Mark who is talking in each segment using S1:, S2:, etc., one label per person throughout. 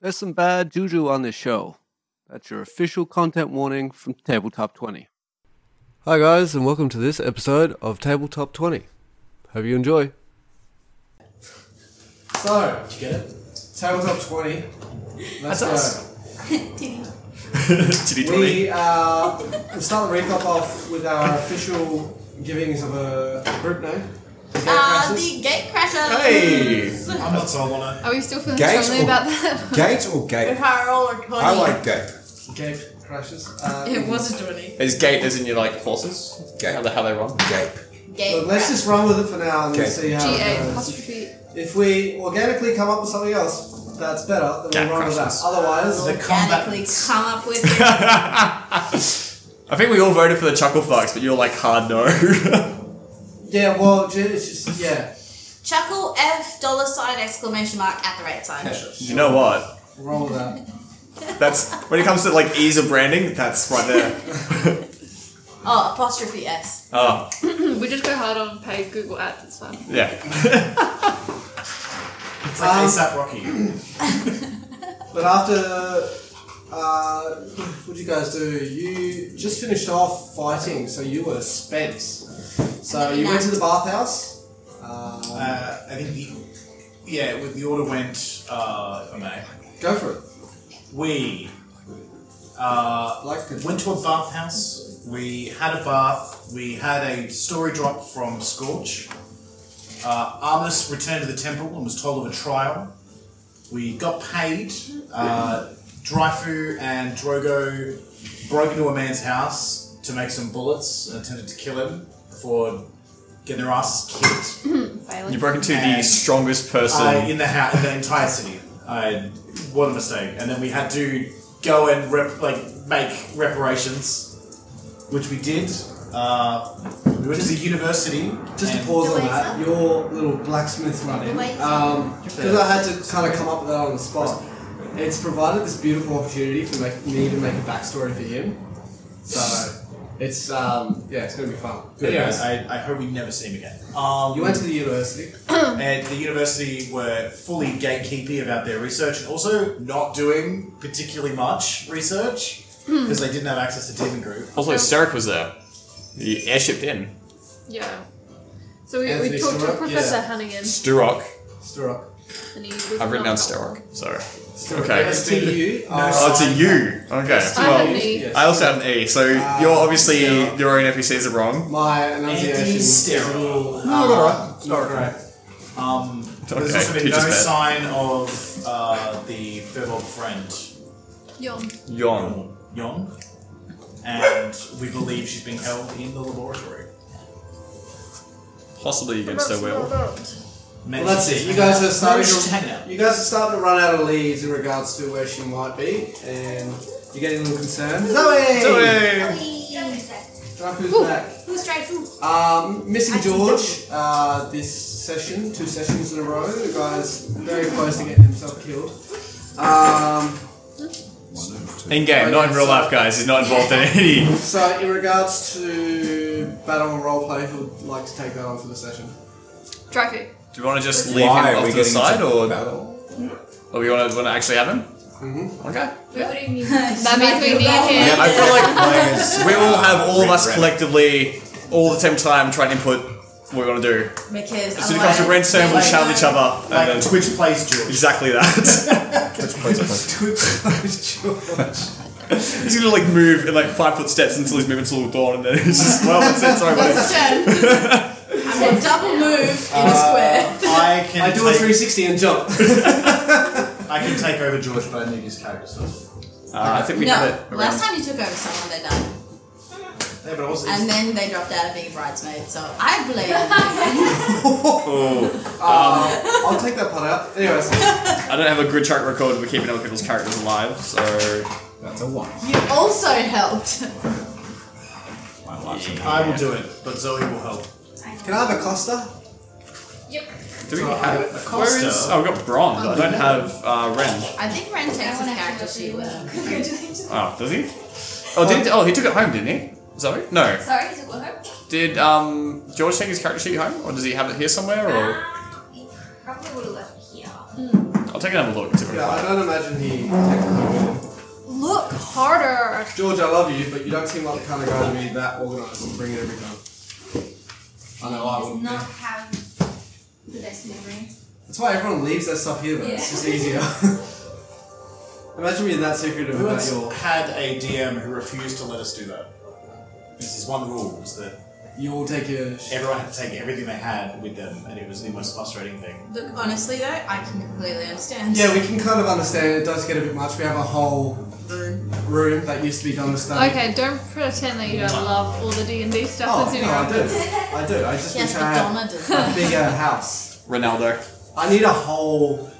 S1: There's some bad juju on this show. That's your official content warning from Tabletop 20. Hi, guys, and welcome to this episode of Tabletop 20. Hope you enjoy. So,
S2: Did you get it?
S1: Tabletop 20. Let's
S2: That's us. Did he
S1: go. We, uh, we'll start the recap off with our official givings of a group name. The Gate
S3: Uh,
S4: Ah,
S1: Crashers.
S4: the gate crasher.
S2: I'm not sold on it.
S3: Are we still feeling
S5: Gate
S3: strongly
S5: or-
S3: about that?
S5: Gate or gate? I like gate.
S1: Gate Crashers. Uh,
S3: it was a Johnny.
S2: Is gate as in your like horses?
S5: Gate.
S2: How the hell they run?
S5: Gape.
S4: Gate.
S1: Look, let's just run with it for now and
S5: Okay.
S1: see how
S3: G-A
S1: it goes.
S3: apostrophe.
S1: If we organically come up with something else that's better, then
S2: Gap
S1: we'll run with that.
S2: crashes.
S1: Otherwise,
S2: The
S4: Organically
S2: combatants.
S4: come up with it.
S2: I think we all voted for the chuckle fucks, but you're like hard no.
S1: yeah, well, ju- it's just, yeah.
S4: Chuckle F dollar sign exclamation mark at the rate sign.
S2: you know what?
S1: We'll roll with that.
S2: That's when it comes to like ease of branding. That's right there.
S4: Oh, apostrophe S.
S2: Oh
S3: We just go hard on paid Google ads, it's fine.
S2: yeah.
S6: It's like
S1: Um,
S6: ASAP Rocky.
S1: But after, uh, what did you guys do? You just finished off fighting, so you were spent. So you went to the bathhouse. Uh,
S6: Uh, I think the yeah, with the order went. Uh, if I may,
S1: go for it.
S6: we uh,
S1: Like the
S6: went to a bathhouse. We had a bath. We had a story drop from Scorch. Uh, Armus returned to the temple and was told of a trial. We got paid. Uh, Dryfu and Drogo broke into a man's house to make some bullets and attempted to kill him before getting their asses kicked.
S2: You broke into the
S6: And-
S2: strongest person.
S6: Uh, in the house, in the entire city. I, what a mistake! And then we had to go and rep, like make reparations, which we did. Uh, we went to the university.
S1: Just to
S6: and-
S1: pause on
S4: The
S1: that, your little blacksmith running,
S4: The waiter.
S2: Uh,
S1: because I had to kind of come up with that on the spot. It's provided this beautiful opportunity for like, me to make a backstory for him. So it's um, yeah, it's gonna be fun.
S6: Anyways, I, I hope we never see him again. Um,
S1: you went to the university.
S6: and the university were fully gatekeepy about their research and also not doing particularly much research
S1: Hmm.
S6: because they didn't have access to Demon Group.
S2: also, Steric was there. You airshipped in.
S3: Yeah. So we,
S1: Anthony
S3: we talked to
S1: Stewart,
S3: Professor
S1: yeah.
S3: Hannigan
S2: Sturrock.
S1: Stir up.
S3: and he was
S2: I've written down
S3: not-
S2: Sturrock. Sorry.
S1: Stir
S2: Okay.
S1: Up. STU.
S6: No,
S1: uh,
S2: Oh, it's a U. Okay.
S3: I
S2: Well,
S3: had an E.
S1: yes.
S2: I also have an E. So
S6: Uh,
S2: you're obviously your own NPCs are wrong.
S1: My enunciation is a
S6: Sterile.
S1: little uh, not great.
S6: Um, There's
S2: Okay,
S6: also been
S2: you
S6: no
S2: just met.
S6: sign of uh, the Firbolg friend
S3: Yon.
S2: Yawn.
S6: Yon, and we believe she's been held in the laboratory.
S2: Possibly against a werewolf.
S6: Maybe
S1: Well, that's it.
S6: she's
S1: You
S6: hanging
S1: guys
S6: out.
S1: are starting.
S6: Maybe she's hanging
S1: To,
S6: out.
S1: you guys are starting to run out of leads in regards to where she might be, and you're getting a little concerned. Zoe.
S2: Zoe!
S1: Drop who's back.
S4: Who's straight food?
S1: Um, missing
S4: I see
S1: George uh, this session, two sessions in a row. The guy's very close to getting himself killed. Um,
S2: In game, not in real life, guys. He's not involved in any.
S1: so, in regards to battle and roleplay, who would like to take that on for the session?
S3: Dreyfus.
S2: Do we want to just leave
S5: Why
S2: him
S5: are
S2: off
S5: we
S2: to the
S5: getting
S2: side,
S5: into
S2: or
S5: battle?
S2: or we want to want to actually have him? Mm-hmm. Okay.
S3: We wouldn't even- That means we need him.
S2: I feel like
S5: Playing as-
S2: we will have all of
S5: Red
S2: us
S5: Ren.
S2: collectively all the same time trying to input what we want to do.
S4: Because
S2: As soon as it comes to rent, Sam will
S6: like-
S2: shout at each other, and
S6: Like
S2: then
S6: Twitch plays George.
S2: exactly that.
S5: Which place was-
S2: he's gonna like move in like five foot steps until he's moving till dawn, and then he's just well, that's it. Sorry, buddy.
S4: I'm a double move in
S2: Uh,
S4: a square.
S6: I can
S1: I do a
S6: take,
S1: 360 and jump.
S6: I can take over George, but I need his character stuff.
S2: Uh, I think we have it.
S4: No, last
S2: around.
S4: time you took over someone, they died.
S6: Yeah, but also
S4: And then they dropped out of being a bridesmaid, so I blame
S1: I'll take that part out. Anyways,
S2: I don't have a good track record of keeping other people's characters alive, so
S5: That's a one.
S4: you. You also helped.
S5: My life's in
S6: I will do it, but Zoe will help.
S1: can I have a Costa?
S3: Yep.
S2: do we have it?
S6: Acosta.
S2: Where is? Oh, I've got Bron, but I don't have uh, Ren.
S4: I think Ren takes his character sheet with him.
S2: Oh, does he? Oh, did oh he took it home, didn't he? Zoe? No.
S7: Sorry, is it work?
S2: Did um George take his character sheet home, or does he have it here somewhere? Or
S7: Probably would have left it here.
S2: I Hmm. I'll take another look. See if I can
S8: Yeah, I
S2: find
S8: don't imagine he. technically-
S3: Look harder.
S8: George, I love you, but you don't seem like the kind of guy to be that organised and bring it every time. I know I
S9: does
S8: wouldn't. be.
S9: not have the best memory.
S8: That's why everyone leaves their stuff here, though. It's just easier. imagine being that secretive
S6: Who
S8: about
S6: else
S8: your
S6: had a DM who refused to let us do that? This is one rule was that
S8: you all take your. sh-
S6: everyone had to take everything they had with them, and it was the most frustrating thing.
S4: Look, honestly though, I can completely understand.
S8: Yeah, we can kind of understand. It does get a bit much. We have a whole
S4: Room.
S8: room that used to be done with stuff.
S3: Okay, don't pretend that you don't love all the D and D stuff
S8: Oh,
S3: that's in
S8: no,
S3: your
S8: I do. I do. I just
S4: Yes,
S8: wish
S4: but
S8: I had
S4: Donna does
S8: a
S4: that.
S8: bigger house.
S2: it. Ronaldo.
S8: I need a whole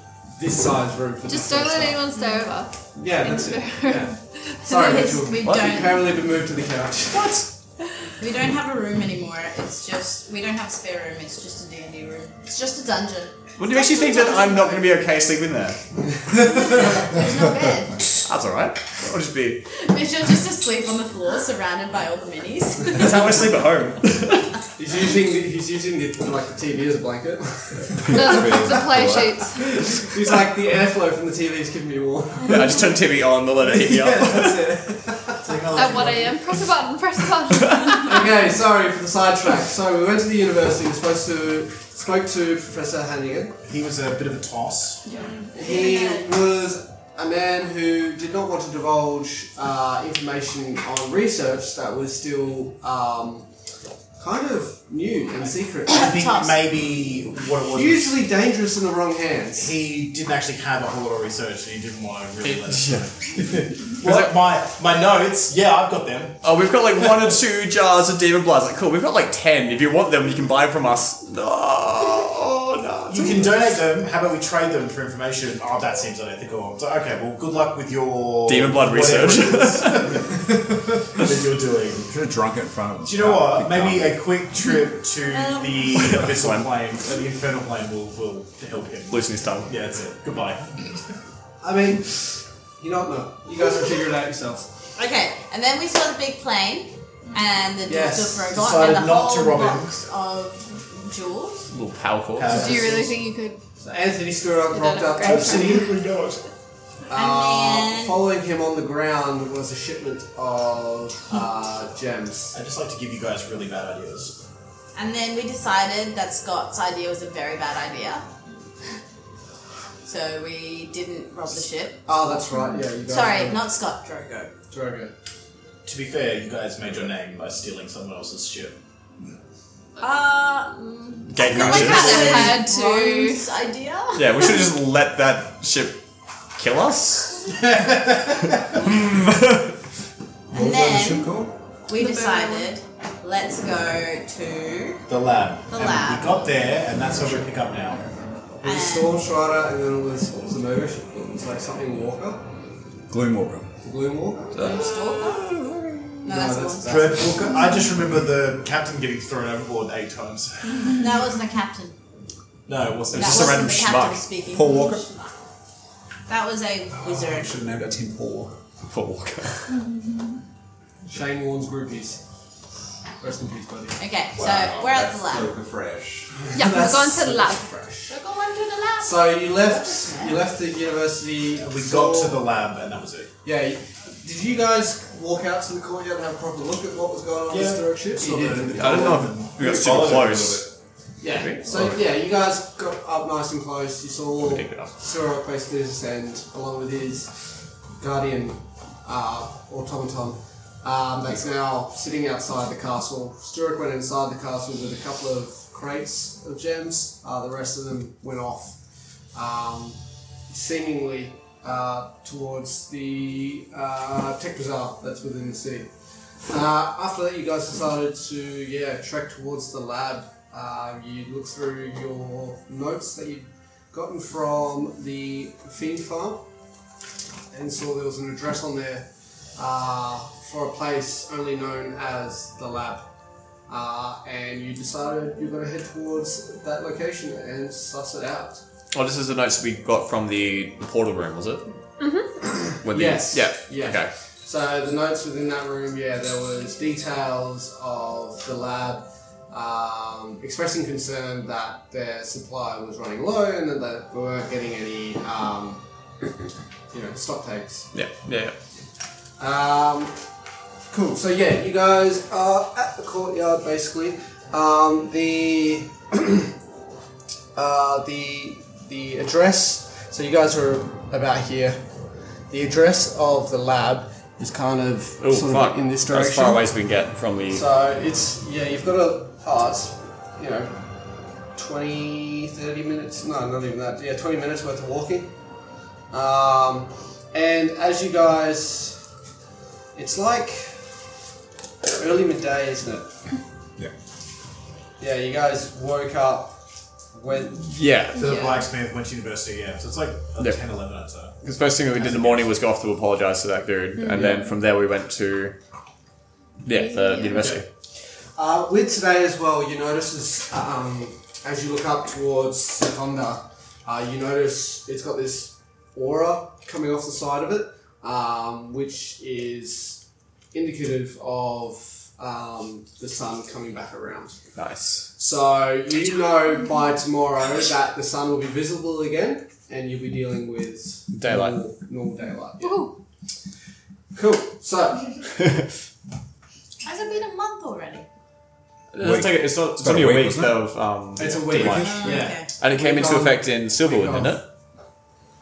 S8: this size room for
S3: Just
S8: this
S3: don't
S8: sort
S3: let
S8: of
S3: anyone stay over.
S8: stuff. Yeah, that's it.
S3: interfere.
S8: Yeah. Sorry,
S4: Yes,
S8: Rachel.
S4: we
S8: What? You
S4: don't.
S8: permanently been moved to the couch.
S4: We don't have a room anymore. It's just we don't have a spare room. It's just a D and D room. It's just a dungeon.
S2: What do you actually think that I'm not going to be okay sleeping there?
S4: There's no bed.
S2: That's alright. I'll just be.
S4: Mitchell just asleep on the floor, surrounded by all the minis.
S2: That's how I sleep at home.
S8: He's using the, he's using the, like the TV as a blanket.
S3: The, the play sheets.
S8: he's like the airflow from the TV is keeping me warm.
S2: Yeah, I just turn TV on, the letter E hit me
S8: Yeah,
S2: up.
S8: that's it.
S3: At 1 a.m. Press a button. Press a button.
S8: Okay, sorry for the sidetrack. So we went to the university. We're supposed to spoke to Professor Hannigan.
S6: He was a bit of a toss.
S8: He was a man who did not want to divulge uh, information on research that was still um, kind of new and secret.
S6: I think
S4: Toss.
S6: maybe what it was.
S8: Hugely dangerous in the wrong hands.
S6: He didn't actually have a whole lot of research, and he didn't want to really let us.
S2: Yeah.
S6: Well, like my my notes, yeah, I've got them.
S2: Oh, we've got like one or two jars of Demon Blood. It's Like, cool, we've got like ten. If you want them, you can buy them from us. No, no.
S6: You can donate them. How about we trade them for information? Oh, that seems unethical. So, okay, well, good luck with your
S2: Demon blood
S6: whatever
S2: research.
S6: it is that you're doing.
S5: Should have drunk it in front of them.
S6: Do you know what?
S5: Picked
S6: Maybe
S5: up.
S6: a quick trip to the abyssal plane, uh, the infernal plane, will will help him.
S2: Loosen his tongue.
S6: Yeah, that's it. Goodbye.
S8: I mean, you don't know. You guys can figure it out yourselves.
S4: okay, and then we saw the big plane and the
S8: Yes,
S4: Duster Robot
S6: decided
S4: and the
S6: not to
S4: whole
S6: rob him.
S4: box of jewels.
S2: Little power cords.
S6: Uh,
S3: Do you really think you could?
S8: So Anthony Scurrock rocked up to the city.
S4: And
S8: Uh,
S4: then-
S8: following him on the ground was a shipment of uh, gems.
S6: I just like to give you guys really bad ideas.
S4: And then we decided that Scott's idea was a very bad idea. So we didn't rob the ship.
S8: Oh, that's right. Yeah, you guys.
S4: Sorry, not Scott, Drogo.
S8: Drogo.
S6: To be fair, you guys made your name by stealing someone else's ship.
S4: Uh, mm,
S2: Gate
S4: I
S3: Crashes.
S4: feel like
S2: crashes.
S4: that
S3: Crashes. Had
S4: was
S3: to.
S4: Ron's idea.
S2: Yeah, we should have just let that ship kill us.
S5: What was that
S4: then-
S5: ship called?
S4: We
S3: The
S4: decided let's go to
S6: The lab.
S4: The
S6: and
S4: lab.
S6: We got there, and that's where we pick up now.
S8: It was Stormstrider, and then it was what was the murder ship? called? It was like something Walker,
S5: Gloomwalker.
S8: Gloomwalker.
S4: Stalker. No, that's
S8: that's-
S4: Walker.
S6: Dreadwalker. I just remember the captain getting thrown overboard eight times.
S4: That wasn't the captain.
S6: No, it wasn't.
S4: That
S2: just a
S4: wasn't
S2: random
S4: the captain
S2: schmuck.
S4: speaking.
S5: Paul Walker?
S4: That was a wizard.
S5: Should have named it Tim Paul Walker.
S2: Poor Walker.
S8: Shane Warne's groupies. Rest in peace, buddy.
S4: Okay, so we're at the lab.
S5: fresh.
S3: Yeah, we're going to the lab.
S8: Fresh.
S4: We're going to the lab.
S8: So you left. You left the university.
S6: We
S8: saw-
S6: got to the lab, and that was it.
S8: Yeah. you- Did you guys walk out to the courtyard and have a proper look at what was going on with
S6: Yeah.
S8: the Stormstrider ship?
S6: Saw
S8: You
S6: that
S8: did.
S6: in the-
S2: I don't know if we got super close.
S8: Yeah. So yeah, you guys got up nice and close. You saw Surak basically his end, along with his guardian uh, automaton. Um, that's now sitting outside the castle. Stuart went inside the castle with a couple of crates of gems. Uh, the rest of them went off, um, seemingly uh, towards the uh, tech bazaar that's within the city. Uh, after that, you guys decided to yeah trek towards the lab. Uh, you look through your notes that you'd gotten from the fiend farm and saw there was an address on there uh, for a place only known as the lab. Uh, and you decided you're going to head towards that location and suss it out.
S2: Oh, this is the notes we got from the, the portal room, was it? Mm-hmm. When the,
S8: Yes.
S2: Yeah.
S8: Yeah.
S2: Okay.
S8: So the notes within that room, yeah, there was details of the lab, um, expressing concern that their supply was running low and that they weren't getting any, um, you know, stock takes.
S2: Yeah, yeah. yeah.
S8: Um, cool. So yeah, you guys are at the courtyard basically. Um, the uh, the the address. So you guys are about here. The address of the lab is kind of
S2: Oh
S8: sort
S2: fuck!
S8: of in this
S2: That's
S8: direction.
S2: as far away as we can get from the.
S8: So it's yeah, you've got to oh, it's, you know 20, 30 minutes. No, not even that. Yeah, twenty minutes worth of walking. Um, and as you guys, it's like early midday, isn't it?
S5: Yeah.
S8: Yeah, you guys woke up, went
S2: yeah,
S6: To the
S3: Yeah.
S6: blacksmith, went to university, yeah. So it's like uh,
S2: Yeah.
S6: 10, 11 or so.
S2: because first thing that we did in the morning was go off to apologise to that dude, and then from there we went to. Mm. Yeah, the university.
S8: Uh, with today as well, you notice is, um, as you look up towards Seconda, uh, you notice it's got this aura coming off the side of it, um, which is indicative of um, the sun coming back around.
S2: Nice.
S8: So you know by tomorrow that the sun will be visible again, and you'll be dealing with
S2: Daylight.
S8: normal, normal daylight. yeah.
S3: Woohoo.
S8: Cool. So
S10: Has it been a month already?
S5: Wait.
S2: It's, like, it's not. It's
S5: about
S2: only
S5: a
S2: a
S5: week,
S2: week
S5: wasn't it?
S2: though. Of, um,
S8: it's a week.
S2: July.
S10: Oh,
S8: Yeah.
S10: Okay.
S2: and it came
S8: Week
S2: into
S8: on,
S2: effect in
S8: week
S2: Silverwood,
S8: off.
S2: didn't it?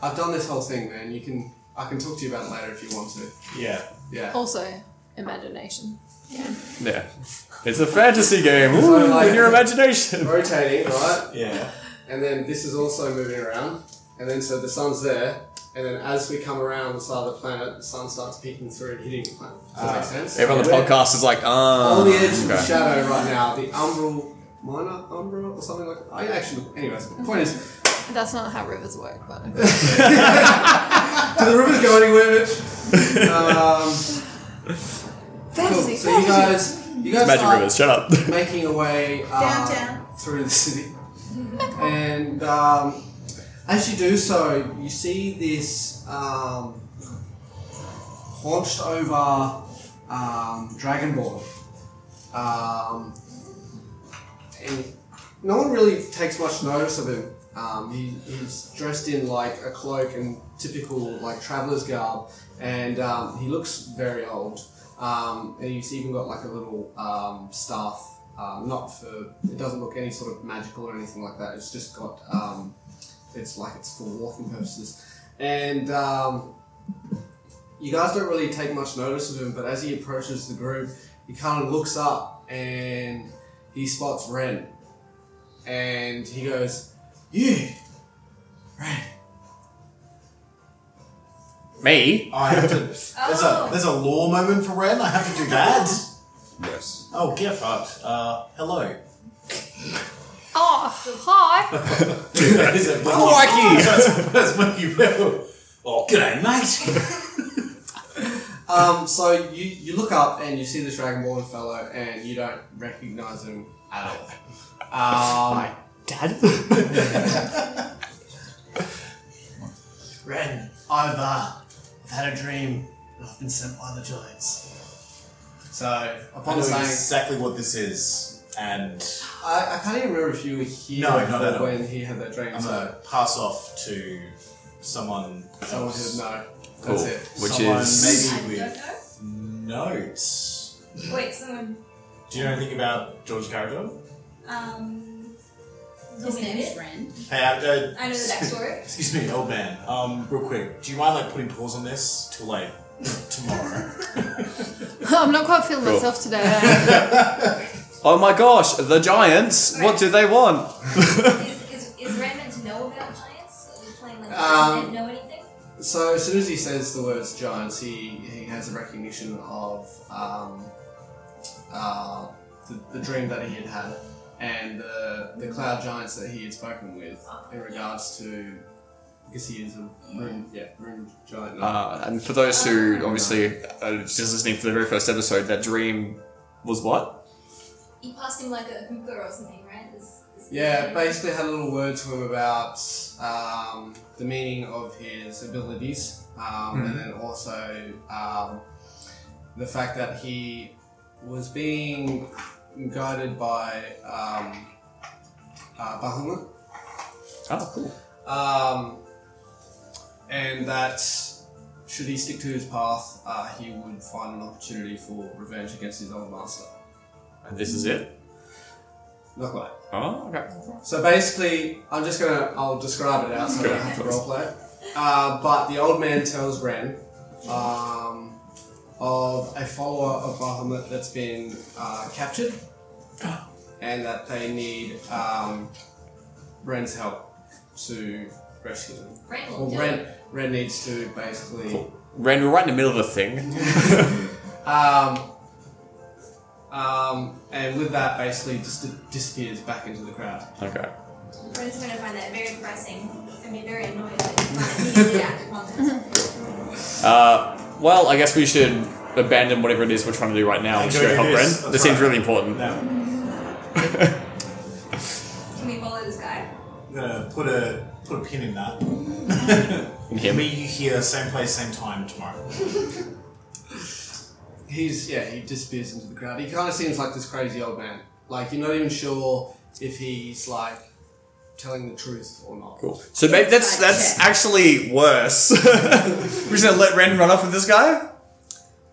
S8: I've done this whole thing, man. You can I can talk to you about it later if you want to.
S6: Yeah.
S8: Yeah.
S3: Also, imagination.
S2: Yeah. It's a fantasy game.
S8: It's
S2: Ooh,
S8: like-
S2: in your imagination.
S8: rotating, right?
S6: Yeah.
S8: And then this is also moving around. And then so the sun's there. And then as we come around the side of the planet, the sun starts peeking through and hitting the planet. Does that make sense?
S2: Everyone on the
S8: We're
S2: podcast is like, ah.
S8: On the edge of the
S2: okay.
S8: shadow right now, the umbral minor umbral or something like that. I actually anyways, the point is
S3: That's not how rivers work, but
S8: do the rivers go anywhere, Mitch? Um, cool.
S3: fantasy.
S8: So you
S3: fantasy.
S8: guys you guys
S2: Magic
S8: start
S2: Rivers, shut up.
S8: making your way uh,
S10: Downtown.
S8: through the city. and um, as you do so, you see this um, haunched over um, dragonborn. Um, and no one really takes much notice of him. Um, he, he's dressed in like a cloak and typical like traveler's garb, and um, he looks very old. Um, and he's even got like a little um, staff, um, not for it doesn't look any sort of magical or anything like that. It's just got um, it's like it's for walking purposes, and um, you guys don't really take much notice of him. But as he approaches the group, he kind of looks up and he spots Ren and he goes, "You, Ren."
S2: Me?
S6: Oh, I have to. There's a
S4: Oh.
S6: there's a law moment for Ren. I have to do that.
S5: Yes.
S6: Oh, get fucked. Uh, hello.
S3: Oh, hi.
S6: That is a-
S2: Crikey!
S6: That's, that's what you will. Oh, g'day, mate.
S8: Um, so you you look up and you see this Dragonborn fellow, and you don't recognize him at all. Um,
S11: Ren, I've, uh, I've had a dream and I've been sent by the giants. So,
S6: I
S8: upon
S6: know
S8: saying,
S6: exactly what this is, and
S8: I, I can't even remember if you were here
S6: No, not at all.
S8: when he had that dream.
S6: I'm
S8: so
S6: gonna pass off to someone.
S8: someone
S6: else.
S8: should know. That's
S2: Cool.
S8: it.
S2: Oh, Which
S6: Someone
S2: is.
S12: I
S6: maybe
S12: don't
S6: with
S12: know.
S6: notes.
S12: Wait, someone.
S6: Do you know anything about George Carradine?
S12: Um.
S10: His name is
S12: Ren.
S10: Ren.
S6: Hey, I, uh,
S12: I know the backstory.
S6: Excuse me, old man. Um, real quick, do you mind like putting pause on this till like tomorrow?
S3: I'm not quite feeling
S2: Cool.
S3: myself today. eh?
S2: Oh my gosh, the Giants? What do they want?
S12: is, is, is Ren meant to know about giants? Are we playing like
S8: Um,
S12: Ren didn't know anything?
S8: So as soon as he says the words giants, he, he has a recognition of um, uh, the, the dream that he had had and the, the cloud giants that he had spoken with in regards to because he is a rune, yeah, rune giant.
S2: Uh, and for those who obviously are just listening for the very first episode, that dream was what?
S12: He passed him like a hookah or something, right? Is, is
S8: yeah, basically had a little word to him about um, the meaning of his abilities, um, and then also um, the fact that he was being I'm guided by um, uh, Bahamut.
S2: Oh, cool.
S8: Um, and that should he stick to his path, uh, he would find an opportunity for revenge against his old master.
S2: And this is it?
S8: Not quite.
S2: Oh, okay.
S8: So basically, I'm just gonna I'll describe it out so I don't have to roleplay it. Uh, but the old man tells Ren um, of a follower of Bahamut that's been uh, captured, and that they need um, Ren's help to rescue them.
S12: Ren will
S8: Well,
S12: do
S8: Ren,
S12: it.
S8: Ren needs to basically.
S2: Ren, we're right in the middle of a thing.
S8: Um, um, and with that, basically just disappears back into the crowd.
S2: Okay.
S12: Ren's going to find that very depressing and be very annoyed that you can't immediately act upon it.
S2: Uh, well, I guess we should abandon whatever it is we're trying to do right now and
S6: And
S2: just
S6: go
S2: go
S6: do
S2: help Ren.
S6: this.
S2: This
S6: That's
S2: seems
S6: right.
S2: really important.
S6: Now,
S12: Can we follow this guy?
S6: I'm gonna put a put a pin in that.
S2: And him.
S6: Meet you here, same place, same time tomorrow.
S8: He's yeah, he disappears into the crowd. He kind of seems like this crazy old man. Like you're not even sure if he's like telling the truth or not.
S2: Cool. So maybe that's
S10: Right,
S2: that's
S10: yeah.
S2: actually worse. we're just gonna let Ren run off with this guy.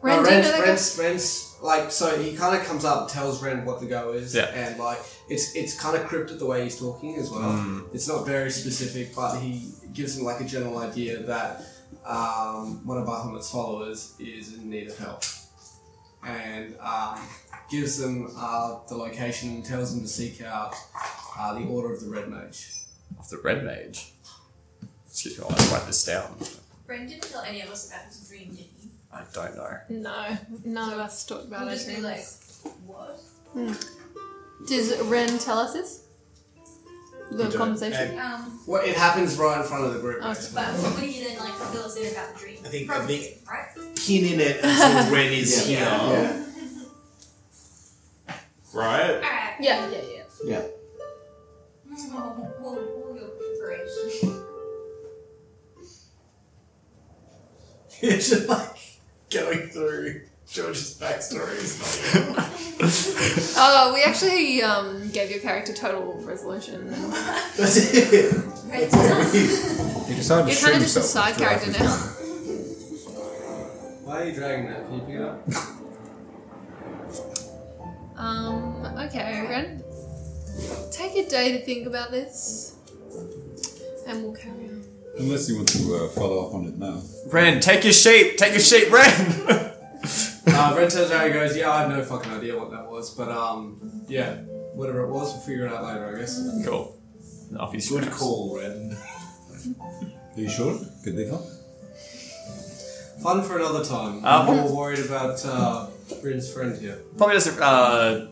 S3: Ren,
S8: Uh,
S3: do you know
S8: Ren's,
S3: that guy?
S8: Ren's, Ren's, like so he kind of comes up, and tells Ren what the go is,
S2: Yeah.
S8: and like it's it's kind of cryptic the way he's talking as well. It's not very specific, but he gives him like a general idea that um, one of Bahamut's followers is in need of help, and um, gives them uh, the location and tells them to seek out uh, the Order of the Red Mage.
S2: Of the Red Mage. Excuse me, I'll have to write this down.
S12: Ren didn't tell any of us about his dream, did he?
S2: I don't know.
S3: No, none of us talked about
S12: We'll
S3: it.
S12: just be like, what?
S3: Does Ren tell us this? The
S6: don't.
S3: conversation? Oh,
S12: Um,
S8: Well, it happens right in front of the group.
S3: Okay.
S8: basically.
S12: but what do you then like fill us in about the dream?
S6: I think- I
S12: Probably,
S6: think-
S12: right?
S6: Pin in it until Ren is here.
S8: Yeah.
S6: Right?
S12: Alright.
S3: Yeah, yeah, yeah.
S12: Well, we'll, we'll go preparation.
S6: It's just like going through George's backstory is not
S3: Oh, we actually um, gave your character total resolution.
S6: That's it.
S12: Red's done.
S5: He decided
S3: You're
S5: to
S3: kind
S5: shoot
S3: of just a
S5: himself.
S3: side
S5: throughout
S3: character
S5: his
S3: now.
S5: time.
S8: Why are you dragging that? Can you pick it up?
S3: Um, okay, Ren. Take a day to think about this. And we'll carry on.
S5: Unless you want to uh, follow up on it now.
S2: Ren, take your sheep, take your sheep, Ren.
S8: Uh, Red turns around and goes, "Yeah, I have no fucking idea what that was, but um, yeah, whatever it was, we'll figure it out later, I guess."
S2: cool. And Off he
S6: Good
S2: scoots.
S6: call, Ren.
S5: Are you sure? Could they help?
S8: Fun for another time.
S2: Uh,
S8: I'm more worried about uh, Rin's friend here.
S2: Probably doesn't uh,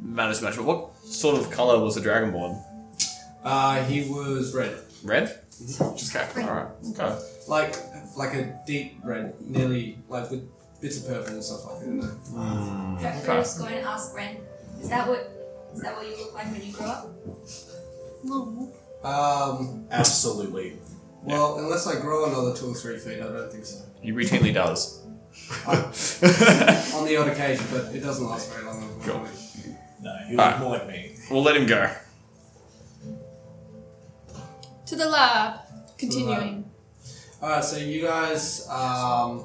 S2: matter so much. But what sort of color was the dragonborn?
S8: Uh, he was red,
S2: Red. Okay. All right. Okay.
S8: like like a deep red, nearly like with bits of purple and stuff like that. In there.
S12: Dracula was going to ask Ren, is that what is that what you look like when you grow up?
S3: No.
S8: Um,
S6: Absolutely.
S8: well, unless I grow another two or three feet, I don't think so.
S2: He routinely does.
S8: On the odd occasion, but it doesn't last very long. unfortunately.
S6: No, you
S2: Alright.
S6: look more at me.
S2: we'll let him go.
S3: To the lab. Continuing.
S8: Alright, so you guys, um,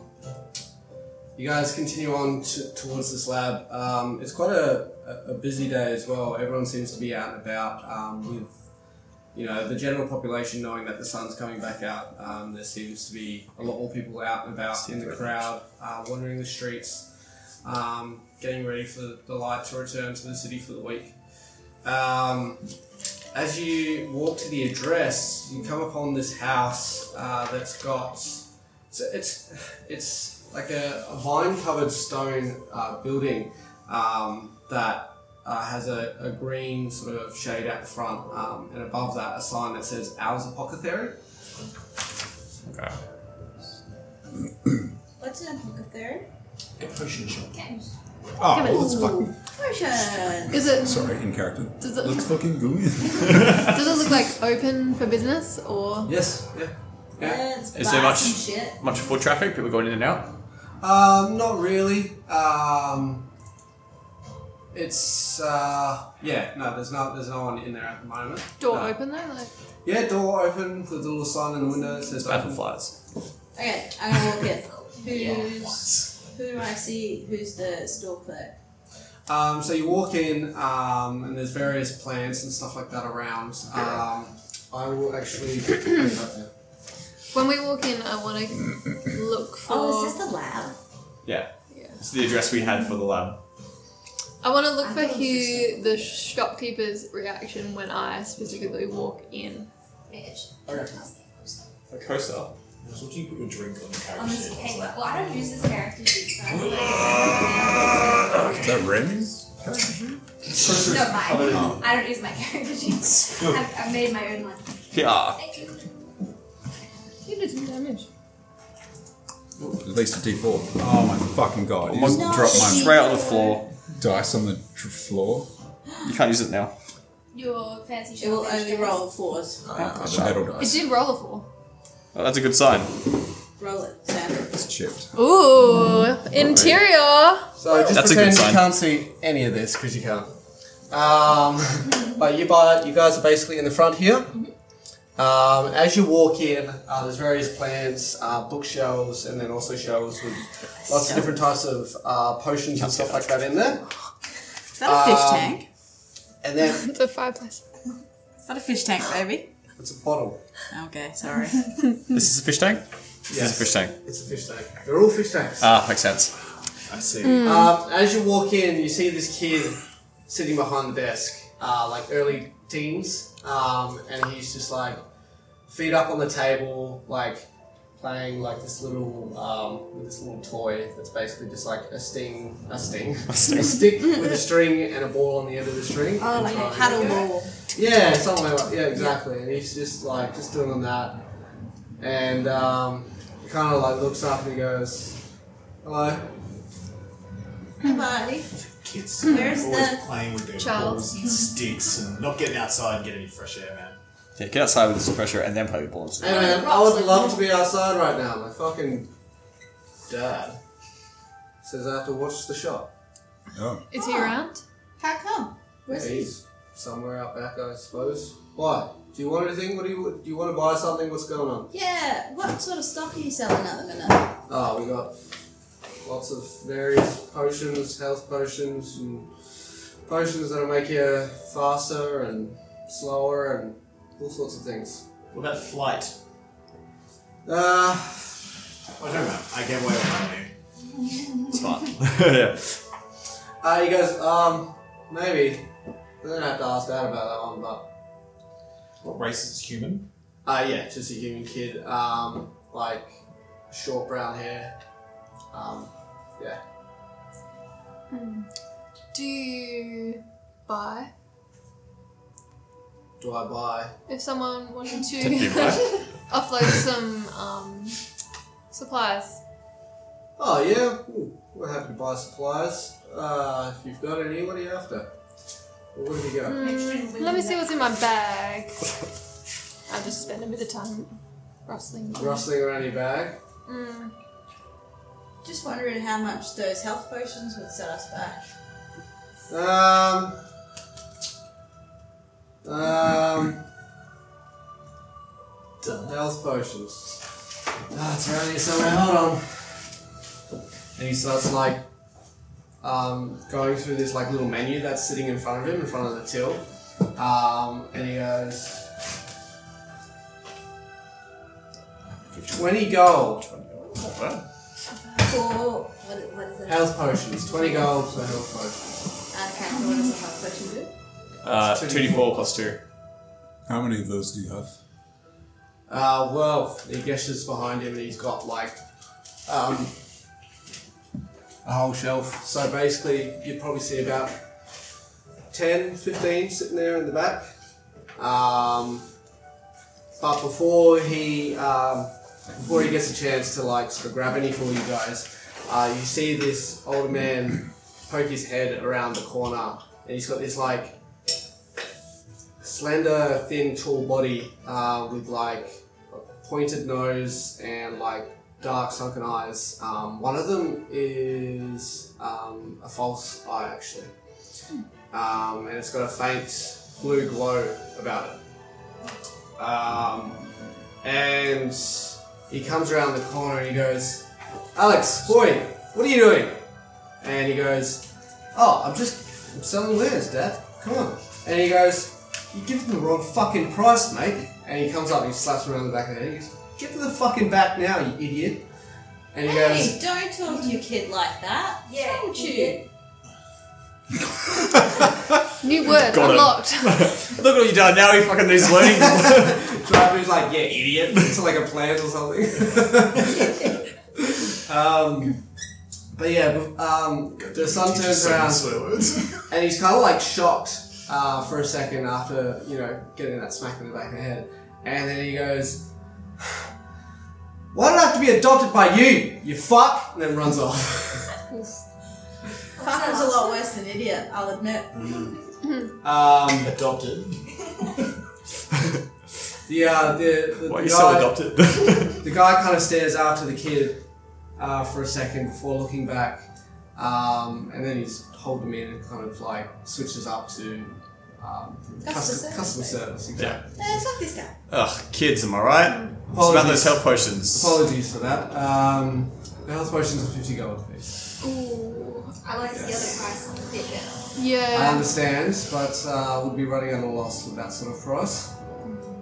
S8: you guys continue on to, towards this lab. Um, it's quite a, a- a busy day as well. Everyone seems to be out and about um, with, you know, the general population knowing that the sun's coming back out. Um, there seems to be a lot more people out and about in the crowd, uh, wandering the streets, um, getting ready for the light to return to the city for the week. Um, as you walk to the address, you come upon this house uh, that's got it's it's, it's like a, a vine-covered stone uh, building um, that uh, has a, a green sort of shade out the front, um, and above that a sign that says "Ours Apothecary."
S2: Okay.
S10: What's in a pocket there?
S6: Potion shop.
S12: Okay.
S6: Oh,
S3: Come on.
S6: well, let's fucking.
S10: Potion!
S3: Is it
S5: Sorry, in character.
S3: does it
S5: Let's fucking go in.
S3: does it look like open for business or
S8: Yes. Yeah. Yeah.
S10: Let's
S2: Is
S10: buy
S2: there much-
S10: some shit.
S2: Much foot traffic. People going in and out.
S8: Um, not really. Um, It's uh, yeah, no, there's not there's no one in there at the moment.
S3: Door
S8: No.
S3: open though, like
S8: Yeah, door open with a little sign in the window that says
S2: Bad for
S8: open.
S2: flies.
S4: Okay, I'm gonna walk in. Who's who do I see? Who's the stalker?
S8: Um, so you walk in, um, and there's various plants and stuff like that around. Um, I will actually.
S3: when we walk in, I want to look for.
S4: Oh, is this the lab?
S2: Yeah.
S3: Yeah.
S2: It's the address we had for the lab.
S3: I want to look
S4: I
S3: for
S4: thought it was
S3: Hugh, the shopkeeper's reaction when I specifically walk in.
S12: Bitch.
S2: A coaster.
S6: I was watching you put your drink on the
S12: On
S6: character
S12: this
S6: sheet.
S12: cake. Well, I don't use this character sheet, so. I don't know.
S5: Is that Remy's?
S12: No, mine. I don't use my character sheet. I've, I've made my own one.
S2: Yeah.
S12: Thank you.
S3: You did some damage.
S5: At least a D4. Oh my fucking god. You just
S4: No.
S5: dropped my
S2: Straight on the floor.
S5: dice on the tr- floor.
S2: You can't use it now.
S12: Your fancy shop.
S4: It will only
S12: vegetables.
S4: roll fours.
S5: Uh, the metal
S3: It
S5: dice.
S3: did roll a four.
S2: Oh, that's a good sign.
S4: Roll it, Sam.
S5: It's chipped.
S3: Ooh, interior.
S8: So just
S2: That's a
S8: pretend
S2: good sign.
S8: you can't see any of this because you can't. Um, but you, buy, you guys are basically in the front here. Um, as you walk in, uh, there's various plants, uh, bookshelves, and then also shelves with lots of different types of uh, potions and stuff like that in there.
S4: Is that a fish
S8: Um,
S4: tank?
S8: And then
S3: It's a fireplace.
S4: Is that a fish tank, baby?
S8: it's a bottle.
S4: Okay, sorry.
S2: This is a fish tank? This is a
S8: Yes.
S2: fish tank.
S8: It's a fish tank. They're all fish tanks.
S2: Ah, makes sense.
S6: I see.
S8: Um, as you walk in, you see this kid sitting behind the desk, uh, like early teens, um, and he's just like feet up on the table, like playing like this little um, with this little toy that's basically just like a sting, a sting, a,
S2: sting.
S8: stick with a string and a ball on the end of the string.
S4: Oh,
S8: And
S4: like a
S8: trying-
S4: paddle ball.
S8: Yeah, something like yeah, exactly. And he's just like just doing that, and um, he kind of like looks up and he goes, "Hello."
S4: Hey, buddy.
S6: Kids
S4: Where's
S6: always
S4: the
S6: playing with their
S3: child?
S6: balls and sticks and not getting outside and getting any fresh air, man.
S2: Yeah, get outside with this pressure and then play with balls.
S8: Hey man, I would love to be outside right now. My fucking dad says I have to watch the shop.
S5: Oh.
S3: Is he around?
S4: How come? Where's he?
S8: He's somewhere out back, I suppose. Why? Do you want anything? What do you do? You want to buy something? What's going on?
S4: Yeah, what sort of stock are you selling at the minute?
S8: Ah, we got lots of various potions, health potions, and potions that'll make you faster and slower and all sorts of things.
S6: What about flight?
S8: Uh,
S6: I don't know. I gave away all my money.
S2: It's fun. yeah.
S8: Uh, he goes, um, maybe. I don't have to ask Dad about that one, but.
S6: What race is human?
S8: Uh, yeah, just a human kid. Um, like, short brown hair. Um, yeah.
S3: Do you buy?
S8: Do I buy?
S3: If someone wanted
S2: Did you
S3: to
S2: play?
S3: offload some um, supplies,
S8: Oh, yeah. Ooh, we're happy to buy supplies. Uh, if you've got any, what are you after? Well, what have you got?
S3: Mm, let me see what's in my bag. I just spend a bit of time rustling.
S8: Rustling around your bag?
S3: Mm,
S4: Just wondering how much those health potions would set us back.
S8: Um. Um. Health potions. Ah, it's around here somewhere. Hold on. And he starts like um, going through this like little menu that's sitting in front of him, in front of the till. Um, and he goes, twenty gold
S4: For what, what is it?
S8: health potions. Twenty gold for health potions.
S4: Okay, so what does a health potion do?
S2: Uh, 2d4 plus 2.
S5: How many of those do you have?
S8: Uh, well, he gestures behind him and he's got like um, a whole shelf. So basically, you'd probably see about 10, 15 sitting there in the back. Um, but before he um, before he gets a chance to like sort of grab any for you guys, uh, you see this old man poke his head around the corner, and he's got this like slender, thin, tall body uh, with like a pointed nose and like dark sunken eyes. Um, one of them is um, a false eye, actually. um, and it's got a faint blue glow about it. Um, and he comes around the corner and he goes, Alex, boy, what are you doing? And he goes, Oh, I'm just I'm selling wares, Dad. Come on. And he goes, You give them the wrong fucking price, mate. And he comes up and he slaps him around the back of the head. He goes, Get to the fucking back now, you idiot. And he goes,
S4: Hey, don't talk to your kid like that.
S12: Yeah,
S4: What's wrong with
S12: you
S4: you?
S3: New word
S2: Got it.
S3: unlocked.
S2: Look what you done. Now he fucking is learning.
S8: Driver's like, yeah, idiot. It's like a plant or something. um, but yeah, bef- um, the sun turns around
S6: swear words.
S8: and he's kind of like shocked uh, for a second after, you know, getting that smack in the back of the head. And then he goes, Why did I have to be adopted by you, you fuck? And then runs off.
S4: Fuck was a lot worse than idiot, I'll admit.
S8: Um,
S6: Adopted.
S8: the, uh, the, the,
S2: Why are
S8: the
S2: you so
S8: guy-
S2: adopted?
S8: The guy kind of stares after the kid uh, for a second before looking back, um, and then his whole demeanor kind of like switches up to um,
S4: Customer
S8: custom,
S4: service,
S8: customer service. Exactly.
S4: Eh, fuck this guy.
S2: Ugh, kids, am I right? It's about
S8: Apologies.
S2: those health potions.
S8: Apologies for that. Um, the health potions are fifty gold apiece.
S3: Ooh.
S12: I like the other price on the
S8: I
S12: ticket.
S4: Um,
S3: Yeah.
S8: understand, but uh, we'll be running at a loss with that sort of price.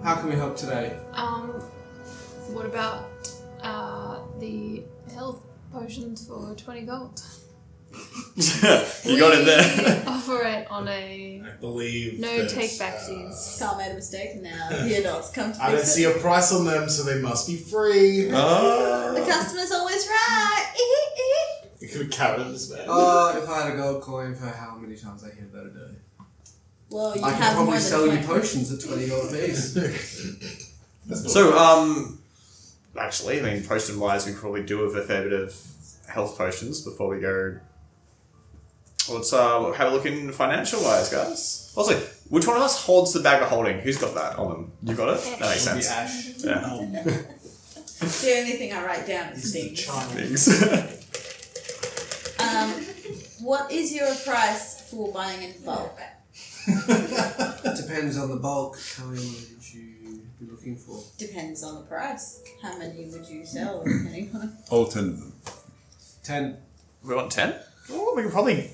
S8: How can we help today?
S3: Um, what about uh, the health potions for 20 gold?
S2: you got it there.
S3: We operate on a
S6: I believe.
S3: no
S6: that,
S3: take
S6: uh,
S3: backsies.
S4: Carl made a mistake and now the adults come to fix
S6: I don't
S4: it.
S6: see a price on them, so they must be free.
S2: Oh.
S4: The customer's always right.
S6: You could have carried this man.
S8: Uh, if I had a gold coin for how many times I hear that a day,
S4: well, you
S8: I
S4: have
S8: could
S4: more
S8: probably
S4: than
S8: sell you
S4: 20.
S8: potions at twenty gold apiece.
S6: That's not-
S2: So, um, actually, I mean, potion wise, we probably do have a fair bit of health potions before we go. Let's uh, have a look in financial wise, guys. Also, which one of us holds the bag of holding? Who's got that on them? You got it? That makes sense.
S8: Ash.
S2: Yeah.
S6: Oh.
S4: The only thing I write down is things.
S2: Things.
S4: Um, what is your price for buying in bulk?
S8: Depends on the bulk. How many would you be looking for?
S4: Depends on the price. How many would you sell? Anyone?
S5: All Oh, ten of them.
S8: Ten.
S2: we want 10? Oh, we can probably.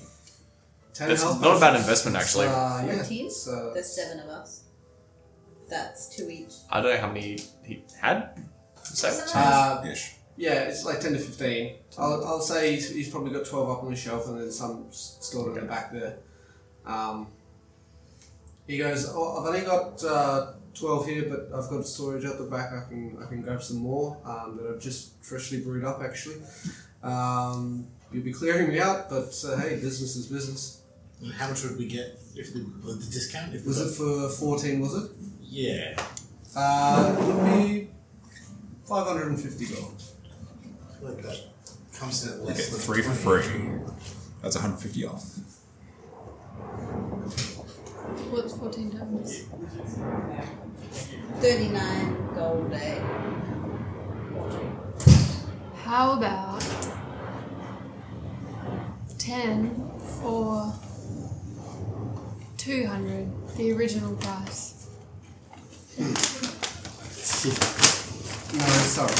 S8: Ten
S2: That's
S8: health
S2: not a bad
S8: potions.
S2: investment, actually.
S8: Uh, yeah.
S4: Fourteen?
S8: So
S4: There's seven of us. That's two each.
S2: I don't know how many he had. So,
S8: uh,
S5: Ish.
S8: yeah, it's like ten to fifteen. I'll, I'll say he's, he's probably got twelve up on the shelf and then some s- stored in the back there. Um, he goes, oh, I've only got uh, twelve here, but I've got storage at the back. I can I can grab some more um, that I've just freshly brewed up actually. Um, you'll be clearing me out, but uh, hey, business is business.
S6: And How much would we get if we with the discount? If we
S8: Was
S6: got-
S8: it for 14, was it?
S6: Yeah.
S8: Uh, it would be 550 gold.
S6: I feel like that comes in at
S5: You
S6: less
S5: get
S6: than
S5: three for
S6: 20.
S5: free. That's 150 off.
S3: What's 14 times?
S4: 39 gold eh? day.
S3: How about 10 for 200, the original price?
S8: No, Uh, sorry.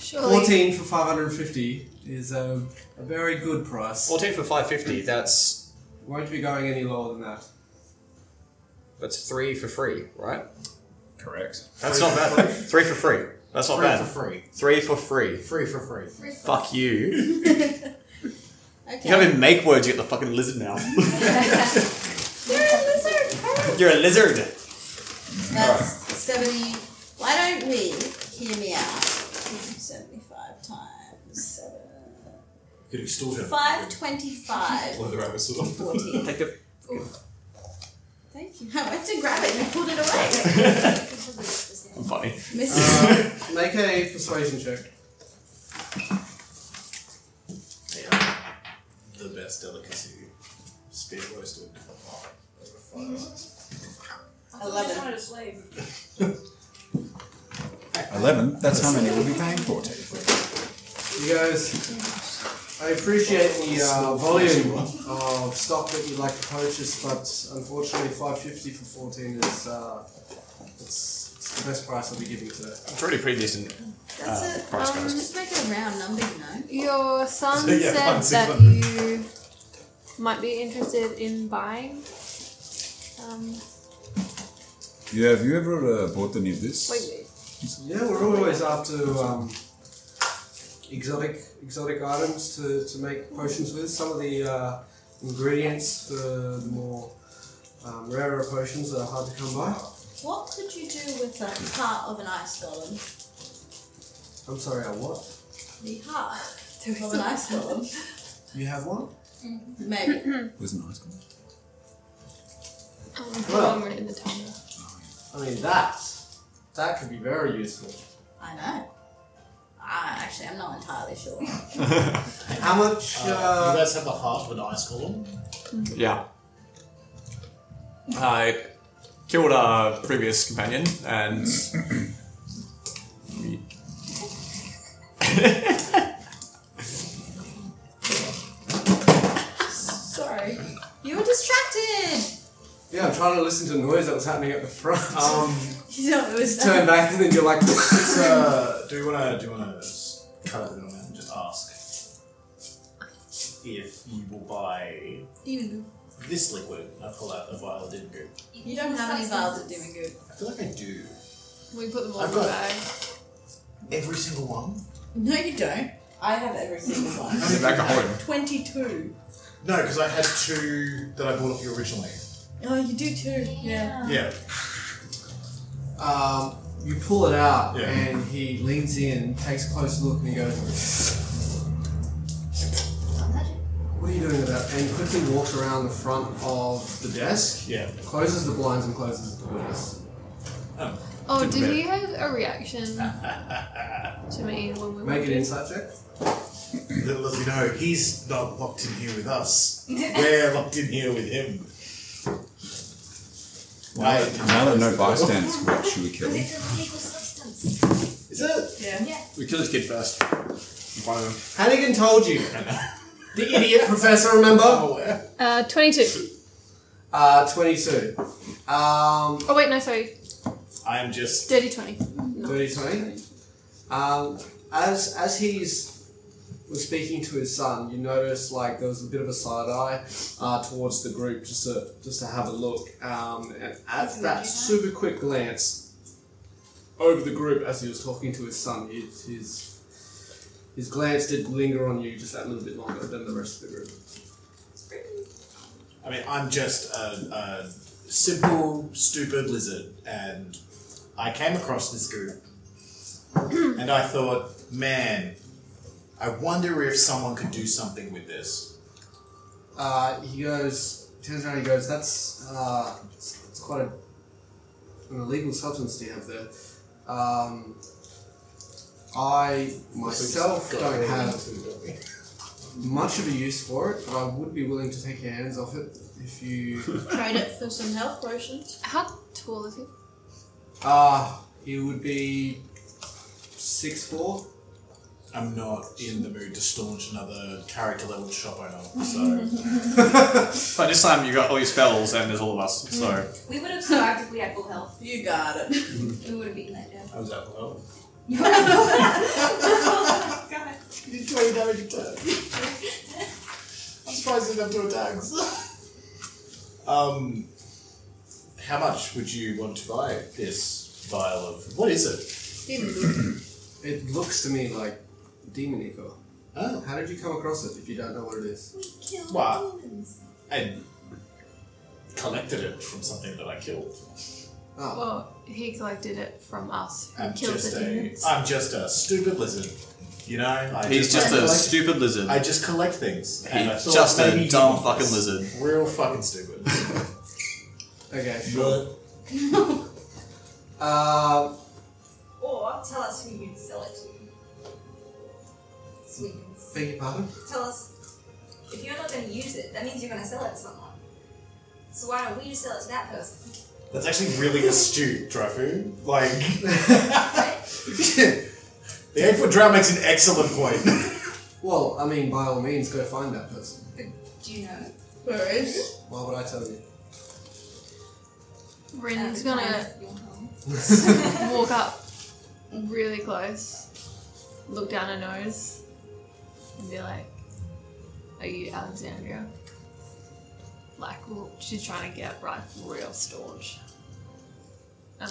S3: Surely.
S8: 14 for 550 is a, a very good price.
S2: 14 for 550, that's,
S8: Won't be going any lower than that.
S2: that's 3 for free, right?
S5: Correct.
S2: That's not bad. Three for free. That's not
S6: Free
S2: bad.
S6: for free.
S2: Three for free.
S6: Free for free.
S2: Fuck you. You can't
S4: Okay.
S2: even make words, you get the fucking lizard now.
S4: They're a lizard. Hurry.
S2: You're a lizard.
S4: That's 70. Why don't we hear me out? 75 times 7.
S6: Could extort him.
S4: 525.
S6: Blow the rabbit's sword.
S4: 14.
S2: Take the
S4: Thank you. I went to grab it and I pulled it away.
S2: I'm funny.
S4: Mrs.
S8: Uh, make a persuasion check.
S6: The best delicacy. Spear roasted. Over fire.
S12: I
S4: love
S12: just
S4: it.
S12: wanted to sleep.
S5: 11. That's how many we'll be paying for, Ted.
S8: He goes, I appreciate the uh, volume of stock that you'd like to purchase, but unfortunately, five fifty for fourteen is uh, it's, it's the best price I'll be giving today.
S2: It's already pretty decent.
S4: That's
S2: Uh,
S4: it.
S2: price
S4: um,
S2: goes.
S4: just make it a round number, you know.
S3: Your son
S6: So, yeah, fine, six
S3: said that
S6: hundred.
S3: you might be interested in buying. Um,
S5: Yeah, have you ever uh, bought any of this?
S3: wait,
S8: Yeah, we're always after um, exotic exotic items to, to make potions with. Some of the uh, ingredients for the more um, rarer potions are hard to come by.
S4: What could you do with the heart of an ice golem?
S8: I'm sorry, I what?
S4: The heart
S3: there
S4: of
S3: is
S4: an
S3: a-
S4: ice golem?
S8: You have one?
S4: Maybe.
S5: Wasn't ice cream.
S3: Um,
S8: Well.
S3: golem in the tunnel.
S8: I mean that that could be very useful.
S4: I know. I actually, I'm not entirely sure.
S8: How much?
S6: Uh, you
S8: Uh,
S6: guys have the heart with ice column.
S2: Yeah. I killed our previous companion and.
S4: Sorry. You were distracted!
S8: yeah, I'm trying to listen to the noise that was happening at the front.
S6: Um,
S4: You know, it was
S8: Turn back and then you're like,
S6: it's, uh, do you wanna do you wanna s- cut it middleman and just ask if you will buy
S4: You,
S6: this liquid? I pull out a vial of Dimgoo.
S4: you don't have any vials of doing good.
S6: I feel like I do.
S3: We put them all
S6: I've
S3: in the
S6: got-
S3: bag.
S6: Every single one?
S4: No, you don't. I have every single one.
S2: Is it back at home?
S4: 22.
S6: No, because I had two that I bought off you originally.
S4: Oh, you do too. Yeah.
S6: Yeah.
S8: um, you pull it out,
S6: Yeah.
S8: and he leans in, takes a close look, and he goes, "What are you doing with that?" And he quickly walks around the front of the desk,
S6: Yeah.
S8: closes the blinds, and closes the doors.
S3: Oh,
S2: Didn't
S3: did
S2: matter.
S3: he have a reaction to me when we were
S8: Make an
S3: doing-
S8: insight check.
S6: Little as we know, he's not locked in here with us. We're locked in here with him. Why?
S5: Now that no bystanders watch, should we kill
S12: Because
S5: him?
S12: it's an illegal substance.
S6: Is it?
S4: Yeah.
S2: We killed this kid first. One of them.
S8: Hannigan told you. the idiot professor, remember?
S2: Oh.
S6: Aware.
S3: Uh, 22.
S8: Uh, twenty-two. Um,
S3: Oh, wait, no, sorry.
S6: I'm just.
S3: Dirty 20.
S8: Dirty Tony. Um, as as he's was speaking to his son, you notice like there was a bit of a side eye uh, towards the group just to just to have a look. Um, and at that super quick glance over the group as he was talking to his son, his his, his glance did linger on you just that little bit longer than the rest of the group.
S6: I mean, I'm just a, a simple, stupid lizard, and I came across this group, and I thought, man, I wonder if someone could do something with this.
S8: Uh, he goes, turns around, he goes, that's, uh, it's, it's quite a, an illegal substance to have there. Um, I myself don't have much of a use for it, but I would be willing to take your hands off it if you.
S4: Trade it for some health potions.
S3: How tall is he?
S8: Uh, you would be six four.
S6: I'm not in the mood to staunch another character level shop owner, so
S2: But this time you got all your spells and there's all of us, so.
S12: We would have survived if we had full health.
S4: You got it.
S12: We would have beaten that down.
S6: I was out. Well,
S12: You would have Oh my God.
S6: you did 20 damage a turn. I'm surprised you didn't have two attacks. um, how much would you want to buy this vial of? What is it?
S8: It looks to me like demonico.
S6: Oh,
S8: How did you come across it if you don't know what it is?
S12: Kill
S6: Wow.
S12: demons.
S6: I collected it from something that I killed.
S8: Oh.
S3: Well, he collected it from us who
S6: I'm
S3: killed
S6: just
S3: the
S6: a.
S3: demons.
S6: I'm just a stupid lizard. You know, I
S2: He's just
S6: I
S2: a
S6: collect-
S2: stupid lizard.
S6: I just collect things. and I
S2: He's
S6: thought
S2: just
S6: maybe
S2: a
S6: he
S2: dumb
S6: was.
S2: fucking lizard.
S6: Real fucking stupid.
S8: Okay, sure.
S6: But
S8: Uh,
S12: Or tell us who you'd sell it to. So we can s-
S8: beg your pardon?
S12: tell us if you're not going to use it, that means you're going to sell it to someone. So why don't we just sell it to that person?
S6: that's actually really astute, Drafu. Like, the eight foot drown makes an excellent point.
S8: Well, I mean, by all means, go find that person.
S12: Do you know?
S10: Where is?
S8: Why would I tell you?
S3: Rin's
S12: Um,
S3: gonna
S12: your home.
S3: walk up really close, look down her nose, and be like, Are you Alexandria? Like, well, she's trying to get right real staunch. I'm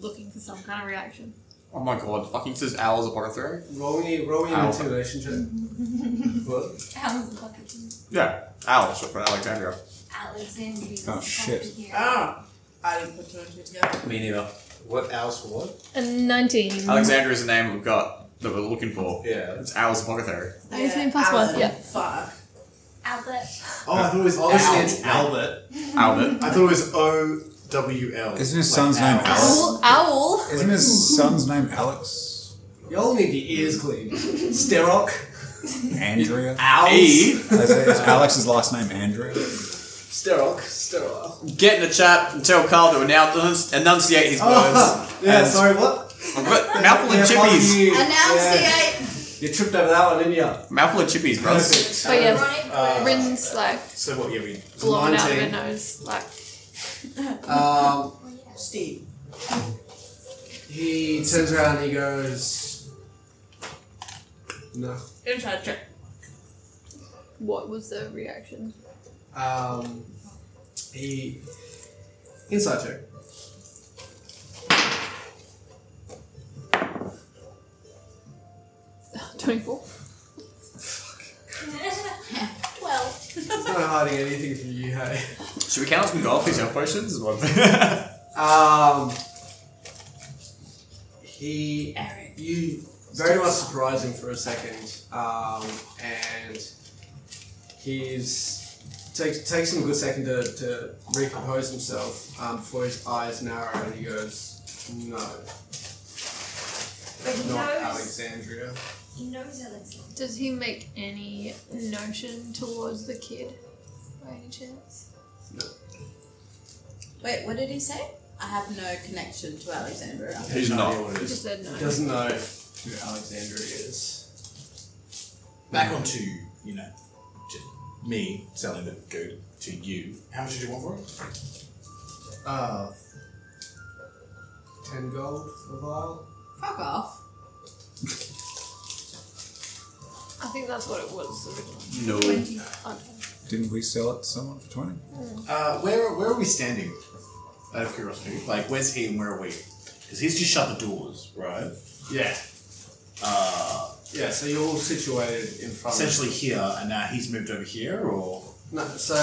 S3: looking for some kind of reaction.
S2: Oh my god, fucking says Owl's a pocket throw?
S8: Roll me, roll me an
S2: Ow.
S8: intimidation check. what?
S12: How's the fucking
S2: Yeah, Owl, short for Alexandria.
S12: Alexandria?
S5: Oh, shit.
S10: Ah, I didn't put two and two together.
S2: Me neither.
S11: What else for what?
S3: A 19.
S2: Alexandria is the name we've got that we're looking for.
S11: Yeah.
S2: It's Owl's apothecary.
S3: Nineteen plus one,
S10: Alan,
S3: yeah.
S10: Fuck.
S12: Albert.
S6: Oh, I thought it was
S8: Obviously,
S6: Al-
S8: it's
S6: Albert.
S2: Albert.
S6: I thought it was O W L.
S5: Isn't his son's name Alex?
S3: Owl, owl.
S5: Isn't his son's name Alex?
S8: Y'all need your ears cleaned. Sterock.
S5: Andrea?
S2: E.
S5: Is it- is Alex's last name Andrea?
S8: Sterock. Sterile.
S2: Get in the chat and tell Carl to announce, enunciate his words.
S8: yeah,
S2: And-
S8: sorry, what?
S2: I've got mouthful
S8: Yeah,
S2: of
S8: fuck
S2: chippies.
S8: you. Yeah.
S4: Annunciate.
S8: You tripped over that one, didn't you?
S2: Mouthful of chippies, bros.
S8: Perfect.
S3: But yeah,
S12: Ronnie.
S3: Rin's like
S6: So what? Yeah, we.
S3: blowing out her
S8: 19.
S3: nose, like,
S8: Um,
S10: Steve.
S8: he turns around and he goes, No.
S10: Inside check.
S3: what was the reaction?
S8: Um, he. Inside check.
S3: Twenty-four.
S4: Twelve.
S8: He's not hiding anything from you, hey?
S2: Should we count some golf these health potions? Is one thing.
S8: Um, he, you very much surprise him for a second, um, and he's takes takes him a good second to, to recompose himself um, before his eyes narrow and he goes, "No,
S12: But he
S8: not
S12: knows.
S8: Alexandria."
S12: He knows Alexandria.
S3: Does he make any notion towards the kid by any chance?
S4: Wait, what did he say? I have no connection to Alexandria.
S2: He's not.
S3: He just said
S8: He
S3: no.
S8: doesn't know who Alexandria is.
S6: Back onto you know, just me selling the goat to you. How much did you want for it?
S8: Uh, ten gold a vial.
S4: Fuck off.
S3: I think that's what it was originally.
S2: No.
S3: Okay.
S5: Didn't we sell it to someone for 20?
S6: Uh, where where are we standing? Out of curiosity, like where's he and where are we? Oh, Because he's just shut the doors, right?
S8: Yeah,
S6: Uh,
S8: yeah. So you're all situated in front. of
S6: essentially here, and now he's moved over here, or
S8: No, so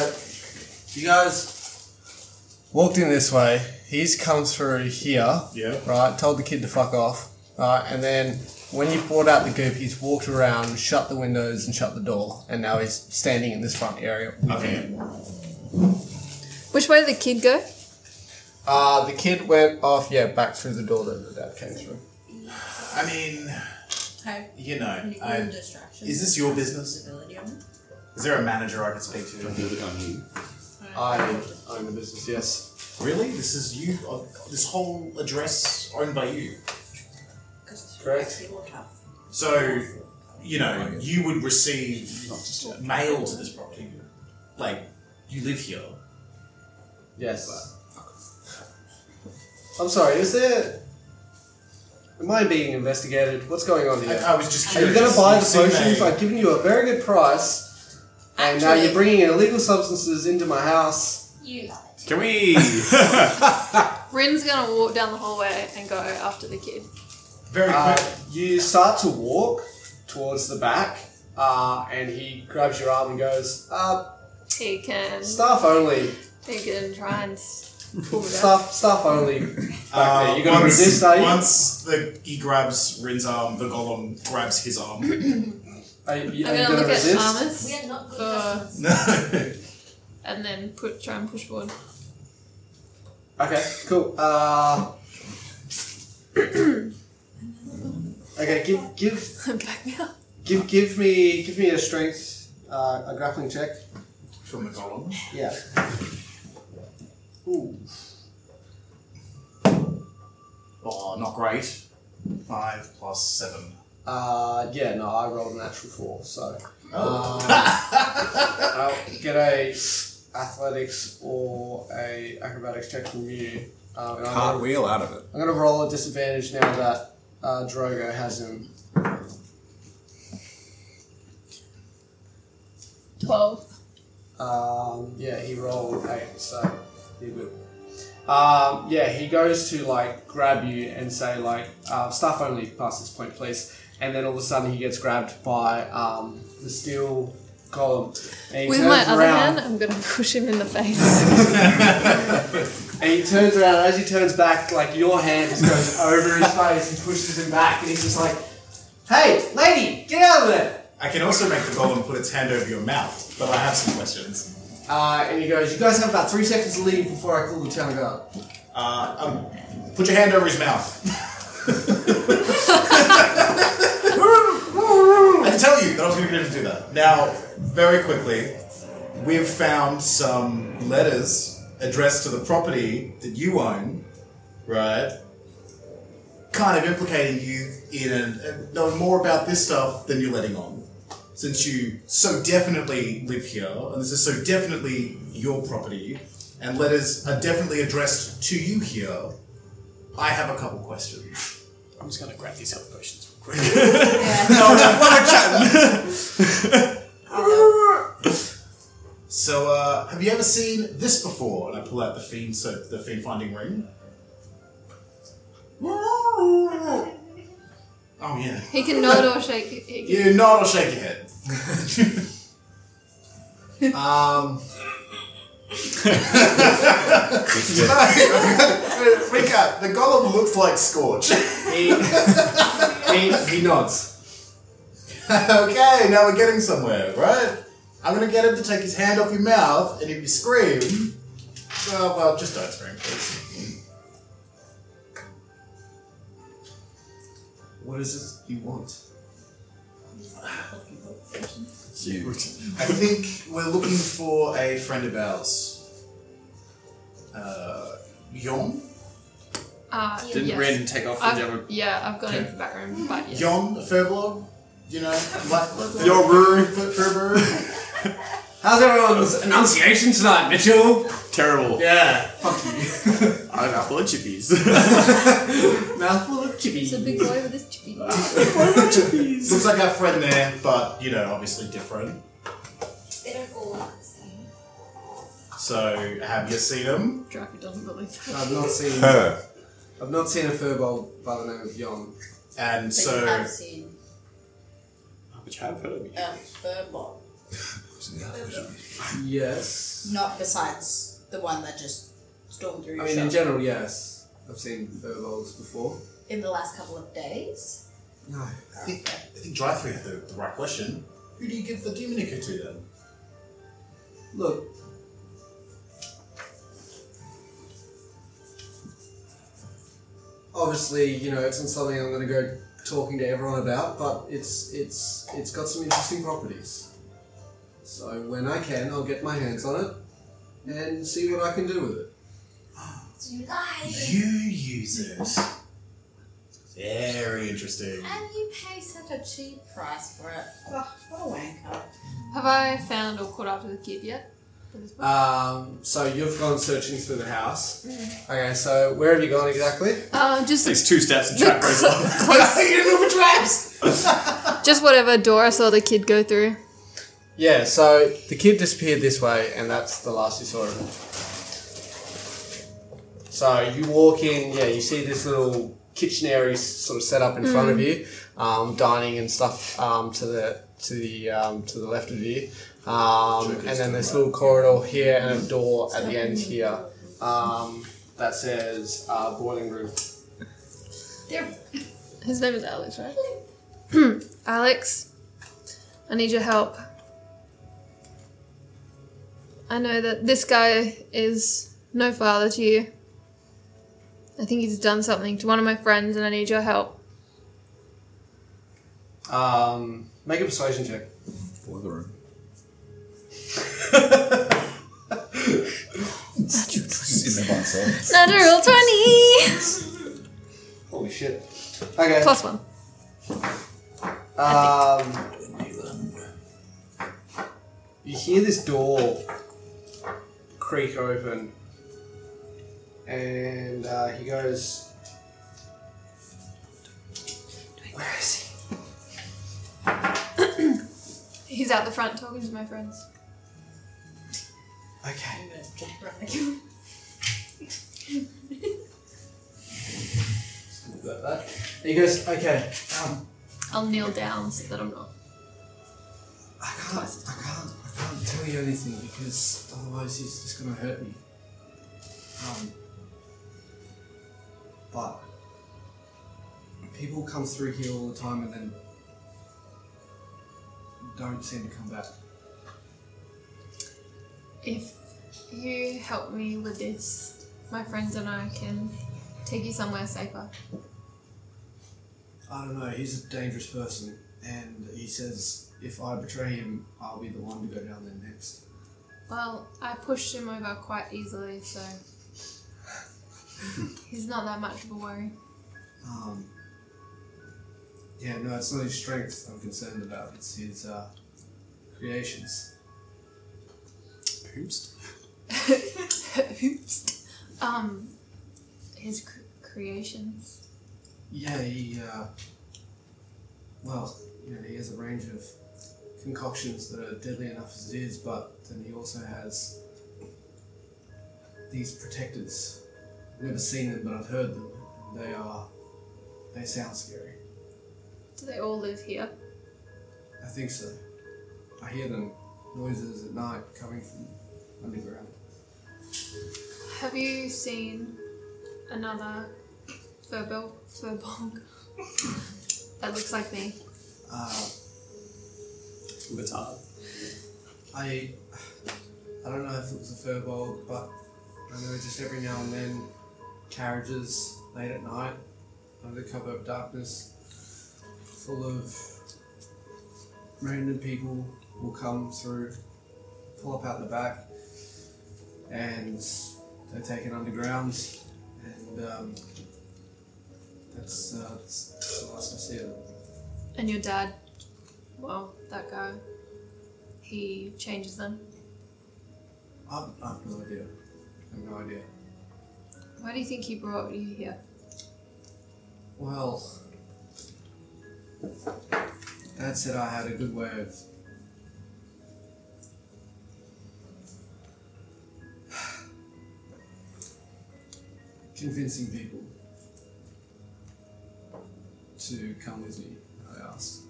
S8: you guys walked in this way. He's come through here,
S6: yeah.
S8: right? Told the kid to fuck off, right? And then when you brought out the goop, he's walked around, shut the windows, and shut the door, and now he's standing in this front area.
S6: Okay.
S3: Which way did the kid go?
S8: Uh, the kid went off, yeah, back through the door that the dad came through.
S6: I mean,
S4: Okay.
S6: you know,
S4: Any
S6: I,
S4: distractions?
S6: is this your business?
S4: Ability on it?
S6: Is there a manager I could speak to?
S8: I own the business, yes.
S6: Really, this is you. Uh, this whole address owned by you.
S4: Correct. What
S6: So, you know, you would receive mail to this property. Like, you live here.
S8: Yes. I'm sorry, is there. Am I being investigated? What's going on here?
S6: I, I was just
S8: Are you
S6: curious.
S8: going to buy the
S6: You've seen
S8: potions?
S6: a-
S8: I've given you a very good price, and now
S4: Actually-
S8: you're bringing illegal substances into my house.
S12: You lied.
S2: Can we?
S3: Rin's gonna walk down the hallway and go after the kid.
S6: very
S8: Uh,
S6: quick.
S8: you start to walk towards the back, uh, and he grabs your arm and goes, uh,
S3: He can
S8: "Staff only,
S3: he can try and s- pull it out.
S8: staff, staff only."
S6: Uh,
S8: Back there. You gonna
S6: once-
S8: resist, are you?
S6: Once the, he grabs Rin's arm, the golem grabs his arm.
S8: Are you, are you
S3: I'm gonna
S8: gonna
S3: look
S8: resist?
S3: at Thomas
S12: We are not good
S3: for
S12: customers.
S6: no.
S3: and then put try and push forward.
S8: Okay, cool. Uh, okay, give give
S3: Blackmail.
S8: give give me give me a strength uh, a grappling check.
S6: From the golem.
S8: Yeah. Ooh.
S6: Oh, not great. Five plus seven.
S8: Uh, Uh, yeah, no, I rolled a natural four, so. Um, I'll get a athletics or a acrobatics check from you. Um, and I'm gonna-
S5: Cartwheel out of it.
S8: I'm going to roll at disadvantage now that uh, Drogo has him.
S3: 12.
S8: Um, yeah, he rolled eight, so he will. Um, yeah, he goes to like grab you and say like uh, staff only past this point, please. And then all of a sudden he gets grabbed by um, the steel golem. And he
S3: With
S8: turns
S3: my other
S8: around,
S3: hand, I'm gonna push him in the face.
S8: and he turns around. As he turns back, like your hand just goes over his face and pushes him back, and he's just like, "Hey, lady, get out of there!"
S6: I can also make the golem put its hand over your mouth, but I have some questions.
S8: Uh, and he goes, "You guys have about three seconds to leave before I call the town guard."
S6: Uh, um, put your hand over his mouth. I can tell you that I was going to get him to do that. Now, very quickly, we've found some letters addressed to the property that you own, right? Kind of implicating you in and, and knowing more about this stuff than you're letting on. Since you so definitely live here, and this is so definitely your property, and letters are definitely addressed to you here, I have a couple questions.
S2: I'm just gonna grab these health potions.
S6: So, uh, have you ever seen this before? And I pull out the fiend, so the fiend finding ring. Oh yeah.
S3: He can nod or shake. He can,
S6: You nod or shake your head.
S8: Um,
S6: Recap. The golem looks like Scorch.
S8: he, he, he nods.
S6: okay, now we're getting somewhere, right? I'm gonna get him to take his hand off your mouth, and if you scream, well, well, just don't scream, please.
S8: What is it you want?
S6: I think we're looking for a friend of ours. Uh, Yon?
S3: uh,
S2: Didn't
S3: yes.
S2: Brandon take off the
S3: I've,
S2: jumper?
S3: yeah, I've got him in the back room, but yes.
S6: Yon, a furblog? You know, like, like
S2: Your room.
S6: Furblog?
S8: How's everyone's enunciation tonight, Mitchell?
S2: Terrible.
S8: Yeah. Fuck you.
S2: I have apple and chippies.
S8: Mouthful of
S3: He's a
S8: chippy.
S3: big boy with his chippy.
S6: Looks like our friend there, but, you know, obviously different.
S12: They don't all look the same.
S6: So, have you seen him?
S3: Draco doesn't believe that.
S8: I've not seen.
S5: Her.
S8: I've not seen a furball by the name of Yon.
S6: And
S4: So, you
S6: so,
S4: have seen
S8: uh,
S2: Which have heard of me.
S4: a furball.
S8: Yes.
S4: Not besides the one that just stormed through
S8: I
S4: your
S8: mean,
S4: shop.
S8: in general, yes. I've seen furballs before.
S4: in the last couple of days.
S8: No.
S6: I think, I think Dry Three had the, the right question. Who do you give the Demonica to then?
S8: Look. Obviously, you know, it's not something I'm going to go talking to everyone about, but it's it's it's got some interesting properties. So when I can, I'll get my hands on it and see what I can do with it.
S12: So you lie,
S6: You use it. Very interesting.
S4: And you pay such a cheap price for it. Oh, what a wanker.
S3: Have I found or caught up to the kid yet?
S8: Um, so you've gone searching through the house. Okay, so where have you gone exactly?
S3: Uh, just
S2: Takes two steps and trap breaks off.
S3: just whatever door I saw the kid go through.
S8: Yeah, so the kid disappeared this way, and that's the last you saw of him. So you walk in, yeah, you see this little kitchen area s- sort of set up in front of you, um, dining and stuff um, to the to the um, to the left of you, um, and then this little corridor here and a door at the end here um, that says uh, boiling room.
S3: His name is Alex, right? Alex, I need your help. I know that this guy is no father to you. I think he's done something to one of my friends, and I need your help.
S8: Um, make a persuasion check.
S5: For the room. It's in eh? there by itself.
S3: Natural twenty
S8: Holy shit! Okay.
S3: plus one.
S8: Um, you hear this door creak open, and uh, he goes, "Where is he?"
S3: He's out the front talking to my friends.
S8: Okay.
S10: I'm gonna jump around again.
S8: We've got that. And he goes, "Okay. Um,
S3: I'll kneel down so that I'm not.
S8: I can't. I can't. I can't tell you anything because otherwise he's just gonna hurt me." Um, but people come through here all the time and then don't seem to come back.
S3: If you help me with this, my friends and I can take you somewhere safer.
S8: I don't know, he's a dangerous person, and he says if I betray him, I'll be the one to go down there next.
S3: Well, I pushed him over quite easily, so he's not that much of a worry.
S8: Um, yeah, no, it's not his strength I'm concerned about, it's his uh, creations.
S2: Poops.
S3: Oops. Um, his cr- creations.
S8: Yeah, he, uh, well, you know, he has a range of concoctions that are deadly enough as it is, but then he also has these protectors. I've never seen them, but I've heard them. and They are, they sound scary.
S3: Do they all live here?
S8: I think so. I hear them noises at night coming from underground.
S3: Have you seen another furbel furbong that looks like me?
S8: Uh,
S2: Batard.
S8: I I don't know if it was a furball, but I know just every now and then carriages late at night under the cover of darkness, full of random people will come through, pull up out the back, and they're taken underground, and um, that's, uh, that's, that's the last I see of them.
S3: And your dad? Well, that guy. He changes them.
S8: I've, I've no idea. I've no idea.
S3: Why do you think he brought you here?
S8: Well, Dad said I had a good way of convincing people to come with me. I asked.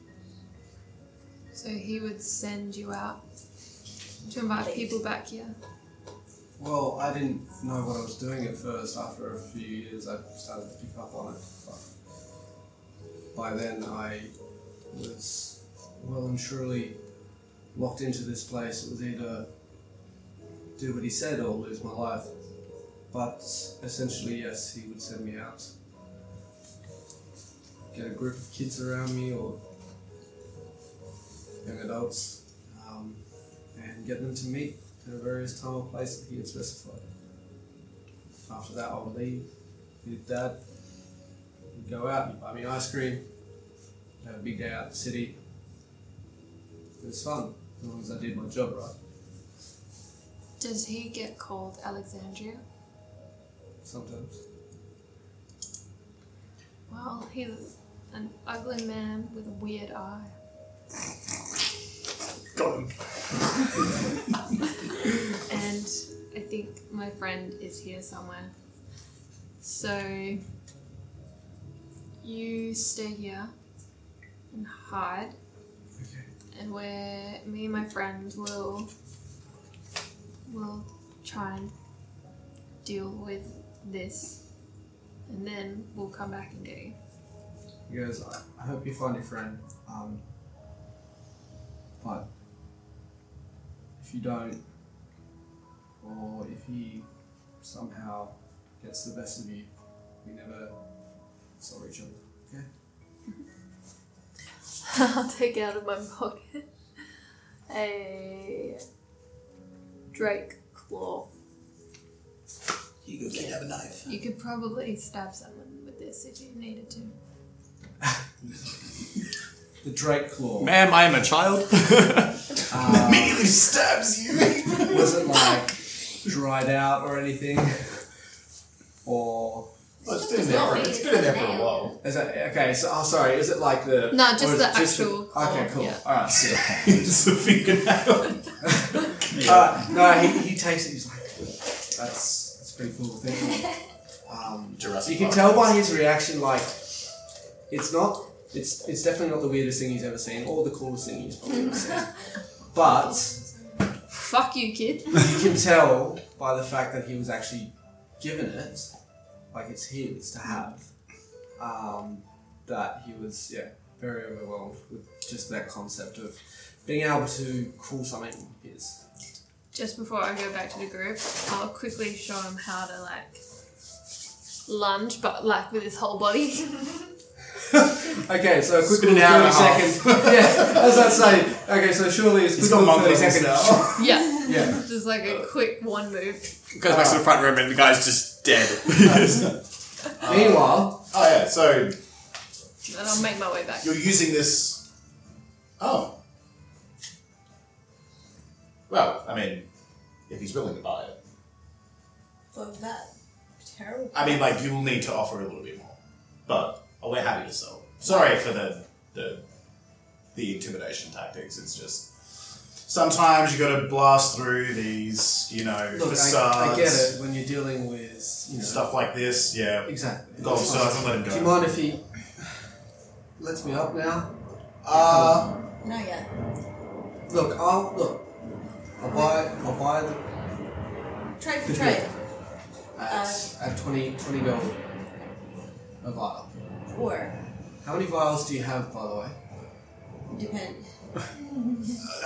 S3: So he would send you out to invite people back here.
S8: Well, I didn't know what I was doing at first. After a few years, I started to pick up on it. But by then, I was well and truly locked into this place. It was either do what he said or lose my life. But essentially, yes, he would send me out. Get a group of kids around me or young adults um, and get them to meet at a various time or place that he had specified. After that, I would leave with dad. We'd go out, he'd buy me ice cream, have a big day out in the city. It was fun, as long as I did my job right.
S3: Does he get called Alexandria?
S8: Sometimes.
S3: Well, he's an ugly man with a weird eye.
S2: Got him.
S3: And I think my friend is here somewhere. So you stay here and hide. And where me and my friend will will try and deal with this. And then we'll come back and get you.
S8: He goes, I, I hope you find your friend. Um, but if you don't, or if he somehow gets the best of you, we never saw each other.
S3: I'll take out of my pocket a Drake claw.
S11: You go get have a knife.
S3: You could probably stab someone with this if you needed to.
S8: The Drake Claw.
S5: Ma'am, I am a child.
S2: Immediately stabs you.
S8: Was it like dried out or anything? Or
S6: Well, it's been there for, it's been in there for a while.
S8: is that okay? So oh, sorry. Is it like the
S3: No,
S8: or
S3: just
S8: is
S3: the
S8: it
S3: actual
S8: okay,
S3: claw,
S8: cool.
S3: yeah.
S8: All right, sick.
S6: it's a fingernail.
S8: Uh, no, he, he takes it. He's like, that's that's pretty cool. Thank you. Um,
S6: Jurassic
S8: you can
S6: Park.
S8: tell by his reaction, like, it's not. It's it's definitely not the weirdest thing he's ever seen, or the coolest thing he's probably ever seen. But
S3: Fuck you, kid.
S8: you can tell by the fact that he was actually given it, like it's his to have, um, that he was yeah very overwhelmed with just that concept of being able to call something his.
S3: Just before I go back to the group, I'll quickly show him how to like lunge, but like with his whole body.
S8: Okay, so a quick
S6: Spin
S8: little
S6: it out in
S8: 30
S6: half.
S8: second. yeah, as I say. Okay, so surely it's
S6: He's
S8: quick
S6: got
S8: little
S6: mongrels
S8: 30
S6: and
S8: second.
S6: stuff.
S3: yeah.
S8: yeah.
S3: Just like a quick one move.
S2: Goes back to the front room and the guy's just dead.
S8: Meanwhile,
S6: Oh yeah, so
S3: And I'll make my way back.
S6: you're using this. Oh. Well, I mean, if he's willing to buy it,
S4: For that terrible.
S6: I mean, like you will need to offer a little bit more, but oh, we're happy to sell. Sorry for the the the intimidation tactics. It's just sometimes you got to blast through these, you know,
S8: look, I, I
S6: facades,
S8: get it when you're dealing with you know
S6: stuff like this. Yeah,
S8: Exactly.
S6: gold stars and let him go.
S8: Do you mind if he lets me up now?
S6: Uh,
S4: No, yeah.
S8: Look, I'll look. I'll buy. I'll buy the
S4: Trade for trade.
S8: at, at 20, 20 gold a vial.
S4: Or,
S8: How many vials do you have, by the way?
S4: depend.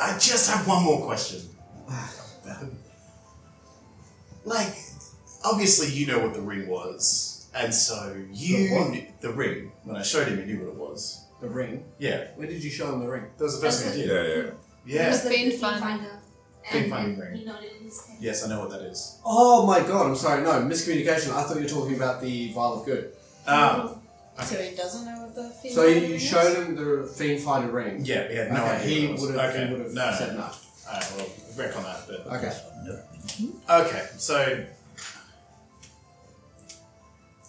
S6: I just have one more question. like, obviously, you know what the ring was, and so you
S8: The what?
S6: kn- the ring. When I showed him, he knew what it was.
S8: The ring.
S6: Yeah,
S8: Where did you show him the ring?
S6: that was the first thing I
S5: Yeah,
S6: did.
S5: yeah.
S6: Yeah.
S3: It's been fun.
S6: Been
S12: And,
S6: fun,
S12: and
S6: right.
S12: he nodded his head.
S6: Yes, I know what that is.
S8: Oh my god! I'm sorry. No miscommunication. I thought you were talking about the vial of good.
S6: Um,
S4: So he doesn't know what the fiend
S8: So you, you
S4: is?
S8: showed him the fiend finder ring.
S6: yeah, he had no
S8: okay,
S6: idea.
S8: he
S6: what it was.
S8: would have.
S6: okay.
S8: He would have
S6: no, no.
S8: said no.
S6: All right, well, wreck on that. But
S8: Okay.
S6: Okay, so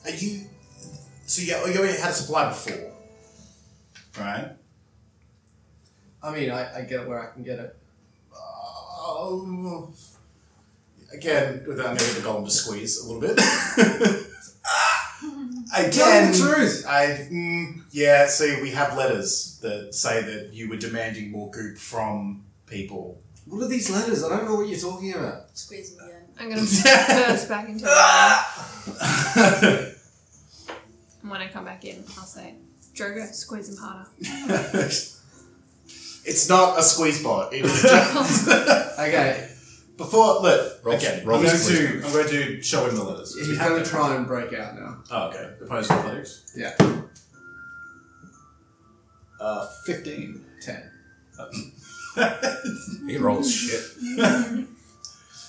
S6: are you? So yeah, you already had a supply before, right?
S8: I mean, I, I get it where I can get it. Oh.
S6: Um, again, without maybe the golem to squeeze a little bit. again,
S8: Tell the truth.
S6: I mm, yeah. See, we have letters that say that you were demanding more goop from people.
S8: What are these letters? I don't know what you're talking about.
S4: Squeeze him again.
S3: I'm gonna burst back into the room. And when I come back in, I'll say, Drogo, squeeze him harder.
S6: it's not a squeeze bot. It was just.
S8: Okay.
S6: Before, look,
S5: Rob's-
S6: again,
S5: Rob's
S6: I'm, going
S5: squeezing.
S6: to, I'm going to show him the letters.
S8: He's gonna try and break out now.
S6: Oh, okay. Opposed athletics.
S8: Yeah.
S6: Uh, 15.
S8: Ten.
S5: He rolls shit.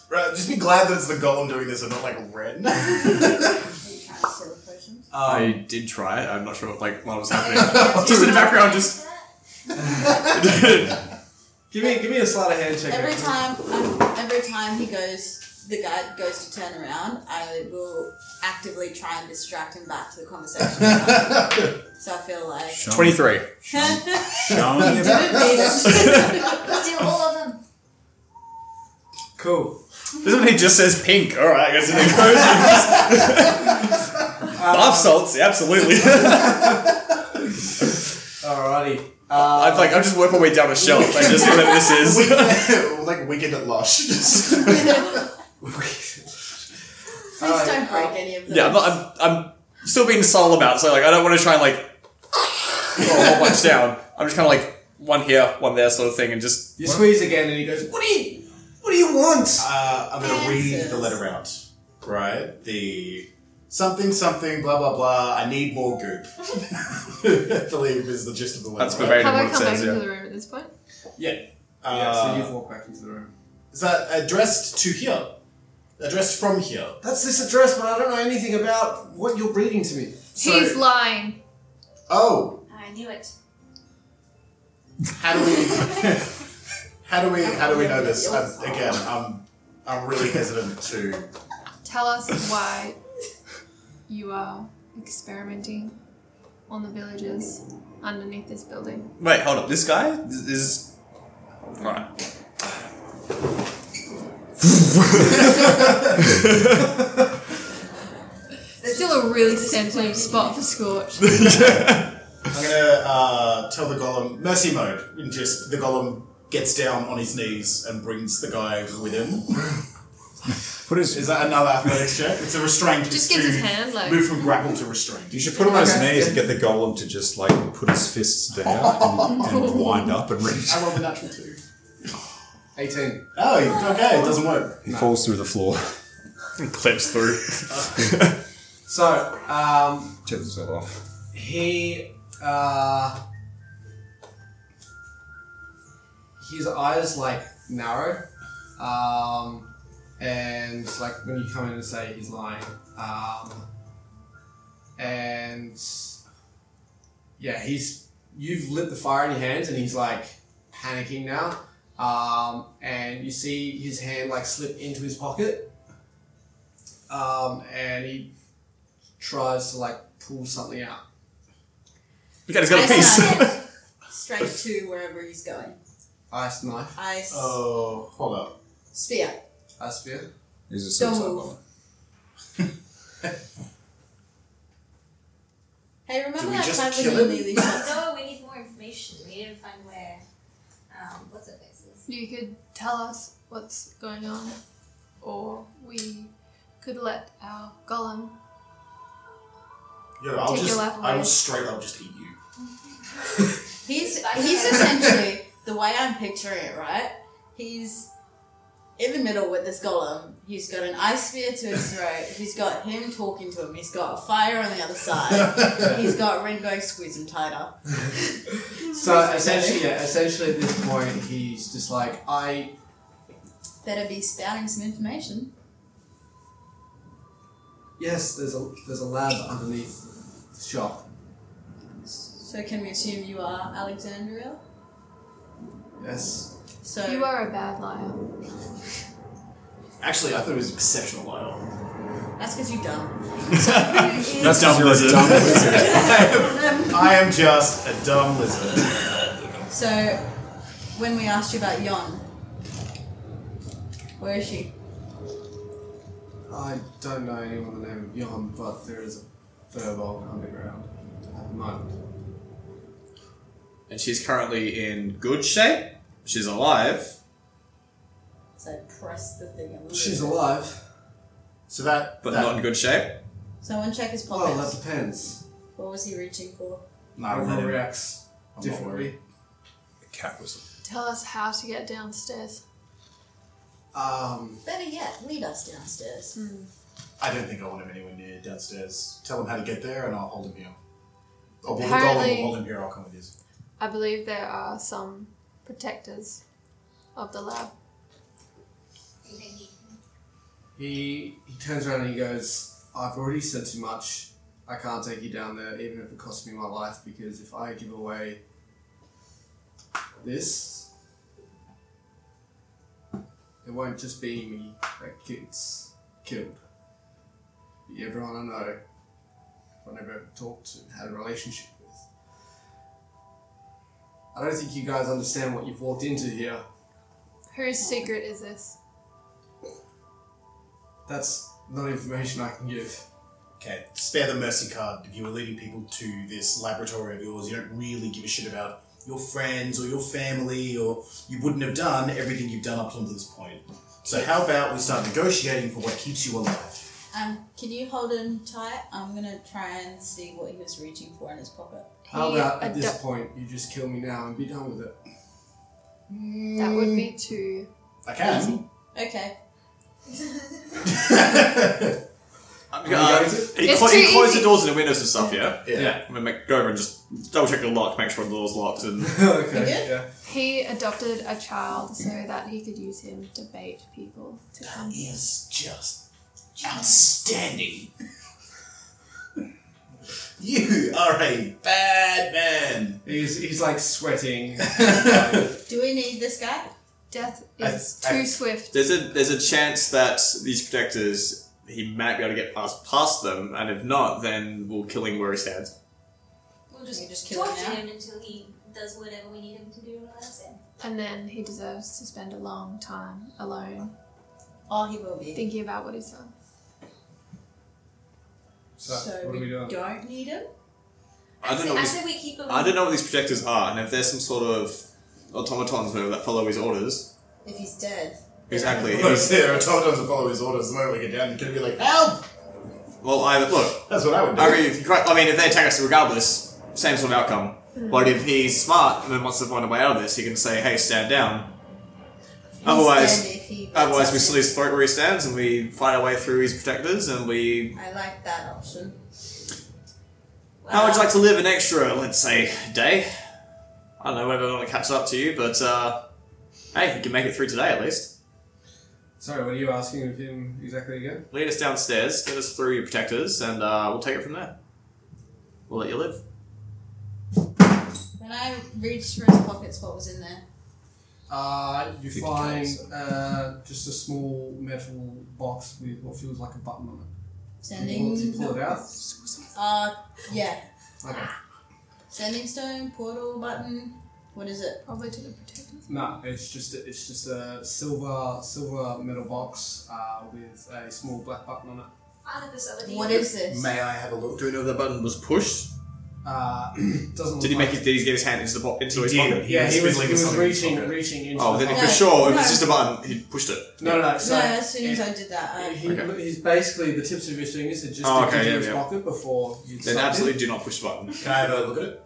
S6: Right, just be glad that it's the golem doing this and not like Ren.
S4: Are you trying to steal the potions?
S2: I did try it. I'm not sure what, like what was happening. just in the background, just
S8: Give me give me a sleight of hand check.
S4: Every
S8: actually.
S4: time, um, every time he goes, the guy goes to turn around. I will actively try and distract him back to the conversation. so I feel like
S2: twenty three.
S5: Shun.
S4: don't need it.
S12: Steal all of them.
S8: Cool.
S2: This one he just says pink. All right, I guess it goes. Bath salts, absolutely.
S8: Alrighty.
S2: I'm like, I'm just working my way down a shelf. I just whatever this is.
S6: like Wicked at Lush. Just-
S4: Please don't break any of them.
S2: Yeah, I'm, not, I'm, I'm still being subtle about. it, So like, I don't want to try and like throw a whole bunch down. I'm just kind of like one here, one there, sort of thing, and just
S8: You squeeze again and he goes, What do you what do you want?
S6: uh, I'm going to read the letter out. Right? The something, something, blah, blah, blah. I need more goop. I believe is the gist of the letter.
S2: That's
S6: right?
S2: verbatim.
S3: Have
S2: what
S3: I
S2: it
S3: come back
S2: says,
S3: into
S2: yeah.
S3: the room at this point?
S8: yeah,
S6: Uh,
S8: so you've walked back into the room.
S6: Is that addressed to here? Addressed from here.
S8: That's this address, but I don't know anything about what you're reading to me.
S6: So-
S3: He's lying.
S6: Oh,
S12: I knew it.
S6: How do we? how do we? How do we know this? I'm, again, I'm I'm really hesitant to.
S3: Tell us why you are experimenting on the villagers underneath this building.
S2: Wait, hold up. This guy This is. Alright.
S3: Still a really sensitive spot for Scorch.
S6: I'm gonna uh, tell the golem mercy mode, and just the golem gets down on his knees and brings the guy with him.
S5: Put his.
S6: Is that another athletics check? It's a restraint.
S3: Just
S6: It's
S3: gives
S6: to
S3: his hand, like-
S6: move from grapple to restraint.
S5: You should put him on his knees and get the golem to just like put his fists down and, and wind up and reach.
S6: I rolled a natural two.
S8: 18.
S6: Oh, you- okay, it doesn't work.
S5: He falls through the floor.
S2: Clips through.
S8: So, um,
S5: Chips himself off.
S8: He, uh, his eyes like narrow, um, and like when you come in and say he's lying, um, and yeah, he's you've lit the fire in your hands, and he's like panicking now, um, and you see his hand like slip into his pocket, um, and he tries to like pull something out.
S2: Look at, he's got a piece.
S4: stab him straight to wherever he's going.
S8: Ice knife,
S4: Ice
S6: Oh, hold up.
S4: spear.
S8: ice spear.
S5: He's a
S4: Don't
S5: suicide
S4: move.
S5: bomber.
S4: Hey, remember
S6: we
S4: that
S6: just
S4: time when
S6: kill
S4: you
S6: him?
S4: nearly shot?
S12: No, we need more information. We didn't find where. Um, what's it face is.
S3: You could tell us what's going on, or we could let our golem.
S6: Yo, I'll
S3: Take your
S6: just.
S3: life
S6: I will
S3: away.
S6: straight up just eat you.
S4: He's he's essentially the way I'm picturing it, right? He's in the middle with this golem. He's got an ice spear to his throat. He's got him talking to him. He's got a fire on the other side. He's got Ren going squeeze him tighter.
S8: So essentially, yeah, essentially at this point, he's just like, I,
S4: Better be spouting some information.
S8: yes, there's a there's a lab underneath the shop.
S4: So can we assume you are Alexandria?
S8: Yes,
S4: So
S3: You are a bad liar.
S6: Actually, I thought it was exceptional liar.
S4: that's because you're dumb.
S5: That's dumb lizard. Dumb lizard.
S6: I am just a dumb lizard.
S4: So when we asked you about Yon, where is she?
S8: I don't know anyone the name of Yon, but there is a furball underground at the moment.
S2: and she's currently in good shape. She's alive.
S4: So I press the thing. a little
S8: She's
S4: bit.
S8: alive.
S6: So that.
S2: but
S6: that,
S2: not in good shape.
S4: Someone check his
S8: Well,
S4: pockets.
S8: that depends.
S4: What was he reaching for?
S6: Nah,
S8: Everyone
S6: let him.
S8: reacts
S6: I'm not worried.
S8: differently.
S5: Cat was.
S3: Tell us how to get downstairs.
S8: Um,
S4: Better yet, lead us downstairs.
S6: I don't think I want him anywhere near downstairs. Tell him how to get there, and I'll hold him here. Oh, well, the golem
S3: Apparently-
S6: will hold him here. I'll come with you.
S3: I believe there are some protectors of the lab.
S12: You think he-
S8: he he turns around and he goes, I've already said too much. I can't take you down there, even if it costs me my life, because if I give away this, it won't just be me that gets killed. Be everyone I know, everyone I've ever talked to, had a relationship with. I don't think you guys understand what you've walked into here.
S3: Whose secret is this?
S8: That's not information I can give.
S6: Okay, spare the mercy card. If you were leading people to this laboratory of yours, you don't really give a shit about your friends or your family, or you wouldn't have done everything you've done up until this point. So how about we start negotiating for what keeps you alive?
S4: Um, can you hold him tight? I'm gonna try and see what he was reaching for in his pocket.
S8: How
S3: He
S8: about at this
S3: ado-
S8: point you just kill me now and be done with it?
S3: That would be too.
S6: I can.
S4: Okay.
S2: I'm
S8: Uh,
S2: he
S3: It's
S2: clo-
S3: too
S2: he closed
S3: easy.
S2: the doors and the windows and stuff, yeah?
S6: Yeah.
S2: I'm gonna make, go over and just double check the lock, make sure the door's locked, and
S8: okay.
S4: good?
S8: Yeah.
S3: He adopted a child so that he could use him to bait people to come.
S6: Is just outstanding. You are a bad man.
S8: He's, he's like sweating.
S4: Do we need this guy?
S3: Death
S6: I-
S3: is
S6: I-
S3: too swift.
S2: There's a there's a chance that these protectors he might be able to get past past them, and if not, then we'll kill him where he stands.
S10: We'll just, just kill
S12: Torture
S10: him now.
S12: him until he does whatever we need him to do and let us in.
S3: And then he deserves to spend a long time alone,
S4: Oh, he will be.
S3: thinking about what he's done.
S8: So, what are we doing?
S4: don't need him.
S2: I don't know
S12: say- I
S2: what
S12: said we keep him.
S2: I don't know what these projectors are, and if there's some sort of automatons whatever, that follow his orders.
S4: If he's dead.
S2: Exactly.
S6: Although Sarah told us to follow his orders. The moment we get down, you're going to be like, help!
S2: Well, either look,
S6: That's what I would do.
S2: I mean, if, you cri- I mean, if they attack us regardless, same sort of outcome. But if he's smart and then wants to find a way out of this, he can say, "Hey, stand down."
S4: He's
S2: Otherwise,
S4: dead if he
S2: otherwise we still his throat where he stands, and we find our way through his protectors, and we
S4: I like that option.
S2: How would you like to live an extra, let's say, day? I don't know whether I want to catch up to you, but uh, hey, you can make it through today at least.
S8: Sorry, what are you asking of him exactly again?
S2: Lead us downstairs, get us through your protectors, and uh, we'll take it from there. We'll let you live.
S4: When I reached for his pockets, what was in there?
S8: Uh, you
S5: 50
S8: find
S5: calories.
S8: uh, just a small metal box with what feels like a button on it. You
S4: Sending.
S8: pull, you pull it out.
S4: Uh, yeah.
S8: Okay.
S4: Sending stone, portal button. What is it?
S3: Probably to the protectors.
S8: No, it's just a, it's just a silver silver metal box uh, with a small black button on it.
S12: Out of this other
S4: What is this?
S6: May I have a look?
S2: Do we know if that button was pushed?
S8: Uh, doesn't. Look
S2: Did he
S8: like
S2: make it? Did he get his hand into the po- into
S6: He
S2: his
S6: did.
S2: pocket?
S8: Yeah, he
S6: fiddling
S8: was, he
S6: with
S8: was
S6: something in his
S8: reaching
S6: pocket.
S8: reaching into.
S2: Oh,
S8: the
S2: then
S8: box.
S2: for
S4: No,
S2: sure, if it's
S4: no.
S2: just a button, he pushed it.
S8: No, no, no. So
S4: no, as soon as
S8: it-
S4: I did that, um, I.
S8: he,
S2: Okay.
S8: he's basically the tips of his fingers had just
S2: Oh,
S8: dipped
S2: okay,
S8: into
S2: yeah,
S8: his
S2: yeah.
S8: pocket before you.
S2: Then absolutely do not push the button.
S6: Can I have a look at it?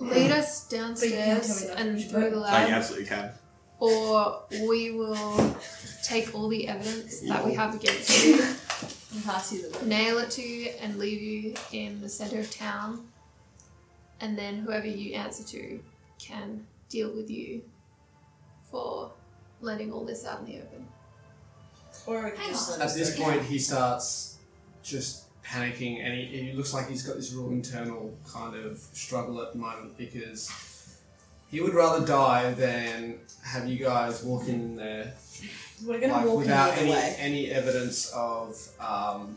S3: Lead us
S4: you can't tell me
S3: downstairs
S4: that.
S3: and through the
S2: No, you
S3: lab,
S2: absolutely can.
S3: or we will take all the evidence that we have against you,
S4: I'll pass you the book.
S3: nail it to you, and leave you in the center of town. And then whoever you answer to can deal with you for letting all this out in the open.
S4: Or we can just let
S8: At
S4: us
S8: this
S4: know.
S8: point, he starts just panicking, and he, he looks like he's got this real internal kind of struggle at the moment because he would rather die than have you guys walk in there
S4: We're gonna
S8: like
S4: walk in the
S8: without
S4: other
S8: any
S4: way.
S8: any evidence of um,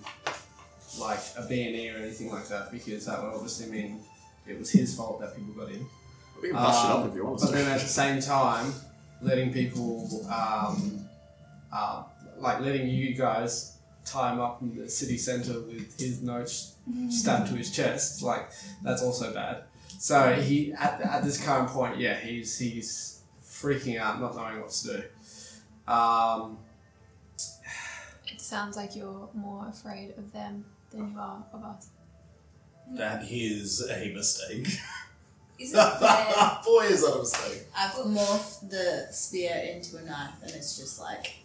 S8: like a B and E or anything like that, because that would obviously mean it was his fault that people got in.
S2: We can bust it
S8: Um,
S2: up if you want.
S6: Uh,
S8: But
S2: to.
S8: then at the same time, letting people, um, uh, like letting you guys tie him up in the city centre with his notes stabbed to his chest, like that's also bad. So he at, at this current point, yeah, he's he's freaking out, not knowing what to do. Um,
S3: It sounds like you're more afraid of them than you are of us.
S6: That is a mistake.
S12: Is it fair?
S6: Boy, is that a mistake.
S4: I've morphed the spear into a knife, and it's just like.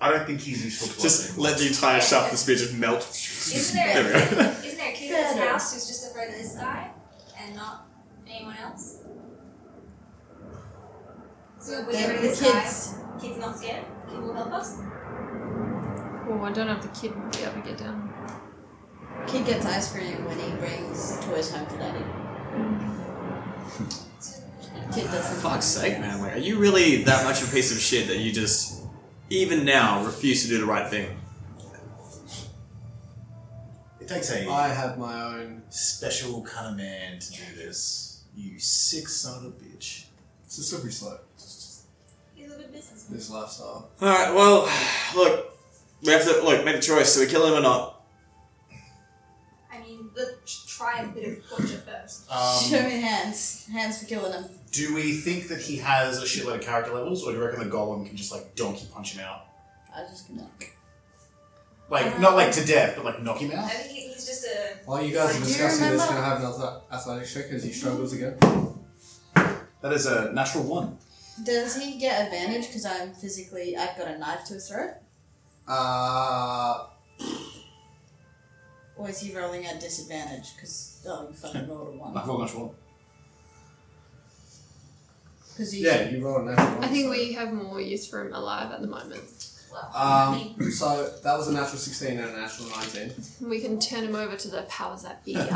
S5: I don't think he's useful to
S2: Just let the entire shaft of the spear just melt.
S12: Isn't
S2: there we go.
S12: there, isn't there a kid in this
S4: Better.
S12: house who's just afraid of this guy and not anyone else? So if we get
S4: They're
S12: rid of
S4: the
S12: this
S4: kids.
S12: guy, kid's not scared, kid will help us.
S3: Oh, I don't know if the kid will be able to get down.
S4: Kid gets ice cream when he brings toys home for daddy. Kid doesn't.
S2: Fuck's sake, man. Like, are you really that much of a piece of shit that you just, even now, refuse to do the right thing?
S6: It takes a
S8: I have my own.
S6: special kind of man to do this. You sick son of a bitch.
S8: It's a slippery slope.
S12: He's a good businessman.
S8: This lifestyle.
S2: Alright, well, look, we have to, look, make a choice. Do we kill him or not?
S12: I mean, let's try a bit of torture first.
S2: Uh.
S4: Show
S6: Um,
S4: me hands. Hands for killing him.
S6: do we think that he has a shitload of character levels, or do you reckon the golem can just like donkey punch him out?
S4: I'm just gonna.
S6: Like not like to death, but like knock him
S12: I
S6: out.
S12: think he- he's just a.
S8: While you guys are
S4: Do you
S8: discussing this,
S4: remember-
S8: can I have another athletics check as he struggles again?
S6: That is a natural one.
S4: Does he get advantage because I'm physically. I've got a knife to his throat?
S8: Uh,
S4: Or is he rolling at disadvantage because. Oh, you fucking rolled a
S6: I've
S4: one.
S6: rolled a natural one.
S4: Because
S8: yeah, you roll a natural one,
S3: I think
S8: so-
S3: we have more use for him alive at the moment.
S12: well.
S8: Um, so that was a natural 16 and a natural 19.
S3: We can turn him over to the powers that be.
S11: go,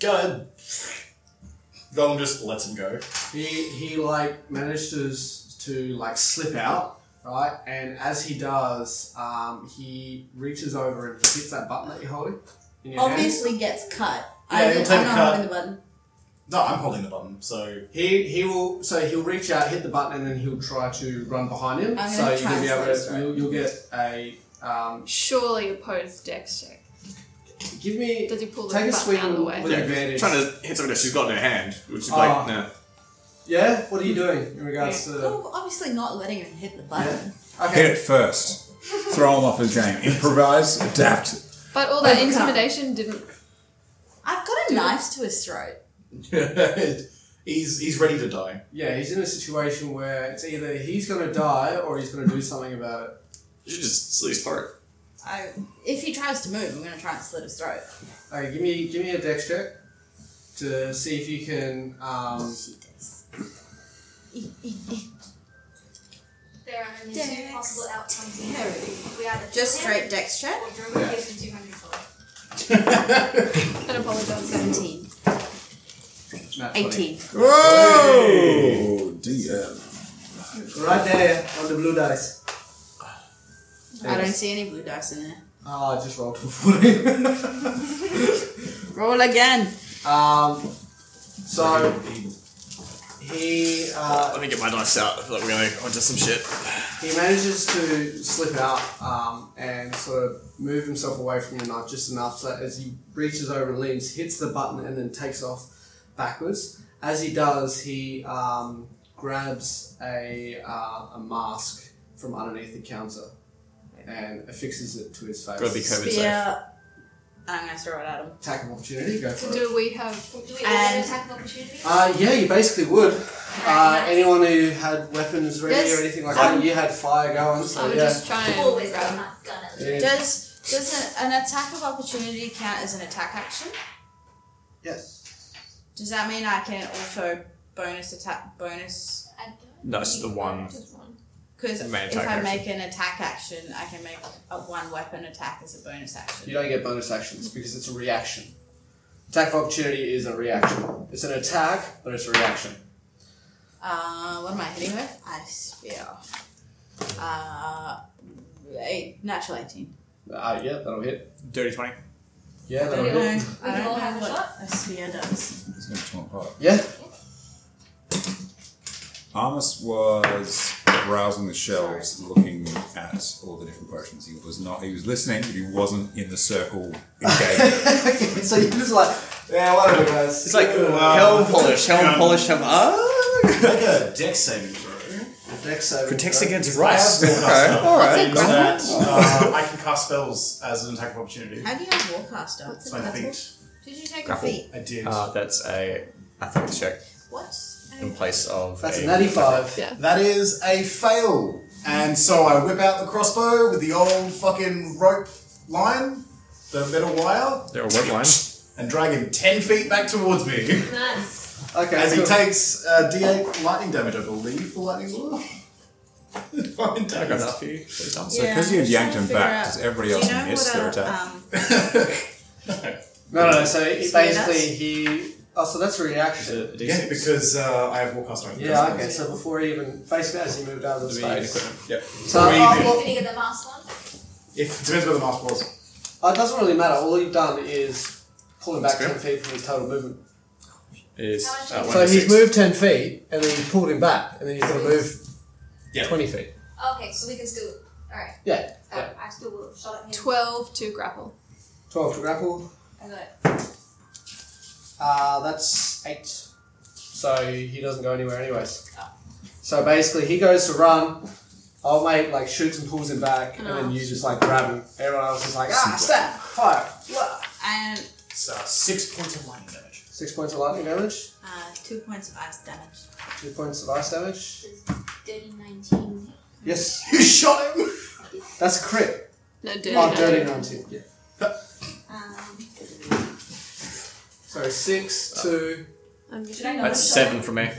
S11: go. Gollum just lets him go.
S8: He he like managed to s- to like slip out, right? And as he does, um, he reaches over and hits that button that you're holding in your hand.
S4: Obviously gets cut.
S11: Yeah,
S4: I,
S11: he'll
S4: I'm
S11: take a
S4: not
S11: cut.
S4: holding the button.
S11: No, I'm holding the button, so
S8: He he will so he'll reach out, hit the button, and then he'll try to run behind him.
S4: I'm
S8: So
S4: gonna
S8: you're gonna be
S4: try
S8: able
S4: and slow
S8: to you'll, you'll get a um,
S3: Surely opposed Dex check.
S8: give me
S3: Does he pull the
S8: take a
S3: button
S8: swing
S3: out of the way?
S8: with
S2: Yeah,
S8: advantage.
S2: trying to hit something that she's got in her hand, which is like,
S11: Ah.
S8: Oh.
S2: no.
S8: Yeah, what are you doing in regards to?
S4: Oh, obviously not letting him hit the button.
S5: Hit
S8: Okay,
S5: it first. Throw him off his game. Improvise. Adapt.
S3: But all that
S4: Overcome.
S3: intimidation didn't.
S4: I've got a knife to his throat.
S11: he's he's ready to die.
S8: yeah, he's in a situation where it's either he's gonna die or he's gonna do something about it.
S2: You should just slit his throat.
S4: I, if he tries to move, I'm going to try and slit his throat.
S8: Okay, give me give me a dex check to see if you can. Um,
S12: There are only two
S4: Dex.
S12: possible outcomes in here.
S4: Parody.
S12: We either
S4: Just
S12: kill him
S4: straight dex check.
S12: Or Drew will give him 200 gold.
S3: And apologize.
S4: 17.
S8: match money.
S4: 18.
S5: Whoa! DM.
S8: Right there on the blue dice.
S4: I don't see any blue dice in there.
S8: Oh, I just rolled for forty.
S4: Roll again.
S8: um, so he uh,
S2: Let me get my dice out. I feel like we're going onto some shit.
S8: he manages to slip out um, and sort of move himself away from your knife just enough so that as he reaches over and leans, hits the button, and then takes off backwards. As he does, he um, grabs a uh, a mask from underneath the counter and affixes it to his face.
S2: Gotta be COVID safe.
S4: Spear. I'm going to throw it at him.
S8: Attack of opportunity. Go for it.
S3: Do we have.
S12: Do we
S4: And-
S12: and attack of opportunity?
S8: Uh, yeah, you basically would. Uh,
S12: Right.
S8: anyone who had weapons ready
S4: Yes.
S8: or anything like that, you had fire going,
S3: I
S8: so
S3: would
S8: yeah.
S3: just try and.
S12: Always
S3: grab-
S12: got my gun at the
S8: Yeah.
S4: Does does an, an attack of opportunity count as an attack action?
S8: Yes.
S4: Does that mean I can also bonus attack bonus?
S12: I don't
S2: No, it's
S12: think
S2: the one.
S12: Just one.
S4: Because if
S2: Main
S4: I
S2: attack action.
S4: make an attack action, I can make a one weapon attack as a bonus action.
S8: You don't get bonus actions because it's a reaction. Attack of opportunity is a reaction. It's an attack, but it's a reaction.
S4: Uh, what am I hitting with? I spear. Uh, eight, natural eighteen.
S8: Uh, yeah, that'll hit.
S2: Dirty 20.
S8: Yeah,
S4: I
S8: that'll
S4: don't
S8: hit.
S4: know.
S12: We
S4: I
S12: can
S4: don't
S12: all
S4: know
S12: have a
S4: what
S12: shot.
S4: a spear does.
S5: He's gonna torn apart.
S8: Yeah.
S5: Armus was browsing the shelves, looking at all the different potions. He was not. He was listening, but he wasn't in the circle engaged.
S8: okay, so you're just like, yeah, whatever, guys.
S2: It's like helm polish, helm polish, helm. Ah!
S11: Like a dex saving throw.
S8: Dex saving
S2: Protects
S8: throw.
S2: against
S11: I
S2: rust.
S11: have
S2: Okay,
S11: been cast spells. I use that.
S2: alright.
S11: Uh, I can cast spells as an attack of opportunity.
S4: How do you have warcaster?
S11: It's my feet.
S4: Did you take
S2: Grapple.
S4: a feat?
S11: I did.
S2: Uh, that's a athletics check
S4: What's
S2: in place of.
S8: That's
S2: a,
S8: a natty five.
S3: Yeah.
S11: That is a fail. And so I whip out the crossbow with the old fucking rope line, the metal wire,
S2: There are web lines.
S11: and drag him 10 feet back towards me.
S12: Nice.
S8: Okay.
S11: As he
S8: cool.
S11: takes uh, d8 lightning damage, I believe, for lightning lure. If I'm
S2: I got
S11: intact.
S2: that for you.
S5: so because
S4: Yeah,
S5: you
S4: I'm trying
S5: yanked him
S4: to figure
S5: back,
S4: out-
S5: does everybody
S4: Do
S5: else
S4: you know
S5: miss their
S4: what?
S5: attack?
S4: a- Um,
S8: No, no, so he
S4: Spear
S8: basically,
S4: does?
S8: he. Oh, so that's a reaction.
S11: Yeah, because uh, I have warcaster. I can cast
S8: Yeah,
S11: spells.
S8: okay, so before he even. Basically, as he moved out of the
S2: Do we need
S8: space.
S2: equipment?
S11: Yep.
S8: So,
S11: Or
S8: uh,
S11: even-
S8: well,
S12: Did he get the last one?
S11: If it depends where the mask was.
S8: Oh, it doesn't really matter. All you've done is pull him back
S2: Spear?
S8: ten feet from his total movement.
S2: Is
S12: How
S2: uh,
S12: much is it?
S2: one
S8: So
S2: to
S8: he's
S2: six.
S8: moved ten feet, and then you pulled him back, and then he's got to move
S11: Yeah.
S8: twenty feet.
S12: Okay, so we can still. Alright.
S8: Yeah,
S12: Uh, I still will have shot at him.
S3: 12 to grapple.
S8: twelve to grapple.
S12: I got it.
S8: Uh, that's eight. So he doesn't go anywhere, anyways. So basically, he goes to run. Old mate like shoots and pulls him back, and then you just like grab him. Everyone else is like ah stab fire. Blah.
S4: and
S11: It's uh, six points of lightning damage.
S8: Six points of lightning damage.
S4: Uh, two points of ice damage.
S8: Two points of ice damage.
S12: Dirty 19.
S8: Yes,
S11: You shot him!
S8: that's a crit.
S3: No, dirty.
S8: Oh,
S3: no.
S8: dirty nineteen. Yeah.
S12: Um,
S8: So six to.
S3: I'm just-
S12: Should I not?
S2: That's seven for me.
S12: I just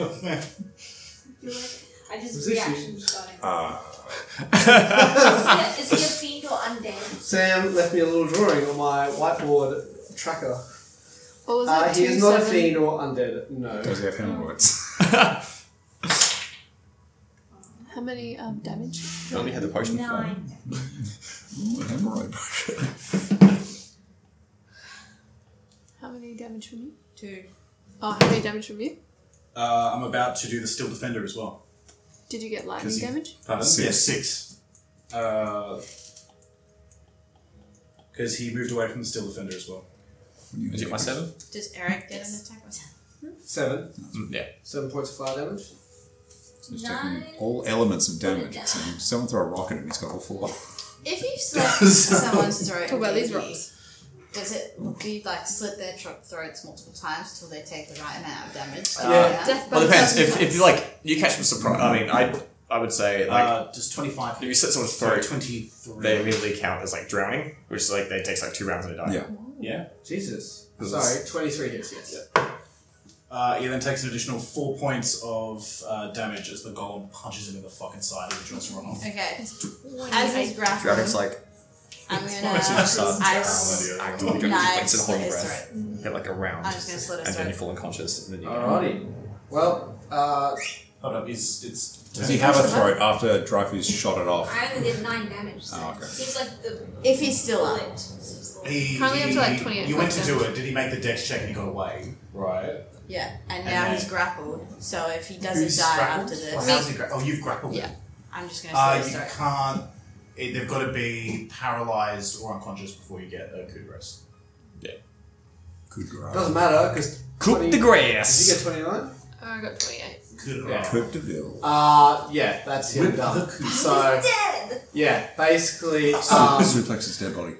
S8: Was this
S4: um,
S12: reaction shot him.
S5: Ah,
S12: Is he a fiend or undead?
S8: Sam left me a little drawing on my whiteboard tracker.
S3: What was
S8: Uh,
S3: that?
S8: he
S3: Two
S8: is not a
S3: seven?
S8: fiend or undead. No.
S5: Does he have hemorrhoids?
S3: How many um, damage?
S2: You only had the potion for that.
S12: Nine.
S5: Ooh, a hemorrhoid potion.
S3: How many damage from you?
S4: Two.
S3: Oh, how many damage from you?
S6: Uh, I'm about to do the Steel Defender as well.
S3: Did you get lightning
S6: Cause he-
S3: damage?
S6: Pardon?
S5: Six.
S6: Yeah, six. Because he moved away from the Steel Defender as well.
S2: Is it my seven?
S10: Does Eric get an attack?
S8: Seven.
S2: Mm, yeah.
S8: Seven points of fire damage.
S5: He's taking all elements of damage. It seems. Someone throw a rocket at him, he's got all four.
S4: If you slit someone's throat,
S3: Talk about
S4: in
S3: these
S4: D&D,
S3: rocks.
S4: Does it? Do you like slit their tro- throats multiple times till they take the right amount of damage? Oh,
S8: Yeah.
S3: Death by
S2: Well, it depends.
S3: thousand
S2: If, if you like, you catch them surprise. I mean, I I would say like
S6: uh, does 25
S2: if you slit someone's throat,
S6: 23.
S2: they immediately count as like drowning, which is like they takes like two rounds and they die.
S5: Yeah.
S6: Yeah.
S8: Jesus.
S2: Cause
S8: Sorry, 23 hits, yes.
S6: Uh, he then takes an additional four points of uh, damage as the golem punches him in the fucking side and jaws run off.
S4: Okay.
S3: points.
S4: As he's grappling,
S2: Dragon's like
S4: I'm gonna
S2: it's just starts
S4: I
S2: down
S4: s-
S2: I go like
S4: knife
S2: in
S4: slit
S2: holding
S4: his
S2: breath.
S4: throat.
S2: You Get like a round,
S4: I'm just gonna slit
S2: and
S4: his
S2: then you
S4: throat.
S2: fall unconscious, and then you.
S8: Alrighty. Well, uh,
S6: Hold up, is it's
S5: Does he have a throat after Dreyfus shot it off?
S12: I only did nine damage. So
S5: Oh, okay.
S12: Seems like the
S4: If he's still up.
S12: bullet. seems like-
S6: He,
S3: Currently up to, like,
S6: he-
S3: 28
S6: You went to
S3: points
S6: do it. Did he make the dex check and he got away? Right.
S4: Yeah, and
S6: And
S4: now
S6: then-
S4: he's grappled. So if he doesn't
S6: Who's
S4: die
S6: grappled?
S4: after
S6: Or
S4: this,
S6: how's he gra- oh, you've grappled.
S3: Yeah.
S4: I'm just gonna
S6: Uh,
S4: slit
S6: you
S4: his throat.
S6: can't. It, they've got to be paralyzed or unconscious before you get a coup de grace.
S5: Good
S8: doesn't matter, because.
S2: Cook the
S8: Did you
S2: grass.
S8: get 29?
S3: Oh, I got 28.
S6: Coup de
S5: Coupe
S6: grace.
S5: Deville.
S8: Uh, yeah, that's him
S6: With the
S8: done.
S6: coup.
S8: So,
S12: Dead.
S8: yeah, basically,
S5: Um,
S8: um,
S5: suplex his dead body.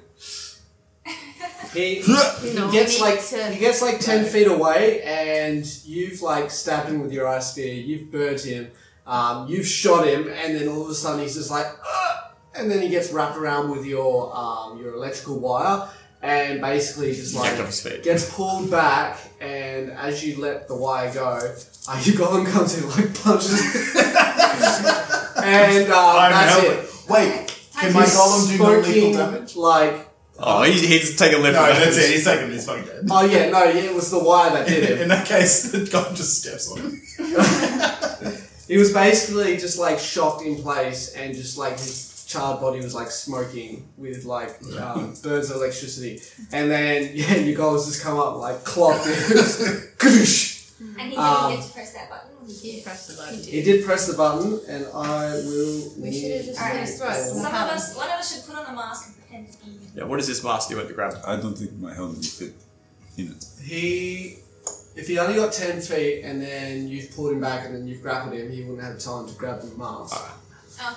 S8: he,
S3: No,
S8: he gets
S3: we
S8: like
S3: need to-
S8: he gets like ten feet away, and you've like stabbed him with your ice spear. You've burnt him. Um, you've shot him, and then all of a sudden he's just like, "Ugh!" and then he gets wrapped around with your um, your electrical wire, and basically just like
S2: Jacked off his feet.
S8: gets pulled back, and as you let the wire go, uh, your golem comes in like punches, and uh,
S6: I'm
S8: that's
S6: helping.
S8: it.
S6: Wait, can my
S8: He's
S6: golem do no lethal
S8: smoking,
S6: damage?
S8: Like
S2: Oh, he's, he's taking a lift.
S6: No, that's it. He's taken. He's fucking dead.
S8: oh yeah, no, yeah, it was the wire that did it.
S6: In that case, the golem just steps on him.
S8: He was basically just like shocked in place and just like his child body was like smoking with like um, burns of electricity. And then, yeah, your goals just come up like clocked. Kadoosh!
S12: And he didn't
S8: Um,
S12: get to press that button.
S4: He pressed the button.
S8: He did press the button and I will.
S4: We should have just
S12: Alright.
S4: slit his throat.
S12: Some
S4: What
S12: of
S4: happened?
S12: us, one of us should put on a mask and pretend to be.
S2: Yeah, what is this mask you went to grab?
S5: I don't think my helmet would fit in it.
S8: He. If he only got 10 feet and then you've pulled him back and then you've grappled him, he wouldn't have time to grab the mask.
S12: Oh,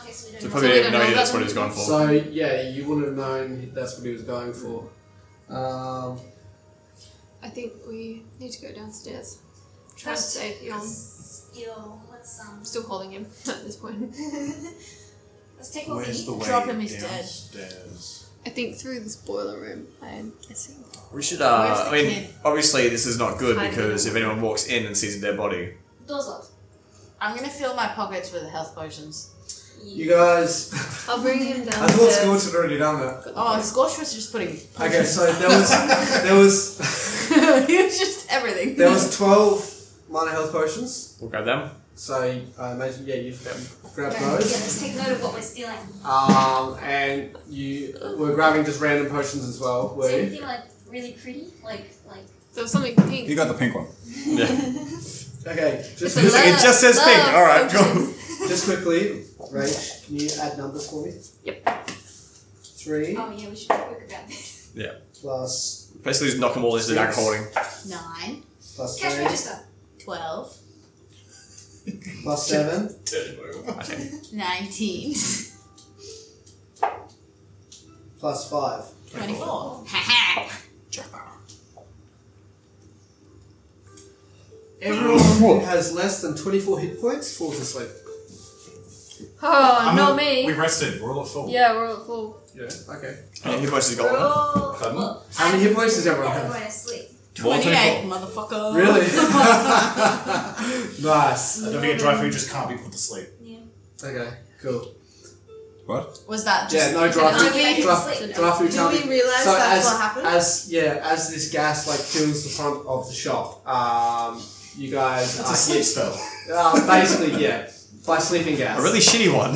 S12: okay, so we don't.
S2: So
S12: know.
S2: probably
S3: we
S2: didn't
S3: don't know
S2: know that's
S3: that
S2: what he was going for.
S8: So, yeah, you wouldn't have known that's what he was going for. Um,
S3: I think we need to go downstairs. Try
S12: That's-
S3: to save Yon. I'm
S12: Skill. Let's um.
S3: still holding him at this point.
S12: Let's take what we
S6: the way
S4: Drop him, he's dead.
S6: downstairs?
S3: I think through this boiler room, I'm guessing.
S2: We should. Uh, I
S4: Where's the
S2: mean,
S4: kid?
S2: obviously, this is not good
S3: Hiding.
S2: because if anyone walks in and sees their body,
S12: Doors locked.
S4: I'm gonna fill my pockets with health potions.
S8: you guys.
S3: I'll bring him
S8: I thought
S3: downstairs.
S8: Scorch had already done that.
S4: Oh, Scorch was just putting.
S8: Okay, so there was there was
S4: he was just everything.
S8: there was twelve minor health potions.
S2: we'll grab them.
S8: So I imagine yeah, you've grabbed
S12: Yeah,
S8: those,
S12: let's take note of what we're stealing.
S8: um, and you were grabbing just random potions as well.
S12: Is
S8: Were you?
S12: anything like really pretty? Like like.
S3: There was something
S5: He
S3: pink.
S5: got the pink one.
S8: Okay,
S4: It's
S8: just
S4: a
S2: It
S4: Love-
S2: just says
S4: love
S2: pink. All right, go.
S8: just quickly, Rach, can you add numbers for me? Yep. Three
S12: Oh yeah, we should be quick about this.
S8: plus
S2: Basically, just knock them all into the back
S8: Yes.
S2: holding.
S4: Nine,
S8: plus
S12: Cash
S8: three
S12: register.
S4: twelve,
S8: plus seven.
S6: Turn him over.
S2: I think.
S4: nineteen,
S8: Plus five.
S4: twenty-four. Haha.
S8: Everyone has less than twenty-four hit points falls asleep.
S3: Oh,
S6: I'm
S3: not
S6: a-
S3: me.
S6: We rested. We're all at full.
S3: yeah, we're all full.
S8: Yeah. Okay.
S2: And he pushes his
S12: We're
S2: golem.
S12: all-
S6: Pardon?
S12: well,
S8: How many hit points does everyone
S12: I'm
S8: have?
S12: going to sleep.
S2: More than
S4: Twenty-eight, motherfucker.
S8: Really? nice.
S6: I don't forget dry food just can't be put to sleep.
S12: Yeah.
S8: Okay, cool.
S5: What?
S10: Was that
S8: Yeah, no dry
S10: Did
S8: food.
S10: we-
S8: Dry,
S12: did
S8: dry food
S10: did
S8: can't
S10: we
S8: be-
S10: realise
S8: so
S10: that's
S8: as,
S10: what happened?
S8: As yeah, as this gas like fills the front of the shop, um, you guys
S6: It's
S8: are
S6: a sleep
S8: hit-
S6: spell.
S8: uh, basically yeah by sleeping gas.
S2: A really shitty one.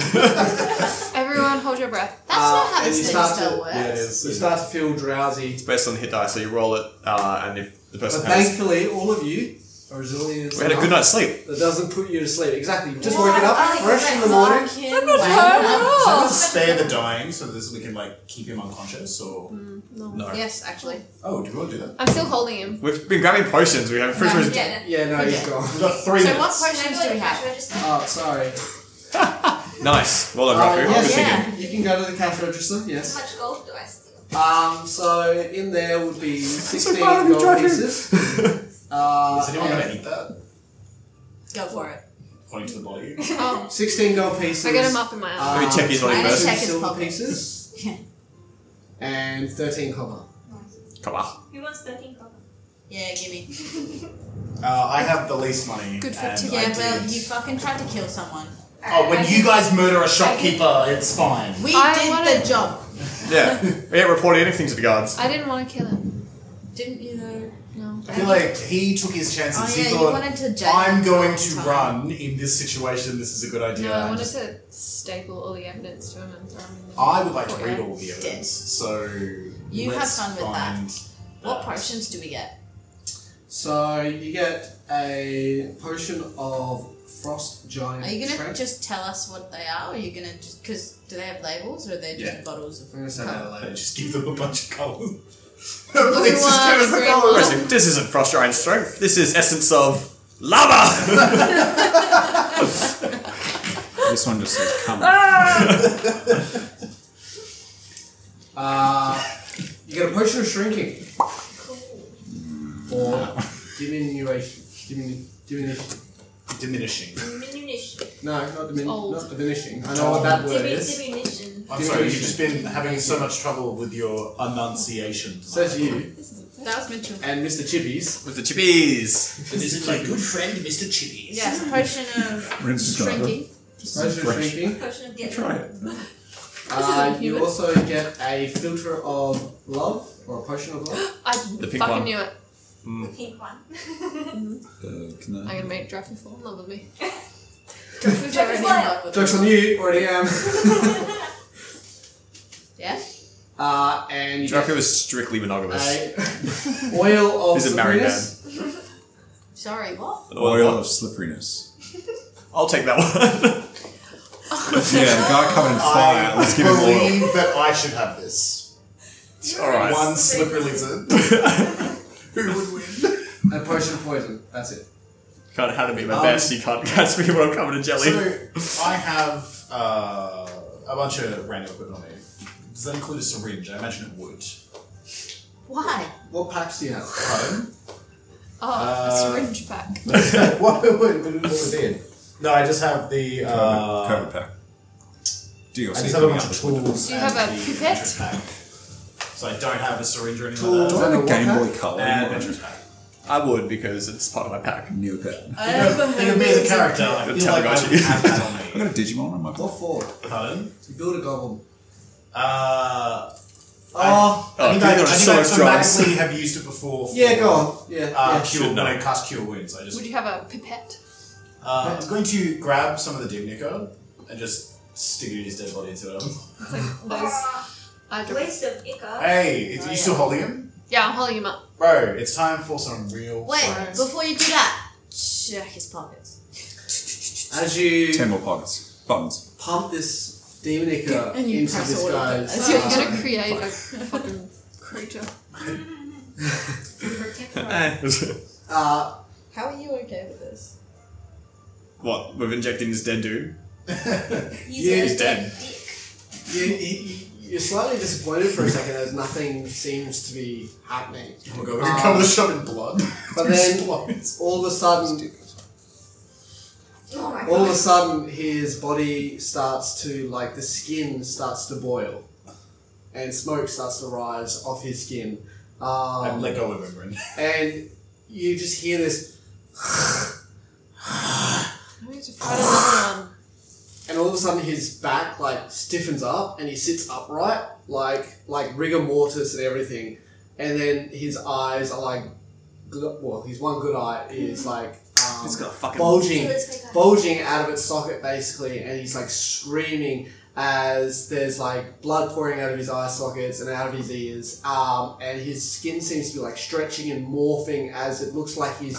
S3: Everyone, hold your breath.
S10: That's not how
S8: Uh, and
S10: this
S8: you
S10: thing
S8: start
S10: still
S8: to-
S10: works.
S8: yeah, You start to feel drowsy,
S2: Based on hit die, so you roll it, uh, and if the
S8: but
S2: person has.
S8: thankfully all of you are resilient.
S2: We had a good night's sleep.
S8: That doesn't put you to sleep. Exactly. You just
S4: What
S8: woken up
S4: a
S8: fresh in the morning.
S4: fucking
S3: not
S4: way.
S3: tired
S6: Let's spare the dying so this we can like keep him unconscious or
S2: No.
S10: Yes, actually.
S6: Oh, do you want to do that?
S3: I'm still holding him.
S2: We've been grabbing potions. We have pretty
S10: No,
S2: sure it's-
S12: Yeah,
S8: Yeah, no, he's
S10: Okay.
S8: gone.
S6: We've got three
S10: So what
S6: minutes.
S10: questions do we have?
S8: Oh, sorry.
S2: Nice. Well done,
S8: Uh,
S2: Rafu.
S8: yes,
S2: Good
S8: you
S2: thinking.
S8: can- you can go to the cash register.
S12: How
S8: Yes.
S12: much gold do I steal?
S8: Um. So in there would be sixteen
S2: proud of you,
S8: gold
S2: Jeffrey.
S8: pieces. Uh,
S6: Is anyone
S8: and-
S6: going to eat that?
S4: Go for it.
S6: According to the body.
S3: Oh,
S8: 16 gold pieces.
S3: I get him up in my arm.
S8: um,
S2: Let me check his money
S10: I
S2: first.
S10: didn't check his
S8: silver
S10: pocket.
S8: pieces.
S4: Yeah.
S8: And 13 copper.
S2: Come on.
S12: Who wants 13 copper?
S4: Yeah, gimme.
S6: Uh, I have the least money.
S3: Good for
S6: and
S3: tea.
S6: I
S4: Yeah, well,
S6: did-
S4: you fucking tried to kill someone.
S6: Oh, when
S12: I
S6: you
S12: did-
S6: guys murder a shopkeeper, it's fine.
S4: We
S3: I
S4: did
S3: wanted-
S4: the job.
S2: Yeah. We ain't reporting anything to the guards.
S3: I didn't want to kill him.
S4: Didn't you though?
S3: No.
S6: I feel like he took his chances.
S4: Oh
S6: he
S4: yeah, you
S6: thought,
S4: wanted to jail.
S6: I'm
S4: him
S6: going
S4: the
S6: to
S4: whole time.
S6: run in this situation. This is a good idea.
S3: No, I wanted to
S6: And
S3: staple all the evidence to him and throw him in the.
S6: I would like to
S3: courtyard.
S6: read all the evidence. So
S4: You have
S6: let's
S4: fun with that.
S6: find
S4: What potions do we get?
S8: So you get a potion of frost giant.
S4: Are you gonna
S8: Trait.
S4: just tell us what they are, or are you gonna just because do they have labels, or are they just bottles of?
S8: I'm gonna say that
S6: Uh,
S8: later.
S6: Just give them a bunch of colours.
S4: Blue
S6: Please,
S4: one,
S6: just give us the
S4: green
S6: colours.
S4: one.
S2: Firstly, This isn't frost giant strength. This is essence of lava.
S5: This one just says come. on.
S8: Uh, you get a potion of shrinking. Or diminution. Dimin- diminution.
S6: Diminishing.
S12: Diminution.
S8: No, not, dimin-
S3: old.
S8: not diminishing. I know what that word is.
S12: Diminution.
S6: I'm sorry, you've just been having so much trouble with your enunciation.
S8: Says you
S4: That was Mitchell.
S8: and Mr. Chippies.
S2: With the chippies.
S6: This is my good friend, Mr. Chitty.
S4: Yes, potion of
S5: Rinse is gone.
S4: shrinking.
S8: Potion of
S5: Fresh.
S8: shrinking.
S12: Potion of death.
S5: Try it.
S8: Uh,
S3: isn't
S8: you
S3: human.
S8: also get a filter of love or a potion of love.
S3: I
S2: The
S3: fucking
S2: pink one.
S3: knew it.
S12: The pink one.
S5: Uh, can
S3: I'm
S5: I?
S3: gonna make Drafu fall in love with me.
S4: Drafu's already in love with
S8: Jokes on you, already am.
S4: Yeah.
S8: uh, and you
S2: Draco was strictly monogamous.
S8: get a oil of
S2: He's a married man.
S8: Sabrina's.
S4: Sorry, what?
S5: Oil of slipperiness.
S2: I'll take that one.
S5: yeah, the guy covered in fire.
S6: I
S5: Let's give him oil.
S6: believe that I should have this.
S2: All right.
S6: One slippery lizard. Who would win?
S8: A potion of poison. That's it.
S2: Can't hand me my
S6: Um,
S2: best. You can't catch me when I'm covered in jelly.
S6: So I have uh, a bunch of random equipment on me. Does that include a syringe? I imagine it would.
S4: Why?
S8: What packs do you have?
S6: Home.
S3: Oh,
S6: Uh,
S3: a syringe pack.
S6: what would what would it be in? No, I just have the. Uh,
S5: Cover pack.
S6: I
S5: DLC
S6: just have a
S5: coming
S6: bunch
S5: out.
S6: of tools.
S3: Do you have
S6: and
S3: a
S6: the
S3: pipette?
S6: adventurous pack. So I don't have a syringe or anything
S8: Tools.
S6: like
S5: Do I have a
S8: Is that a
S5: Game
S8: what
S5: Boy Color?
S6: that. And adventurous pack.
S2: I would because it's part of my pack.
S5: Neopet.
S4: I
S6: It
S4: have
S6: could be the character. I
S2: The
S6: feel like I
S2: Tamagotchi.
S6: would have that
S5: I
S6: on me.
S5: got a Digimon on my
S8: What for?
S6: Pardon?
S8: To build a goblin.
S6: Uh,
S8: Oh,
S6: I think
S2: Oh,
S6: I, I,
S2: you're
S6: think
S2: so
S6: I
S2: strong.
S6: automatically have used it before. For,
S8: yeah, go on. Yeah.
S6: Uh,
S8: yeah.
S6: cure,
S2: Should
S6: when
S2: know.
S6: I cast cure wounds, I just.
S3: Would you have a pipette?
S6: Uh, I'm going to grab some of the Dimnico and just stick it in his dead body and see what happens.
S3: It's like those
S4: Uh,
S12: Ah,
S3: eye drops.
S12: waste of ichor.
S6: Hey, it's,
S4: Oh,
S6: you
S4: yeah.
S6: still holding him?
S3: Yeah, I'm holding him up.
S6: Bro, it's time for some real
S4: Wait,
S6: science.
S4: before you do that, check his pockets.
S8: As you
S5: Ten more pockets. Buttons.
S8: pump this demonica
S4: And
S8: into
S4: you press
S8: this
S4: all of
S8: guy's.
S4: it.
S3: So you're
S8: uh,
S3: gonna create a fucking creature.
S8: uh,
S4: How are you okay with this?
S2: what? We've injected his dead dude.
S12: He's,
S8: Yeah,
S12: a
S8: he's
S2: dead.
S12: dick.
S8: you, you, you're slightly disappointed for a second as nothing seems to be happening. Um,
S6: Oh my god, we cover the shop in blood.
S8: But then
S6: Explodes.
S8: all of a sudden,
S12: Oh my
S8: all of a
S12: god.
S8: sudden, his body starts to like the skin starts to boil, and smoke starts to rise off his skin.
S6: I
S8: Um,
S6: let go of him, Bryn.
S8: and you just hear this,
S3: I need to fight another one.
S8: and all of of a sudden his back like stiffens up and he sits upright, like like rigor mortis and everything. And then his eyes are like, gl- well, his one good eye is like um,
S2: Mm. It's got a fucking.
S8: bulging,
S12: Let's make that-
S8: bulging out of its socket basically, and he's like screaming as there's like blood pouring out of his eye sockets and out of his ears, um, and his skin seems to be like stretching and morphing as it looks like he's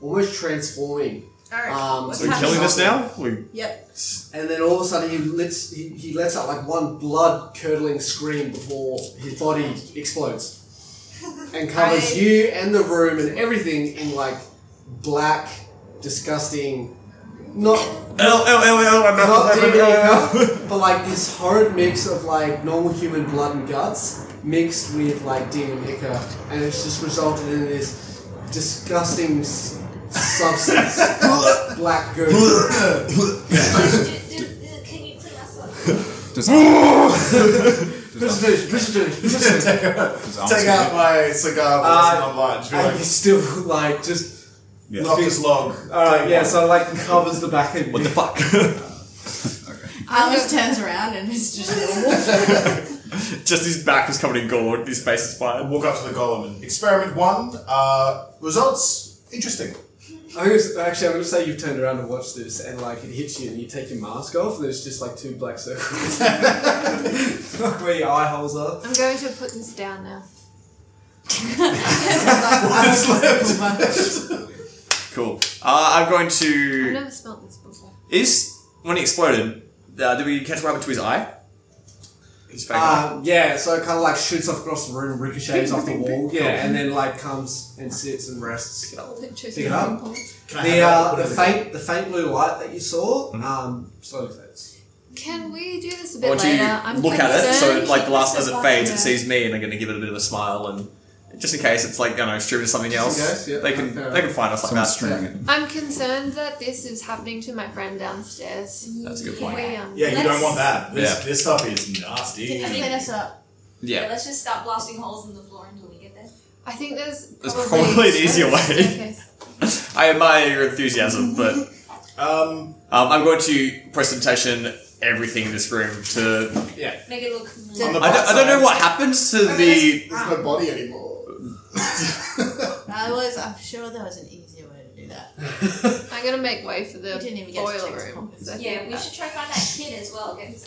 S8: almost transforming.
S10: Alright.
S8: Um,
S10: what's
S2: Are we
S8: Have
S2: killing this
S8: something.
S2: now? We
S10: Yep.
S8: And then all of a sudden he lets he, he lets out like one blood curdling scream before his body explodes. And covers
S10: I-
S8: you and the room and everything in like black, disgusting not
S2: L L L L. I'm
S8: not
S2: not.
S8: DVD
S2: I'm not-
S8: cup, but like this horrid mix of like normal human blood and guts mixed with like demon ichor, and it's just resulted in this disgusting s- substance, black goo.
S12: Do- do- do- Can you clean us up?
S5: Does Arm
S8: This is finished, this is finished, this is finished.
S5: does Arm
S11: Take
S5: see
S11: out
S5: it?
S11: my cigar
S8: Uh,
S11: while it's on lunch. Be
S8: And
S11: like,
S8: he's still like just
S5: Yeah.
S11: knock this log.
S8: alright, yeah. So like covers the back of
S2: What
S8: you.
S2: the fuck?
S4: Alice turns around and it's just normal.
S2: Just his back is covered in gore. His face is
S11: I
S2: fine.
S11: walk up to the golem and experiment one. Uh, results interesting.
S8: I think it's, actually, I'm gonna say you've turned around to watch this, and like it hits you, and you take your mask off, and there's just like two black circles. Fuck where your eye holes are.
S3: I'm going to put this down now.
S2: Cool. Uh, I'm going
S3: I've
S2: to.
S3: never smelt this before.
S2: Is when he exploded? Uh, did we catch what happened to his eye? His fake eye.
S8: Um, yeah, so it kind of like shoots off across the room, ricochets off the wall, yeah, and then like comes and sits and rests. Pick it up.
S11: Can I
S8: The
S11: have
S8: uh,
S11: that?
S8: the faint the faint blue light that you saw
S11: Mm-hmm.
S8: um, slowly fades.
S3: Can we do this a
S2: I
S3: bit
S2: want you
S3: later?
S2: to
S3: I'm
S2: look at it. So,
S3: concerned
S2: like the last
S3: that
S2: as it
S3: this
S2: fades, it
S3: is-
S2: sees me, and I'm going to give it a bit of a smile, and just in case it's like you know streamed to something else,
S8: case, yeah,
S2: they can
S8: fair
S2: they can find us like
S5: Someone's
S2: that.
S5: streaming it.
S3: I'm concerned that this is happening to my friend downstairs.
S2: That's a good
S3: Can
S2: point.
S3: we, um,
S11: Yeah, you don't
S4: Let's-
S11: want that. This,
S2: Yeah.
S11: this stuff is nasty.
S4: Did you clean us up?
S12: Yeah,
S2: Yeah,
S12: let's just stop blasting holes in the floor until we get there.
S3: I think there's
S2: There's
S3: probably,
S2: probably an easier way.
S3: staircase.
S2: I admire your enthusiasm, but um,
S11: Um,
S2: I'm going to presentation everything in this room to.
S12: Make it look.
S4: Did-
S11: on the
S2: I
S11: bright
S2: don't, I don't know
S11: side-
S2: what happens to the.
S11: There's no body anymore.
S4: I was. I'm sure there was an easier way to do that.
S3: I'm gonna make way for
S4: We
S3: the
S4: didn't even get to
S3: boiler
S4: check
S3: room.
S4: the
S3: 'cause I
S12: Yeah,
S3: think
S12: we
S3: that-
S12: should try find that kid as well. Get his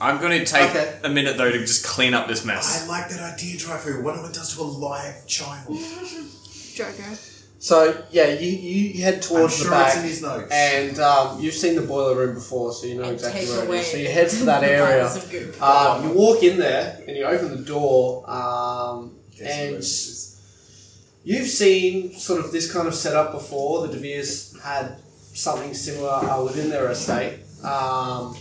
S2: I'm going to take
S8: Okay.
S2: a minute though to just clean up this
S11: I
S2: mess.
S11: like that idea, Driver. What if it does to a live child?
S3: Joker.
S8: So yeah, you you head
S11: I'm
S8: towards
S11: sure
S8: the back.
S11: it's in his notes.
S8: and um, you've seen the boiler room before, so you know
S4: And
S8: exactly
S4: take
S8: where it
S4: away
S8: is. So you head to that area.
S4: Some good-
S8: Um, you walk in there and you open the door, um, and you've seen sort of this kind of setup before. The De Beers had something similar uh, within their estate, um,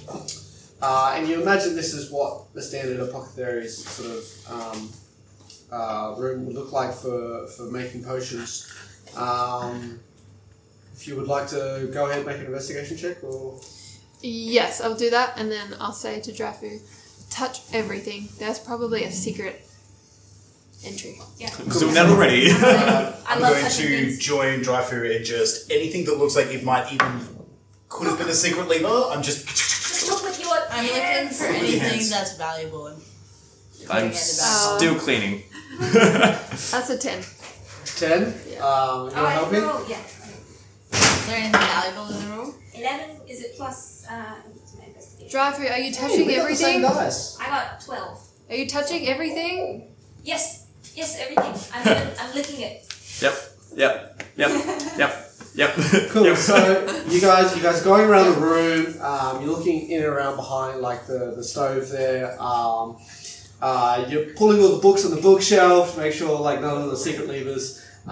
S8: uh, and you imagine this is what the standard apothecary's sort of um, uh, room would look like for for making potions. Um, if you would like to go ahead and make an investigation check, or
S3: Yes, I'll do that, and then I'll say to Drafu, touch everything. There's probably a secret entry.
S2: I'm doing that already.
S11: Uh,
S12: I
S11: I'm
S12: love
S11: going
S12: touching
S11: to
S12: things.
S11: join Dryfu and just anything that looks like it might even could have been a secret lever. I'm just
S12: Just look with your.
S4: I'm looking
S12: hands.
S4: for
S11: With your
S4: anything
S11: hands.
S4: that's valuable. And
S2: I'm
S4: putting it
S3: back.
S2: still cleaning.
S3: That's a ten.
S8: ten, um, you're
S12: Oh, I
S8: helping.
S12: roll- Yeah.
S4: Is there anything valuable in the room?
S12: Eleven. Is it plus? Uh, what's my investigation?
S3: Drafu, are you
S8: Hey,
S3: touching
S8: we got the same
S3: everything?
S8: dice.
S12: I got twelve.
S3: Are you touching everything?
S12: Yes. Yes. Everything. I'm. gonna- I'm licking it.
S2: Yep. Yep. Yep. Yep. Yep.
S8: Cool.
S2: Yep.
S8: So you guys, you guys are going around the room. Um, you're looking in and around behind, like the, the stove there. Um, uh, you're pulling all the books on the bookshelf to make sure, like, none of the secret levers, um,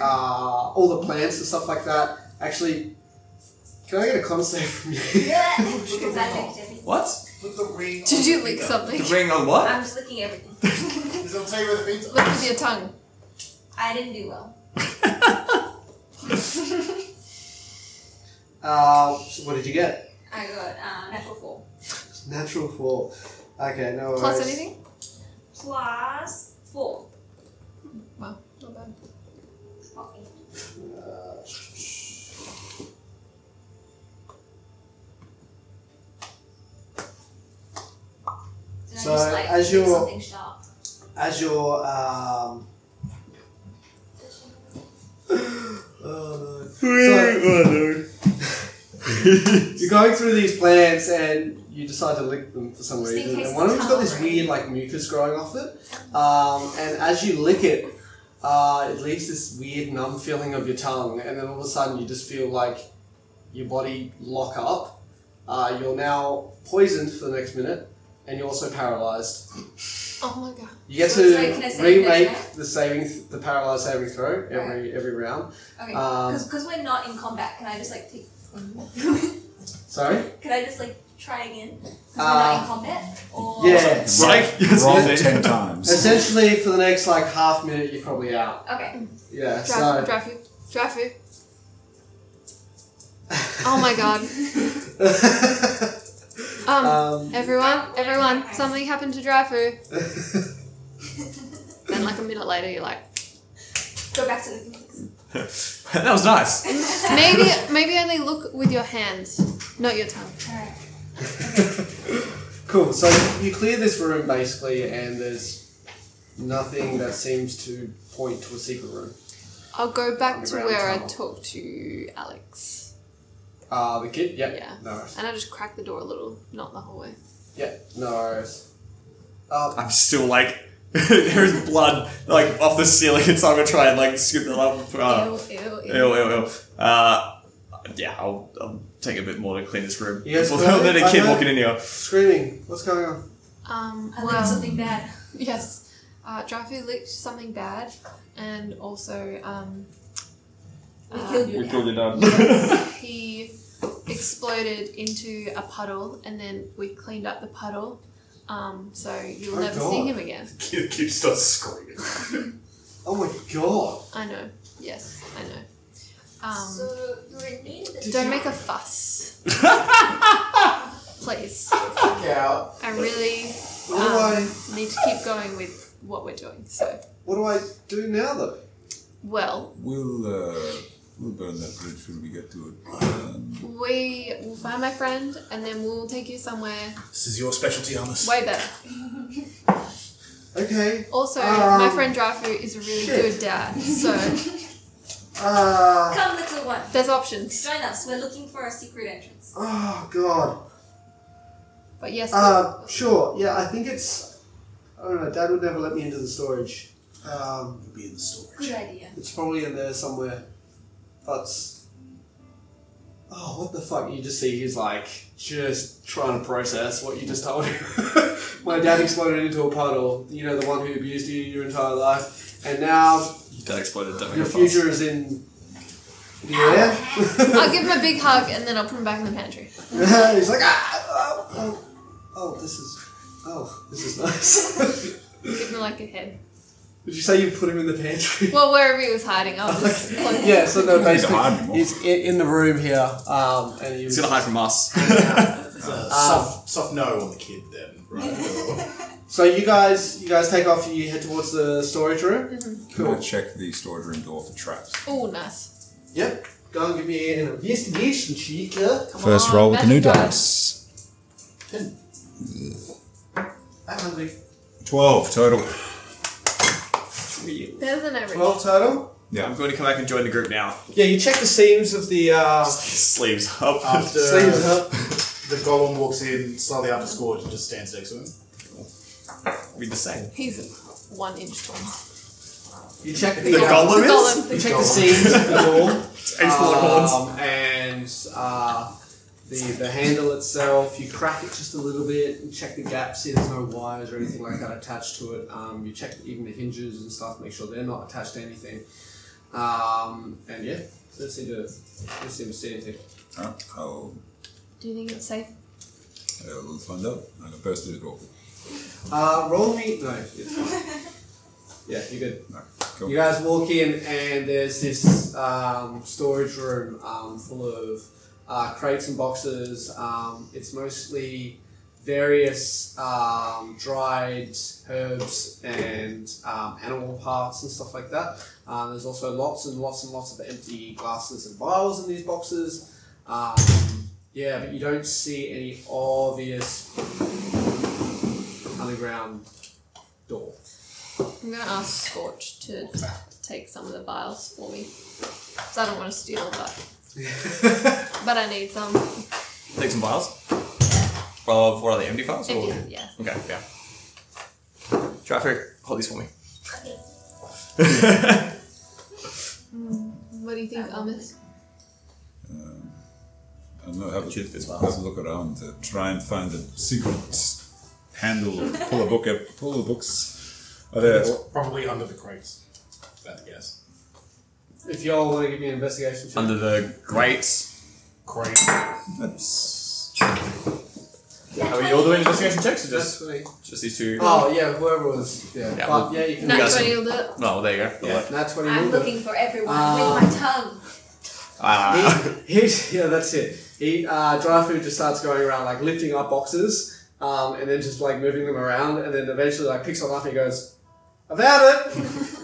S8: uh, all the plants and stuff like that. Actually, can I get a con save from you?
S12: because I licked everything.
S2: What?
S11: put the ring.
S3: Did you lick something?
S2: The
S3: Look
S2: ring on what?
S12: I'm just licking everything.
S11: I'll tell you where the beans are.
S3: with your tongue.
S12: I didn't do well.
S8: Uh, so what did you get?
S12: I got uh, natural four.
S8: Natural four. Okay, no worries.
S3: Plus anything?
S12: Plus four.
S3: Wow, not bad.
S8: Uh,
S12: Okay.
S8: So,
S12: just like
S8: as
S12: pick
S8: you're-
S12: something sharp.
S8: as your um. Oh, no. So you're going through these plants and you decide to lick them for some
S12: Just in
S8: reason.
S12: case
S8: And one of
S12: it's
S8: them's got this
S12: colour, right?
S8: weird like mucus growing off it. Um, and as you lick it, uh, it leaves this weird numb feeling of your tongue, and then all of a sudden you just feel like your body lock up. Uh, you're now poisoned for the next minute, and you're also paralyzed.
S3: Oh my god.
S8: You get
S12: So
S8: to
S12: it's like, can I save
S8: remake
S12: this,
S8: the saving, th- the paralyzed saving throw every every round.
S12: Okay,
S8: Um,
S12: because we're not in combat, can I just like pick?
S8: Sorry.
S12: can I just like try again? Because
S8: Uh,
S12: we're not in combat. Or
S8: Yeah.
S2: Psych! Yes,
S5: Roll
S2: yes.
S5: ten times.
S8: Essentially, for the next like half minute, you're probably out.
S12: Okay.
S8: Yeah.
S3: Drafu,
S8: So.
S3: Drafu, Drafu. Oh my god. Um,
S8: um,
S3: everyone, everyone, something happened to Drafu. Then, like a minute later, you're like,
S12: Go back to the.
S2: that was nice.
S3: maybe, maybe only look with your hands, not your tongue.
S12: Alright.
S8: cool. So you clear this room basically, and there's nothing that seems to point to a secret room.
S3: I'll go back to
S8: Underground
S3: where I
S8: tunnel.
S3: talked to Alex,
S8: Uh, the kid. Yep.
S3: Yeah.
S8: No. worries.
S3: and I just crack the door a little, not the hallway.
S8: Yep. No. worries. Uh,
S2: I'm still like, there is blood like off the ceiling, so I'm gonna try and like scoop it up. Uh,
S4: Ew, ew, ew.
S2: ew, ew, ew. Uh, yeah, I'll, I'll take a bit more to clean this room.
S8: You guys
S2: Well,
S8: got
S2: then
S8: it?
S2: a kid
S8: Uh-huh.
S2: walking in here.
S8: screaming. What's going on?
S3: Um,
S12: I learned
S3: well,
S12: something bad.
S3: yes, uh, Drafu licked something bad, and also um,
S12: We
S3: uh,
S12: killed you. now.
S5: your dad.
S3: he exploded into a puddle, and then we cleaned up the puddle. Um, so you'll
S8: Oh
S3: never
S8: God.
S3: see him again.
S2: Kid, kid starts screaming.
S8: Oh my god.
S3: I know. Yes, I know. Um,
S12: so you're in need of this.
S3: don't make a fuss, please.
S11: Fuck out.
S3: I really
S8: What do
S12: Ah.
S8: I?
S3: um, need to keep going with what we're doing. So,
S8: What do I do now though?
S3: well,
S5: We'll uh, we'll burn that bridge when we get to it. Um,
S3: we will find my friend, and then we'll take you somewhere
S6: This is your specialty, Amos.
S3: way better.
S8: Okay.
S3: Also,
S8: Um,
S3: my friend Drafu is a really
S8: shit.
S3: good dad, so
S8: Uh.
S12: Come, little one.
S3: there's options.
S12: Join us. We're looking for a secret entrance.
S8: Oh god.
S3: But yes,
S8: Uh, sure. Yeah, I think it's. I don't know. Dad would never let me into the storage. Um,
S6: You'll be in the storage.
S12: Good idea.
S8: it's probably in there somewhere. But. Oh, what the fuck! You just see he's like just trying to process what you just told him. My dad exploded into a puddle. You know, the one who abused you your entire life, and now
S2: Dad exploded. Don't make
S8: your
S2: a fuss.
S8: future is in the air.
S3: I'll give him a big hug, and then I'll put him back in the pantry.
S8: He's like, ah, oh, oh, oh, this is, oh, this is nice.
S3: Give him like a head.
S8: Did you say you put him in the pantry?
S3: Well, wherever he was hiding, I'll just. like-
S8: yeah, so no,
S5: hide him
S8: basically,
S5: more.
S8: he's in, in the room here, um, and he
S2: He's
S8: was,
S2: gonna hide from us.
S6: It's a uh, soft, soft no on the kid then, right?
S8: so you guys, you guys take off, you head towards the storage room.
S5: Can I
S8: Cool.
S5: check the storage room door for traps?
S3: Oh, nice.
S8: Yep. Go and give me an investigation check. uh.
S3: Come
S5: First
S3: on,
S5: roll with the new
S3: magic die.
S5: dice.
S8: I'm hungry.
S5: Twelve total.
S3: Better than average.
S8: Twelve total.
S2: I'm going to come back and join the group now.
S8: Yeah, you check the seams of the uh,
S2: Sleeves up.
S8: Ah.
S6: After
S8: seams up.
S6: the golem walks in slightly after scored and just stands next to him.
S2: Be the same.
S3: He's one inch tall.
S8: Oh, You check the,
S2: The
S8: uh,
S2: golem is.
S3: The golem.
S8: You check the seams of the wall.
S2: Ace full of horns.
S8: Um, and uh, the the handle itself, you crack it just a little bit and check the gaps. See, there's no wires or anything like that attached to it. Um, you check even the hinges and stuff, make sure they're not attached to anything. Um, and yeah, don't seem to don't seem to see anything.
S5: Oh, I'll,
S3: Do you think it's safe?
S5: I'll find out. I'm gonna burst through the door.
S8: Uh, roll me. No, it's fine. yeah, you're good.
S5: No, cool.
S8: You guys walk in, and there's this um, storage room um, full of uh, crates and boxes. Um, it's mostly various um, dried herbs and um, animal parts and stuff like that. Um, there's also lots and lots and lots of empty glasses and vials in these boxes. Um, yeah, but you don't see any obvious. I underground door.
S3: I'm gonna ask Scorch to take some of the vials for me. Because I don't want to steal, but but I need some.
S2: Take some vials. Of what are they? Empty vials? Or?
S3: Empty, yeah.
S2: Okay, yeah. Traffic, hold these for me.
S3: What do you think, Amos?
S5: I don't know, have,
S2: Shoot this
S5: a,
S2: one.
S5: have a look around to try and find the secret handle, or pull a book, out- pull the books. Are there,
S6: It's probably under the crates. That yes.
S8: If y'all want to give me an investigation check.
S2: Under the grates.
S6: Crate.
S5: that's,
S2: Are we all doing investigation checks or
S8: That's
S2: just,
S8: for me.
S2: just these two?
S8: Oh, yeah, whoever was. Yeah,
S2: Yeah,
S8: but
S2: well-
S8: yeah, you can.
S3: No,
S2: guys
S3: do I yield it?
S2: No, there you go.
S8: Yeah, that's what he
S12: I'm
S8: will do.
S12: looking for everyone
S8: Uh,
S12: with my tongue.
S2: Ah.
S8: he, he, yeah, that's it. He, uh, dry food just starts going around, like lifting up boxes, um, and then just like moving them around, and then eventually like picks one up and he goes, "I've had it."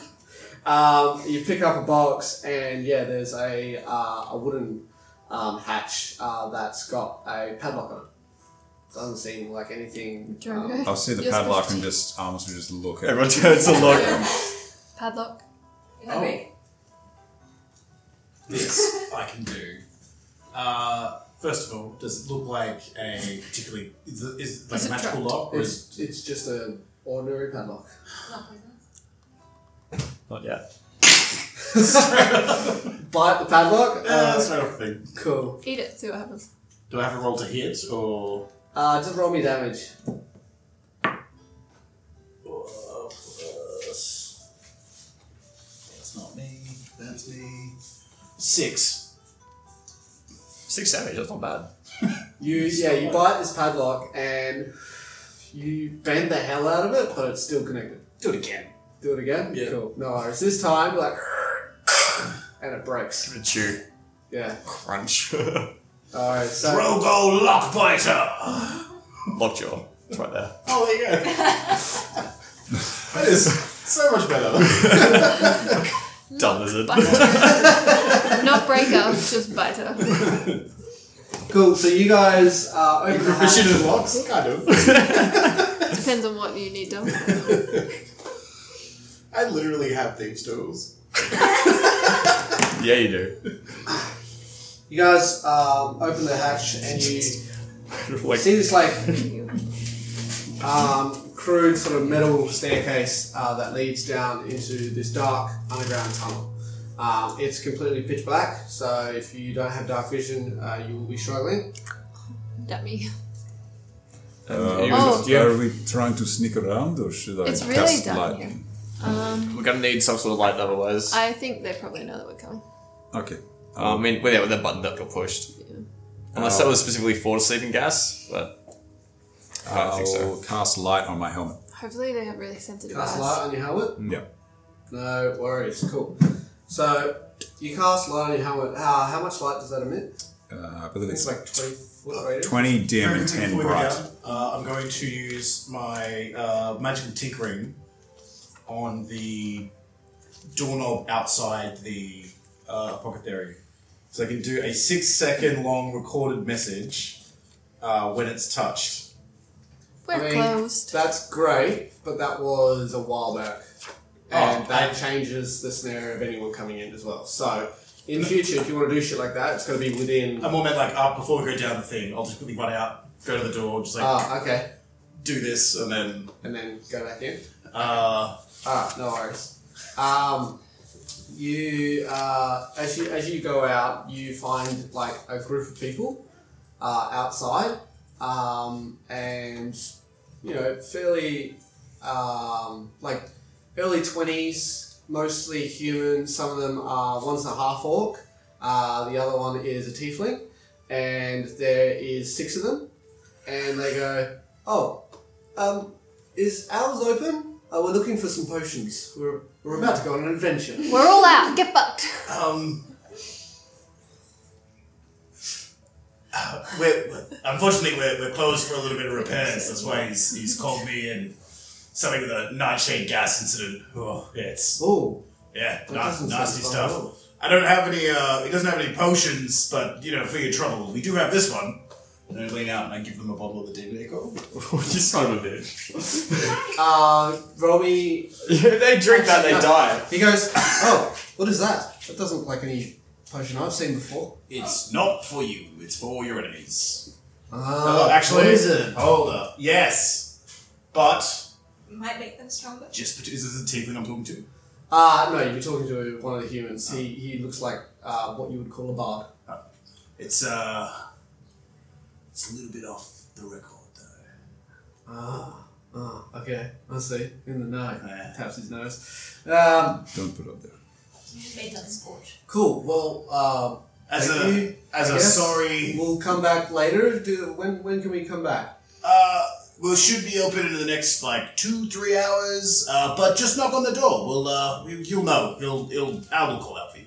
S8: um, you pick up a box, and yeah, there's a uh, a wooden um, hatch uh, that's got a padlock on it. Doesn't seem like anything. Um,
S3: Drogo.
S5: I'll see the
S3: You're
S5: padlock
S3: supposed
S5: and just almost just look at
S2: Everyone turns to look.
S3: Padlock.
S12: You
S2: oh.
S12: hungry?
S6: This I can do. Uh, first of all, does it look like a particularly is it, is it like
S3: Is
S6: a
S3: it
S6: magical lock or is
S8: it's, it's just a ordinary padlock.
S12: Not poisonous.
S2: Not yet.
S8: Bite the padlock.
S6: uh,
S8: Uh,
S6: that's right off the thing.
S8: cool.
S3: Eat it, see what happens.
S6: Do I have a roll to hit or
S8: Uh, just roll me damage.
S6: Uh, plus- That's not me. That's me. Six.
S2: Six damage, that's not bad.
S8: You yeah, you bite this padlock and you bend the hell out of it, but it's still connected.
S6: Do it again.
S8: Do it again.
S6: Yeah.
S8: Cool. No worries. This time, like, and it breaks.
S2: Give it a chew.
S8: Yeah.
S2: Crunch.
S8: All right. So
S6: Drogo Lockbiter.
S2: Lockjaw. It's right there.
S6: Oh, there you go. that is so much better.
S2: Dumb lizard.
S3: Biter. Not breaker, just biter.
S8: cool. So you guys uh, open the hatch.
S6: Proficient in locks, kind of.
S3: Depends on what you need done.
S6: I literally have thieves' tools.
S2: yeah, you do.
S8: You guys um, open the hatch and you
S2: like,
S8: see this like um, crude sort of metal staircase uh, that leads down into this dark underground tunnel. Um, it's completely pitch black, so if you don't have dark vision, uh, you will be struggling.
S3: At me.
S5: Uh,
S2: you-
S3: Oh.
S2: you-
S5: Are we trying to sneak around or should I
S3: It's really
S5: cast
S3: down
S5: lightning?
S3: Um,
S2: We're gonna need some sort of light otherwise.
S3: I think they probably know that we're coming.
S5: Okay.
S2: I mean, well, yeah, with that button that got pushed. Unless that was specifically for the sleeping gas, but I don't
S5: I'll
S2: think so.
S5: cast light on my helmet.
S3: Hopefully they have really sensitive
S8: Cast
S3: eyes.
S8: light on your helmet.
S5: Yeah.
S8: No worries. Cool. So you cast light on your helmet. How, how much light does that emit?
S5: Uh, I believe it's
S8: It's like twenty foot radius.
S5: 20 dim and
S6: Before we
S5: 10
S6: go
S5: bright.
S6: down, Uh, I'm going to use my uh, magical tinkering on the doorknob outside the uh, pocket theory. So I can do a six second long recorded message uh, when it's touched.
S3: We're
S8: I mean,
S3: closed.
S8: That's great, but that was a while back. And
S6: Oh,
S8: that changes the scenario of anyone coming in as well. So, in future, if you want to do shit like that, it's got to be within.
S6: I'm more meant like up before we go down the thing. I'll just quickly run out, go to the door, just like
S8: Ah, okay.
S6: do this, and then
S8: And then go back in.
S6: uh,
S8: Alright, no worries. Um, you, uh, as you as you go out, you find like a group of people uh, outside, um, and you know, fairly um, like early twenties, mostly human. Some of them are one's a half orc, uh, the other one is a tiefling, and there is six of them, and they go, "Oh, um, is ours open? Uh, we're looking for some potions. We're, we're about to go on an adventure.
S3: We're all out. Get fucked.
S6: um. uh, we're, we're- unfortunately, we're, we're closed for a little bit of repairs. That's why he's, he's called me and something with a nightshade gas incident. Oh, yeah, it's
S8: Oh,
S6: yeah,
S8: That
S6: na-
S8: doesn't
S6: nasty
S8: sound fun at
S6: stuff.
S8: all.
S6: I don't have any. Uh, he doesn't have any potions, but you know, for your trouble, we do have this one. And I lean out and I give them a bottle of the Divico.
S2: you son of a bitch.
S8: Uh, roll me.
S2: if they drink that, they die.
S8: He goes, oh, what is that? That doesn't look like any potion I've seen before.
S6: It's not for you, it's for all your enemies.
S8: Uh,
S6: actually-
S8: what is it?
S6: Hold up. Yes. But
S12: Might make them stronger.
S6: just bet- is this a tiefling I'm talking to?
S8: Uh, no, you're talking to one of the humans. He, he looks like uh, what you would call a bard.
S6: It's uh it's a little bit off the record though.
S8: Ah, ah, okay, I see. In the know.
S6: Yeah.
S8: Taps his nose. Um,
S5: Don't put it up there.
S12: Made them scorch.
S8: cool. Well, um,
S6: As
S8: thank
S6: a
S8: you.
S6: as
S8: I
S6: a
S8: guess
S6: sorry
S8: We'll come back later. Do, when when can we come back?
S6: uh we should be open in the next like two, three hours. Uh, but just knock on the door. We'll uh you- you'll know. He'll he'll Al will call out for you.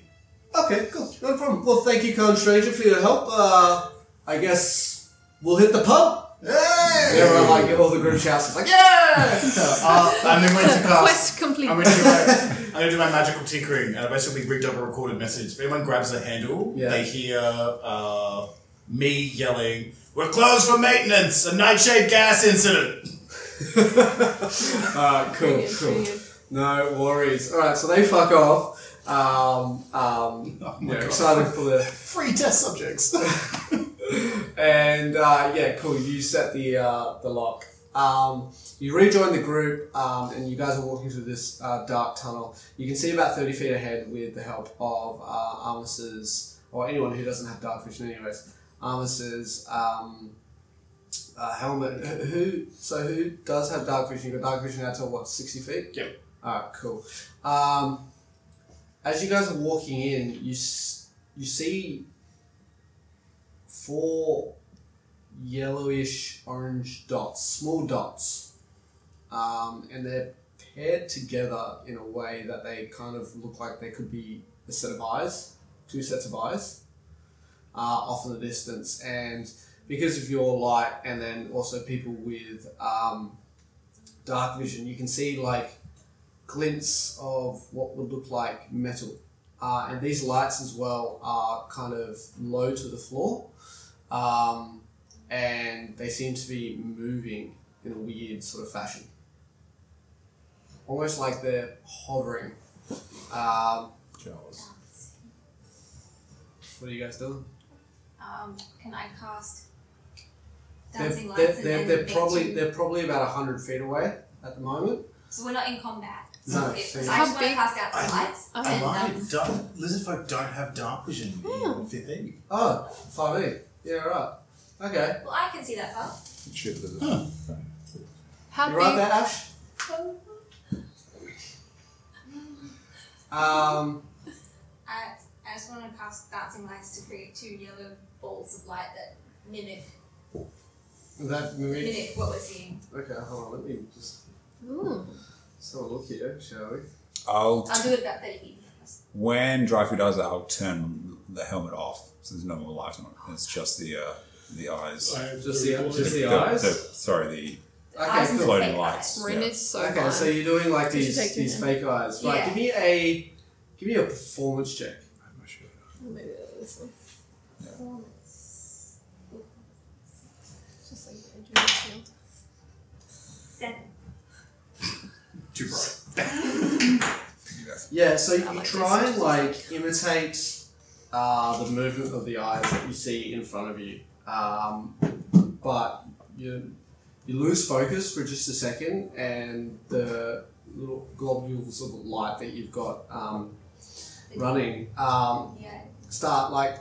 S8: Okay, cool. No problem. Well, thank you, Con Stranger, for your help. Uh, I guess we'll hit the pub.
S6: Hey!
S8: Everyone like all the group shouts. It's like yeah.
S6: Uh, I'm going to cast
S3: Quest complete.
S6: I'm going to do my, I'm going to do my magical tinkering, and I basically rigged up a recorded message. If anyone grabs a handle,
S8: Yeah.
S6: they hear uh, me yelling, "We're closed for maintenance! A nightshade gas incident!"
S8: uh, cool, cool. No worries. All right, so they fuck off. Um, um, yeah, excited for the
S6: Free test subjects.
S8: and uh, yeah, cool. You set the uh, the lock. Um, you rejoin the group, um, and you guys are walking through this uh, dark tunnel. You can see about thirty feet ahead with the help of uh, Armis's or anyone who doesn't have dark vision, anyways. Armis's um, uh, helmet. Who- Who? So who does have dark vision? You got dark vision out to what sixty feet?
S6: Yep.
S8: All right, cool. Um, as you guys are walking in, you s- you see four yellowish orange dots, small dots, um, and they're paired together in a way that they kind of look like they could be a set of eyes, two sets of eyes, uh, off in the distance. And because of your light, and then also people with um, dark vision, you can see like glints of what would look like metal. Uh, and these lights as well are kind of low to the floor. Um, and they seem to be moving in a weird sort of fashion. Almost like they're hovering. Um,
S5: Charles.
S8: what are you guys doing?
S12: Um, can I cast
S8: They're,
S12: dancing
S8: they're,
S12: lights? and
S8: they're,
S12: then
S8: they're
S12: bait
S8: probably
S12: you?
S8: they're probably about hundred feet away at the moment.
S12: So we're not in combat.
S8: No,
S12: It-
S8: so
S12: so I
S3: How
S12: just want to
S3: big-
S12: cast out some
S6: I-
S12: lights.
S3: I
S12: and, um,
S6: Dark, lizard folk don't have dark vision.
S3: Hmm.
S6: in Fifth E.
S8: Oh, 5e. Yeah, right. Okay.
S12: well, I can see that far.
S5: Shit, there's a-
S3: How
S8: You
S3: big?
S8: right there, Ash? Um,
S12: I, I just want to cast dancing lights to create two yellow balls of light that mimic
S8: that movie.
S12: mimic what we're seeing.
S8: Okay, hold on. Let me just,
S3: Ooh.
S8: let's have a look here, shall we?
S5: I'll
S12: I'll do it about thirty feet.
S5: when dry food does that, I'll turn the helmet off, so there's no more light on it. It's just the uh, the eyes.
S8: Just the, just Oh, the,
S5: The-
S8: eyes?
S5: the- sorry, the
S8: okay,
S12: Eyes and
S8: cool.
S5: floating
S12: fake
S5: lights.
S3: Rin
S5: Yeah.
S3: is so
S8: okay,
S3: fun.
S8: so you're doing like
S3: We should
S8: these
S3: take two
S8: these
S3: now.
S8: fake eyes. Right,
S12: Yeah.
S8: give me a give me a performance check.
S3: Maybe this one. Just like the edge of the shield.
S12: Seven.
S6: Too bright.
S8: Yeah, so you
S3: I like
S8: try
S3: this.
S8: and like imitate uh, the movement of the eyes that you see in front of you, um, but you you lose focus for just a second, and the little globules of light that you've got um, running um,
S12: Yeah.
S8: start like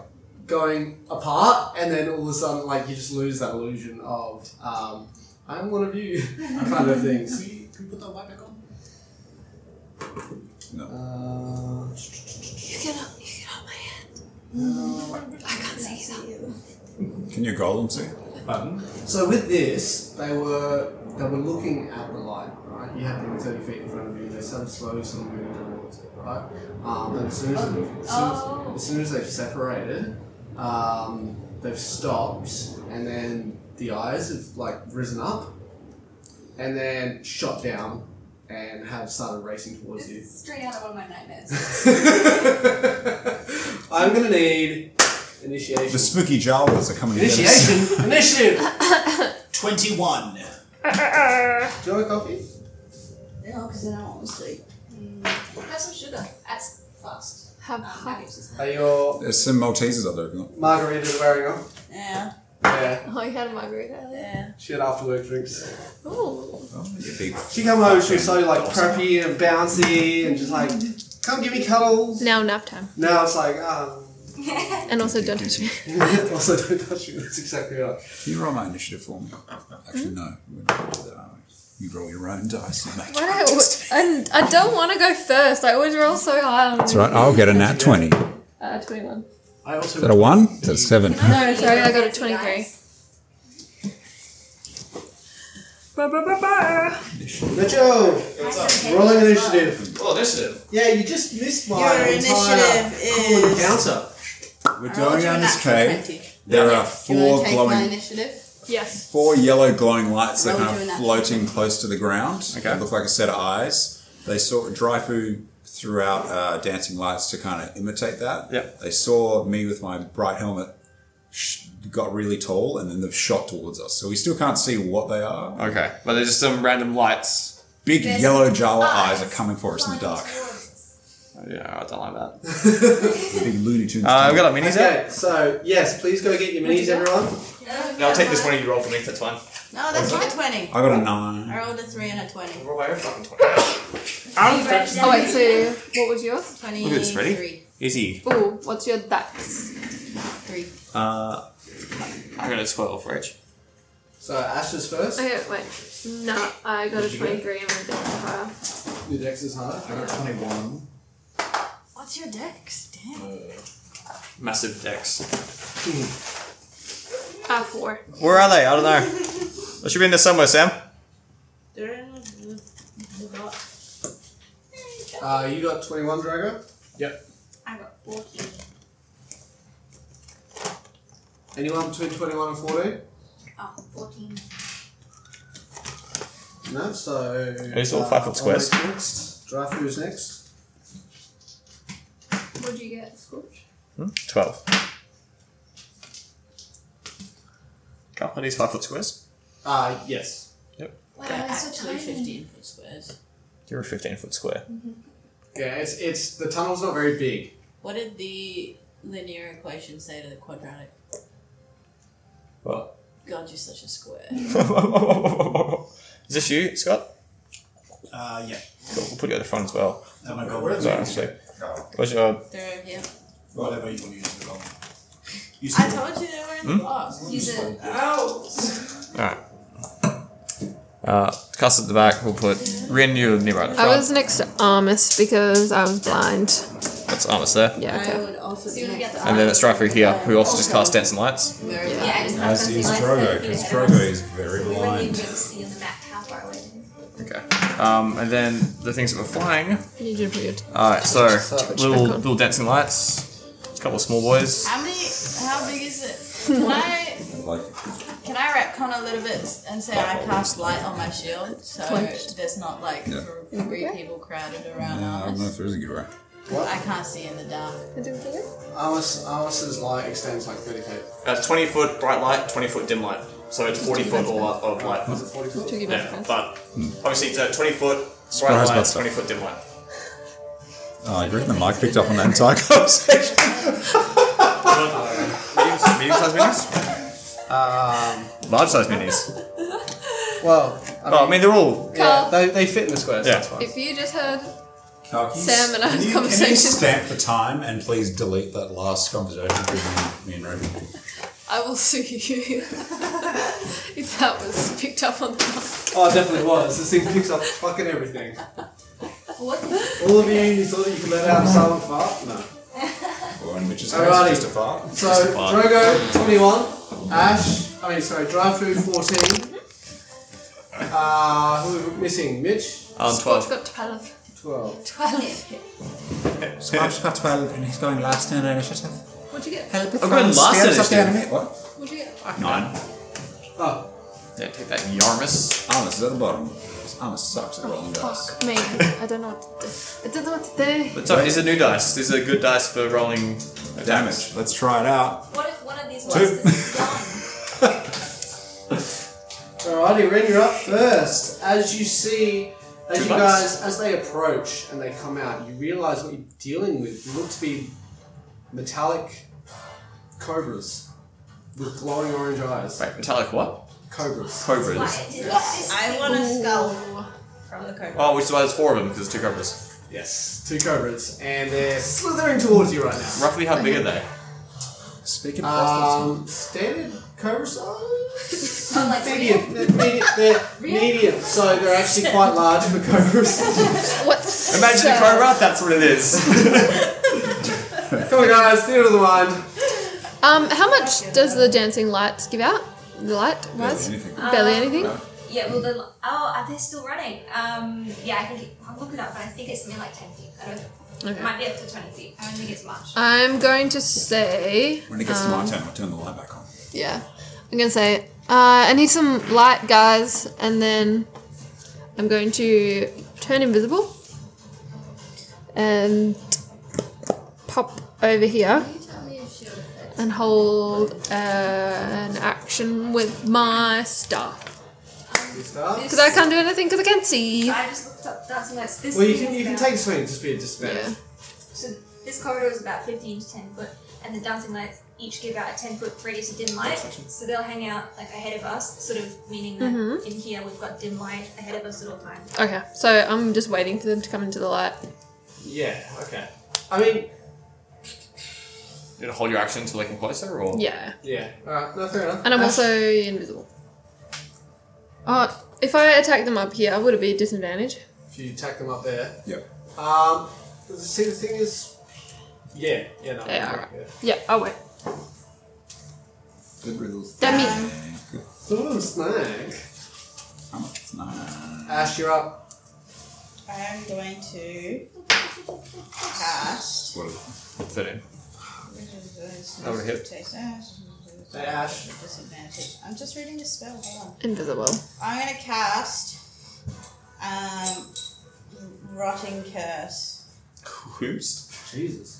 S8: going apart, and then all of a sudden, like you just lose that illusion of um, I'm one of you kind of things.
S6: Can we put that light back on?
S8: Uh,
S3: You get up, you get up my hand. I can't see that.
S5: Can your golem see?
S8: so with this, they were they were looking at the light. Right, you had them thirty feet in front of you. They started slowly sort of moving towards it. Right, um, and as soon as, as, soon as
S12: Oh.
S8: As soon as they've separated, um, they've stopped, and then the eyes have like risen up, and then shot down, and have started racing towards you.
S12: It's straight out of one of my nightmares.
S8: I'm gonna need Initiation.
S5: The spooky Jawas are coming to get us.
S8: Initiation. Initiative. Do
S6: 21.
S8: you want a coffee?
S4: No, because then I won't sleep.
S12: Have some sugar. That's fast.
S3: Have
S12: Um,
S3: hot.
S12: Maggie's is-
S8: Are your
S5: There's some Maltesers out there. if you want.
S8: margaritas wearing off?
S4: Yeah,
S8: Yeah.
S3: Oh, you had a margarita earlier.
S4: yeah.
S8: She had after work drinks.
S3: Ooh.
S5: Oh, you big
S8: She come home, she was so like preppy and bouncy and just like, come give me cuddles.
S3: Now nap time.
S8: Now it's like, ah.
S3: And also, don't touch me.
S8: also, don't touch me. That's exactly right.
S5: Can you roll my initiative for me? Actually, no. We're not going to do that, are we? You roll your own dice. And make
S3: Why do I, always- and I don't want to go first. I always roll so high on
S5: That's right. I'll get a nat 20. Is
S3: Uh, 21.
S6: I also
S5: that a 1? Is that a 7?
S3: No, sorry, I got a 23. Ba, ba, ba, ba.
S8: Nacho, rolling Oh, initiative.
S2: Well, initiative.
S8: Yeah, you just missed my
S4: Your
S8: entire
S4: initiative
S8: cool
S4: is-
S8: encounter.
S5: We're
S4: I'll
S5: going
S4: do
S5: down
S4: an
S5: this
S4: actual
S5: cave.
S4: 20.
S5: There are
S4: Do you want
S5: four
S4: to take my
S5: glowing,
S4: initiative?
S3: Yes.
S5: four yellow glowing lights that
S4: Roll
S5: are kind
S4: you an
S5: of
S4: actual
S5: floating close to the ground.
S2: Okay.
S5: They look like a set of eyes. They saw Dryfu threw out uh, dancing lights to kind of imitate that.
S2: Yep.
S5: They saw me with my bright helmet. sh- Got really tall, and then they've shot towards us. So we still can't see what they are.
S2: Okay. But they're just some random lights.
S5: Big
S12: There's
S5: yellow Jawa eyes
S12: eyes
S5: are coming for us in the dark.
S2: Yeah, I don't like that.
S5: Big Looney Tunes.
S2: Uh, I've got a minis out.
S8: Okay, so yes, please go get your minis, everyone.
S2: No, I'll take this one you roll for me. That's fine.
S4: No, that's not a 20.
S5: I got a nine.
S4: I rolled a 3 and a 20.
S2: Roll my own fucking twenty.
S3: Oh, wait, so what was yours?
S4: 23.
S2: at this, ready? Easy.
S3: Ooh, what's your dex?
S4: 3.
S2: Uh, I got a twelve for each.
S8: So Ash is first.
S3: Okay, wait. No, I got a 23 and my dex is higher.
S8: Your dex is higher.
S6: I got 21.
S4: What's your dex? Damn.
S2: Massive decks.
S3: Ah, 4.
S2: Where are they? I don't know. They should be in there somewhere, Sam.
S8: Uh, you got 21, Drago.
S12: I got 14.
S8: Anyone between 21 and 14?
S12: Oh, 14.
S8: No, so.
S2: Who's all five foot squares?
S8: Oleg's Next. Dryfu's next.
S3: What'd you get, Scorch?
S2: Hmm? Twelve. Come on, these five foot squares.
S8: Uh, yes.
S12: Wow,
S4: They're
S12: that's so
S4: actually
S12: tiny.
S4: 15 foot squares.
S2: You're a fifteen foot square.
S8: Yeah, it's, it's the tunnel's not very big.
S4: What did the linear equation say to the quadratic?
S2: What?
S4: God, you're such a square.
S2: Is this you, Scott?
S6: Uh, yeah.
S2: Cool. We'll put you at the front as well.
S6: Oh my god, where is
S2: Sorry,
S6: it?
S2: actually. What's your
S4: They're over here.
S6: Whatever you want to use the gold. Use
S4: I
S6: the
S4: told you they were in the box.
S12: Use it.
S2: Alright. Uh, cast at the back, we'll put Renew near right at the
S3: I
S2: front.
S3: was next to Armus because I was blind.
S2: That's Armus there.
S3: Yeah,
S4: I
S3: okay.
S4: would also
S12: See when we
S4: do
S12: get the
S2: And then it's Dryfu here, who also just cast Dancing Lights.
S4: They're
S12: Yeah, I just
S5: As is Drogo, because Drogo is very
S12: We wouldn't even
S5: blind.
S12: be able to see on the map how far away it is.
S2: Okay. Um, and then the things that were flying.
S3: I need you to put your.
S2: Alright, so
S8: So-
S2: little little Dancing Lights, a couple of small boys.
S4: How many? How big is it? Can I
S5: Like,
S4: can I retcon a little bit and say I cast light on my shield so
S3: Flinched.
S4: there's not like
S5: Yeah.
S4: th- three people crowded around
S5: I don't know
S4: us.
S5: if there is a good way.
S4: I can't see in the dark.
S8: Alice, Alice's light extends like 30 feet.
S2: Uh, 20 foot bright light, 20 foot dim light. So it's 40 foot all up of light.
S8: Is it 40 foot?
S3: Took you back first.
S2: but obviously it's a 20 foot
S5: Surprise buster.
S2: foot dim light.
S5: Oh, I reckon the mic picked up on that entire conversation.
S2: Medium sized minis?
S8: Um,
S2: Large sized minis.
S8: well, I mean,
S2: Well, Oh, I mean, they're all.
S3: Oh.
S8: yeah, they, they fit in the squares.
S2: Yeah.
S8: That's fine.
S3: If you just heard
S5: Can
S3: Sam and I had a
S5: you- Can you
S3: conversation.
S5: stamp the time and please delete that last conversation between me and Ruby?
S3: I will sue you. if that was picked up on the
S8: Oh, it definitely was. This thing picks up fucking everything.
S12: What the-
S8: All of you thought that you could let out a silent fart? No.
S5: Or in which is
S8: Alrighty.
S5: just a fart.
S8: So, Drogo, 21. Ash, I mean, sorry, Dry Food, 14. Uh, who are we missing? Mitch,
S2: Um,
S3: Scorch got 12.
S8: 12.
S3: 12.
S5: Scratch got 12 and he's going last in initiative.
S3: What'd you get?
S5: Help
S2: I'm going last in initiative.
S5: What?
S3: What'd you get?
S2: Nine.
S8: Oh,
S2: Yeah, take that, Yarmus.
S5: Oh, this is at the bottom. dice. Armor sucks at rolling dice.
S3: Fuck me. I don't know what to do. I don't know what to do.
S2: But sorry, these are new dice. These are good dice for rolling attacks.
S5: Damage. Let's try it out.
S12: What if one of these monsters is gone?
S8: Alrighty, Ren, you're up first. As you see, as
S2: Two
S8: you
S2: bucks.
S8: guys, as they approach and they come out, you realise what you're dealing with. You look to be metallic cobras with glowing orange eyes.
S2: Wait, metallic what?
S8: Cobras.
S2: Cobras.
S12: Why? Did this-
S4: I want a skull from the cobra.
S2: Oh, which is why there's four of them because there's two cobras.
S8: Yes, two cobras, and they're slithering towards you right now.
S2: Roughly how big are they?
S5: Speaking of
S8: Um, standard cobra size.
S12: Oh, like
S8: Medium, they're medium, they're medium, so they're actually quite large for cobras.
S3: What?
S2: Imagine a cobra. That's what it is.
S8: Come on, guys, the other one.
S3: Um, how much does the dancing lights give out? The light wise?
S5: anything.
S3: Barely anything.
S12: Yeah, well, then, oh, are they still running? Um, yeah, I think, it, I'll look it up, but I think it's something like 10 feet. I don't,
S3: Okay.
S12: It might be up to 20 feet. I don't think it's much.
S3: I'm going to say.
S5: when it gets
S3: Um,
S5: to my turn, I'll turn the light back on.
S3: Yeah. I'm going to say, uh, I need some light, guys, and then I'm going to turn invisible and pop over here and hold an action with my staff. Because I can't do anything because I can't see.
S12: I just looked up dancing lights. This
S8: Well, you
S12: thing
S8: can
S12: is
S8: you can
S12: about-
S8: take a swing, just be a disadvantage.
S3: Yeah.
S12: So this corridor is about 15 to 10 foot, and the dancing lights each give out a 10 foot radius of dim light. So they'll hang out like ahead of us, sort of meaning that in here we've got dim light ahead of us at all times.
S3: Okay, so I'm just waiting for them to come into the light.
S8: Yeah, okay. I mean,
S2: You gotta hold your action until they come closer, or
S3: Yeah.
S8: yeah. Alright, no, fair enough.
S3: And I'm
S8: Ash,
S3: also invisible. Oh, if I attack them up here, would it be a disadvantage?
S8: If you tack them up there.
S5: Yep.
S8: Um, see, the thing is. Yeah, yeah, no.
S3: They
S8: yeah,
S3: are. Yeah, I'll wait.
S5: Good riddles.
S3: That means-
S5: Good.
S8: Ooh, snag.
S5: Armor. It's nice.
S8: Ash, you're up.
S4: I am going to cast.
S5: What is
S2: thirteen. That would hit.
S8: Hey, Ash.
S4: Disadvantage. I'm just reading the spell. Hold on.
S3: Invisible.
S4: I'm going to cast um, Rotting Curse
S2: Who's?
S8: Jesus.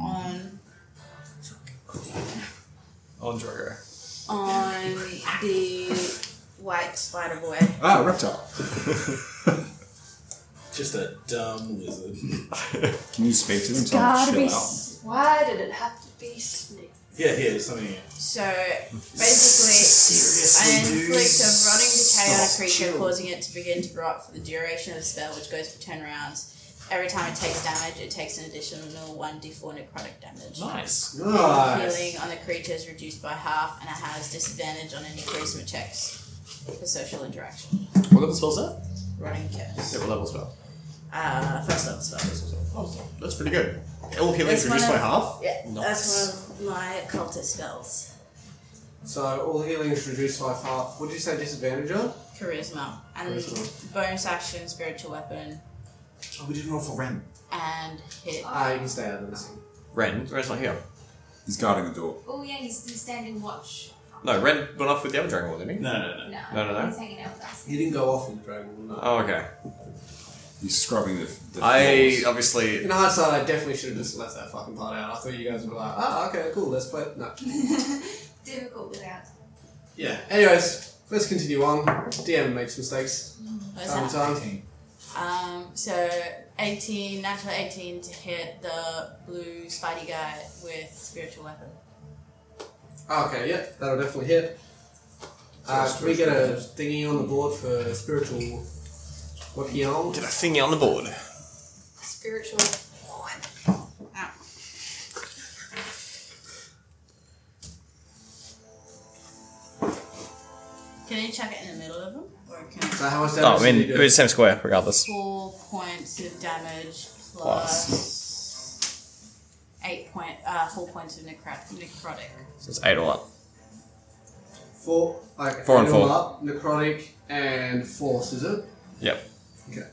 S4: on
S2: On Drogo.
S4: on the white spider boy.
S5: Ah, reptile.
S6: Just a dumb wizard.
S5: Can you speak to them? Tell them to chill out.
S3: Why did it have to be snake?
S6: Yeah, here, there's something here.
S4: So basically, I inflict a running decay on a creature, causing it to begin to rot for the duration of the spell, which goes for ten rounds. Every time it takes damage, it takes an additional one d4 necrotic damage.
S6: Nice.
S8: Nice.
S4: Healing on the creature is reduced by half, and it has disadvantage on any charisma checks for social interaction.
S2: What level spell's that?
S4: Running curse.
S2: Yeah, what level spell?
S4: Uh, first level spell.
S2: Oh, that's pretty good. All healing's
S4: That's one
S2: reduced by
S4: of-
S2: half.
S4: Yeah,
S2: Nice.
S4: that's one of my cultist spells.
S8: So, all healing is reduced by half. What did you say disadvantage on?
S4: Charisma and
S8: Charisma.
S4: bonus action, spiritual weapon,
S6: Oh, we didn't roll for Ren.
S4: and hit.
S8: Ah, you can stay out of this.
S2: Ren, Ren's not here.
S5: He's guarding the door.
S12: Oh, yeah, he's, he's standing watch.
S2: No, Ren went off with the other dragon lord, didn't he?
S6: No, no, no.
S12: No,
S2: No, no, no.
S12: he's hanging out with us.
S8: You didn't go off with the dragon, no.
S2: Oh, okay.
S5: He's scrubbing the. the
S2: I
S5: floors.
S2: obviously.
S8: In hindsight, I definitely should have just left that fucking part out. I thought you guys would be like, ah, okay, cool, let's play. No.
S12: Difficult without.
S8: Yeah. Anyways, let's continue on. DM makes mistakes.
S4: What is
S8: Time
S4: that?
S8: to time.
S4: Um, so 18, natural 18 to hit the blue spidey guy with spiritual weapon.
S8: Ah, okay, yeah, that'll definitely hit. Uh, can we get a thingy on the board for spiritual weapon?
S2: Get a thingy on the board.
S12: Spiritual.
S4: Can you chuck it in the middle of him? Or can
S8: So Uh, how much
S2: Oh,
S8: damage
S2: I mean,
S8: did you
S2: it
S8: do?
S2: was the same square, regardless.
S4: Four points of damage plus.
S2: Plus.
S4: Eight point, uh, four points of necrot- necrotic.
S2: So it's eight all up.
S8: Four. Okay,
S2: Four and
S8: add them
S2: four.
S8: Up, necrotic and force, is it?
S2: Yep.
S8: Okay.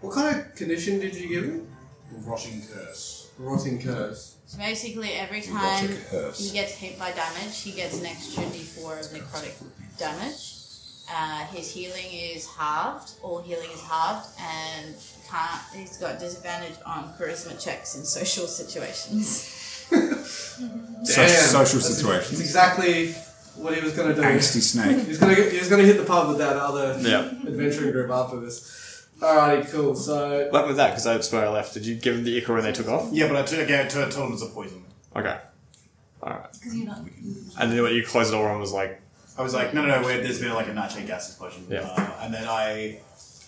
S8: What kind of condition did you give him?
S6: Rotting curse.
S8: Rotting curse.
S4: So basically, every
S5: Erotic
S4: time
S5: curse.
S4: he gets hit by damage, he gets an extra d4 of necrotic damage.
S10: Uh, his healing is halved. All healing is halved, and can't. He's got disadvantage on charisma checks in social situations.
S5: Such
S8: Damn.
S5: social
S8: That's
S5: situations.
S8: exactly what he was going to do.
S5: Angsty
S8: He
S5: snake.
S8: was gonna he was gonna hit the pub with that other
S2: Yeah.
S8: adventuring group after this. Alrighty, cool. So
S2: What happened with that? Because that's where I left. Did you give them the ichor and they took off?
S6: Yeah, but I took, again, I told told him it's a poison.
S2: Okay. Alright.
S4: Because you're not.
S2: And then when you closed the door and was like,
S6: I was like, no, no, no, wait, there's been like a nitrate gas explosion.
S2: Yeah.
S6: Uh, and then I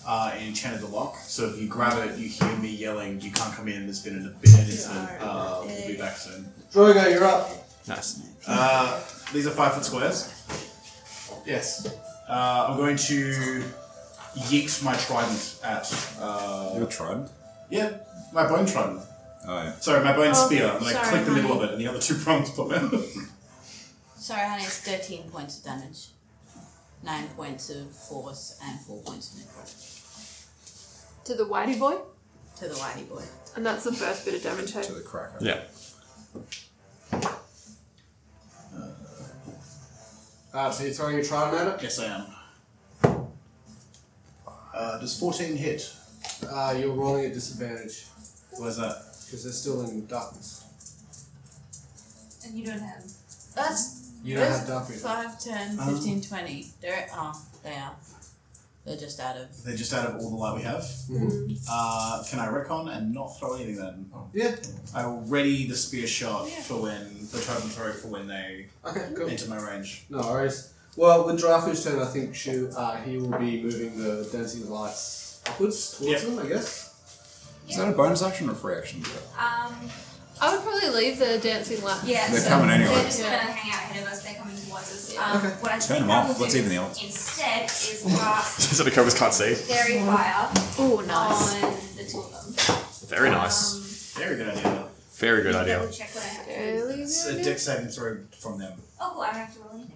S6: uh, enchanted the lock, so if you grab it, you hear me yelling, you can't come in, there's been an, been an incident, uh, we'll be back soon.
S8: Drogo, you're up.
S2: nice.
S6: Uh, these are five foot squares. Yes. Uh, I'm going to yeet my trident at.
S5: Your
S6: Uh,
S5: trident?
S6: yeah, my bone trident.
S5: Oh, yeah.
S6: Sorry, my bone
S10: Oh,
S6: spear. And I
S10: sorry,
S6: click the middle of
S10: honey.
S6: it, and the other two prongs pop out.
S10: Sorry, honey. It's thirteen points of damage. Nine points of force and four points of necrotic
S3: To the whitey boy,
S10: to the whitey boy.
S3: and that's the first bit of damage. Hey?
S5: To the cracker.
S2: Yeah.
S8: Ah, so you're throwing your trident at
S6: yes, I am. Uh, does 14 hit?
S8: it? Uh, you're rolling at disadvantage
S6: Where's that?
S8: because they're still in darkness.
S12: And you don't have.
S10: That's
S8: You don't have
S10: that's
S8: dark
S10: 5,
S8: vision.
S10: 10,
S6: Um.
S10: 15, 20. They're oh, they are. They're just out of
S6: They're just out of all the light we have.
S8: Mhm.
S6: Uh, can I recon and not throw anything then?
S8: Yeah.
S6: I will ready the spear shot
S10: Yeah.
S6: for when the trident throw for when they
S8: Okay. Cool.
S6: enter my range.
S8: No worries. Well, with Drafu's turn, I think she, uh, he will be moving the dancing lights upwards towards
S6: Yeah.
S8: them. I guess.
S5: Is that a bonus action or a free action?
S12: Um,
S3: I would probably leave the dancing lamp.
S12: yeah,
S5: They're
S12: so
S5: coming anyway.
S12: They're just going
S3: Yeah.
S12: to hang out ahead of us. They're coming towards us. Um, What I
S5: Turn
S12: think
S5: them
S12: I
S5: off.
S12: will
S5: Let's
S12: do
S5: even the odds.
S12: Instead, is cast
S2: so the cobras can't see.
S12: fairy fire
S3: Oh, nice.
S12: on the two of them.
S2: Very nice.
S12: Um,
S6: Very good idea.
S2: Very good
S12: Let me
S2: idea.
S12: Double check what I have to do.
S3: Really
S6: It's a
S3: good.
S6: deck saving throw from them.
S12: Oh, cool, I don't have to roll anything.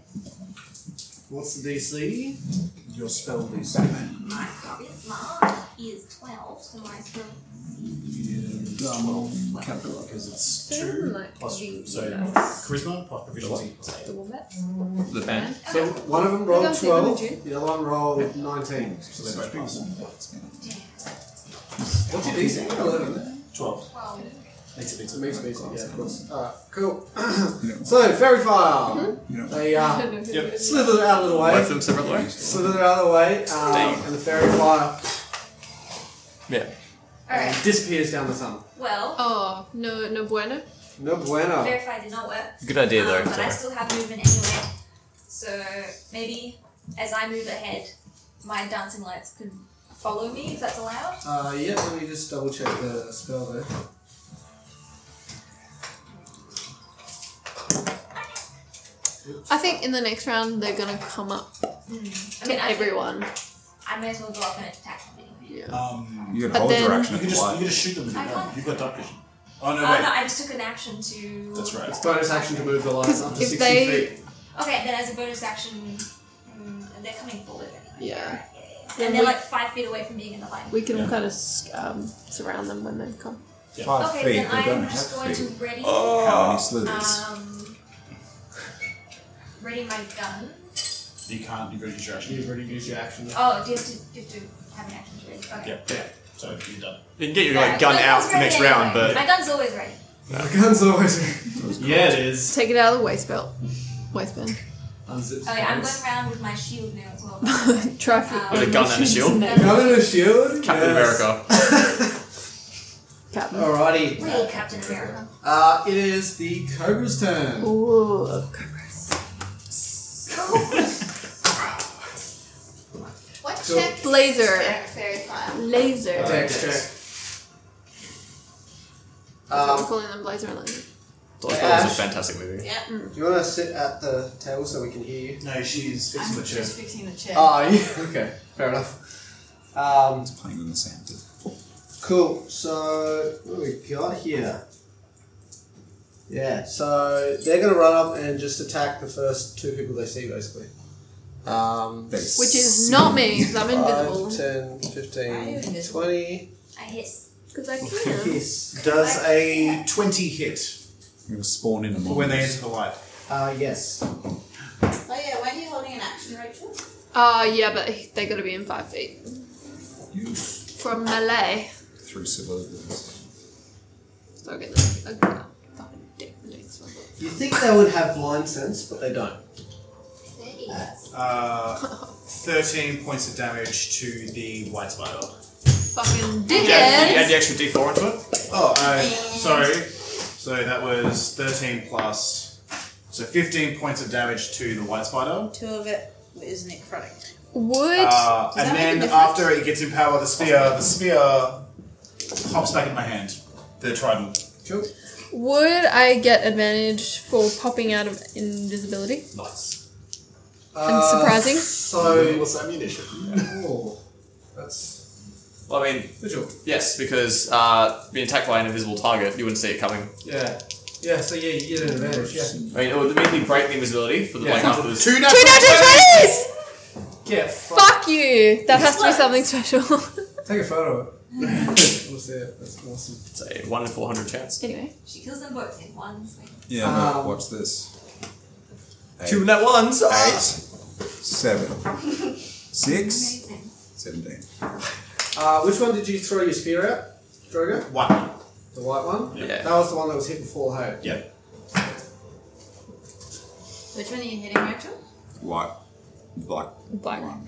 S8: What's the DC? Your spell DC.
S12: My spell is mine is 12, so my spell
S6: Because it's
S3: Turn,
S6: two
S3: like,
S6: plus
S3: the-
S6: so charisma plus proficiency.
S3: The wombat.
S2: The band.
S8: So one of them
S3: Can
S8: rolled
S3: I see what I
S8: 12, the other one rolled 19.
S6: So they're both plus
S8: What's your DC? 11.
S6: twelve.
S12: 12.
S6: Makes it beats
S8: It
S6: it.
S8: makes me think, yeah, of course. Alright, cool. so, fairy fire! They uh, slither out of
S2: Both
S8: the
S2: of
S8: way.
S2: them separately?
S8: Slither out of the way, um,
S2: Dang.
S8: and the fairy fire
S2: Yeah.
S12: Alright,
S8: disappears down the tunnel.
S12: well,
S3: Oh no, no bueno.
S8: No bueno.
S12: verify did not work.
S1: Good idea though.
S12: Um, but I
S1: sorry.
S12: still have movement anyway. So maybe as I move ahead, my dancing lights could follow me if that's allowed.
S8: Uh, yeah, let me just double check the spell there.
S3: I think in the next round they're gonna come up
S12: I
S3: to
S12: mean, I,
S3: everyone.
S12: I may as well go up and attack them anyway.
S6: Um,
S5: You can
S3: But
S5: hold your
S3: then-
S5: action
S6: you
S5: if
S6: can
S5: you
S6: just you
S5: like.
S6: can just shoot them. If you
S12: I
S6: want.
S12: can't.
S6: You've got dark vision. Oh no,
S12: Oh
S6: wait.
S12: no, I just took an action to.
S6: That's right.
S8: It's bonus action to move the line up to 60
S3: if they-
S8: feet.
S12: Okay, then as a bonus action, mm, and they're coming forward anyway.
S3: Yeah.
S12: Alright, yeah, yeah, yeah.
S3: Then
S12: And they're
S3: we-
S12: like five feet away from being in the line.
S3: We can
S6: Yeah.
S3: kind of um, surround them when they come.
S5: Five
S12: Okay,
S5: feet.
S12: then
S5: They don't
S12: I'm just going
S5: have
S12: to
S5: feet. Oh.
S12: ready.
S5: How many slithers?
S12: Um, ready my gun.
S6: You can't. You've already used your action.
S8: You've already used your action.
S12: Oh, do you have to, do you have to have an action to ready? Okay.
S6: Yeah, yeah. So you're done.
S2: You can get your
S12: Yeah,
S2: like gun
S12: my
S2: out
S12: gun's
S2: for the next
S12: ready
S2: round,
S12: anyway.
S2: but
S12: My gun's always ready.
S8: The gun's always
S6: Yeah, it is.
S3: Take it out of the waist belt. Waistband.
S8: unzips.
S3: Oh,
S12: Okay, I'm going around with my shield now as well.
S3: Try for
S2: with a gun and a shield.
S12: That's-
S8: Gun and a shield?
S2: Captain
S8: Yes.
S2: America.
S3: Captain.
S8: Alrighty.
S12: Hey, Captain America.
S8: Uh, it is the cobra's turn.
S3: Ooh, cobras.
S4: What
S8: Cool.
S4: check?
S3: Laser.
S4: Fairy fairy fire.
S3: Laser.
S8: Dex check. Um,
S3: I'm calling them blazer and laser.
S2: So I thought it was a fantastic movie.
S4: Yeah.
S8: Do you want to sit at the table so we can hear you?
S6: No, she's fixing
S4: I'm
S6: the chair.
S4: just fixing the chair.
S8: Ah, yeah, okay, fair enough. Um,
S5: Playing in the sand.
S8: cool, so what do we got here? Yeah, so they're going to run up and just attack the first two people they see, basically. Um,
S5: They
S3: Which is
S5: sing.
S3: not me, because I'm
S8: 5,
S3: invisible.
S4: Are
S8: 10,
S4: you
S8: 15,
S4: invisible?
S8: 20.
S12: I hiss.
S3: Because I can.
S8: Yes.
S6: Does a twenty hit
S5: You're gonna spawn in a
S6: for when they
S5: moment.
S6: enter the light?
S8: Uh, yes.
S10: Oh yeah, weren't you holding an action, Rachel?
S3: Uh, yeah, but they gotta be in five feet. From melee.
S5: Through civilians.
S3: So I'll get this. I'll get that fucking dick the next one.
S8: You think they would have blind sense, but they don't.
S6: Uh, 13 points of damage to the white spider.
S3: Fucking
S2: Yeah, you add
S3: dickhead!
S2: the extra D4 into it.
S6: Oh, uh, sorry. So that was 13 plus. So 15 points of damage to the white spider.
S10: Two of it is necrotic.
S3: Would.
S6: Uh,
S10: that
S6: and
S10: make a
S6: then
S10: difference?
S6: after it gets empowered with the spear, the spear pops back in my hand. The trident.
S8: Cool.
S3: Would I get advantage for popping out of invisibility?
S6: Nice.
S8: Uh,
S3: surprising.
S8: So,
S2: What's ammunition?
S8: oh, that's
S2: Well, I mean,
S8: visual.
S2: yes, because uh, being attacked by an invisible target, you wouldn't see it coming.
S8: Yeah. Yeah. So yeah, you get an advantage. Yeah.
S2: I mean, it would immediately break the invisibility for the
S8: Yeah.
S2: black hunters.
S6: Two
S3: Two natural twenties!
S8: Yeah.
S3: Fuck you! That has to be something special.
S8: Take a photo of it. we'll see it. That's awesome.
S2: It's a 1 in 400 chance.
S3: anyway.
S12: She kills them both in one swing.
S5: Yeah,
S8: Um,
S5: no, watch this. Eight,
S2: Two net ones!
S8: Ah.
S5: eight, seven, six,
S12: Amazing.
S5: seventeen.
S8: Uh, which one did you throw your spear at, Drogo?
S6: One.
S8: The white one.
S2: Yeah.
S8: That was the one that was hit before. Hey.
S6: Yeah.
S10: Which one are you hitting, Rachel?
S5: White, black
S3: Black
S5: one.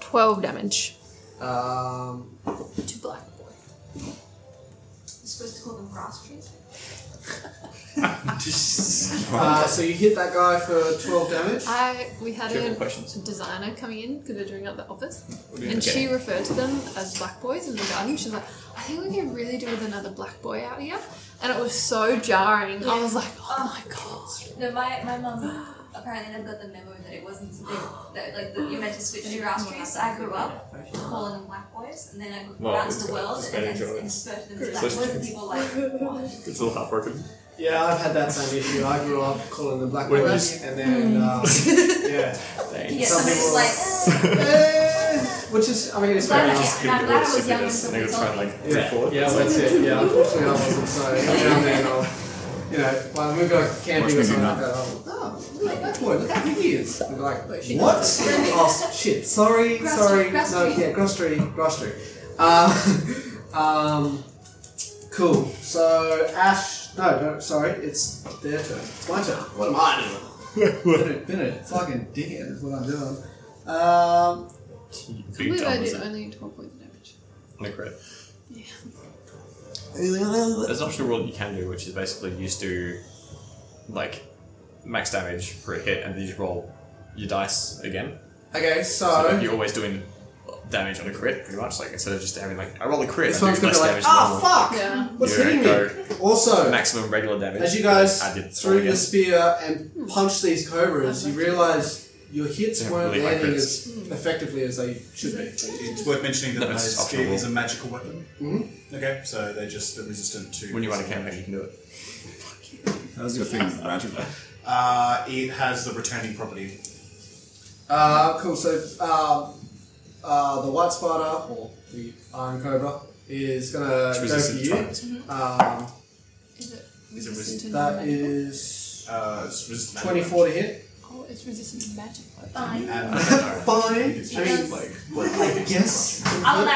S3: 12 damage
S8: Um,
S3: to black boy.
S12: You're supposed to call them grass trees.
S8: uh, so you hit that guy for twelve damage.
S3: I we had
S2: Do you have
S3: a
S2: more questions?
S3: designer coming in because we're doing up the office,
S2: yeah.
S3: and she
S2: Okay.
S3: referred to them as black boys in the garden. She's like, I think we could really do with another black boy out here, and it was so jarring. I was like, oh my god.
S12: No, my my mum apparently never got the memo that it wasn't something that like that you're meant to switch to grass trees. So I grew up calling them black boys, and then I grew
S2: Well,
S12: out to
S2: it's
S12: the
S2: got-
S12: world
S2: it's
S12: and
S2: better
S12: then
S2: enjoy it.
S12: inserted them to black boys, and people were like what?
S2: It's a little heartbroken.
S8: Yeah, I've had that same issue. I grew up calling them black boys, and then um, yeah,
S12: Hmm. You
S2: Thanks.
S12: get
S8: Some
S12: somebody
S8: people-
S12: who's like, eh.
S8: Eh, which is I mean it's fair
S12: Glad I-
S8: enough.
S12: and I'm glad I was young when
S2: Yes, and
S12: somebody
S2: they're
S12: told
S2: trying
S12: me.
S2: to, like,
S8: Yeah,
S2: forward.
S8: yeah, well, that's it. Yeah, unfortunately I wasn't. So every now and then I'll, you know, like we've got a
S5: Watch
S8: camping
S5: me
S8: or
S5: do
S8: something like
S5: that.
S8: that. I'm like, oh, look at that boy, look how big he is. And we're like, what? oh shit! Sorry,
S12: Grass
S8: sorry.
S12: tree, grass
S8: no,
S12: tree.
S8: yeah, grass tree, grass tree. Uh, um, cool. So Ash, no, no, sorry, it's their turn. It's my turn. What am I doing? been, a, been a fucking dickhead is what I'm doing. Um,
S2: Big
S3: Wait, I
S2: dumb,
S3: did
S2: isn't it?
S3: only 12 points of damage.
S2: Not great. There's an optional rule that you can do, which is basically you just do like max damage for a hit, and then you just roll your dice again.
S8: okay,
S2: So
S8: so.
S2: you're always doing damage on a crit, pretty much. Like instead of just having like I roll a crit,
S8: This
S2: I
S8: one's
S2: do
S8: gonna
S2: less
S8: be like,
S2: damage. than normal.
S8: ah, fuck!
S3: Yeah.
S8: What's
S2: You're
S8: hitting
S2: gonna
S8: me? Also,
S2: Maximum regular damage.
S8: as you guys
S2: I did
S8: threw
S2: all
S8: your
S2: again.
S8: spear and punched these cobras, you realise your hits
S2: They have
S8: weren't
S2: really high
S8: landing
S2: crits.
S8: as effectively as they should be.
S6: It's worth mentioning that
S2: No,
S6: my
S2: it's
S6: spear
S2: optional.
S6: is a magical weapon.
S8: Mhm.
S10: Mm-hmm.
S6: Okay, so they're just resistant to.
S2: when you run a campaign, you can do it.
S5: How's your thing with magic?
S6: Uh, it has the returning property.
S8: Uh, cool, so um, uh, the white spider, or the iron cobra, is going to go for
S2: resistant
S8: you.
S2: trials.
S8: Um,
S3: Is it
S6: Is it
S3: resistant to
S8: that
S3: magic?
S8: is
S6: Uh, it's resistant.
S8: 24 to hit.
S3: Oh, it's resistant to magic.
S12: Fine.
S6: And uh,
S8: Fine. I mean,
S6: like,
S8: I guess.
S12: I'll allow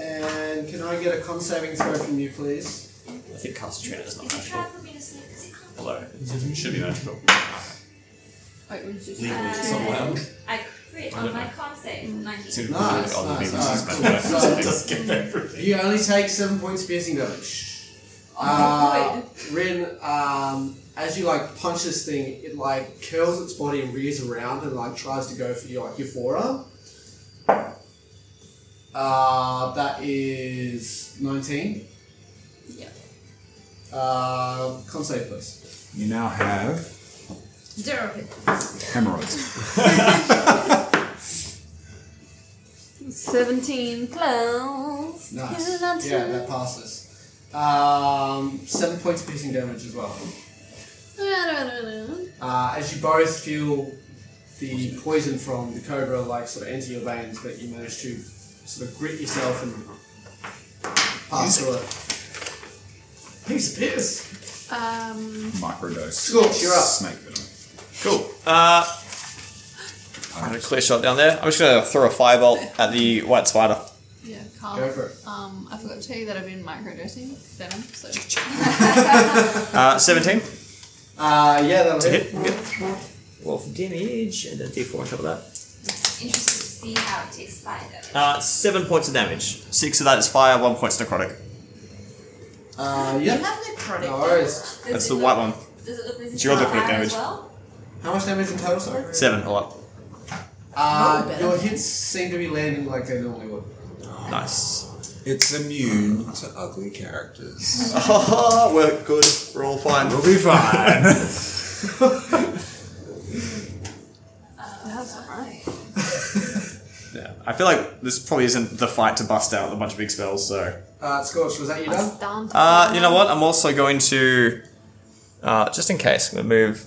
S8: Uh, and can I get a con saving throw from you, please?
S2: I think caster trainer is not
S12: Is it
S2: magical,
S12: trying for me to sleep? Is it
S2: although it should be magical.
S3: Wait, resistant.
S6: legally, it's
S12: Uh,
S6: not allowed.
S12: I crit
S2: I don't
S12: on my
S2: know.
S12: con save. 19.
S2: Seems
S8: Nice,
S2: really odd
S8: nice,
S2: that
S8: nice,
S2: people use
S8: cool.
S2: magical
S8: So-
S2: weapons. Just give everything.
S8: You only take seven points piercing damage.
S12: my
S8: Uh, Rin, um, as you like punch this thing, it like curls its body and rears around and like tries to go for your like your forearm. Uh, that is nineteen.
S3: Yeah.
S8: Uh, con save, please.
S5: You now have
S10: Zero hit.
S5: hemorrhoids.
S3: 17 clowns.
S8: Nice. Yeah, that passes. Um, seven points piercing damage as well. Uh, as you both feel the poison from the cobra like sort of enter your veins, but you manage to sort of grit yourself and pass through it. Piece of piss.
S3: Um,
S5: Microdose.
S8: Cool, you're up.
S5: Snake venom.
S2: Cool. Uh, I'm going to clear shot down there. I'm just going to throw a firebolt at the white spider.
S3: yeah, Carl.
S8: Go for it.
S3: Um, I forgot to tell you that I've been microdosing venom, so
S2: Uh, 17
S8: Uh, yeah, that'll
S2: to
S8: hit.
S2: hit. Yep.
S1: Well, for damage, and then d4 on top of that.
S12: Interested to see how it takes fire damage.
S2: Ah,
S1: Uh, seven points of damage.
S2: Six of that is fire, one point's necrotic.
S8: Uh,
S4: You
S8: yeah.
S4: have necrotic.
S8: No worries.
S12: Does
S2: That's
S12: it
S2: the
S12: look-
S2: white one.
S12: Does it look resistant
S2: It's your
S12: to
S2: liquid
S12: fire as
S2: damage.
S12: well?
S8: How much damage in total, sorry?
S2: Seven, a lot.
S8: Uh,
S4: better.
S8: your hits seem to be landing like they normally would.
S2: Nice.
S5: It's immune to ugly characters.
S2: Oh, we're good. We're all fine.
S5: we'll be fine.
S3: that's alright.
S2: Yeah. I feel like this probably isn't the fight to bust out a bunch of big spells, so.
S8: Uh, Scorch, was that you done?
S3: Down to
S2: Uh, you know what? I'm also going to, uh, just in case, I'm going to move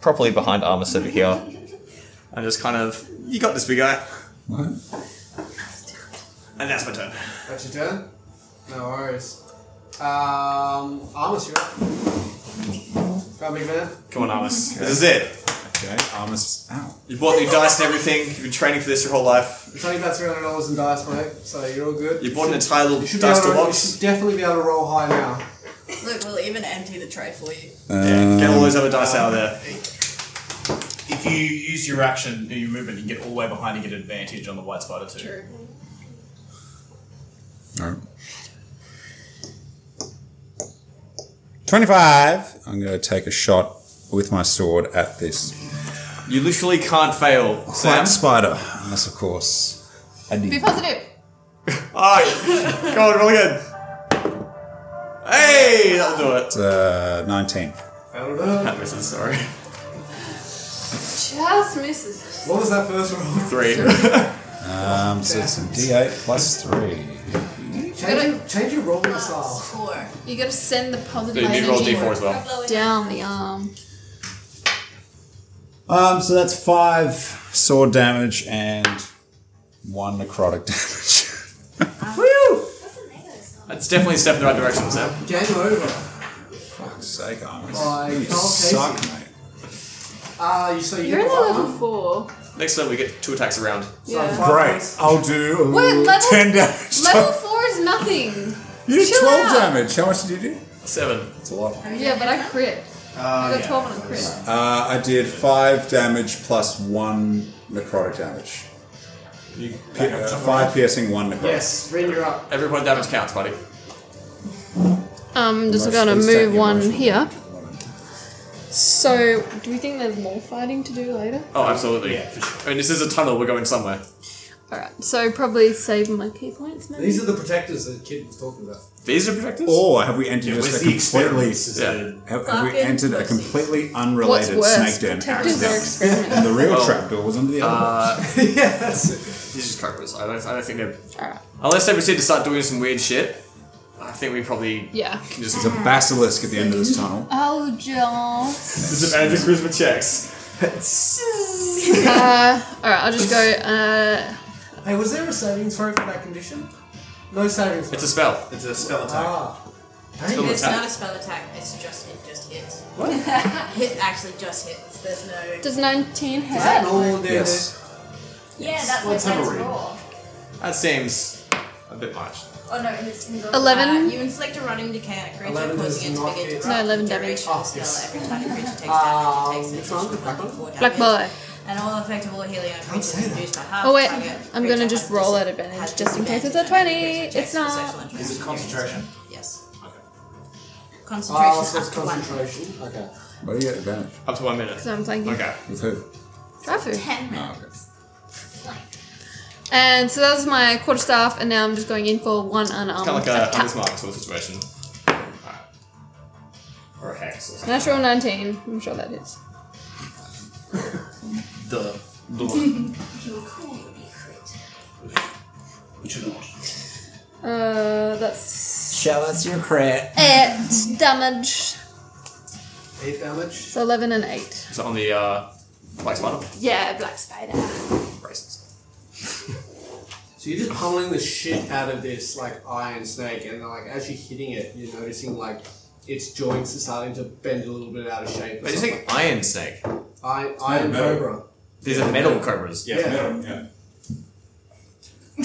S2: properly behind Armus over here. And just kind of, you got this, big guy. And that's my turn.
S8: That's your turn? No worries. Um, Armus, you're up. Got big man?
S2: Come on, Armus. This is it.
S5: okay, Armus. Ow.
S2: You bought your dice and everything. You've been training for this your whole life.
S8: It's only about $300 in dice, mate, so you're all good.
S2: You bought an entire little
S8: You should, be able
S2: dice
S8: to,
S2: to
S8: you
S2: box.
S8: should definitely be able to roll high now.
S4: Look,
S3: Uh,
S4: we'll even empty the tray for you.
S2: Yeah, get all those other dice out of there.
S6: If you use your action, your movement, you can get all the way behind and get advantage on the white spider too.
S3: True.
S5: No. 25. I'm going to take a shot with my sword at this
S2: You literally can't fail, Sam.
S5: white spider. Unless, of course, I
S3: Be
S5: did.
S3: positive.
S2: Alright, go on, really good. Hey, that'll do it.
S5: Uh, 19.
S8: That'll do.
S2: That misses, sorry.
S3: Just misses.
S8: What was that first roll?
S2: Three.
S5: Um, so it's a d8 plus 3.
S8: Change, change your rolling style.
S4: Four.
S3: You gotta send the positive
S2: you need to roll
S3: energy
S2: d4 as well.
S12: Blow it
S3: down the arm.
S5: Um, so that's 5 sword damage and 1 necrotic damage.
S12: What's the name of this song?
S2: That's definitely a step in the right direction, Sam.
S8: Game over.
S5: Fuck's sake, Armus.
S8: By
S5: You
S8: Carl Casey.
S5: suck, mate.
S8: Uh, you, so you
S3: You're in
S8: hit
S3: the
S8: the
S3: level
S8: button.
S3: four.
S2: Next time we get two attacks around.
S8: So
S3: Yeah.
S8: five
S5: Great.
S8: points.
S5: I'll do
S3: Wait, level-
S5: 10 damage.
S3: Level four is nothing.
S5: you did
S3: chill
S5: 12
S3: out.
S5: damage. How much did you do? Uh,
S2: Seven.
S5: That's a lot.
S3: Yeah, but I crit.
S8: Oh,
S3: I got twelve on a crit.
S5: Uh, I did five damage plus one necrotic damage. Pi- uh, five piercing, one necrotic.
S8: Yes, Rin, you're up.
S2: Every point damage counts, buddy.
S3: I'm Um, just
S5: Emotional-
S3: gonna
S5: it's
S3: move
S5: taking
S3: one
S5: emotional
S3: here.
S5: damage at the moment.
S3: So, do we think there's more fighting to do later?
S2: Oh, absolutely. Yeah, for sure. I mean, this is a tunnel. We're going somewhere.
S3: Alright, so probably save my key points maybe?
S8: These are the protectors that Kid was talking about.
S2: These are protectors?
S5: Or have we entered
S6: Yeah,
S5: just
S6: where's
S5: a
S6: the
S5: completely
S6: experiments? Is
S2: Yeah.
S6: the-
S5: have, have we
S4: Fucking
S5: entered a
S4: pussies.
S5: completely
S3: What's
S5: unrelated
S3: worse,
S5: snake den
S3: protectors or
S5: accident?
S3: experiments?
S5: And the real
S2: Oh.
S5: trapdoor was under the other.
S8: yeah, that's it.
S2: These are just cobras. I don't, I don't think they're.
S3: Alright,
S2: Unless they proceed to start doing some weird shit, I think we probably
S3: yeah.
S2: can just.
S5: There's a basilisk at the end of this tunnel.
S3: Oh, just.
S2: Disadvantage charisma checks.
S3: Uh, alright, I'll just go, uh,
S8: Hey, was there a saving throw for that condition? No saving throw.
S2: It's a spell.
S6: It's a spell attack.
S8: Ah. Hey,
S2: Spell
S4: It's
S2: attack.
S4: not a spell attack. It's just it just hits. What? Hit actually just hits. There's no.
S3: does 19 hit?
S8: is that normal down
S5: Yes.
S12: Yeah, that's
S6: Let's
S12: like
S6: have a
S12: that's
S6: read.
S12: raw.
S2: That seems a bit much.
S12: Oh no, it's in the
S3: Eleven.
S4: Uh, you inflict a running decay on a creature,
S8: 11
S4: causing it
S8: does
S4: to
S8: not
S4: begin
S8: hit. Oh,
S4: to
S3: No, 11
S4: duration
S3: damage.
S4: of the spell.
S8: Yes.
S4: Every time a creature takes
S8: Um,
S4: damage, it takes an
S8: which
S4: additional
S8: one? The black
S4: 1d4 damage.
S3: Black boy.
S4: And all effective or healing on creatures
S8: say that.
S4: reduced by half.
S3: Oh, wait,
S4: target
S3: I'm gonna
S4: creature
S3: just
S4: has
S3: roll
S4: disa-
S3: at advantage,
S4: has
S3: just in case it's a
S4: disadvantage
S3: 20.
S4: on creature checks
S3: It's
S4: for
S3: not.
S4: social interaction.
S6: Is it concentration?
S4: Yes.
S6: Okay.
S4: Concentration
S8: Ah, so
S4: up
S8: it's
S4: to one.
S8: concentration. Okay.
S5: Where do you get advantage?
S2: Up to one minute.
S3: So I'm playing
S2: Okay.
S5: With who?
S3: Rafu.
S12: Ten
S5: Oh,
S12: minutes.
S5: okay.
S3: And so that was my quarterstaff, and now I'm just going in for one unarmed
S2: Kind of like a
S3: attack.
S2: Hunter's Mark sort of situation. Alright. Or a hex or something.
S3: Natural 19, I'm sure that hits.
S6: The Lord.
S12: You're cool, you'll be crit.
S6: Which are not.
S3: Uh, that's
S1: Show us your crit.
S3: eight damage.
S8: Eight damage.
S3: So 11 and 8.
S2: So on the uh, black spider.
S3: Yeah, black spider.
S2: Racist.
S8: So you're just pummeling the shit out of this like iron snake, and like as you're hitting it, you're noticing like its joints are starting to bend a little bit out of shape. or
S1: But you
S8: something.
S1: think Iron Snake?
S8: I, I am
S5: metal.
S8: Cobra.
S1: These are metal cobras.
S8: Yeah.
S5: metal, yeah.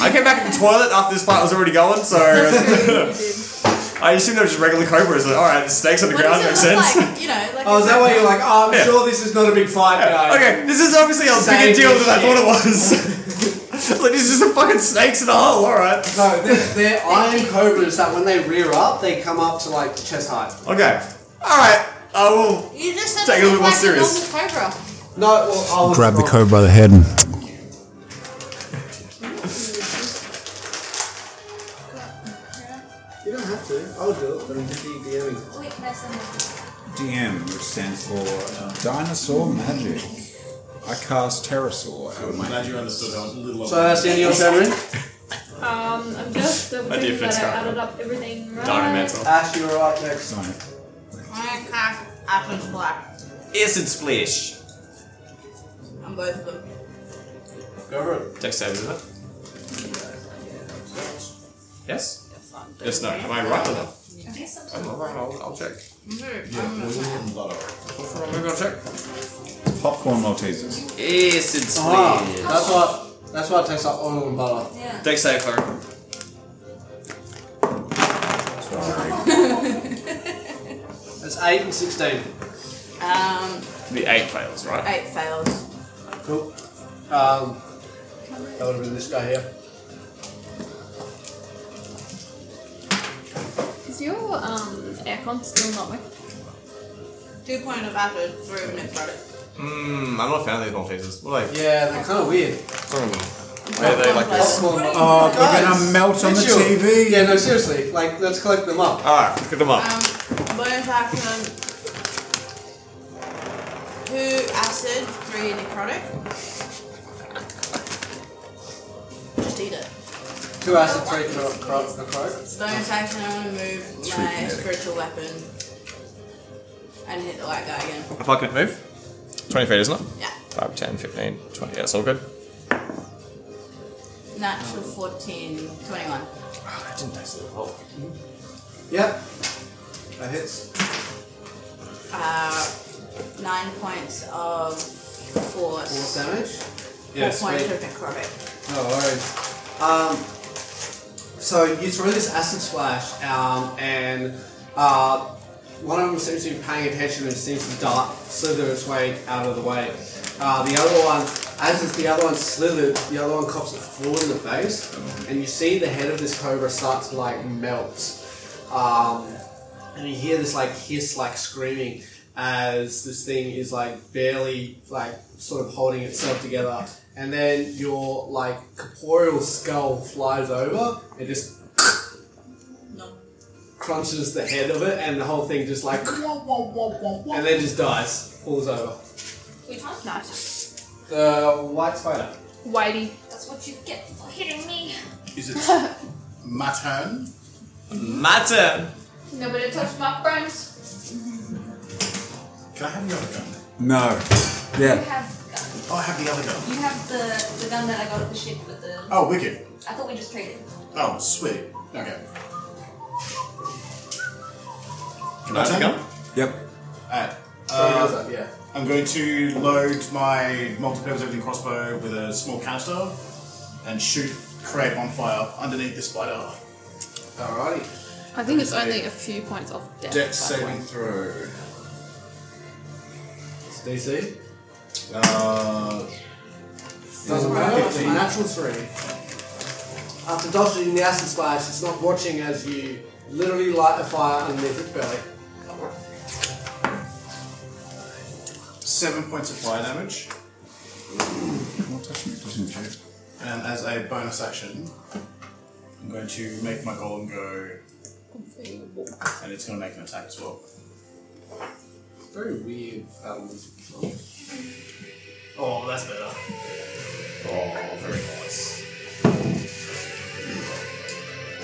S2: I came back in the toilet after this part was already going, so I assume they were just regular cobras. Like, all right, the snakes on the
S10: What
S2: ground makes
S10: does it look
S2: sense.
S10: like? You know, like
S8: Oh, is that why you're like, oh, I'm
S2: Yeah.
S8: sure this is not a big fight, guys?
S2: Okay, this is obviously a
S8: Same
S2: bigger deal than I
S8: shit.
S2: thought it was. like, this is just a fucking snakes in a hole. All right.
S8: No, they're, they're iron cobras that when they rear up, they come up to like chest height.
S2: Okay. All right. I will.
S10: You just said
S2: Take it a
S10: it looked
S2: little more
S10: like a
S2: serious.
S10: normal cobra.
S8: No, well, I'll
S11: Grab the
S8: I'll-
S11: cobra by the head and.
S8: You don't have to. I'll do it, but I'm just DMing.
S12: Wait, can I send this?
S5: DM, which stands for uh, Dinosaur Magic. I cast Pterosaur out of my
S6: Glad you understood how little
S8: So that's the end of your turn, Rin.
S3: Um, I'm just double
S2: I do
S3: checking
S2: fix
S3: that I
S2: that.
S3: added up everything right.
S1: Dynamental.
S8: Ash, you're right next.
S5: Sorry.
S10: I cast Atom Splash
S1: Acid Splash.
S10: on both of them.
S8: Go for it.
S1: Dex save, is it? Yes?
S10: That's fine.
S1: Yes, no. Am I right or not?
S12: I think some
S1: I'm not right. I'll, I'll check.
S10: Mm-hmm.
S1: I'm gonna check.
S5: Popcorn Maltesers.
S1: Acid
S8: Ah,
S1: Splash.
S8: that's what. That's why it tastes like oil and butter.
S12: Yeah.
S1: Dex save, Clara.
S5: Sorry.
S8: It's eight and sixteen.
S10: Um,
S1: The 8 fails, right?
S10: eight fails.
S8: Cool. Um, that would have been this guy here.
S3: Is your um aircon still not working?
S10: Two point of acid, three of necrotic.
S1: Mmm, I'm not a fan of these Maltesers. What are they?
S8: Yeah, they're kind of weird.
S1: Why are they like this?
S8: Popcorn.
S5: Oh,
S8: Guys,
S5: they're gonna melt on the
S8: Mitchell.
S5: TV.
S8: Yeah, no, seriously. Like, let's collect them up.
S1: Alright, pick them up.
S10: Um, bonus action. Two acid, three necrotic. Just eat it.
S8: Two acid, three necrotic. Cro- cro- necrotic.
S10: Bonus action, I want to move
S5: Three
S10: my
S5: kinetic.
S10: spiritual weapon and hit the white guy again.
S1: If I can move. 20 feet, isn't it?
S10: Yeah,
S1: 5, 10, 15, 20. That's all good.
S10: natural 14, 21.
S1: I didn't taste it at all.
S8: Yep. That hits.
S10: Uh, nine points of force.
S8: Force damage.
S10: Four points of necrotic.
S8: No worries. Um, so you throw this acid splash, um, and uh, one of them seems to be paying attention and seems to dart, slither its way out of the way. Uh, the other one, as is the other one slithered, the other one cops it full in the face, and you see the head of this cobra start to like melt. Um, and you hear this like hiss, like screaming, as this thing is like barely like sort of holding itself together. And then your like corporeal skull flies over and just
S10: No.
S8: crunches the head of it, and the whole thing just like and then just dies, falls over.
S12: Which one?
S10: Nice.
S8: The white spider.
S3: Whitey.
S12: That's what you get for hitting me.
S6: Is it my turn?
S1: Matter!
S3: Nobody touched my friends.
S6: Can I have the other gun?
S5: No.
S12: You
S5: Yeah.
S12: have the gun.
S6: Oh, I have the other gun.
S12: You have the, the gun that I got at the ship with the.
S6: Oh, wicked.
S12: I thought we just traded.
S6: Oh, sweet. Okay.
S1: Can I take them?
S5: Yep.
S6: Alright.
S8: Sorry,
S6: Uh,
S8: goes up, yeah.
S6: I'm going to load my multi-purpose everything crossbow with a small canister and shoot create bonfire underneath the spider.
S8: Alrighty.
S3: I think it's only a few points off death.
S6: Dex
S3: by the way.
S6: saving throw.
S8: It's DC.
S6: Uh,
S8: Doesn't matter. It's a natural three. After dodging the acid splash, it's not watching as you literally light a fire underneath its belly.
S6: seven points of fire damage,
S5: Not touching it, touching the chest.
S6: and as a bonus action, I'm going to make my golem go, and it's going to make an attack as well.
S8: Very weird um, battle music.
S1: Oh, that's better.
S6: Oh, very nice.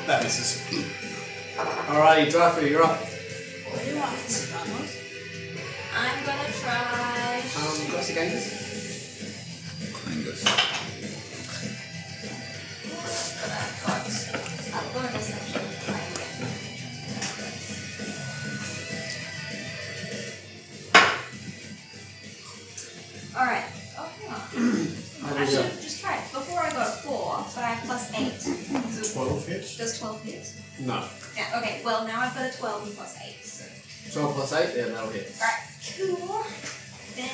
S6: That misses.
S8: Alrighty, Drafu, you're up.
S10: What do you want from the gun ones?
S12: I'm gonna try.
S8: Um, Glassy Gangus.
S12: I've got a bonus action. Alright. Oh, hang on. I should have just tried. Before I got a 4, but I have plus 8. So
S6: 12 hit?
S12: does 12 hit?
S8: No.
S12: Yeah, okay. Well, now I've got a 12 and plus 8. So.
S8: 12 plus 8, yeah, that'll hit.
S12: Alright, cool. Then.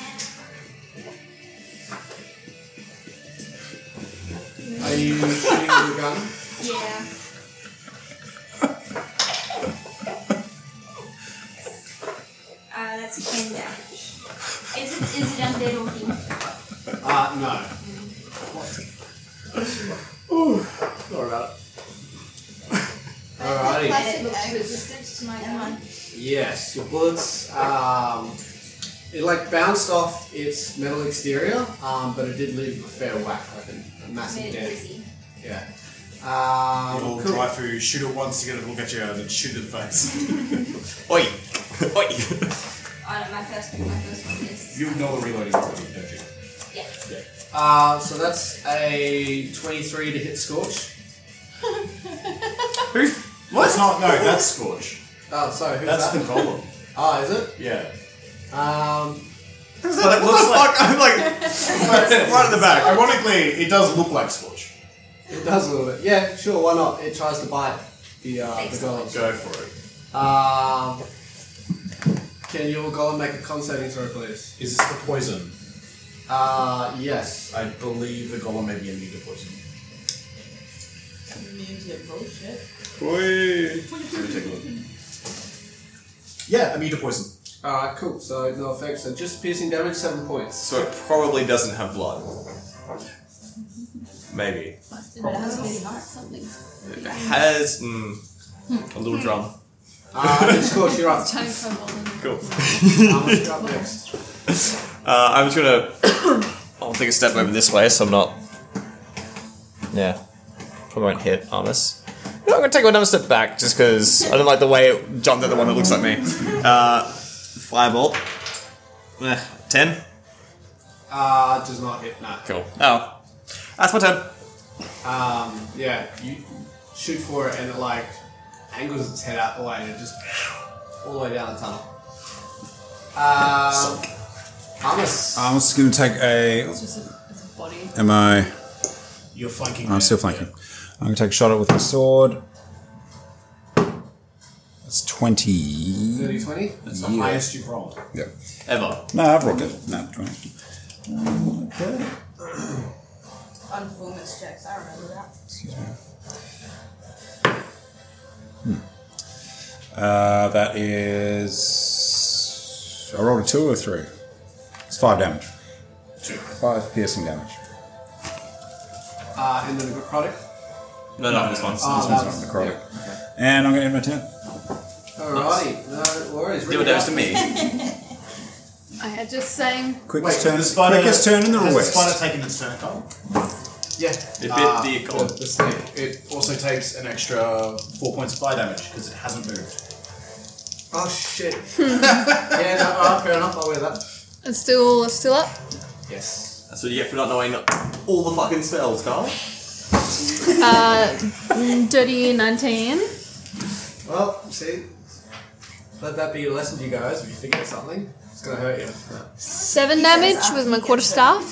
S8: Are you shooting with a gun?
S12: Yeah. Uh, that's 10 damage. Is it, is it undead or human?
S8: Uh, no. Ooh, sorry about it. Alrighty.
S12: Plus it looks resistant to my gun.
S8: Yes, your bullets. Um, it like bounced off its metal exterior, um, but it did leave a fair whack, like a, a massive
S12: Made it
S8: dent.
S12: dizzy.
S8: Yeah.
S6: Good
S8: Um,
S6: old
S8: cool.
S6: dry food, shoot it once to get it to look at you and then shoot it in the face.
S2: Oi! Oi!
S12: Oh no, my first, my first one is.
S11: You know the reloading already, don't you?
S12: Yeah.
S8: Uh, so that's a twenty-three to hit scorch.
S6: That's not, no, that's Scorch.
S8: Oh, sorry, who's
S6: That's the
S8: that?
S6: golem.
S8: oh, is it?
S6: Yeah.
S8: Um,
S6: But it looks like,
S2: I'm like,
S6: right in the back. Ironically, it does look like Scorch.
S8: it does a little bit. Yeah, sure. Why not? It tries to bite the uh, the
S12: Thanks.
S8: golem.
S6: Go for it.
S8: Um, can your golem make a con saving throw, please?
S6: Is this the poison?
S8: Uh, yes.
S6: I believe the golem may be immune to poison.
S2: oi!
S6: Yeah, immune to poison.
S8: All right, cool. So no effect. So just piercing damage, seven points.
S2: So it probably doesn't have blood. Maybe.
S4: But it has a really nice something. Hmm.
S2: It has mm, a little drum.
S8: Uh, and Scorch, you're up.
S3: Time for one.
S2: Cool.
S8: Um, you're up next.
S2: Uh, I'm just gonna. I'll take a step over this way so I'm not. Yeah. Probably won't hit Armus. No, I'm gonna take another step back just because I don't like the way it jumped at the one that looks like me. Uh, fireball. Eh, ten.
S8: Uh, does not hit. No.
S2: Cool. Oh. That's my turn.
S8: Um, yeah, you shoot for it and it like angles its head out the way and it just all the way down the tunnel. Um, Armus.
S2: Um,
S5: I'm just going to take a.
S3: It's just a, it's a body.
S5: Am I?
S6: You're flanking.
S5: I'm
S6: me.
S5: still flanking. I'm going to take a shot at it with my sword. That's 20.
S8: 30 20?
S6: That's the
S5: Yeah.
S6: highest you've rolled.
S5: Yeah.
S2: Ever.
S5: No, I've rocked it. No, 20. Um, okay.
S4: On performance checks, I remember that.
S5: Excuse me. Hmm. Uh, that is. I rolled a two or a three. It's five damage.
S6: Two.
S5: Five piercing damage.
S8: Uh, and then the necrotic.
S2: No, no, this one's.
S4: Oh.
S8: Ah,
S5: This
S8: that's-
S5: one's necrotic. And I'm going to end my turn.
S8: Alrighty, no worries.
S2: Deal
S8: Really
S2: damage to me.
S3: I had just saying.
S5: Quickest turn. quickest turn in the
S6: has
S5: west.
S6: The spider taken its turn, Carl?
S8: Yeah.
S2: It bit
S6: Ah,
S2: the
S6: good. The snake. It also takes an extra four points of fire damage because it hasn't moved.
S8: Oh shit. yeah, no, alright, fair enough, I'll wear that.
S3: It's still, it's still up.
S8: Yes.
S2: That's what you get for not knowing all the fucking spells, Carl.
S3: Uh, dirty 19.
S8: Well, see, let that be your lesson to you guys. If you think of something, it's gonna hurt you.
S3: Seven damage with my quarterstaff.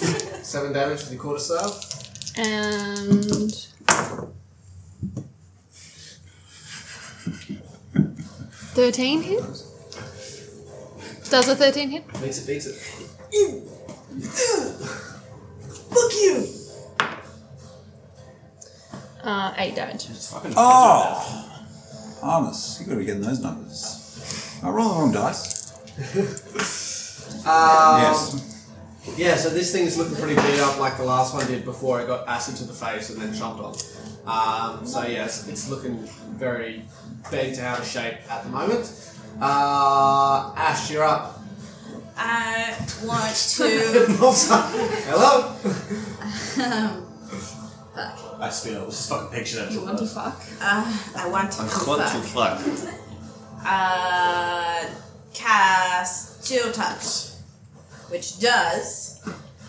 S8: Seven damage with your quarterstaff.
S3: And. Thirteen hit. Does a thirteen hit?
S8: Beats it, beats it.
S3: Uh, eight damage.
S5: Oh! Armus, you gotta be getting those numbers. I rolled the wrong dice. yes.
S8: Yeah, so this thing is looking pretty beat up like the last one did before it got acid to the face and then jumped on. Um, so yes, it's looking very bent out of shape at the moment. Uh, Ash, you're up.
S4: I want to.
S8: Hello.
S6: I spill. Let's just fucking picture that.
S4: Oh.
S3: You want to fuck?
S4: Uh, I want to.
S2: What the
S4: fuck.
S2: fuck?
S4: Uh, cast Chill Touch, which does.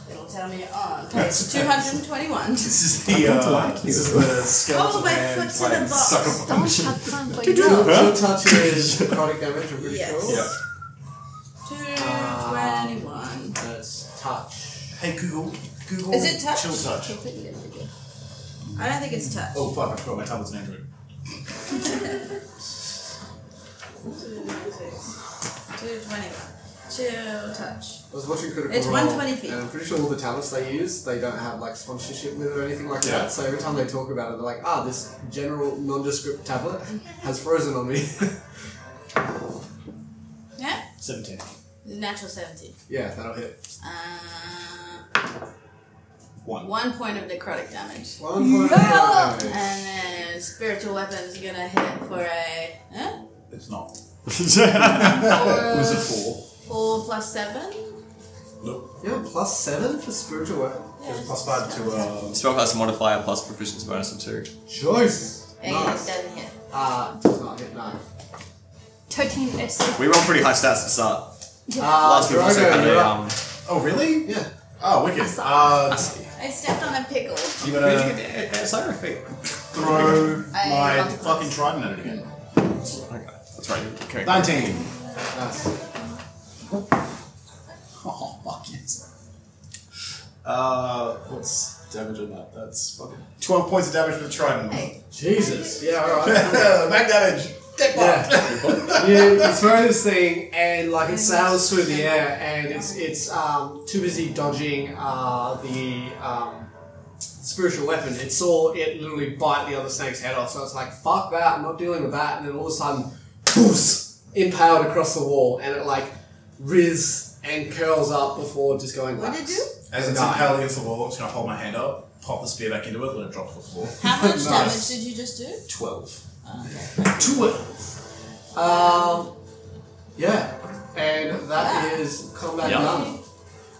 S4: It'll tell me on page 221.
S6: This is the uh, this is the skeleton
S4: Hold Oh, my
S6: man
S4: foot to the
S6: playing
S4: box.
S6: sucker punch.
S3: Don't have fun, but
S8: Chill,
S3: you
S8: chill touch is necrotic damage. I'm pretty
S4: Yes.
S8: sure.
S6: Yeah.
S4: 221.
S8: That's touch.
S6: Hey Google, Google
S10: Is it touch?
S6: Chill Touch.
S10: I don't think it's touch.
S6: Oh fuck, I forgot my tablet's an Android.
S10: Two twenty. Chill touch.
S8: I was watching Critical
S10: It's
S8: Role,
S10: 120 feet.
S8: And I'm pretty sure all the talents they use, they don't have like sponsorship with it or anything like
S6: Yeah.
S8: that. So every time they talk about it, they're like, ah, this general nondescript tablet has frozen on me.
S10: Yeah?
S6: Seventeen.
S10: Natural 70.
S8: yeah, that'll hit.
S10: Uh,
S6: One.
S10: One point of necrotic damage.
S8: One point of damage.
S10: And then spiritual weapon's gonna hit for a. Huh?
S6: It's not.
S10: Four,
S6: It was a four.
S10: Four plus seven?
S8: You have plus seven for spiritual weapon.
S10: Yeah.
S6: Plus five to uh,
S2: Spellcast modifier plus proficiency bonus of two.
S8: Choice.
S10: Eight
S8: Nice.
S10: doesn't hit.
S8: Ah, does not hit nine.
S3: 13 SC.
S2: We rolled pretty high stats at the start.
S8: Ah,
S2: Last week we also
S8: Drogo,
S2: had
S8: you're
S2: a,
S8: up.
S2: um,
S6: Oh really?
S8: Yeah.
S6: Oh wicked. Uh,
S10: I stepped on a pickle.
S6: you gonna
S2: SR feat.
S6: throw
S10: I
S6: my
S10: love-
S6: fucking trident at it again.
S2: Okay, that's right. Okay.
S6: Nineteen.
S8: Nice.
S6: Oh fuck yes. Uh, what's damage on that? That's fucking twelve points of damage for the trident.
S10: Hey.
S8: Jesus. Yeah, alright.
S6: Back damage. Dick
S8: Yeah.
S6: yeah.
S8: you, you throw this thing and like it sails through the air and it's it's um, too busy dodging uh, the um, spiritual weapon. It saw it literally bite the other snake's head off, so it's like fuck that, I'm not dealing with that. And then all of a sudden, poof, impaled across the wall, and it like riz and curls up before just going.
S10: What did it do?
S6: As it's
S8: Nine.
S6: impaled against the wall, I'm just gonna hold my hand up, pop the spear back into it, let it drop to the floor.
S10: How much
S8: Nice.
S10: damage did you just do?
S6: Twelve.
S10: Oh,
S8: Twelve. Um, yeah, and
S10: Ah.
S8: that is combat
S2: Yeah.
S8: done.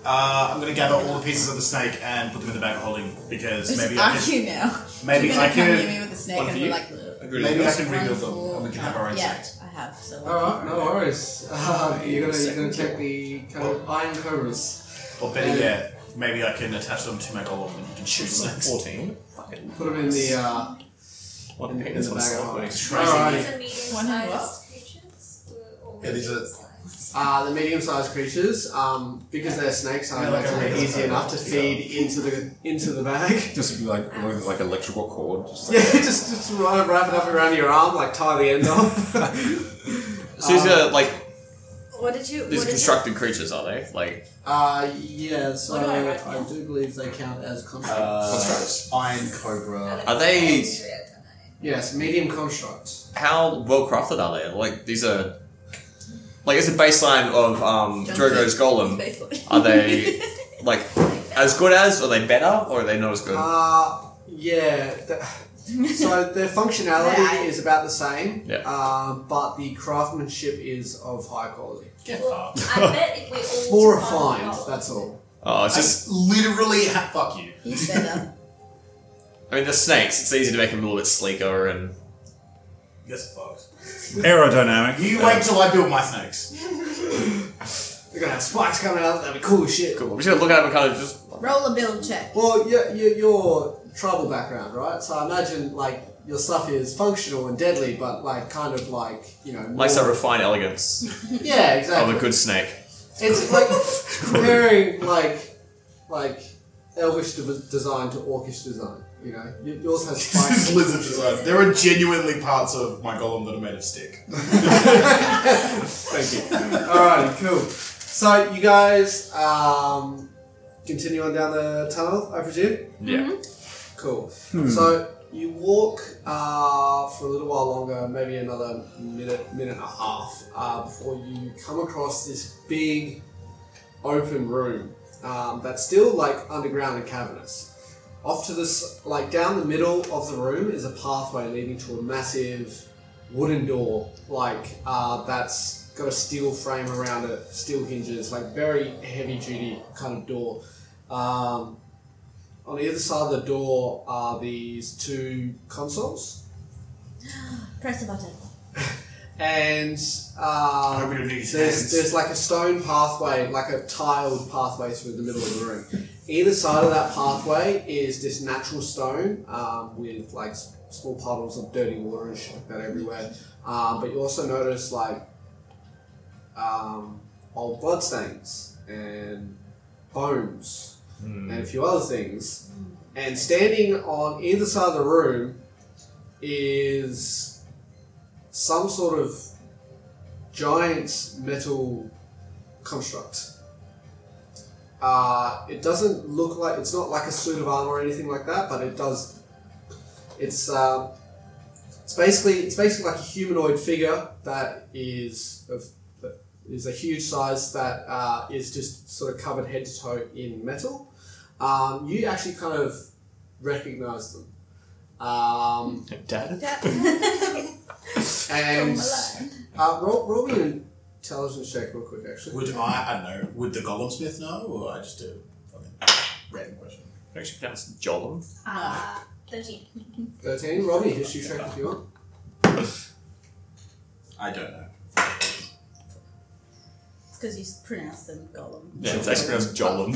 S6: Uh, I'm gonna gather all the pieces of the snake and put them in the bag of holding because
S10: It's
S6: maybe I
S10: are
S6: can,
S10: you now?
S6: maybe
S10: You're
S6: I
S10: gonna come near me
S6: can
S10: with a snake
S2: One for
S10: and
S2: you.
S10: be like, "Ugh."
S6: maybe I can
S10: One
S6: rebuild them
S10: for-
S6: and we can have our own
S10: Yeah,
S6: snakes.
S10: I have. So
S8: All right, no worries. Uh, you're gonna you're gonna check the co- iron cobras,
S6: Or better yet, maybe I can attach them to my golem and you can shoot snakes.
S2: Fourteen. Fucking.
S8: put them in the uh,
S2: What
S8: in,
S2: the heck
S8: in
S2: is
S8: the
S2: this
S8: bag of
S2: one?
S8: holding.
S6: Crazy.
S8: All
S12: These
S8: right,
S12: are
S10: One what?
S12: medium-sized creatures. We're all
S6: Yeah, these are-
S12: medium-sized.
S8: uh, the medium-sized creatures, um, because they're snakes, I
S6: Yeah, like
S8: imagine
S6: a
S8: they're
S6: regular
S8: easy
S6: cobra.
S8: enough to feed into the into the bag.
S5: Just like with like electrical cord. Just like,
S8: Yeah, just just wrap wrap it up around your arm, like tie the end off.
S2: So these
S8: Um,
S2: are like
S10: What did you? what
S2: these are
S10: did you-
S2: constructed creatures, are they? Like
S8: uh, yeah, so
S10: What do I write
S8: I do believe they count as constructs.
S2: uh,
S6: Iron Cobra.
S2: are they
S8: yes, medium constructs.
S2: how well crafted are they? Like these are like it's a baseline of um, Drogo's golem. Are they like as good as? Are they better, or are they not as good?
S8: Uh, yeah. The, so their functionality
S10: Yeah.
S8: is about the same,
S2: Yeah.
S8: um, but the craftsmanship is of high quality.
S6: Get fucked.
S12: I bet if we all
S8: More
S12: took on
S8: refined,
S12: roll-
S8: that's all.
S2: Oh, it's
S6: I
S2: just.
S6: just literally ha- fuck you.
S10: He's
S4: um,
S10: better.
S2: I mean, they're snakes. It's easy to make them a little bit sleeker and.
S6: Yes, fucked.
S5: Aerodynamic.
S6: You wait till I build my snakes.
S8: They're gonna have spikes coming out, that'd be cool as shit.
S2: Cool. I'm just gonna look at them and kind of just.
S10: Roll a build check.
S8: Well, your, your, your tribal background, right? So I imagine, like, your stuff is functional and deadly, but, like, kind of like, you know.
S2: Likes that
S8: more-
S2: refined elegance
S8: Yeah, exactly.
S2: of a good snake.
S8: It's like comparing like like elvish de- design to orcish design. You know, Y- yours has
S6: This
S8: spikes.
S6: is lizard design. There are genuinely parts of my golem that are made of stick.
S8: Thank you. Alrighty, cool. So you guys um, continue on down the tunnel, I presume.
S2: Yeah.
S8: Cool. So you walk uh, for a little while longer, maybe another minute, minute and a half, uh, before you come across this big open room um, that's still like underground and cavernous. Off to this, like down the middle of the room, is a pathway leading to a massive wooden door, like uh, that's got a steel frame around it, steel hinges, like very heavy duty kind of door. Um, on either side of the door are these two consoles,
S10: Press the button.
S8: and
S6: I hope we
S8: uh,
S6: don't need his
S8: there's,
S6: hands.
S8: there's like a stone pathway, like a tiled pathway through the middle of the room. Either side of that pathway is this natural stone um, with like s- small puddles of dirty water and shit like that everywhere. Um, but you also notice like um, old bloodstains and bones
S6: Hmm.
S8: and a few other things. And standing on either side of the room is some sort of giant metal construct. Uh, it doesn't look like it's not like a suit of armor or anything like that, but it does. It's uh, it's basically it's basically like a humanoid figure that is of that is a huge size that uh, is just sort of covered head to toe in metal. Um, you actually kind of recognize them. Um,
S1: Dad?
S8: and uh, roll, roll me an intelligence check real quick, actually.
S6: Would I, I don't know, would the golem smith know, or I just do a fucking random question?
S2: Actually, pronounced Jollum.
S12: Uh, 13.
S8: 13. Roll me a history check if you want.
S6: I don't know.
S4: It's because you pronounce them golem.
S2: Yeah, it's actually pronounced Jollum.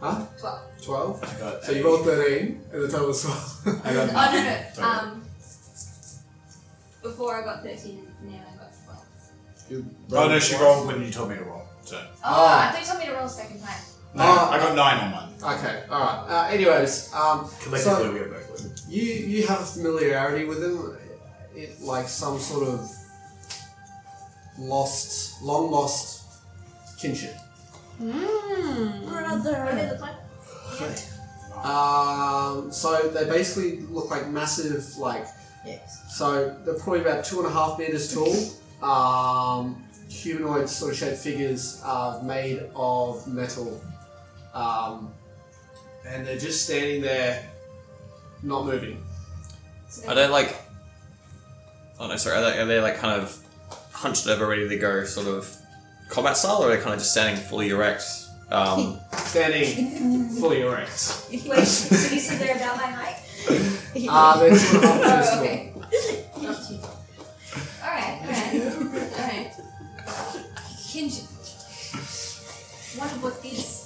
S8: Huh?
S12: 12.
S8: 12.
S6: I got
S8: So you rolled 13, and the total was 12.
S6: I got
S12: Oh, no, no. Um, before I got 13, now I got 12.
S8: You
S6: Oh no,
S8: rolled
S6: she
S8: twice.
S6: rolled when you told me to roll. So
S12: Oh,
S8: Ah.
S12: I thought you told me to roll a second time.
S6: no,
S8: Ah.
S6: I got nine on mine.
S8: Okay, alright. Uh, anyways, um,
S6: Collectively, we have both. win.
S8: You you have a familiarity with them, it like some sort of lost, long lost kinship.
S12: What
S4: Brother.
S12: is the plan?
S8: Um, so they basically look like massive, like
S4: Yes.
S8: so they're probably about two and a half meters tall. Um, humanoid sort of shaped figures are made of metal, um, and they're just standing there, not moving.
S12: So
S2: Are they like? Oh no, sorry. Are they, are they like kind of hunched over, ready to go, sort of combat style, or are they kind of just standing fully erect? Um,
S8: Standing fully erect.
S12: Wait, so you said they're about my height?
S8: Uh, they're two and a half meters
S12: Oh,
S8: tall.
S12: okay. Not too tall. Alright, alright. Alright. Kinjin. What about these?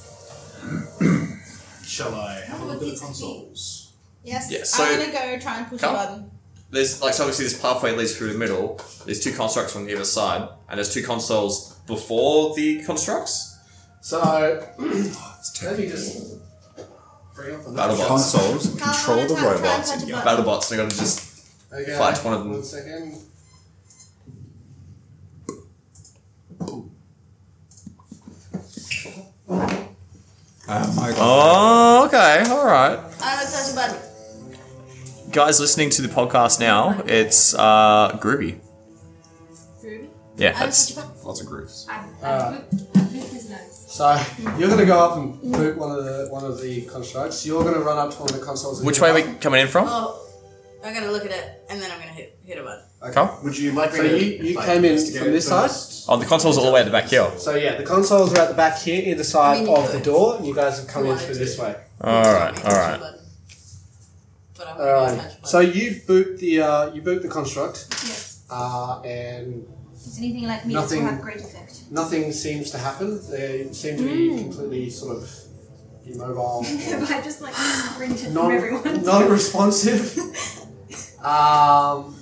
S6: Shall I have a
S12: What
S6: look
S12: would
S6: at the
S12: these be?
S6: consoles?
S4: Yes.
S2: Yeah, so-
S4: I'm gonna go try and push
S2: Come.
S4: a button.
S2: there's like so obviously this pathway leads through the middle. There's two constructs on either side, and there's two consoles before the constructs.
S8: So let me just bring up the
S2: Battle
S8: notes.
S2: bots.
S5: Consoles
S4: Can't
S5: control
S4: I
S5: the
S4: touch- try and
S5: robots
S4: touch
S5: in
S4: a
S5: your
S4: button?
S2: Battle bots. They're gonna just
S8: Okay.
S2: Flash one of them.
S8: One second.
S5: Um, I
S1: Oh, okay, alright.
S4: I'm gonna touch a button.
S1: Guys listening to the podcast now, it's uh, Groovy.
S4: Ruby.
S1: Yeah,
S4: I'm gonna touch
S1: that's.
S4: a button.
S5: Lots of grooves.
S12: I, I
S8: Uh,
S12: booped, I booped his nose.
S8: So you're gonna go up and boot one of the one of the constructs. You're gonna run up to one of the consoles. and
S1: Which
S8: hit
S1: way
S8: a
S1: are we
S8: button.
S1: coming in from?
S4: Oh, I'm gonna look at it and then I'm gonna hit, hit a button.
S1: Come.
S6: Would you like
S8: So
S6: me to,
S8: you- you
S6: like,
S8: came in
S6: investigate
S8: from
S6: it
S8: this side?
S6: first?
S1: Oh, the console's all the way at the back here.
S8: So yeah, the consoles are at the back here, either side
S4: Mini
S8: of the
S4: good.
S8: door, and you guys have come in
S4: Right.
S8: through this way.
S1: Alright,
S4: Touch a
S1: alright.
S4: button. But I'm gonna touch a
S8: Alright.
S4: button.
S8: So you boot the uh, you boot the construct,
S12: Yes.
S8: uh, and
S12: Is anything like me
S8: Nothing-
S12: to have great effect?
S8: nothing seems to happen. They seem to be completely sort of immobile. or-
S12: I just like rented from
S8: non,
S12: everyone.
S8: non-responsive. um,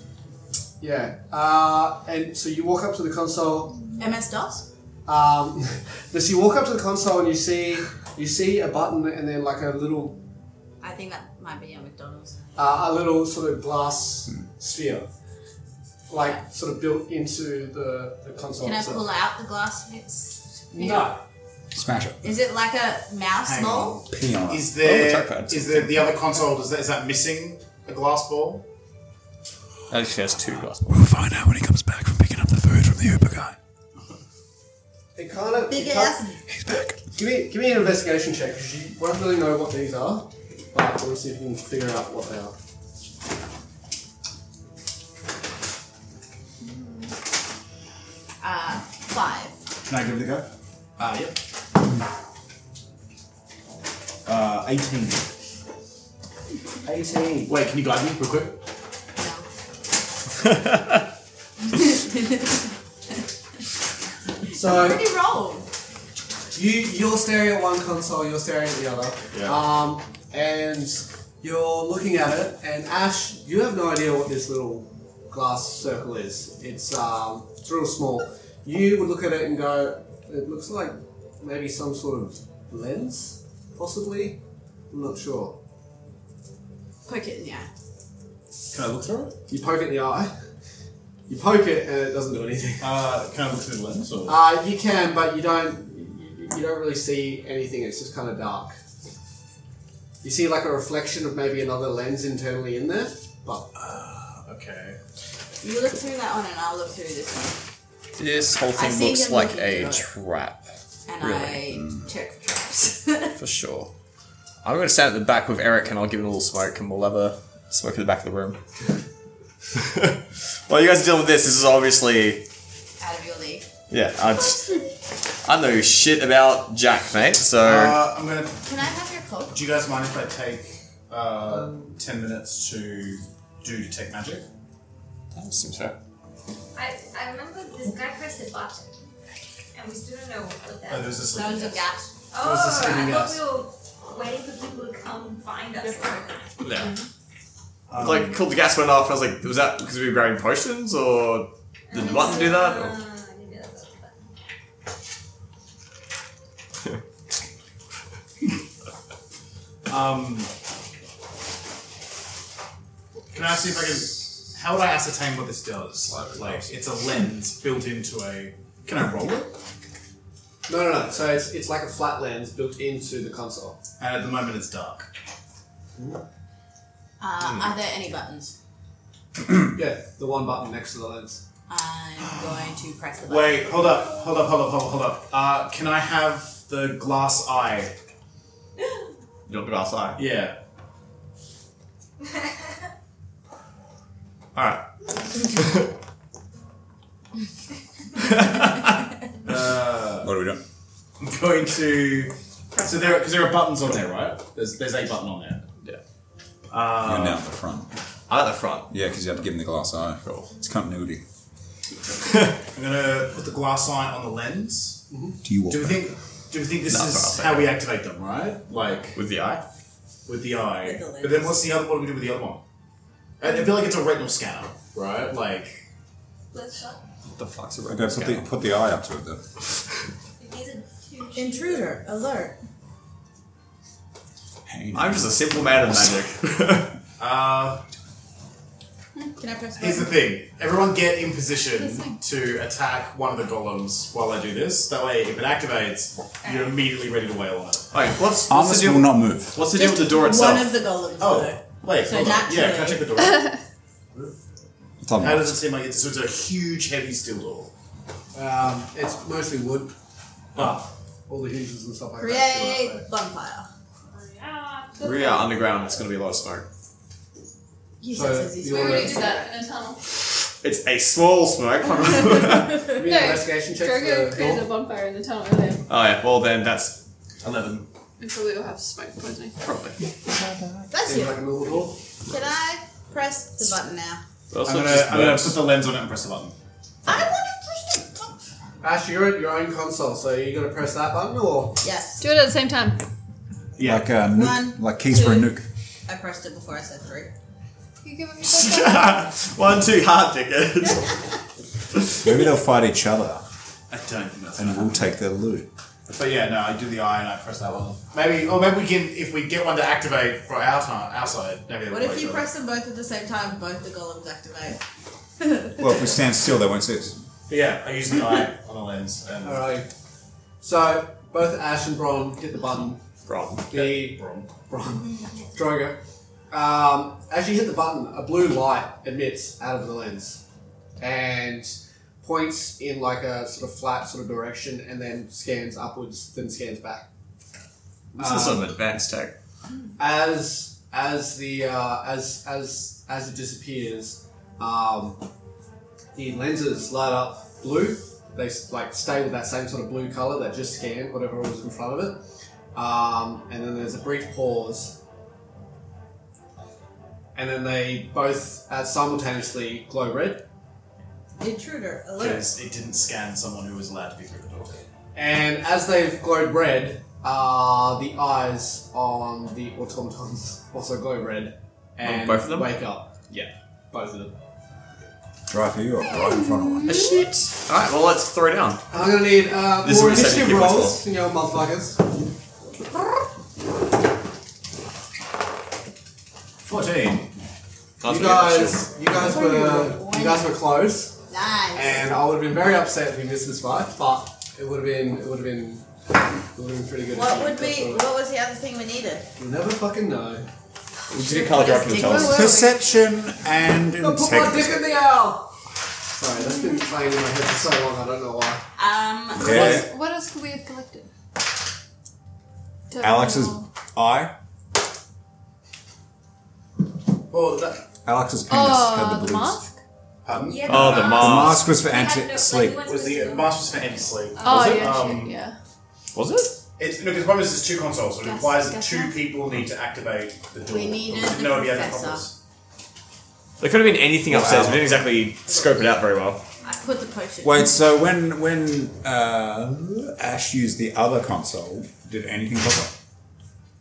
S8: yeah, uh, and so you walk up to the console.
S4: MS DOS?
S8: Um, so you walk up to the console and you see you see a button and then like a little
S4: I think that might be a McDonald's.
S8: uh, a little sort of glass sphere, like sort of built into the, the console.
S4: Can I
S8: itself.
S4: pull out the glass? It's,
S8: No,
S5: Smash it.
S4: is it like a mouse
S6: Hang
S4: mold?
S6: on.
S5: Pee on it.
S8: Oh,
S6: Is there
S2: trackpad.
S6: is there the other console? Is that, is that missing a glass ball?
S1: Actually, has two glass
S5: We'll find out when he comes back from picking up the food from the Uber guy.
S8: it kind of.
S4: Big
S8: it kind-
S4: ass.
S5: He's back.
S8: Give me give me an investigation check because you won't really know what these are, but we'll see if you can figure out what they are.
S4: Uh, five.
S11: Can I give it a go?
S6: Ah, yep.
S11: Uh, 18.
S8: 18.
S6: Wait, can you guide me real quick?
S8: So.
S4: Pretty roll.
S8: You you're staring at one console, you're staring at the other.
S6: Yeah.
S8: Um, and you're looking at it, and Ash, you have no idea what this little glass circle is. It's um, it's real small. You would look at it and go, it looks like maybe some sort of lens. possibly. I'm not sure.
S4: Poke it in the eye.
S6: Can I look through it?
S8: You poke it in the eye. You poke it and it doesn't do anything.
S6: Uh, can I look through the lens? Or?
S8: Uh, you can, but you don't. You, you don't really see anything. It's just kind of dark. You see like a reflection of maybe another lens internally in there, but
S6: okay.
S4: You look through that one and I'll look through this
S13: This whole
S4: I
S13: thing
S4: see
S13: looks
S4: him
S13: like
S4: looking
S13: a
S4: through it.
S13: trap,
S4: one. And
S13: Really?
S4: I check for traps.
S13: for sure. I'm going to stand at the back with Eric and I'll give him a little smoke and we'll have a smoke at the back of the room. While you guys are dealing with this, this is obviously.
S4: Out of your league.
S13: Yeah, I just. I know shit about Jack, mate, so.
S6: Uh, I'm gonna.
S4: Can I have your cloak?
S6: Do you guys mind if I take uh, ten minutes to do detect magic?
S13: that seems fair.
S12: I, I remember this guy pressed a button, and we still don't know what
S6: Oh,
S12: that.
S6: there's this.
S4: That was a gap.
S12: Oh,
S6: was the
S12: I
S6: sleeping
S12: thought we were waiting for people to come find us.
S2: Yeah. Um, like, cool, the gas went off, and I was like, was that because we were grabbing potions, or did the button do that? Or?
S12: Ah, I didn't know that was a button.
S6: Um, can I see if I can? How would I ascertain what this does? Like, like it's a lens built into a. Can I roll it?
S8: no, no, no. So it's it's like a flat lens built into the console.
S6: And at the moment, it's dark.
S4: Uh, Are there any buttons?
S8: Yeah, the one button next to the lens.
S4: I'm going to press the button.
S6: Wait, hold up, hold up, hold up, hold up, hold up. Uh, can I have the glass eye?
S2: You don't go outside.
S6: Yeah.
S2: Alright.
S6: Uh,
S5: What are we doing?
S6: I'm going to. So there, because there are buttons on there, right? There's there's a button on there.
S2: Yeah.
S6: Uh,
S5: You're now at the front.
S2: I'm at the front.
S5: Yeah, because you have to give him the glass eye.
S2: Cool.
S5: It's continuity.
S6: I'm gonna put the glass eye on the lens.
S5: Do you want
S6: Do we think? Do we think this
S2: That's what I'll
S6: is
S2: say.
S6: how we activate them? Right? Like
S2: With the eye?
S6: with the eye.
S4: With the lens.
S6: but then what's the other? What do we do with the other one? I, I feel like it's a retinal scanner, right? Like
S12: Let's shot.
S2: What the fuck's
S5: I
S2: a
S5: gotta put the, put the eye up to it though.
S12: These are two.
S4: Intruder, alert.
S5: Pain.
S2: I'm just a simple man of magic.
S6: uh,
S4: Can I press the
S6: here's the
S4: button?
S6: thing. Everyone get in position to attack one of the golems while I do this. That way, if it activates, you're immediately ready to wail on it.
S2: Alright, what's, what's
S5: Armus
S2: the
S5: will
S2: deal?
S5: not move.
S2: What's the deal with the door itself?
S4: One of the golems,
S6: Oh,
S4: though.
S6: wait.
S4: So
S6: hold on. Yeah, can I check the door? How
S5: It's on
S6: does it seem like it's, so it's a huge, heavy steel door?
S8: Um, it's mostly wood,
S6: Ah,
S8: all the hinges and stuff like that.
S4: Create bonfire.
S12: Yeah.
S2: We are underground, it's gonna be a lot of smoke.
S4: He
S8: So
S4: says he's
S8: you
S3: We already
S8: wanna-
S3: did that in a tunnel.
S2: It's a small smoke.
S8: Give me an
S3: No,
S8: investigation check
S3: Drogo
S8: for the
S3: created a
S8: door.
S3: bonfire in the tunnel earlier,
S2: Alright, well then, that's 11.
S3: and probably will have smoke poisoning.
S2: Probably.
S4: Bless
S8: Seems
S4: you.
S8: like a normal door.
S4: Can I press the button now?
S6: I'm gonna, I'm gonna put the lens on it and press the button.
S4: I want to push the button.
S8: Ash, you're at your own console, so you gonna press that button or
S4: Yes.
S3: Do it at the same time.
S6: Yeah.
S5: Like a uh, nuke.
S4: One,
S5: like keys for a
S4: two.
S5: nuke.
S4: I pressed it before I said three.
S3: You give him your
S2: One, two, hard tickets.
S5: Maybe they'll fight each other
S6: I don't think that's
S5: and we'll take their loot.
S6: But yeah, no, I do the eye and I press that one. Maybe, or maybe we can, if we get one to activate for our time, our side, maybe.
S4: What if you press them both at the same time? Both the golems activate.
S5: Well, if we stand still, they won't see us.
S6: But yeah, I use the eye on the lens. And
S8: Alright. So both Ash and Bron hit the button.
S2: Wrong.
S8: The Bron Drogo. Um, as you hit the button, a blue light emits out of the lens and points in like a sort of flat sort of direction and then scans upwards, then scans back.
S2: This is
S6: Um,
S2: some advanced tech.
S8: as as the uh, as as as it disappears, um, the lenses light up blue. They s- like stay with that same sort of blue color that just scanned whatever was in front of it, um, and then there's a brief pause, and then they both uh, simultaneously glow red.
S4: Intruder alert.
S6: because it didn't scan someone who was allowed to be through the door.
S8: And as they've glowed red, uh, the eyes on the automatons also glow red and
S2: both of them?
S8: wake up. Yeah, both of them.
S5: Dry for you or right in front of one.
S2: Oh, Shit. Alright, well let's throw down.
S8: I'm gonna need uh,
S2: This
S8: more
S2: is the second kick
S8: initiative rolls, you know, motherfuckers.
S6: Fourteen.
S8: You guys, you guys were, you guys were close.
S4: Nice.
S8: and I would have been very upset if we missed this fight, but it would have been it would have been it would have been pretty good. if
S10: What
S8: we
S10: would
S8: got
S10: be?
S8: through it.
S10: What was the other thing we needed?
S8: You'll never fucking know.
S1: Did you get Carl Dracula to tell us?
S11: Perception and
S8: Don't Oh, put my
S11: integrity.
S8: dick in the owl. Sorry, that's been playing in my head for so long. I don't know why.
S10: Um,
S3: What
S5: Yeah.
S3: else, what else could we have collected? Don't
S5: Alex's
S3: know.
S5: eye,
S8: Well, that,
S5: Alex's penis had
S3: Oh,
S5: the
S3: the,
S5: blues.
S3: mask?
S12: Yeah,
S1: Oh, the
S5: The
S1: mask.
S5: mask was for
S12: no, like,
S5: anti-sleep.
S12: we went to
S6: Was the
S12: store.
S6: masters for any sleep?
S3: Oh,
S6: it?
S3: yeah,
S6: Um,
S3: shit, yeah.
S1: Was it?
S6: It's no, because the problem is it's two consoles, so it
S3: Guess-
S6: implies that
S3: guess
S6: two
S3: not.
S6: people need to activate the door.
S4: We needed the
S6: no, we had
S4: professor.
S6: copies.
S1: There could have been anything upstairs. We didn't exactly scope it out very well.
S4: I put the potion.
S5: Wait, so when when uh, Ash used the other console, did anything pop up?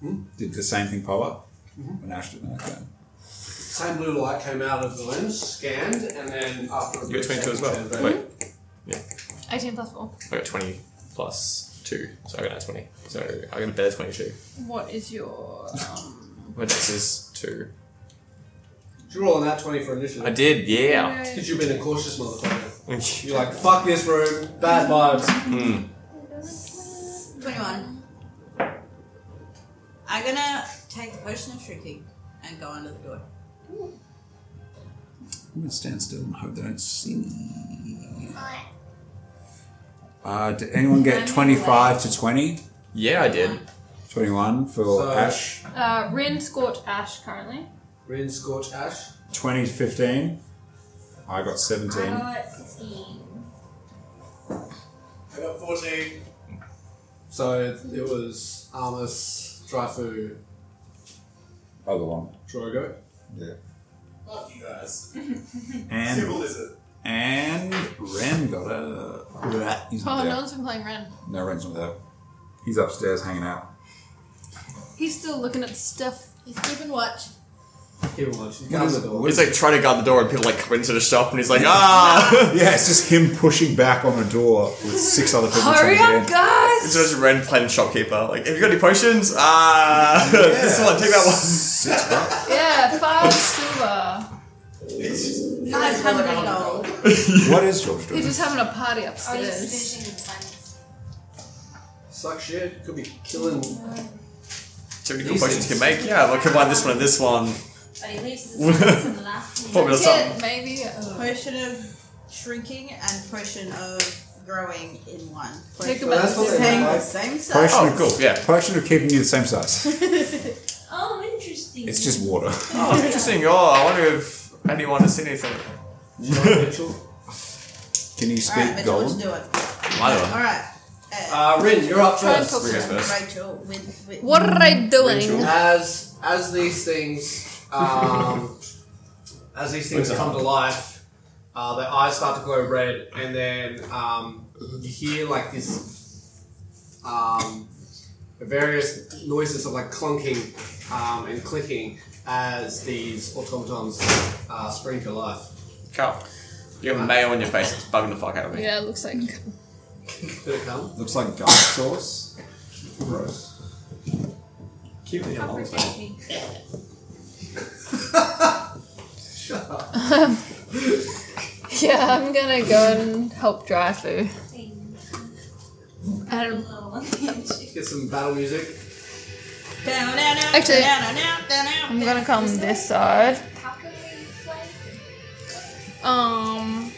S8: Hmm?
S5: Did the same thing pop up?
S8: Mm-hmm.
S5: When Ash did that, okay.
S8: same blue light came out of the lens, scanned, and then after a
S1: You got
S8: brief
S1: 22 as well.
S8: second, turned
S1: Wait,
S8: back.
S3: 18 plus 4.
S1: I got 20 plus 2, so I got a 20. So I got a better 22.
S3: What is your. Um,
S1: My dex is 2.
S8: Did you roll on that twenty for initiative?
S1: I did, yeah.
S3: no-
S8: Because you've been a cautious motherfucker.
S1: Mm.
S8: You're like, fuck this room, bad vibes.
S4: Twenty-one. I'm gonna take the potion of shrinking and go under the door.
S5: I'm gonna stand still and hope they don't see me. Uh, did anyone get 25 to 20?
S1: Yeah, I did.
S5: 21 for
S8: So-
S5: Ash.
S3: Uh, Rin, Scorch, Ash currently.
S8: Rin, Scorch, Ash.
S5: 20 to 15. I got 17.
S12: I got 16.
S6: I got fourteen.
S8: So it was Armus, Dryfu,
S5: Other Oh, one.
S8: Drogo.
S5: Yeah.
S6: Fuck you guys.
S5: And,
S6: lizard.
S5: and Ren got a. Rat. He's
S3: Oh,
S5: not
S3: no
S5: there.
S3: one's been playing Ren.
S5: No, Ren's not there. He's upstairs hanging out.
S3: He's still looking at stuff.
S4: He's keeping watch.
S8: Here we go. She's
S5: What
S8: got
S5: is
S8: the
S5: it?
S8: door.
S5: What
S1: He's like trying to guard the door, and people like come into the shop, and he's like, ah!
S5: Yeah, it's just him pushing back on a door with six other people
S3: Hurry
S5: trying to
S3: up,
S5: get in.
S1: It's
S3: guys!
S1: just Ren playing shopkeeper. Like, have you got any potions? Ah! this one, take that one.
S5: Six bucks.
S3: Yeah, five silver.
S4: Five hundred gold.
S5: What is George
S3: They're
S5: doing?
S3: just having a party
S12: Oh, you're
S3: upstairs.
S12: finishing the silence.
S8: Suck shit. Could be killing.
S1: Do you have any
S8: These
S1: good potions you can
S8: things.
S1: make? Yeah, we'll combine this one and this one.
S12: But he leaves the silence in the last minute.
S1: Formula
S3: Yeah,
S1: something.
S3: maybe. uh,
S4: Potion of shrinking and potion of growing in one.
S3: Think
S4: Potion
S3: about
S8: that's what
S4: of
S8: they
S4: staying
S8: look
S4: the
S8: like.
S4: same size.
S5: Potion
S1: Oh,
S5: of-
S1: cool, yeah.
S5: Potion of keeping you the same size.
S12: Oh, interesting.
S5: It's just water.
S1: Oh, interesting. Oh, I wonder if anyone has seen anything.
S8: Mitchell.
S5: Can you
S4: All right,
S5: speak
S4: Mitchell, what
S5: gold?
S4: you doing? All
S1: I
S4: right, uh,
S8: Uh, Rin, you're up
S3: Try and
S8: first.
S3: talk to
S1: go
S3: him.
S1: first.
S4: Rachel. With, with
S3: What are I doing?
S8: As as these things, um, as these things come to life, uh, their eyes start to glow red, and then um, you hear like this um, various noises of like clunking um, and clicking as these automatons uh, spring to life.
S1: Carl, you have mayo on your face. It's bugging the fuck out of me.
S3: Yeah, it looks like.
S8: Did it come?
S5: Looks like garlic sauce. Gross.
S8: Keep it
S12: I'll protect me.
S8: Shut up.
S3: Yeah, I'm gonna go and help dry food.
S12: Thing.
S3: And
S12: Little one. She-
S8: Get some battle music.
S3: Actually,
S4: I'm
S3: I'm gonna come this side.
S12: How can we play?
S3: Um.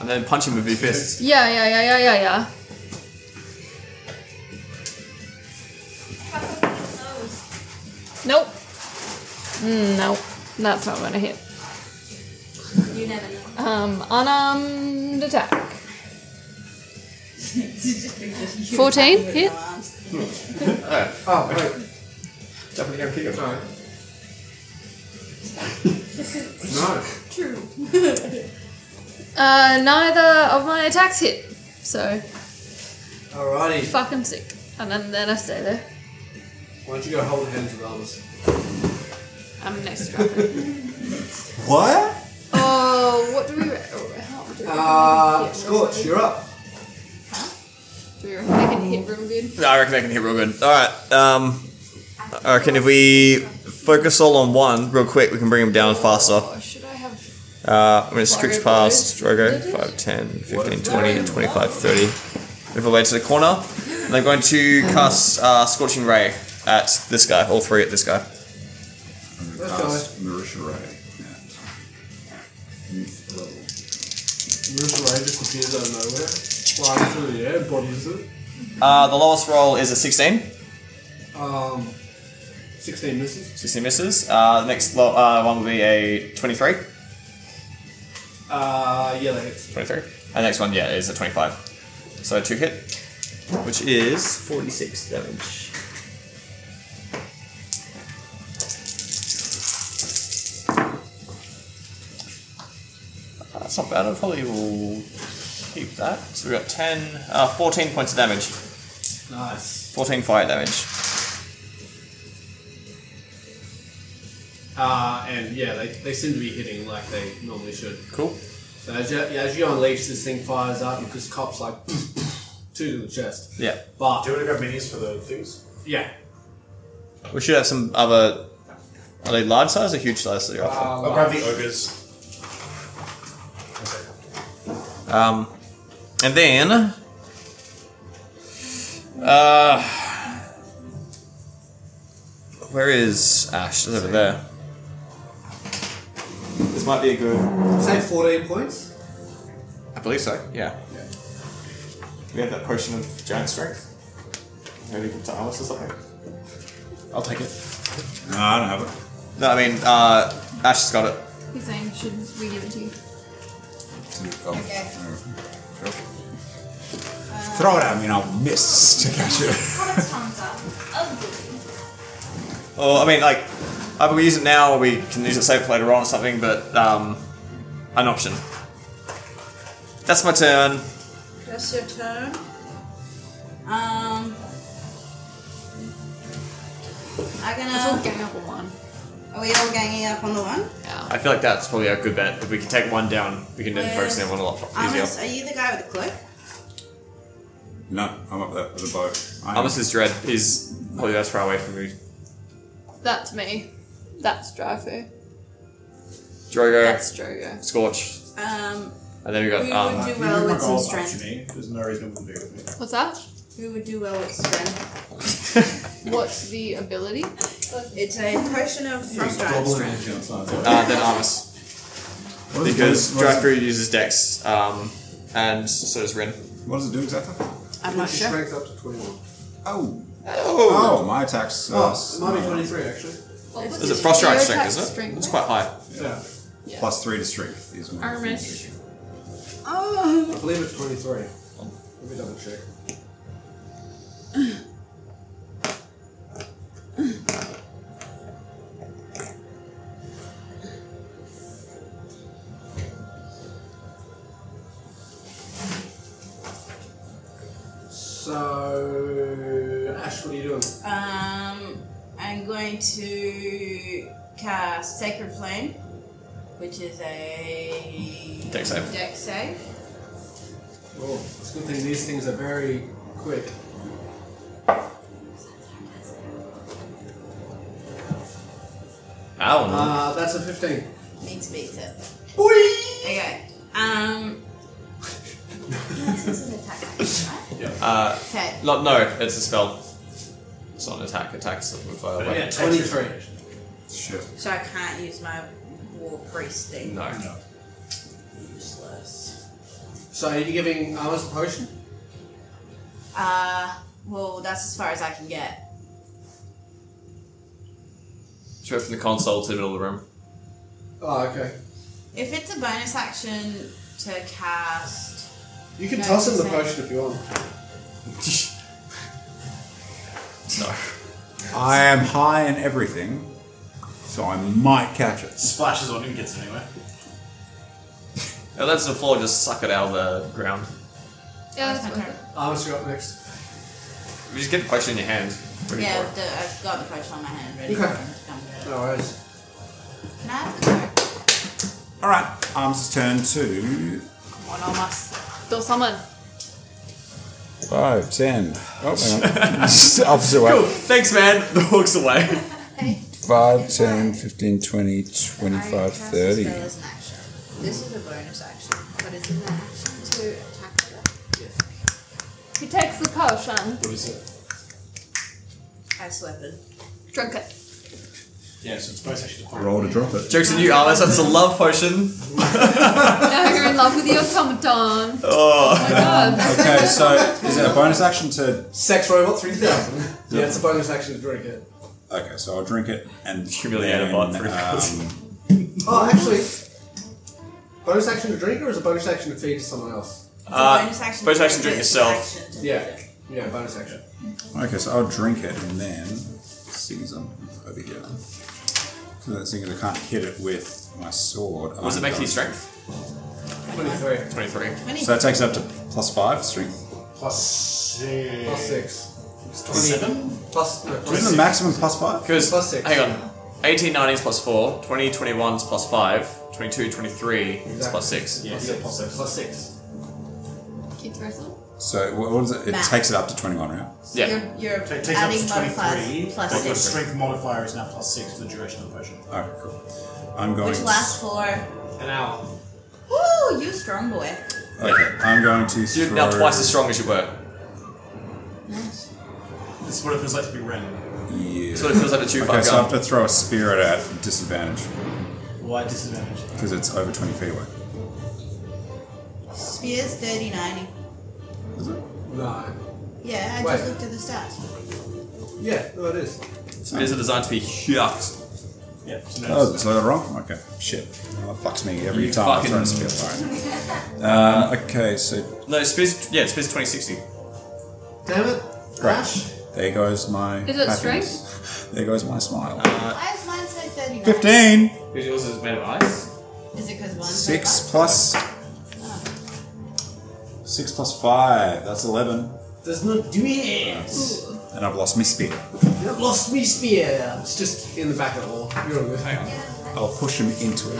S1: And then punch him with your fists.
S3: Yeah, yeah, yeah, yeah, yeah, yeah.
S12: How can we close?
S3: Nope. Mm, Nope. That's not gonna hit.
S12: You never know.
S3: Um, unarmed attack. 14 hit.
S8: Oh, wait.
S1: Jumping down, kick him.
S8: Sorry. no.
S3: Uh, neither of my attacks hit. So,
S8: Alrighty.
S3: fuck, I'm sick. And then, then I stay there.
S8: Why don't you go hold hands with Albus?
S3: I'm next to Draco.
S5: What?
S3: Oh, what do we. Re- oh, how do we
S8: Uh,
S3: hit real
S8: Scorch,
S3: good?
S8: you're up.
S3: Do we reckon they can hit real good?
S1: No, I reckon they can hit real good. All right. Um, I reckon if we
S2: focus all on one real quick. We can bring him down faster.
S3: Oh, should I have
S2: Uh, I'm going to scritch
S3: Drogo
S2: past
S3: blows.
S2: Drogo.
S3: Did it?
S2: 5, 10, 15, 20, 25, 30. Move away to the corner. And they're going to cast uh, Scorching Ray at this guy. All three at this guy.
S5: I'm going to
S8: Let's
S5: cast Marisha Ray at youth level.
S8: Marissa Ray just appears out of nowhere, flying through the air, bodies it.
S2: Uh, the lowest roll is a 16.
S8: Um, 16 misses.
S2: 16 misses. Uh, the next low, uh, one will be a 23.
S8: Uh, yeah, that hits.
S2: 23. And the next one, yeah, is a 25. So two hit, which is 46 damage. Uh, That's not bad. I probably will keep that. So we got 10, uh, 14 points of damage.
S8: Nice.
S2: 14 fire damage.
S8: Uh, and yeah, they, they seem to be hitting like they normally should.
S2: Cool.
S8: So as you, yeah, as you unleash, this thing fires up because cops like two to the chest.
S2: Yeah.
S8: But
S6: Do you want to grab minis for the things?
S8: yeah,
S2: We should have some other. Are they large size or huge size? that you're after?
S8: uh,
S6: I'll grab the ogres.
S2: Um, and then, uh, where is Ash? It's over there. This might be a good.
S8: say 14 points.
S2: I believe so. Yeah. We have that potion of giant strength. Maybe to Alice or something. I'll take it.
S5: No, I don't have it.
S2: No, I mean, uh, Ash's got it.
S3: He's saying, should we give it to you?
S5: It's- oh,
S4: Okay.
S5: oh, sure. Throw it at me and I'll miss to catch it.
S12: What its tongues are ugly.
S2: Well, I mean, like, either we use it now or we can use it safe later on or something, but, um, an option. That's my turn.
S4: That's your turn. Um, I'm
S3: Let's all
S4: gonna.
S3: gang up on one.
S4: Are we all ganging up on the one?
S3: Yeah.
S2: I feel like that's probably a good bet. If we can take one down, we can then
S4: Yeah.
S2: focus on one a lot easier.
S4: Amos, are you the guy with the cloak?
S5: No, I'm up there with a bow. I'm
S2: Amos' dread is probably as far away from you.
S3: That's me. That's Dryfu.
S2: Drogo,
S3: That's Drogo.
S2: Scorch,
S4: Um,
S2: and then we got
S4: who
S2: um,
S4: would do
S6: You can
S4: well
S6: bring
S4: with
S6: my
S4: some
S6: gold up to
S4: strength?
S6: me. There's no reason it wouldn't be with me.
S3: What's that?
S4: Who would do well with strength?
S3: What's the ability?
S4: It's a potion of frost giant strength.
S2: uh, then Amos
S5: What does it do-
S2: because
S5: what does it-
S2: Dryfruit uses Dex, um, and so does Rin.
S5: What does it do exactly?
S4: I'm not sure.
S8: Strength up to 21.
S5: Oh.
S2: Oh,
S5: Oh, my attacks. Uh,
S8: Oh, it might be
S5: uh,
S8: 23 actually.
S3: What was
S2: is it
S3: it?
S2: frost giant
S3: Your
S2: strength?
S3: attack
S2: Is it?
S3: strength,
S2: It's
S3: right?
S2: quite high.
S8: Yeah,
S5: Plus three to strength is my
S3: Armish.
S4: Oh,
S8: I believe it's 23. Let me double check. So, Ash, what are you doing?
S4: um, I'm going to cast Sacred Flame, which is a
S2: Dex save.
S4: Dex save.
S8: Oh, it's a good thing these things are very quick.
S2: Ow.
S8: Uh, that's a 15.
S4: Needs to beat it.
S8: Boy!
S4: Okay. Um. this is an attack, right?
S2: Uh,
S4: Okay.
S2: not no, it's a spell. It's not an attack. Attacks with uh,
S8: Yeah,
S2: weapon.
S8: 23.
S5: Shit.
S4: So I can't use my war priest thing.
S2: Uh, No.
S4: Useless.
S8: So are you giving Amos a potion?
S4: Uh. Well, that's as far as I can get.
S2: Should we go from the console to the middle of the room.
S8: Oh, okay.
S4: If it's a bonus action to cast,
S8: You can
S4: No,
S8: toss him the
S4: it's the same.
S8: potion if you
S2: No.
S8: want.
S5: I am high in everything, so I might catch it.
S6: Splashes on him, gets him anywhere.
S2: Now Oh, that's the floor, just suck it out of the ground.
S3: Yeah, that's worth it.
S8: Amos, you're up next.
S2: You just get the potion in your hand. Ready
S4: yeah,
S2: for it.
S4: the, I've got the potion on my hand ready.
S8: Okay.
S4: for him to come get it.
S8: No worries.
S4: Can I have the cloak?
S5: All right, Arms' turn to
S4: Come on, almost.
S3: Throw someone.
S5: five, ten. Oh, hang on. Opposite way.
S2: Cool. Thanks, man. The hook's away.
S5: 5, 10, 15, 20, 25,
S4: I cast the
S5: 30.
S4: spell as an action. This is a bonus action, but it's an action to attack the.
S3: He takes the potion.
S8: What is it?
S4: Ice weapon.
S3: Drink it.
S8: Yeah, so it's both actually the
S5: Roll to drop it.
S2: Jokes on you, Alice. That's a love potion.
S3: Now you're in love with the automaton. Oh, my god.
S5: Okay, so is it a bonus action to.
S8: Sex robot three thousand. yeah, it's a bonus action to drink it.
S5: Okay, so I'll drink it and.
S2: Humiliate a bot for-
S5: um,
S8: Oh, actually, bonus action to drink or is it bonus action to feed to someone else?
S2: Uh,
S4: bonus action.
S2: bonus
S4: to
S2: action, drink
S4: it, it's an
S2: yourself.
S4: action to
S8: Yeah,
S4: do it.
S8: yeah, bonus action.
S5: Okay, so I'll drink it and then, seeing as I'm over here, because seeing as I can't hit it with my sword.
S2: Was it
S5: I'm
S2: making
S5: going-
S2: you strength?
S8: Twenty-three
S2: Twenty-three.
S5: So it takes up to plus five strength.
S6: Plus six.
S8: plus six. It's twenty
S6: Seven?
S8: plus no, plus
S5: Isn't the
S8: six.
S5: maximum plus five?
S2: Because
S8: Plus six.
S2: hang on, 18, 19 is plus four. 20, 21 is plus five. 22, 23 is plus six.
S8: Yeah, plus six. Plus six.
S3: Keep wrestling.
S5: So what, what is it? It
S4: Max.
S5: takes it up to twenty-one, right?
S2: Yeah.
S4: You're, you're
S6: So it takes up
S4: adding
S6: to
S4: modifiers
S6: 23.
S4: plus
S6: but your
S4: six,
S6: strength modifier is now plus six for the duration of the potion.
S5: All right, cool. I'm going.
S4: which lasts for.
S8: An hour.
S4: Woo! You strong boy.
S5: Okay, I'm going to.
S2: So you're
S5: throw,
S2: now twice as strong as you were.
S6: This is what it feels like to be Ren.
S5: Yeah.
S2: That's what it feels like to chew
S5: Okay,
S2: five
S5: so I
S2: gun.
S5: have to throw a spear at it at disadvantage
S6: Why disadvantage?
S5: because it's over twenty feet away.
S4: Spears 30 90.
S5: Is it?
S8: No.
S4: Yeah, I
S8: Wait.
S4: just looked at the stats.
S8: Yeah, no, it is.
S2: Spears are designed to be hucked.
S6: Yeah. So no,
S5: Oh, so I got it wrong? Okay, shit. Oh, fucks me every
S2: You
S5: time I throw a
S2: fucking-
S5: spear. All right. Um, okay, so
S2: No, Spears. Yeah, Spears 2060.
S8: Damn it.
S5: Crash. There goes my.
S3: Is it
S5: happiness. There goes my smile.
S2: Uh,
S4: Why is mine say 39?
S5: 15!
S2: Because yours is made of ice.
S4: Is it because one's
S5: 6 plus. 6 plus 5, that's 11.
S8: Does not do it.
S5: And I've lost my spear.
S8: You've lost me spear. It's just in the back of the wall. You're all good.
S5: I'll push him into it.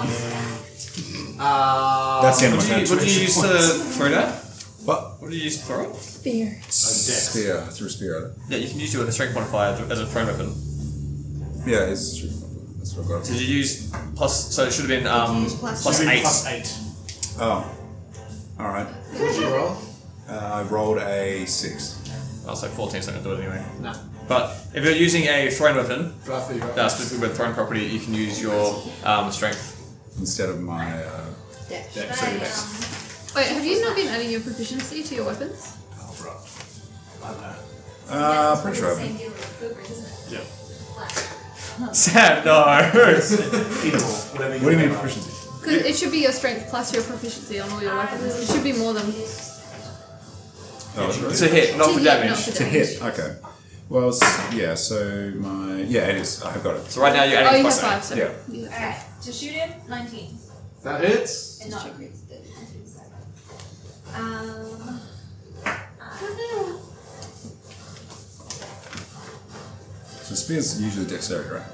S8: Uh,
S5: That's the end
S2: What
S5: of
S2: do
S5: my
S2: you,
S5: turn.
S2: what do you use to throw that?
S5: What?
S2: What do you use to throw it?
S3: Fear.
S5: Spear. I threw a spear at it.
S2: Yeah, you can use it with a strength modifier as a throw weapon.
S5: Yeah, it's true. That's what I
S2: Did
S5: got.
S2: you use plus? So it should have been um,
S4: plus
S2: plus
S6: it'd be
S2: eight.
S6: plus eight.
S5: Oh. Alright.
S8: Would you roll?
S5: Uh, I rolled a 6.
S2: Oh, so fourteen. So I'm gonna do it anyway.
S8: No.
S2: But if you're using a thrown weapon,
S8: Draft for you, right?
S2: uh, specifically with thrown property, you can use your um, strength.
S5: Instead of my. Uh,
S4: Yeah.
S5: deck, so
S12: I,
S5: dex.
S12: um,
S3: Wait, have you not been adding your proficiency to your weapons?
S6: Oh, bro. I don't know.
S5: Uh, pretty sure.
S12: Same
S5: I've-
S12: deal with Boober, isn't it?
S6: Yeah.
S2: Sad no.
S6: Either or, whatever
S5: What
S6: you
S5: do you mean
S6: prefer.
S5: proficiency? Oh,
S3: Because it should be your strength plus your proficiency on all your weapons. It should be more
S12: um,
S3: than
S5: Oh, it's
S2: It's a hit, not
S3: to
S2: for
S3: hit,
S2: damage.
S3: not for
S5: To
S3: damage.
S5: hit. Okay. Well, s- yeah. So my yeah, it is. I've got it.
S2: So right now you're
S3: Oh,
S2: adding
S3: you
S2: plus
S3: have five,
S2: eight.
S3: so
S5: Yeah.
S3: you have
S12: Alright, to shoot him, 19.
S8: That hits.
S12: And not. Um.
S5: So spears usually dexterity, right?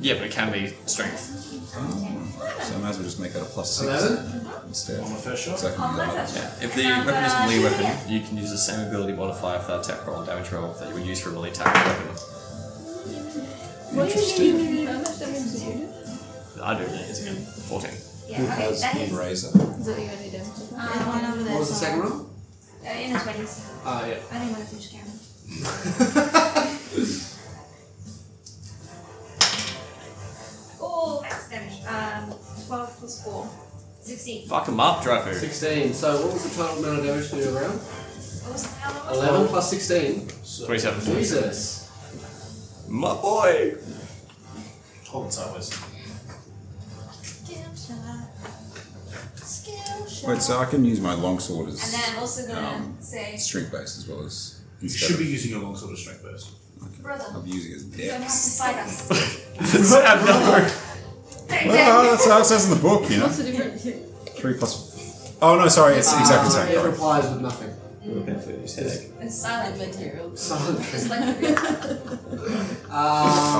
S2: Yeah, but it can be strength.
S12: Um,
S5: So I might as well just make that a plus six
S8: Eleven?
S5: instead.
S6: On the first shot?
S5: So I can do that.
S2: Yeah. If the weapon
S12: uh,
S2: is a melee weapon, you can use the same ability modifier for that attack roll and damage roll that you would use for a melee attack weapon.
S5: Interesting.
S3: How much damage did you do?
S2: I do. yeah, It's again fourteen.
S12: Yeah,
S5: Who
S12: okay,
S5: has
S12: that
S5: the
S12: is. Uh,
S5: razor?
S3: Is that the only damage?
S12: one over
S8: What
S12: there.
S8: was the second roll?
S12: Uh, in the 20s.
S8: Ah, yeah.
S12: I don't want to finish camera. Oh, max damage. Um, 12 plus 4. 16.
S2: Fuck him up, Dreyfu.
S8: 16. So what was the total amount of damage to your round?
S12: What was the other one?
S8: 11 plus 16.
S2: Twenty-seven.
S8: Jesus.
S2: My boy.
S6: Hold it sideways.
S4: Skill shot. Skill shot.
S5: Wait, so I can use my longsword
S12: And
S5: as
S12: then also gonna
S5: Um,
S12: say,
S5: strength base as well as.
S6: You
S5: instead
S6: should
S5: of-
S6: be using your longsword of strength first.
S12: brother,
S5: I'm using it as
S12: you don't have to
S5: dex.
S12: fight us.
S2: Sad no.
S5: Well, that's how it says in the book, you know.
S3: What's the difference?
S5: Three plus. Oh no, sorry, it's exactly the
S8: Uh,
S5: same.
S8: It
S5: Sorry.
S8: replies with nothing.
S12: It's silent material.
S8: Silent.
S12: It's like real.
S8: Uh,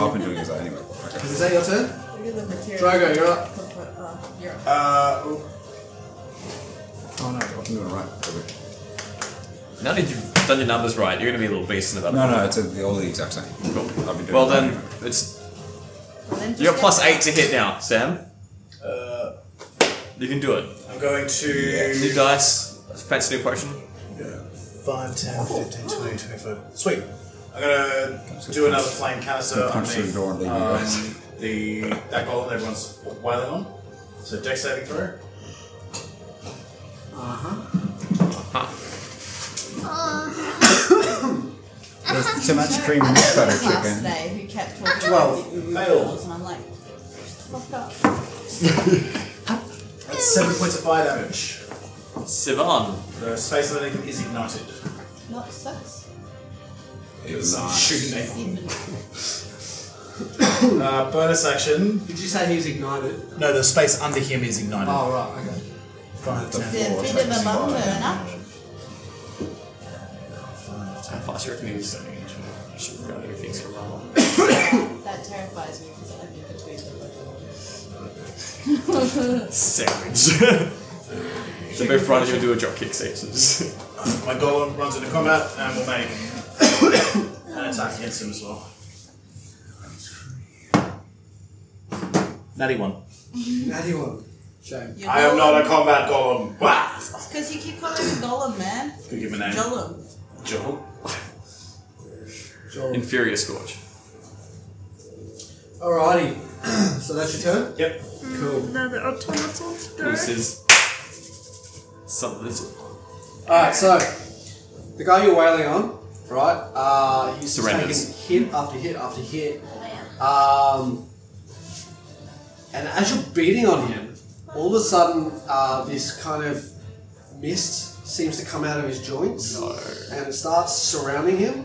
S5: Oh, I've been doing this anyway. Okay.
S8: is that your turn?
S14: Look at the material.
S8: Drago, you're up.
S14: Oh, you're up.
S15: Uh, oh,
S5: Oh no, I'm doing it right. Perfect.
S2: Now that you've done your numbers right, you're gonna be a little beast in about
S5: No, no, it's all the exact same. I've been doing
S2: Well
S5: it right
S2: then,
S5: anyway.
S2: it's
S4: Well, then just
S2: You got
S4: go
S2: plus
S4: for
S2: eight to
S4: it.
S2: hit now, Sam.
S6: Uh,
S2: You can do it.
S6: I'm going to.
S2: New dice, fancy new potion.
S6: 5, 10, 15, 20, 25. Sweet. I'm gonna do another flame canister
S5: Punch through the
S6: underneath
S5: door and leave you
S6: um,
S5: guys.
S6: the that golem everyone's wailing on. So deck saving throw.
S5: There's too much cream in this butter
S4: class
S5: chicken.
S4: today who kept talking
S6: Well,
S4: about the
S6: fail.
S4: girls, and I'm like, fuck up.
S6: That's seven points of fire damage.
S2: Sivan.
S6: The space underneath him is ignited.
S4: Not six.
S5: It was
S6: Shooting me.
S4: Even.
S6: Uh, bonus action.
S8: Did you say he's ignited?
S6: No, the space under him is ignited.
S8: Oh, right, okay.
S6: Five,
S5: The
S6: ten,
S4: It's a
S5: floor
S4: bit of
S5: takes
S4: a bum
S5: fire.
S4: burner.
S2: How fast do you reckon he's should grab everything's gonna run off.
S4: That terrifies me because I'm in between them.
S2: Savage. They're both running and do a drop kick sequence.
S6: My golem runs into combat and will make an attack against him as well.
S2: Natty one.
S8: Natty one. Shame.
S6: I am not a combat golem. Wah!
S4: Because you keep calling him Gollum, man.
S6: Give him a name.
S4: Gollum.
S6: Joel.
S8: Sure.
S2: Inferior Scorch.
S8: Alrighty. so that's your turn?
S6: Yep.
S8: Cool.
S3: Now the automatons go.
S2: This is something that's
S8: Alright, so the guy you're wailing on, right? Uh, he's just
S2: Surrenders.
S8: taking hit after hit after hit. Um, and as you're beating on him, all of a sudden, uh, this kind of mist seems to come out of his joints, and it starts surrounding him.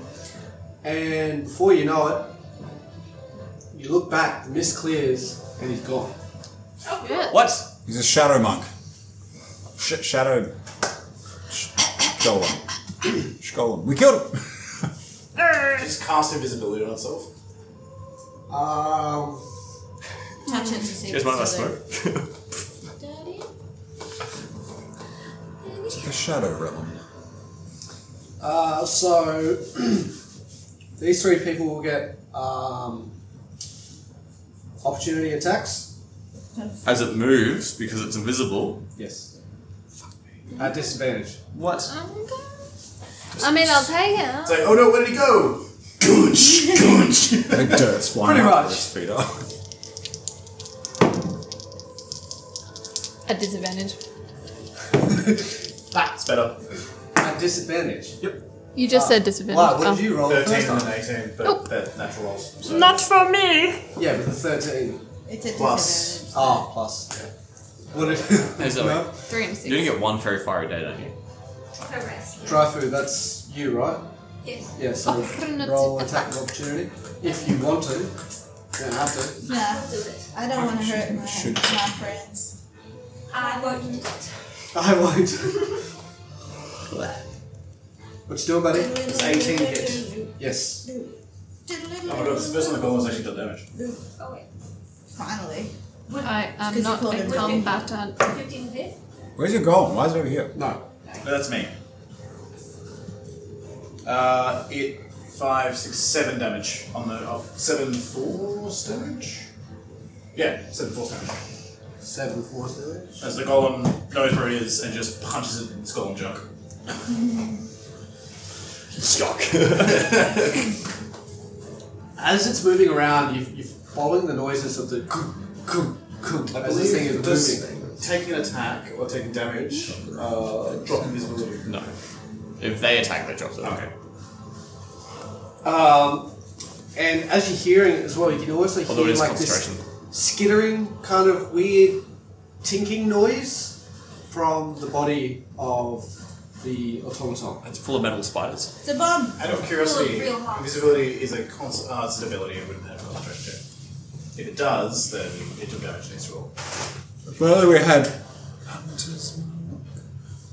S8: And before you know it, you look back, the mist clears, and he's gone.
S2: What?
S5: He's a shadow monk. Sh- shadow. Sh- golem. Golem. We killed him!
S6: Just cast invisibility on itself.
S8: Um,
S4: Touch it to see
S2: Here's
S4: if
S2: one of us
S4: it's
S2: smoke.
S5: The shadow realm.
S8: Uh, so these three people will get um, opportunity attacks.
S2: As it moves, because it's invisible.
S8: Yes. At disadvantage.
S2: What?
S3: Oh I mean, I'll take it.
S6: It's like, oh no, where did he go? Goonch, goonch.
S5: The dirt's flying
S8: Pretty
S5: out of
S8: much.
S5: its feet Oh. up.
S3: A disadvantage.
S6: That's better.
S8: Oh, At disadvantage.
S3: You just said disadvantage. Oh.
S8: Wow, what did you roll? the
S6: 13
S8: First
S6: and
S8: time?
S6: an 18, but
S3: Nope.
S6: they're natural rolls. So.
S3: Not for me.
S8: Yeah, with the thirteen.
S4: It's a
S6: Plus.
S4: disadvantage.
S8: Ah, plus. What if?
S2: There's no
S8: no.
S3: Three and six.
S2: You only get one fairy fire a day, don't you?
S12: Correct.
S8: Dry food. That's you, right?
S12: Yes.
S8: Yeah. So
S3: Opportunity
S8: roll
S3: attack.
S8: attack of opportunity if you want to. You don't have to.
S4: Nah,
S12: I'll do it.
S4: I don't want to hurt my,
S5: Should-
S4: my friends.
S12: I won't do it.
S8: I won't. what you doing, buddy?
S6: It's 18 hit.
S8: Yes.
S6: Oh my god, it's the first time the golem has actually done damage.
S12: Oh wait.
S4: Finally.
S3: I am
S4: Because you
S3: not
S4: called
S3: a
S4: him
S3: combatant.
S12: 15 hit.
S5: Where's your golem? Why is it over here?
S8: No.
S6: No, that's me. Uh, it five, six, seven damage on the of seven force damage. Yeah, seven force damage.
S8: Seven force damage.
S6: As the golem knows where it is and just punches it in its golem junk.
S2: Shock.
S8: As it's moving around, you've, you're following the noises of the kum, kum, kum.
S6: I
S8: as this thing
S6: believe
S8: is
S6: does
S8: moving.
S6: taking an attack or taking damage uh, drop invisibility.
S2: No. If they attack, they drop it.
S6: Okay.
S8: Um, and as you're hearing it as well, you can also hear
S2: Although it is
S8: like this
S2: concentration.
S8: skittering kind of weird tinking noise from the body of the automaton.
S2: It's full of metal spiders.
S4: It's a bomb.
S6: Out of curiosity,
S12: Real hard.
S6: invisibility is a cons- uh, it's an ability. It wouldn't have concentration. If it does, then it took damage next roll.
S5: Well, we had.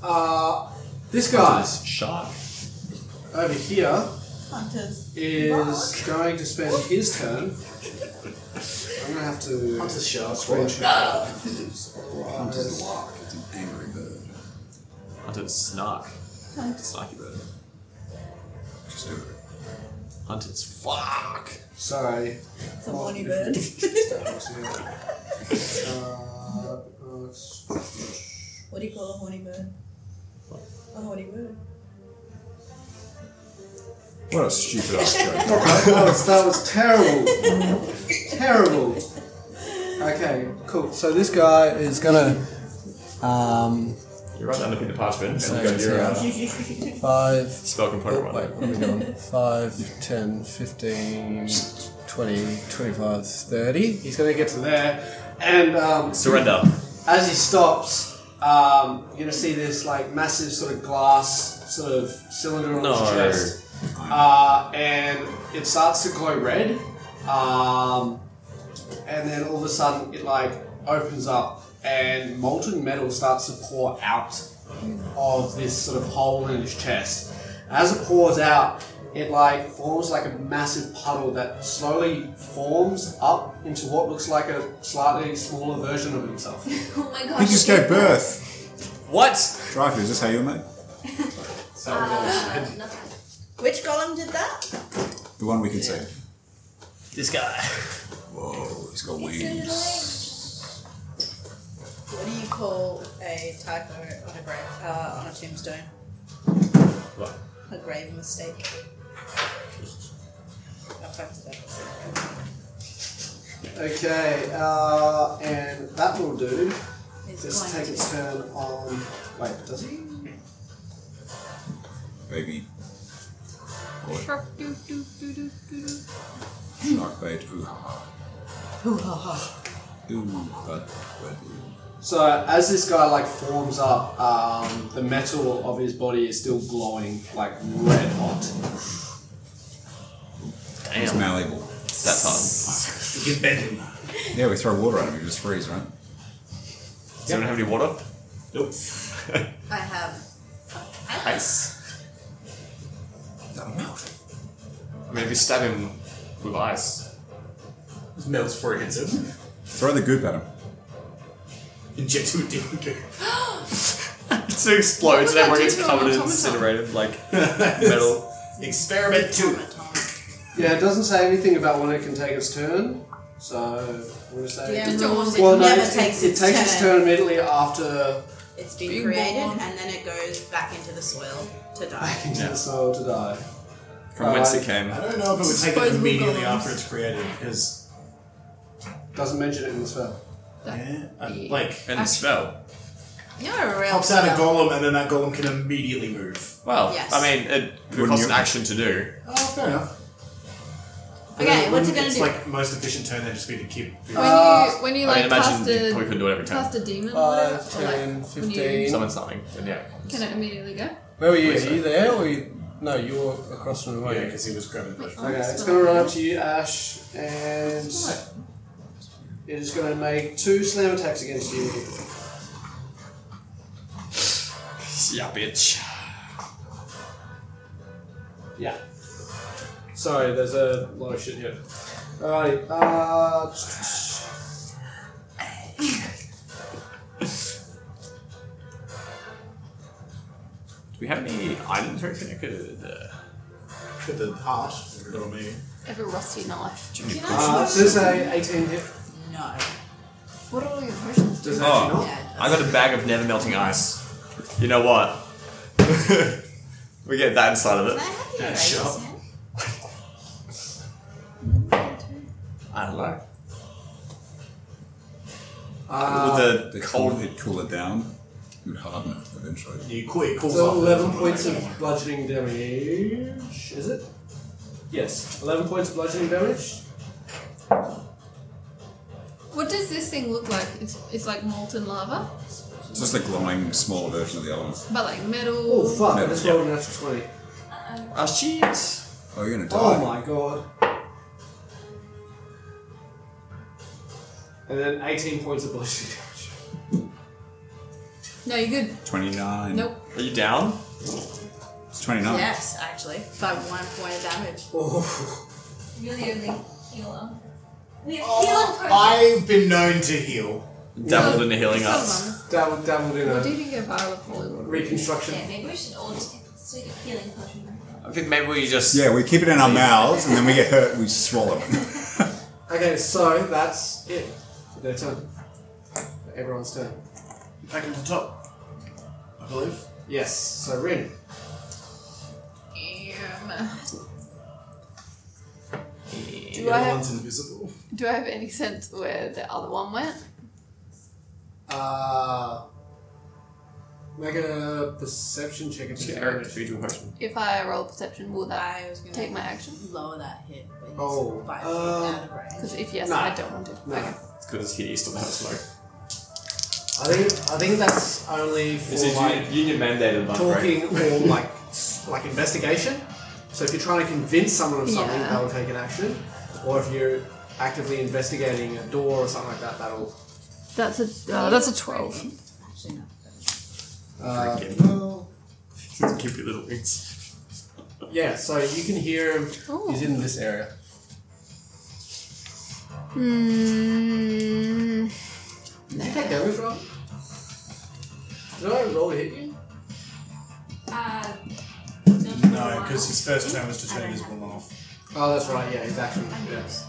S8: Uh, this guy
S2: Shark.
S8: over here
S4: Hunters.
S8: is going to spend his turn. I'm gonna have to.
S6: Hunter shark.
S5: Hunter's lark. It's an angry bird.
S2: Hunted snark. Snarky bird.
S5: Just do it.
S1: Hunted as fuck.
S8: Sorry.
S4: It's a horny bird.
S8: Uh, uh,
S4: What do you call a horny bird? A horny bird.
S5: What a stupid ass joke.
S8: that was, that was terrible. terrible. Okay, cool. So this guy is gonna. Um,
S1: You're right down to the parchment.
S8: so
S1: And you've got your uh,
S8: yeah. five.
S1: spell component
S8: Oh,
S1: right
S8: wait,
S1: there.
S8: what are we doing? 5, 10, 15, 20, 25, 30. He's going to get to there. And um,
S1: Surrender.
S8: as he stops, um, you're gonna see this like massive sort of glass sort of cylinder on his
S1: No.
S8: chest, uh, and it starts to glow red, um, and then all of a sudden it like opens up, and molten metal starts to pour out of this sort of hole in his chest. As it pours out, it like forms like a massive puddle that slowly forms up into what looks like a slightly smaller version of himself.
S12: Oh my gosh.
S5: He just gave birth.
S1: What?
S5: Driver, is this how you're made?
S3: Uh,
S4: Which golem did that?
S5: The one we can see.
S1: This guy.
S5: Whoa, he's got
S4: It's
S5: wings.
S4: What do you call a typo on a grave uh, on a tombstone?
S1: What?
S4: A grave mistake. I fucked it up.
S8: Okay, uh, and that will do.
S4: It's
S8: Just
S4: going
S8: take
S4: to-
S8: its turn on. Wait, does he?
S5: Baby.
S3: Shark doo doo doo doo doo doo.
S5: Shark bait. Ooh ha ha. Ooh ha ha.
S8: So as this guy like forms up, um, the metal of his body is still glowing like red hot.
S5: He's
S1: Damn.
S5: malleable.
S1: That's hard.
S6: You can bend him.
S5: Yeah, we throw water at him, he just freeze, right?
S1: Does anyone have any water? Nope.
S4: I have.
S1: ice.
S5: That'll melt.
S1: I mean, if you stab him with ice.
S6: His melts before it hits him.
S5: Throw the goop at him.
S6: Inject him with different goo.
S1: To explode,
S3: What would
S1: and everyone
S3: I do
S1: gets
S3: to an
S1: covered in
S3: automaton?
S1: incinerated, like, metal.
S6: Experiment two.
S8: Yeah, it doesn't say anything about when it can take its turn. So we're gonna say.
S4: Yeah,
S3: Just
S4: rules, it
S8: Well, no,
S4: never
S8: it,
S4: takes
S8: it
S4: its,
S8: takes
S4: turn.
S8: its turn immediately after
S4: It's been
S3: Big
S4: created
S3: bomb.
S4: and then it goes back into the soil to die.
S8: into
S1: Yeah.
S8: the soil to die.
S1: From whence
S8: Alright.
S1: it came.
S6: I don't know if it would take it
S3: Disposable
S6: immediately
S3: golems.
S6: after it's created, because
S8: Doesn't mention it in the spell.
S6: yeah, uh,
S3: Yeah.
S6: like
S1: And the spell.
S4: You're a real
S6: pops out a
S4: spell.
S6: golem and then that golem can immediately move.
S1: Well,
S4: Yes.
S1: I mean, it would
S5: Wouldn't
S1: cost
S5: you-
S1: an action to do.
S6: Oh, fair enough.
S4: Okay, what's
S6: But when
S4: it gonna
S6: it's
S4: do?
S6: like most efficient turn then just be to keep.
S3: When
S8: Uh,
S3: you when you
S1: I
S3: like
S1: mean,
S3: cast
S1: imagine you probably
S3: a
S1: couldn't do it every time.
S3: cast a demon, or whatever,
S8: Five,
S3: or, like,
S8: 10,
S3: when you-
S8: 15.
S1: Summon something, then yeah.
S3: Can it immediately go?
S8: Where were you?
S1: Wait,
S8: Are you there or you? No, you're across from the
S6: Yeah,
S8: way.
S6: because he was grabbing the
S3: Oh,
S8: Okay, it's going to run up to you, Ash, and it is going to make two slam attacks against you.
S1: Yeah, bitch.
S8: Yeah. Sorry, there's a lot of shit here. Alrighty. Uh,
S1: Do we have any items or anything I could. Uh,
S6: with the heart. Or me.
S3: Ever rusty knife.
S4: Can I
S8: uh,
S4: smoke?
S8: does a 18 hit?
S4: No.
S3: What are all your potions?
S8: Does
S3: do?
S8: it actually
S1: Oh.
S8: not?
S4: Yeah.
S1: I got a bag of never melting ice. You know what? we get that inside of
S4: Can I
S1: it.
S4: have the
S6: Yeah,
S4: erasers
S6: sure.
S4: hand?
S1: I don't know.
S8: Uh,
S1: With
S5: They
S1: the
S5: cool,
S1: cold.
S5: it'd cool it down. It would harden it eventually.
S6: You quit. Calls
S8: so
S6: off.
S8: 11 points of bludgeoning damage, is it? Yes, 11 points of bludgeoning damage.
S3: What does this thing look like? It's, it's like molten lava,
S5: It's just a glowing, smaller version of the other one.
S3: but like
S8: Oh,
S3: metal.
S8: fuck,
S5: No,
S8: that's
S1: yeah.
S8: rolled a natural 20.
S1: Ah, shit.
S5: Oh, you're gonna die.
S8: Oh my god. And then 18 points of bludgeoning damage.
S3: No, you're good.
S5: 29.
S3: Nope.
S1: Are you down?
S5: It's 29.
S4: Yes, actually. By one point of damage.
S8: Oh,
S12: You're the only healer. We have
S6: I've been known to heal.
S1: Dabbled in the healing
S3: Some
S1: arts.
S3: of
S8: dabbled, dabbled in
S3: them. Or do
S8: a
S3: you think a vial of holy water?
S8: uh, reconstruction.
S12: Yeah, maybe we should all just take a healing potion.
S2: I think maybe we just.
S5: Yeah, we keep it in our mouths and then we get hurt and we swallow it. Uh,
S8: Okay, so that's it. Their turn. Everyone's turn.
S6: Back into the top, I believe.
S8: Yes, so Rin.
S3: Do
S6: the
S3: I
S6: other
S3: have-
S6: one's invisible.
S3: Do I have any sense where the other one went?
S8: Uh, make a perception check if you
S16: Eric, if you do a question.
S3: If I roll perception, will that
S4: I was gonna
S3: take my action?
S4: lower that hit, but he's
S8: Oh,
S4: five
S8: um,
S4: feet out of range.
S3: Because if yes,
S8: Nah.
S3: I don't want to.
S8: No.
S3: Okay.
S16: Because he still has smoke.
S8: I think I think that's only for
S2: This is
S8: like
S2: union, union mandated one, right?
S8: talking or like s- like investigation. So if you're trying to convince someone of something,
S3: Yeah.
S8: that'll take an action. Or if you're actively investigating a door or something like that, that'll.
S3: That's a uh, that's a twelve.
S4: Actually, no.
S8: Uh,
S16: Keep your little wings.
S8: yeah, so you can hear him. He's in this area.
S3: Hmm.
S8: Did you take damage, Rob? Did I roll to hit you?
S12: Uh,
S6: No, because his first turn was to turn invisible one off.
S8: Oh, that's right. Yeah, his action. Yes.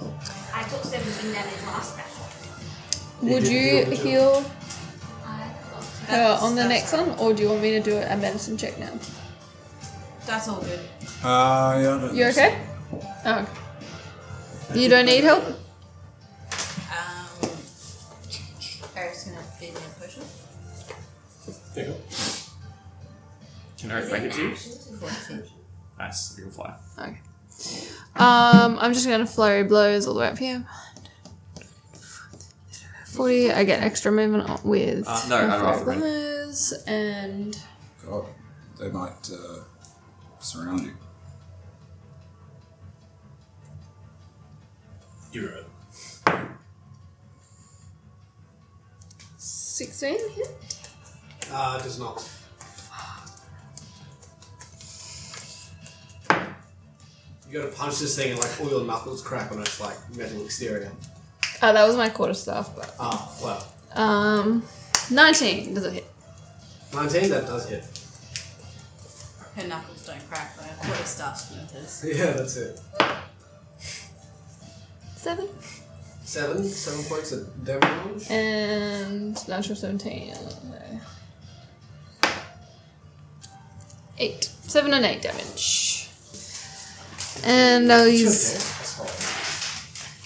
S12: I took 17 damage last battle.
S3: Would
S8: did
S3: you
S8: heal the two.
S3: heal
S12: I forgot.
S3: her Uh, on the next one, or do you want me to do a medicine check now?
S4: That's all good.
S5: Uh, yeah, I don't
S3: You okay? Oh. You don't need help.
S4: Um, Eric's gonna feed me a potion.
S16: Can Eric make it to you?
S4: Fourteen.
S16: Nice, you can fly.
S3: Okay. Um, I'm just gonna flurry blows all the way up here. Forty. I get extra movement on- with
S2: Uh, no, I don't
S3: flurry
S2: offer it.
S3: blows and
S5: God, they might uh, surround you.
S6: You're right.
S3: sixteen. hit?
S8: Uh, does not. You gotta punch this thing and like all your knuckles crack on its like metal exterior.
S3: Oh, that was my quarter staff, but
S8: Ah, well.
S3: um, nineteen does it hit?
S8: 19, that does hit.
S4: Her knuckles don't crack, but her quarter staff splinters.
S8: Yeah, that's it.
S3: Seven
S8: Seven, seven points of damage.
S3: and natural seventeen. Eight, seven, and eight damage. And I'll use.
S8: Okay, that's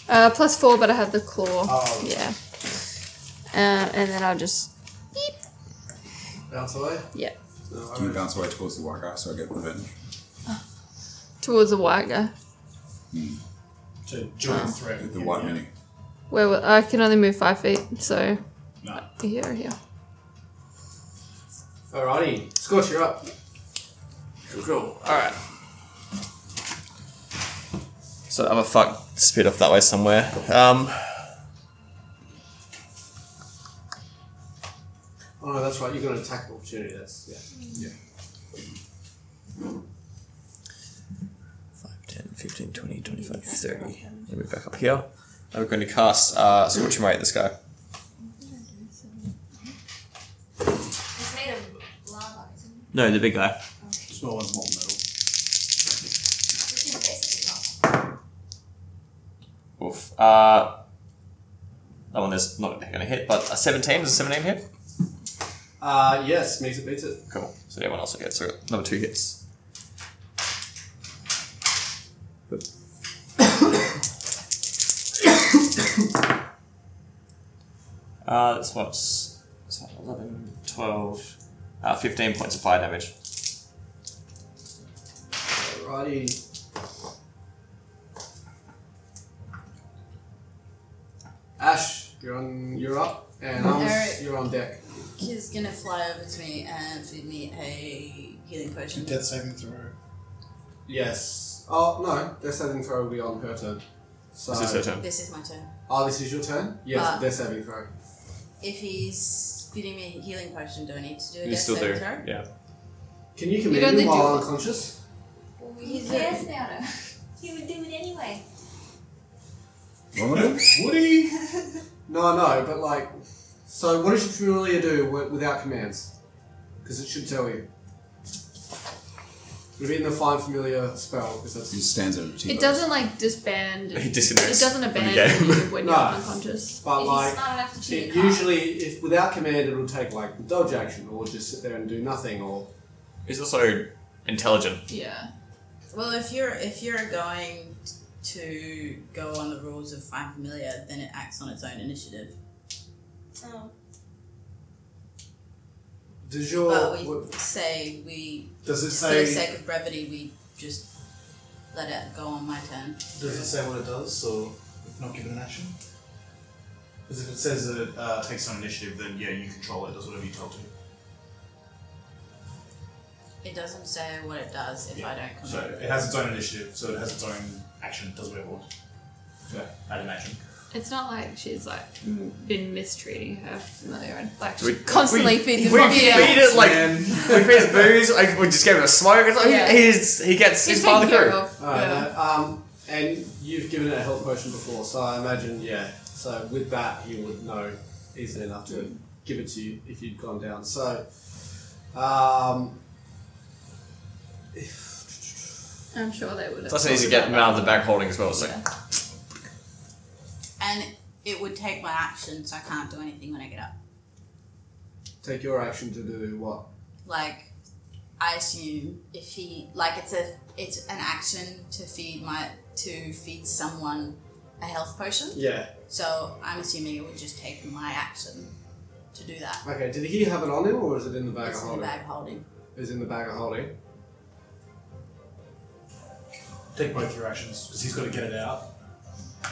S8: fine.
S3: Uh, plus four, but I have the claw.
S8: Oh.
S3: Yeah. Uh, and then I'll just. Beep.
S8: Bounce away.
S3: Yeah.
S8: No, I
S5: I'm
S8: don't-
S5: gonna bounce away towards the white guy so I get revenge.
S3: Towards the white guy.
S6: So joint threat.
S5: With the
S6: Yeah,
S5: white
S6: yeah.
S5: mini.
S3: Where will- I can only move five feet, so.
S6: No.
S3: Here or here.
S8: Alrighty, Scorch, you're up.
S2: Cool. Alright. So I'm a fuck spit off that way somewhere. Um,
S8: Oh no, that's right, you got an attack of opportunity, that's, yeah.
S5: Yeah.
S2: 5, 10, 15, 20, 25, 30. Let me back up here. I'm going to cast uh, Scorching Ray at this guy.
S12: It's made of lava, isn't it?
S2: No, the big guy.
S6: Small one's more metal.
S12: Which is basically lava.
S2: Oof. Uh, that one is not going to hit, but a 17 is a 17 hit.
S8: Uh, yes, makes it beats it.
S2: Cool. So everyone else will hit. So number two hits. uh, that's what's that's what, 11, 12, uh, 15 points of fire damage.
S8: Alrighty. Ash, you're on. You're up, and Arms,
S4: Alright.
S8: you're on deck.
S4: He's gonna fly over to me and feed me a healing potion.
S6: Death saving throw.
S8: Yes. Oh no, death saving throw will be on her turn. So.
S16: This is her turn.
S4: This is my turn.
S8: Oh, this is your turn. Yes,
S4: Ah.
S8: death saving throw.
S4: If he's feeding me a healing potion, do I need to do a
S16: You
S4: death
S16: still do.
S4: saving throw?
S16: Yeah.
S8: Can you
S3: don't
S8: command him
S3: need to-
S8: while unconscious?
S12: He cares now, though. He would do it anyway.
S5: What am I doing?
S16: Woody!
S8: No, no, but like, so what does your familiar do wi- without commands? Because it should tell you. Would have been the fine familiar spell because that's
S5: He stands over two
S3: It doesn't like disband.
S2: He
S3: It
S2: disconnects
S3: doesn't
S2: from the
S3: abandon
S2: game.
S3: you when you're
S8: No.
S3: unconscious.
S8: But
S12: If
S8: like,
S12: he's smart enough to cheat
S8: it
S12: a card.
S8: usually, if without command, it'll take like the dodge action, or just sit there and do nothing, or
S2: He's also intelligent.
S3: Yeah.
S4: Well, if you're if you're going to go on the rules of find familiar, then it acts on its own initiative.
S12: Oh.
S8: does your
S4: but we
S8: what-
S4: say we,
S6: Does it
S4: for the
S6: say?
S4: sake of brevity, we just let it go on my turn.
S6: Does it say what it does, or if not given an action? Because if it says that it uh, takes on initiative, then yeah, you control it. Does whatever you tell to.
S4: It doesn't say what it does if I don't come
S6: So it has its own initiative. So it has its own action. Does whatever it wants. Yeah, I'd imagine.
S3: It's not like she's like m- been mistreating her familiar and like
S2: We-
S3: she's constantly
S2: we-
S3: feeding
S2: We
S3: the
S2: feed
S3: familiar.
S2: it like we feed it booze. Like, we just gave it a smoke. It's like,
S3: Yeah.
S2: he's, he gets
S3: He's
S2: he's part
S3: taken
S2: of the
S3: care
S2: crew.
S3: of.
S8: Alright,
S3: yeah.
S8: no, um, and you've given it a health potion before, so I imagine, yeah. So with that, he would know easily enough to give it to you if you'd gone down. So, um,
S3: I'm sure they would have.
S2: That's easy to get him out of the bag holding as well. So
S4: And it would take my action, so I can't do anything when I get up.
S8: take your action to do what?
S4: Like, I assume if he like it's a it's an action to feed my to feed someone a health potion.
S8: Yeah.
S4: So I'm assuming it would just take my action to do that.
S8: Okay. Did he have it on him, or is it in the bag
S4: It's
S8: of
S4: in the
S8: holding?
S4: bag holding.
S8: It's in the bag of holding.
S6: Take both your actions because he's got to get it out,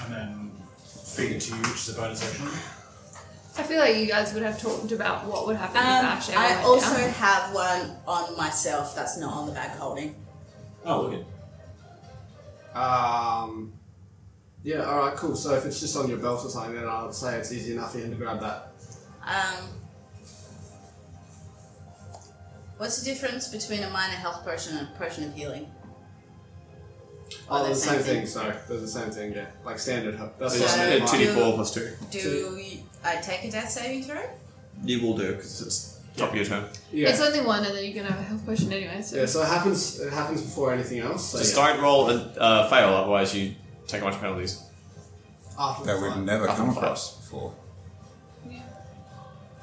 S6: and then feed it to you, which is a bonus action.
S3: I feel like you guys would have talked about what would happen
S4: Um,
S3: if Ash
S4: I
S3: went
S4: also
S3: down.
S4: have one on myself that's not on the bag holding.
S6: Oh, look it.
S8: Um. Yeah. All right. Cool. So if it's just on your belt or something, then I'd say it's easy enough for him to grab that.
S4: Um, what's the difference between a minor health potion and a potion of healing? Are
S8: Oh,
S4: they
S8: they're the
S4: same
S8: same
S4: thing?
S8: thing. So they're the same thing. Yeah. Like standard. health- That's
S4: So-
S8: what I meant.
S4: Yeah, two-
S17: 2d4 plus 2.
S4: Do you, I take a death saving throw?
S17: You will do, because it's top of your turn.
S8: Yeah.
S3: It's only one, and then you're gonna have a health potion anyway. So
S8: Yeah, so it happens. It happens before anything else. So
S17: Just
S8: yeah.
S17: don't roll and uh, fail, otherwise you take a bunch of penalties.
S8: after
S5: that
S8: the
S5: we've
S8: fight.
S5: never
S17: I've
S5: come
S17: not
S5: across before.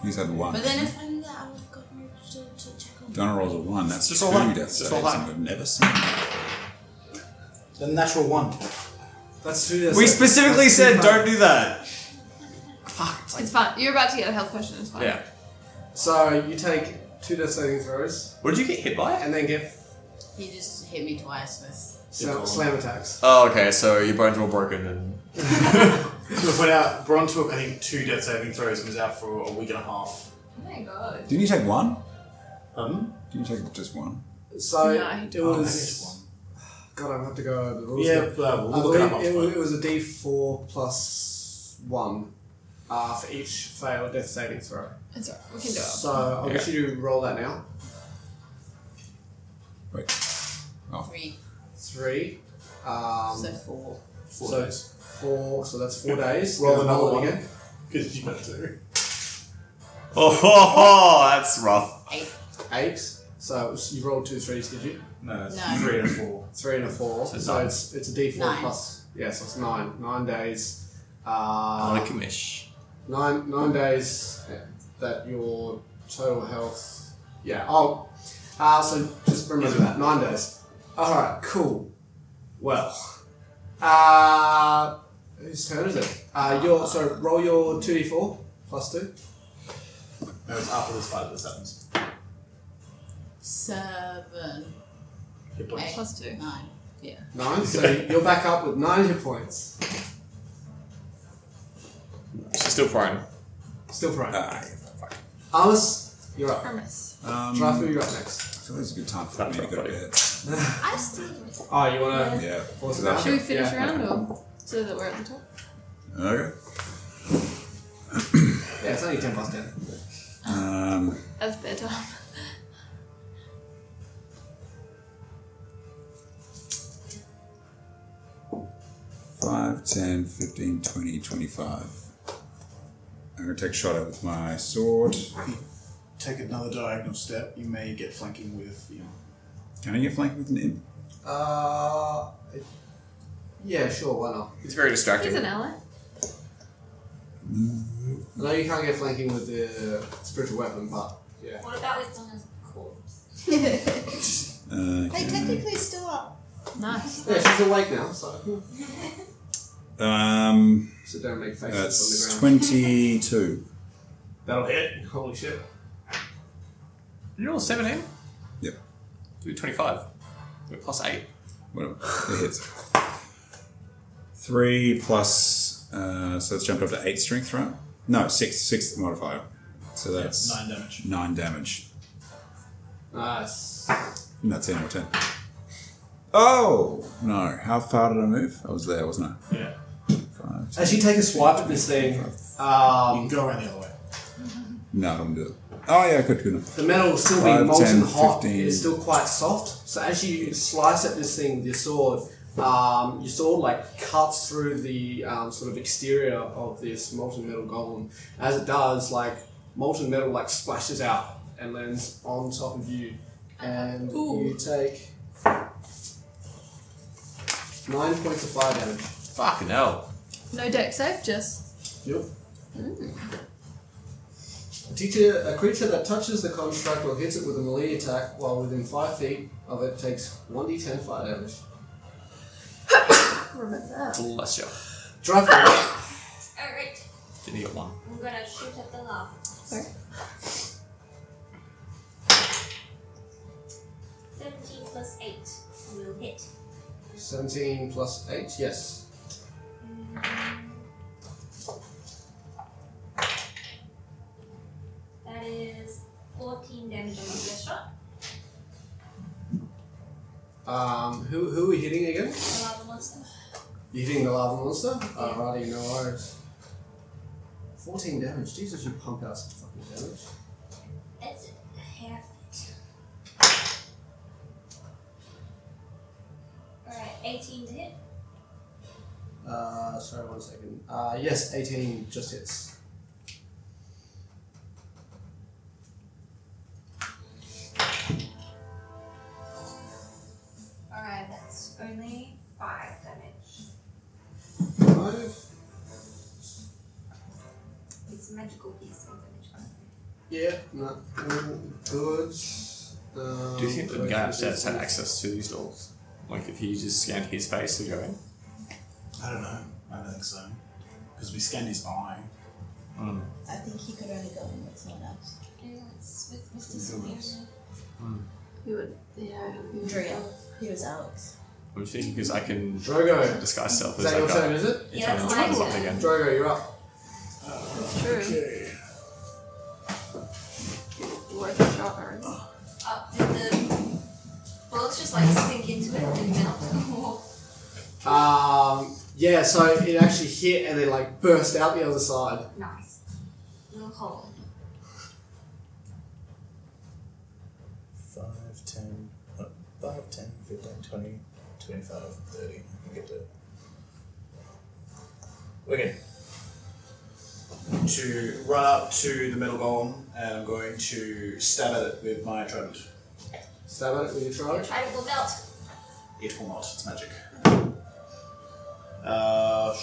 S5: He's had one.
S4: But then if
S12: I knew that I would have gotten to, to check on
S5: Donna rolls a one. That's
S17: Just
S5: two
S17: roll high.
S5: death
S17: Just
S5: saves,
S17: roll high.
S5: and we've never seen. it.
S6: The natural one.
S8: That's two. That's
S2: we
S8: that's
S2: specifically
S8: two
S2: said
S8: fight.
S2: don't do that.
S3: it's fine. You're about to get a health potion. It's fine.
S2: Yeah.
S8: So you take two death saving throws
S2: What did you get hit by?
S8: and then get
S4: He just hit me twice with.
S8: slam, slam attacks.
S2: Oh, okay. So your bones were broken. And
S6: So we put out Bron took I think two death saving throws and was out for a week and a half.
S3: Oh my god.
S5: Didn't you take one?
S6: Um, oh,
S5: Didn't you take just one?
S8: So
S3: No, he
S8: it
S3: didn't.
S8: was. God, I'm have to go over the rules.
S6: yeah,
S8: now.
S6: but, uh,
S8: I
S6: we'll look it up.
S8: believe
S6: after.
S8: it was, it was a D4 plus one uh, for each failed death saving throw.
S3: It's alright. We can do it.
S8: So I'll get you to roll that now.
S5: Wait.
S4: Three,
S8: Three. Um,
S4: so four.
S8: four so days. Four. So that's four days.
S6: Roll
S8: Gonna
S6: another
S8: it
S6: one.
S8: again.
S6: Because you got two.
S2: oh, ho, ho, that's rough.
S8: Eight. So it was- you rolled two threes, did you?
S6: No, it's
S4: No.
S6: three and a four.
S8: Three and a four. So, it's it's a D four
S4: Nine.
S8: plus yeah, so it's nine. Nine days.
S2: On a
S8: Uh,
S2: commish.
S8: nine nine days that your total health yeah. Oh uh, so just remember that. Nine days. Alright, cool. Well. Uh whose turn is it? Uh your so roll your two D four plus two.
S6: No, it's after this fight that this happens.
S4: Seven,
S6: Hit points.
S4: eight,
S3: Plus
S8: Uh,
S3: two.
S4: nine.
S8: Nine. So you're back up with nine hit points.
S2: She's still prone.
S8: Still prone.
S5: Ah,
S8: Alice, you're up.
S3: Promise.
S5: um,
S8: Drafu, you're up next.
S5: I feel it's a good time for
S2: That's
S5: me to go to
S2: right.
S5: bed.
S12: I still
S8: Oh, you wanna
S5: Yeah.
S8: Pause it
S5: Yeah.
S8: now?
S3: Should we finish
S8: Yeah.
S3: round or so that we're at the top?
S5: Okay.
S8: Yeah, it's only ten past ten.
S5: Um,
S3: That's bedtime.
S5: Five, 10, 15, 20, 25. I'm going to take a shot at it with my sword.
S6: Take another diagonal step. You may get flanking with the.
S5: Can I get flanked with an imp?
S8: Uh, it- yeah, sure, why not?
S2: It's very distracting.
S3: He's an ally.
S8: I know you can't get flanking with the spiritual weapon, but yeah.
S12: What about with Donna's corpse?
S5: Uh,
S4: They technically still are.
S3: Nice.
S8: Yeah, she's awake now, so hmm.
S5: um,
S8: so don't make faces
S5: that's
S8: on the ground.
S5: 22.
S8: That'll hit. Holy shit.
S2: You roll 17?
S5: Yep.
S2: Do 25. We're plus 8.
S5: Whatever. It hits. Three plus, uh, so it's jumped up to eight strength, right? No, six, six modifier. So that's
S6: Nine damage.
S5: nine damage.
S8: Nice.
S5: And that's the end of my turn. Oh! No, how far did I move? I was there, wasn't I?
S6: Yeah.
S5: Five,
S8: As you take a swipe at this thing,
S6: You can
S8: um,
S6: go around the other way.
S5: No, I don't do it. Oh, yeah, good, good enough.
S8: the metal will still
S5: Five,
S8: be molten
S5: 10,
S8: hot.
S5: 15.
S8: It's still quite soft. So as you slice at this thing with your sword, um, your sword like cuts through the um, sort of exterior of this molten metal golem. As it does, like molten metal like splashes out and lands on top of you, and you take nine points of fire damage.
S2: Fucking hell.
S3: No deck save, just
S8: Yep. Hmm. A, teacher, a creature that touches the construct or hits it with a melee attack while within 5 feet of it takes 1d10 fire damage.
S3: remember that.
S2: Bless you.
S8: Drive away.
S12: Alright,
S2: Didn't get one.
S12: I'm gonna shoot at the lava.
S3: Sorry.
S12: 17 plus 8 will hit.
S8: 17 plus 8, yes.
S12: That is 14 damage on the first shot.
S8: Um, who, who are we hitting again?
S12: The lava monster.
S8: You're hitting the lava monster? Alrighty, no worries. 14 damage. Jesus, you pump out some fucking damage.
S12: That's half it. Alright, 18 to hit.
S8: Uh, sorry, one second. Uh, yes, 18 just hits.
S12: Alright, that's only 5 damage.
S8: 5.
S12: It's a magical piece of damage.
S8: Yeah, no, good. Um,
S2: Do you think the
S8: wait,
S2: guy
S8: wait,
S2: upstairs
S8: wait.
S2: had access to these doors? Like, if he just scanned his face to go in?
S6: I don't know. I don't think so. Because we scanned his eye.
S4: I think he could only go in with someone else.
S12: Yeah, it's with Mr. Sylvia.
S3: You would, yeah. you would-
S4: Drea. He was Alex.
S2: I'm thinking because I can
S8: Drogo.
S2: disguise self
S8: Is
S2: as
S8: that your
S2: that
S8: turn,
S2: guy.
S8: is it?
S12: Yeah, that's
S2: Try
S12: my
S2: to look
S12: turn.
S2: again.
S8: Drogo, you're up.
S3: True. Worth a shot, Aaron.
S12: Up did the bullets just like sink into it and melt or
S8: Um, yeah, so it actually hit and then like burst out the other side.
S12: Nice. Little hole.
S18: 5, 10, uh, 5, 10, 15, 20, 25, 30. You get to. We're good.
S6: To run up to the metal golem, and I'm going to stab at it with my trident.
S8: Stab at it with your
S12: Your
S8: trident.
S12: trident will melt.
S6: It will not. It's magic. Uh,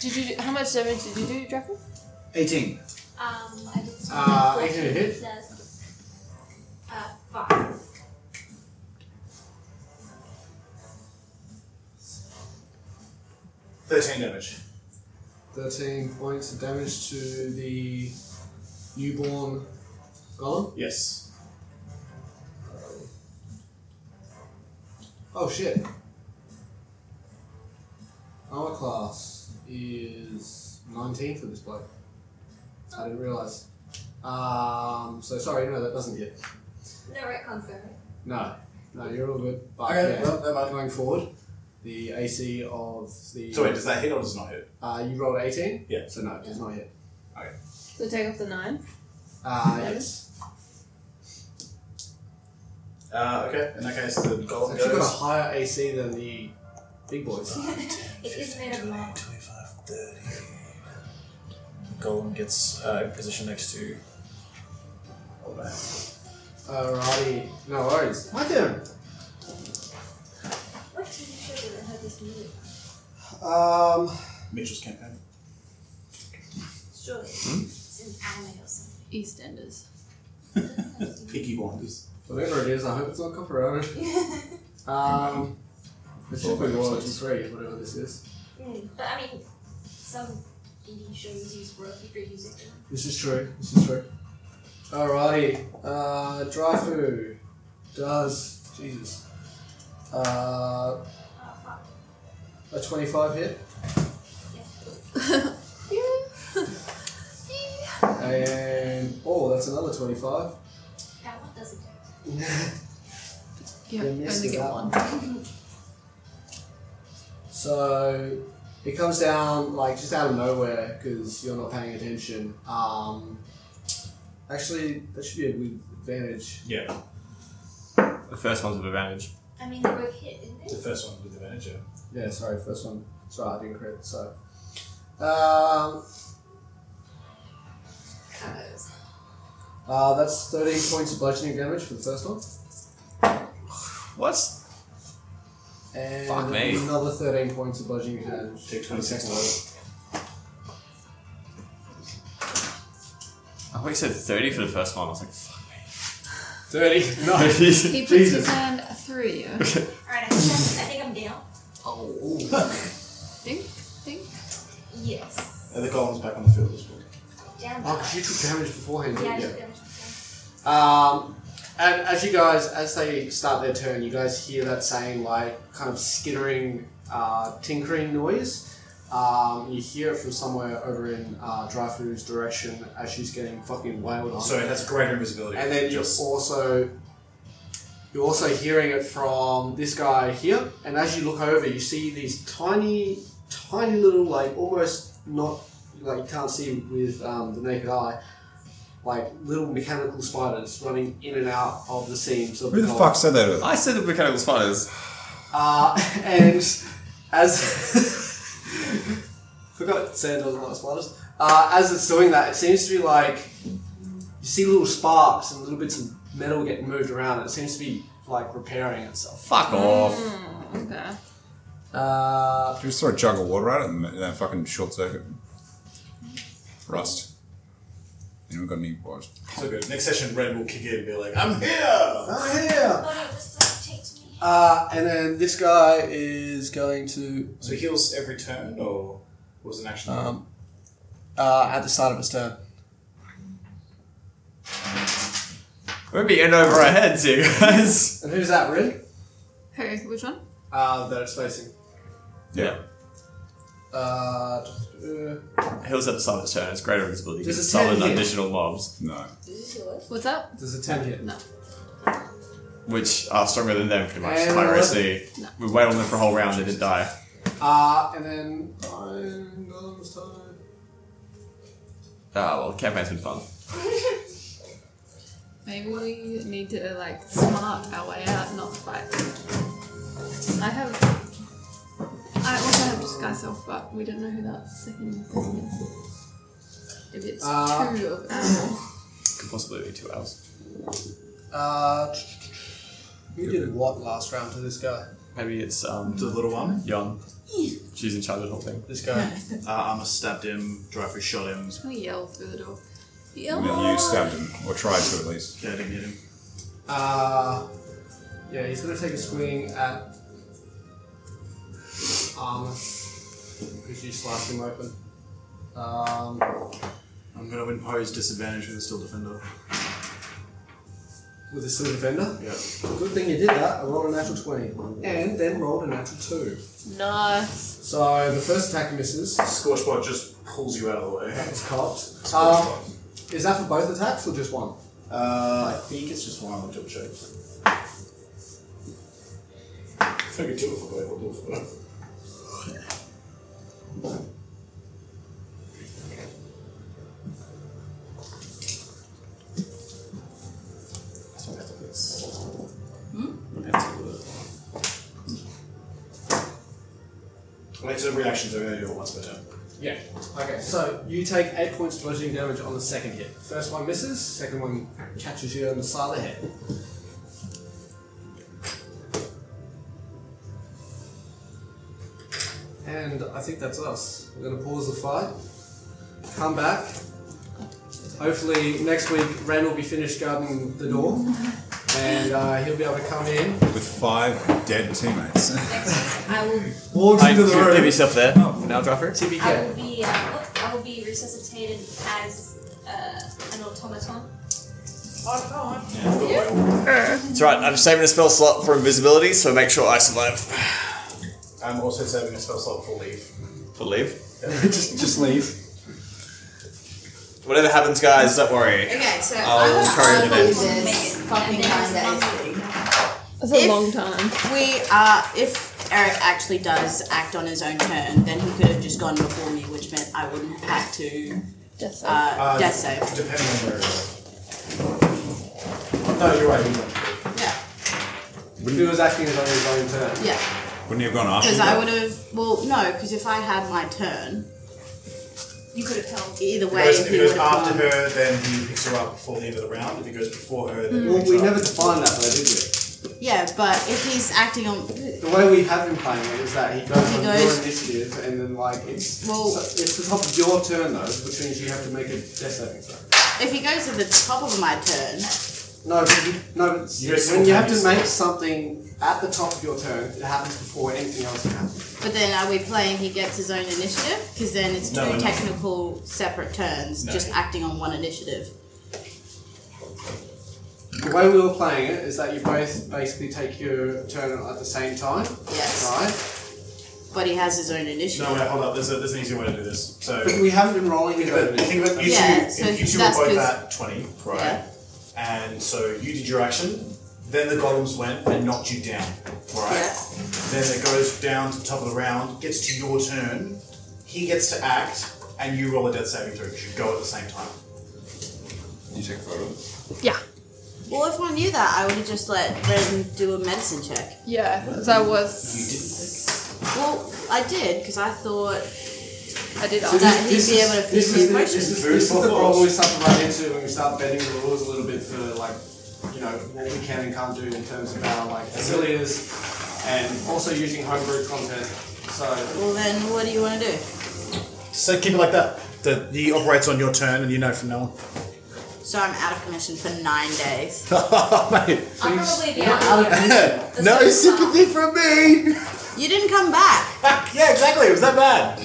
S3: Did you? Do, how much damage did you do, Draco?
S6: 18.
S12: Um, I did some
S8: Uh,
S12: reflection.
S8: eighteen to hit.
S12: It says, Uh, five.
S6: Thirteen damage.
S8: 13 points of damage to the newborn golem.
S6: Yes.
S8: Oh shit. Armor class is 19 for this bloke. I didn't realise. Um, so sorry, no, that doesn't hit.
S12: No right concert.
S8: No, no, you're all good. But
S6: Okay,
S8: yeah,
S6: well, never mind.
S8: going forward, the AC of the
S6: So wait, does that hit or does it not hit?
S8: uh, you rolled eighteen.
S6: Yeah.
S8: So no, it does not hit.
S3: So take off the nine.
S8: Uh, yes.
S6: Uh, okay. In that case, the
S8: It's
S6: golem
S8: actually got a
S6: goes.
S8: higher AC than the big boys.
S12: It is made of lava.
S18: 25, 30. Golem gets uh, positioned next to.
S6: Hold on.
S8: Alrighty, no worries. My turn.
S12: What TV show did I have this movie?
S8: Um,
S6: Mitchell's campaign.
S12: Surely
S8: Hmm?
S12: it's an anime or something.
S3: EastEnders.
S6: Peaky Blinders.
S8: whatever it is, I hope it's not copyrighted.
S12: Hmm.
S8: um, it's probably one or two three, whatever this is.
S12: Mm, but I mean, some TV shows use royalty free music.
S8: This is true. This is true. Alrighty. Uh, dry food does Jesus. Uh, a twenty-five hit and oh, that's another twenty-five.
S12: That one doesn't do.
S3: Yeah,
S8: They missed
S3: only
S8: it,
S3: get
S8: that
S3: one.
S8: So it comes down like just out of nowhere because you're not paying attention. Um, actually, that should be a good advantage.
S18: Yeah,
S1: The first one's with advantage.
S12: I mean, they both hit, didn't
S18: the
S12: they?
S18: first one with advantage. Yeah.
S8: Yeah, sorry, first one. Sorry, I didn't crit. So, um, uh, that's thirteen points of bludgeoning damage for the first one,
S1: What?
S8: and
S1: Fuck me.
S8: another thirteen points of bludgeoning damage.
S6: Take 26 total.
S1: I thought you said 30 for the first one. I was like, fuck me.
S8: Thirty. No.
S3: He puts his
S8: Jesus.
S3: hand through you.
S12: Alright, I think, I'm, I think I'm down.
S8: Oh,
S3: Think, think.
S12: Yes.
S6: And the golem's back on the field as well.
S12: Down.
S8: Oh, 'cause you took damage beforehand.
S12: yeah,
S8: didn't
S12: I
S8: you?
S12: took damage.
S8: Um, and as you guys, as they start their turn, you guys hear that same like kind of skittering, uh, tinkering noise. Um, you hear it from somewhere over in uh, Dryfu's direction as she's getting fucking wailed on.
S6: So it has greater invisibility.
S8: and then you're
S6: Just-
S8: also you're also hearing it from this guy here. And as you look over, you see these tiny, tiny little like almost not like you can't see with um, the naked eye. Like little mechanical spiders running in and out of the seams of
S5: Who the
S8: collar.
S5: fuck said that? earlier?
S1: I said the mechanical spiders.
S8: Uh, and as forgot sand doesn't like spiders. Uh, as it's doing that, it seems to be like you see little sparks and little bits of metal getting moved around. It seems to be like repairing itself.
S1: Fuck off.
S3: Okay.
S8: Uh,
S5: Just throw a jug of water at it and then fucking short circuit. Rust. Anyone got any water?
S6: So good. Next session, Red will kick in and be like, I'm here!
S8: oh yeah.
S12: Oh no, this like, takes me.
S8: Uh, and then this guy is going to
S6: So heals every turn, or was an action?
S8: um, uh, at the start of his turn.
S1: We'll be in over our heads here, guys.
S8: And who's that, Rin?
S3: Who? Which one?
S8: Uh, that it's facing.
S1: Yeah.
S8: Uh,
S1: Hills at the start of the turn. It's greater visibility.
S8: Does
S1: It's
S8: it
S1: solid
S8: tell you?
S1: additional mobs,
S5: No.
S3: What's that?
S8: does a ten hit?
S1: which are stronger than them, pretty much.
S8: And
S1: Like,
S8: eleven.
S1: see, we waited on them for a whole round. They didn't die.
S8: Uh, and then Iron Golem's turn.
S1: Ah, well, the campaign's been fun.
S3: Maybe we need to like smart our way out, not fight. I have. I also have disguise self, but we don't know who that second person is. If it's
S8: Uh,
S3: two of us.
S1: Could possibly be two hours.
S8: Uh, you did what last round to this guy?
S1: Maybe it's um,
S6: the little one.
S1: Yon. She's in charge of the whole thing.
S8: This guy.
S6: Uh, Armor stabbed him, Dryfree shot him,
S3: I'm gonna yell through the door.
S5: And
S3: Yell!
S5: then you stabbed him, or tried to at least.
S6: yeah, didn't hit him.
S8: Uh, yeah, he's gonna take a swing at armor because you slashed him open. Um,
S6: I'm going to impose disadvantage with the Steel Defender.
S8: with a still defender.
S6: Yeah.
S8: Good thing you did that. I rolled a natural twenty, and then rolled a natural two.
S3: Nice.
S8: So the first attack misses.
S6: Scorchbot just pulls you out of the way.
S8: It's cocked. Um, is that for both attacks or just one?
S6: Uh, I think it's just one. I'll double check. If I could do it for both, I'll do it for both. Well, It's a reaction, so I'm going to do it once per turn.
S8: Yeah. Okay, so you take 8 points of bludgeoning damage on the second hit. First one misses, second one catches you on the side of the head. And I think that's us. We're going to pause the fight, come back. Hopefully, next week, Ren will be finished guarding the door, and uh, he'll be able to come in.
S5: With five dead teammates.
S12: I will.
S8: Walks into the room.
S1: Give yourself there. now, Driver.
S12: I will be. Uh, I will be resuscitated as uh, an automaton.
S10: Oh
S1: It's right. I'm saving a spell slot for invisibility, so make sure I survive.
S18: I'm also saving a spell slot for leave.
S1: For leave.
S5: just, just leave.
S1: Whatever happens, guys, don't worry.
S4: Okay, so
S1: I'll
S4: I'm gonna
S1: carry the
S4: argue
S1: day.
S4: this fucking kind of
S3: That's a
S4: If-
S3: long time.
S4: We are. If Eric actually does act on his own turn, then he could have just gone before me, which meant I wouldn't have had to
S3: Death save.
S4: uh, death save.
S6: Depending on where it is. No, you're right. You went.
S4: Yeah,
S8: If he was acting on his own turn.
S4: yeah.
S5: Wouldn't he have gone after
S4: Because
S5: you?
S4: I would have. Well, no, because if I had my turn,
S12: You could have held.
S4: either way,
S6: Because if
S4: he
S6: he
S4: would
S6: goes
S4: have
S6: after
S4: gone.
S6: her, then he picks her up before the end of the round. If he goes before her, then he
S8: Hmm. Well,
S6: picks
S8: we
S6: her
S8: never
S6: up.
S8: defined that though, did we?
S4: Yeah, but if he's acting on,
S8: The way we have him playing it is that he goes
S4: He
S8: on
S4: goes-
S8: your initiative, and then like it's
S4: Well-
S8: so it's the top of your turn though, which means you have to make a death saving throw.
S4: if he goes at the top of my turn,
S8: No, but you, no. But
S6: You go
S8: when you have to
S6: simultaneously.
S8: make something at the top of your turn, it happens before anything else can happen.
S4: but then are we playing? He gets his own initiative because then it's two
S6: No, we're not.
S4: technical separate turns,
S6: No.
S4: just acting on one initiative.
S8: The way we were playing it is that you both basically take your turn at the same time,
S4: Yes,
S8: right?
S4: but he has his own initiative.
S6: No, wait, hold up. There's, a, there's an easier way to do this. So,
S8: But we haven't been rolling it
S6: think about,
S8: over.
S6: think about you
S4: Yeah,
S6: two.
S4: so
S6: if you two were
S4: that's
S6: both
S4: 'cause-
S6: at 20, right?
S4: Yeah.
S6: And so you did your action, then the golems went and knocked you down, right?
S4: Yeah.
S6: Then it goes down to the top of the round, gets to your turn, he gets to act, and you roll a death saving throw because you go at the same time.
S5: You take a photo.
S3: Yeah.
S4: Well, if I knew that, I would have just let Ren do a medicine check.
S3: Yeah, that
S6: You
S3: was.
S6: didn't think.
S4: Well, I did because I thought
S3: I did
S8: So
S3: ask.
S4: that he'd
S8: this
S4: be
S8: is-
S4: able to
S8: this
S4: fix
S8: is
S4: his
S8: the-
S4: motion.
S8: This is,
S6: Food
S8: this is
S6: for
S8: the
S6: thought.
S8: problem we start to run into when we start bending the rules a little bit for like, you know, what we can and can't do in terms of our like affiliates and also using homebrew content. So
S4: Well, then what do you want to do?
S6: So keep it like that. That he operates on your turn and you know from now on.
S4: So I'm out of commission for nine days.
S12: I'll probably be out. of here.
S6: No
S12: That's
S6: sympathy from me!
S4: You didn't come back.
S6: yeah, exactly. It was that bad.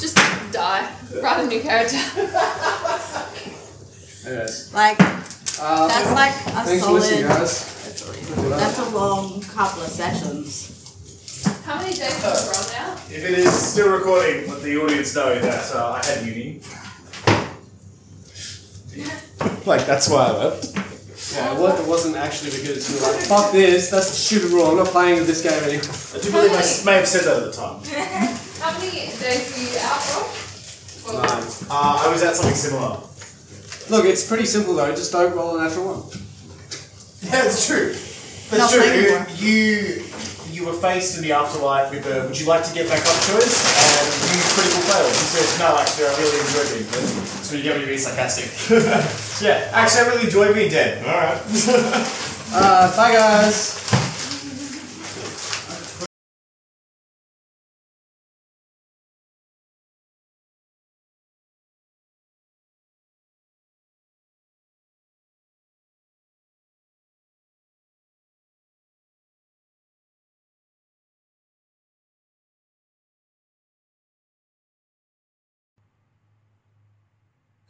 S3: Just die. Write a new character.
S8: anyways.
S4: Like
S8: Uh,
S4: that's like a
S8: thanks for listening
S4: solid.
S8: guys.
S4: That's a long couple of sessions.
S3: How many days have we run now?
S18: If it is still recording, let the audience know that uh, I had uni.
S6: Like, that's why I left.
S8: Yeah, it wa- it wasn't actually because you were like, fuck this, that's a stupid rule, I'm not playing with this game anymore.
S18: I do believe I s- may have said that at the time.
S3: How many days were you out for? Well,
S18: Uh, I was at something similar.
S8: Look, it's pretty simple though, just don't roll a natural one.
S18: Yeah, it's true.
S4: Not
S18: That's true.
S4: playing anymore.
S18: You you were faced in the afterlife with a would you like to get back up to us? And you critical failed. You said, no, actually, I really enjoyed being dead. So you get me being sarcastic. yeah, actually, I really enjoyed being dead. Alright.
S8: Uh, bye guys!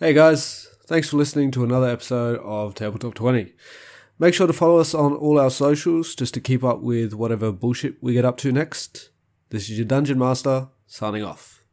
S8: Hey guys, thanks for listening to another episode of Tabletop 20. Make sure to follow us on all our socials just to keep up with whatever bullshit we get up to next. This is your Dungeon Master, signing off.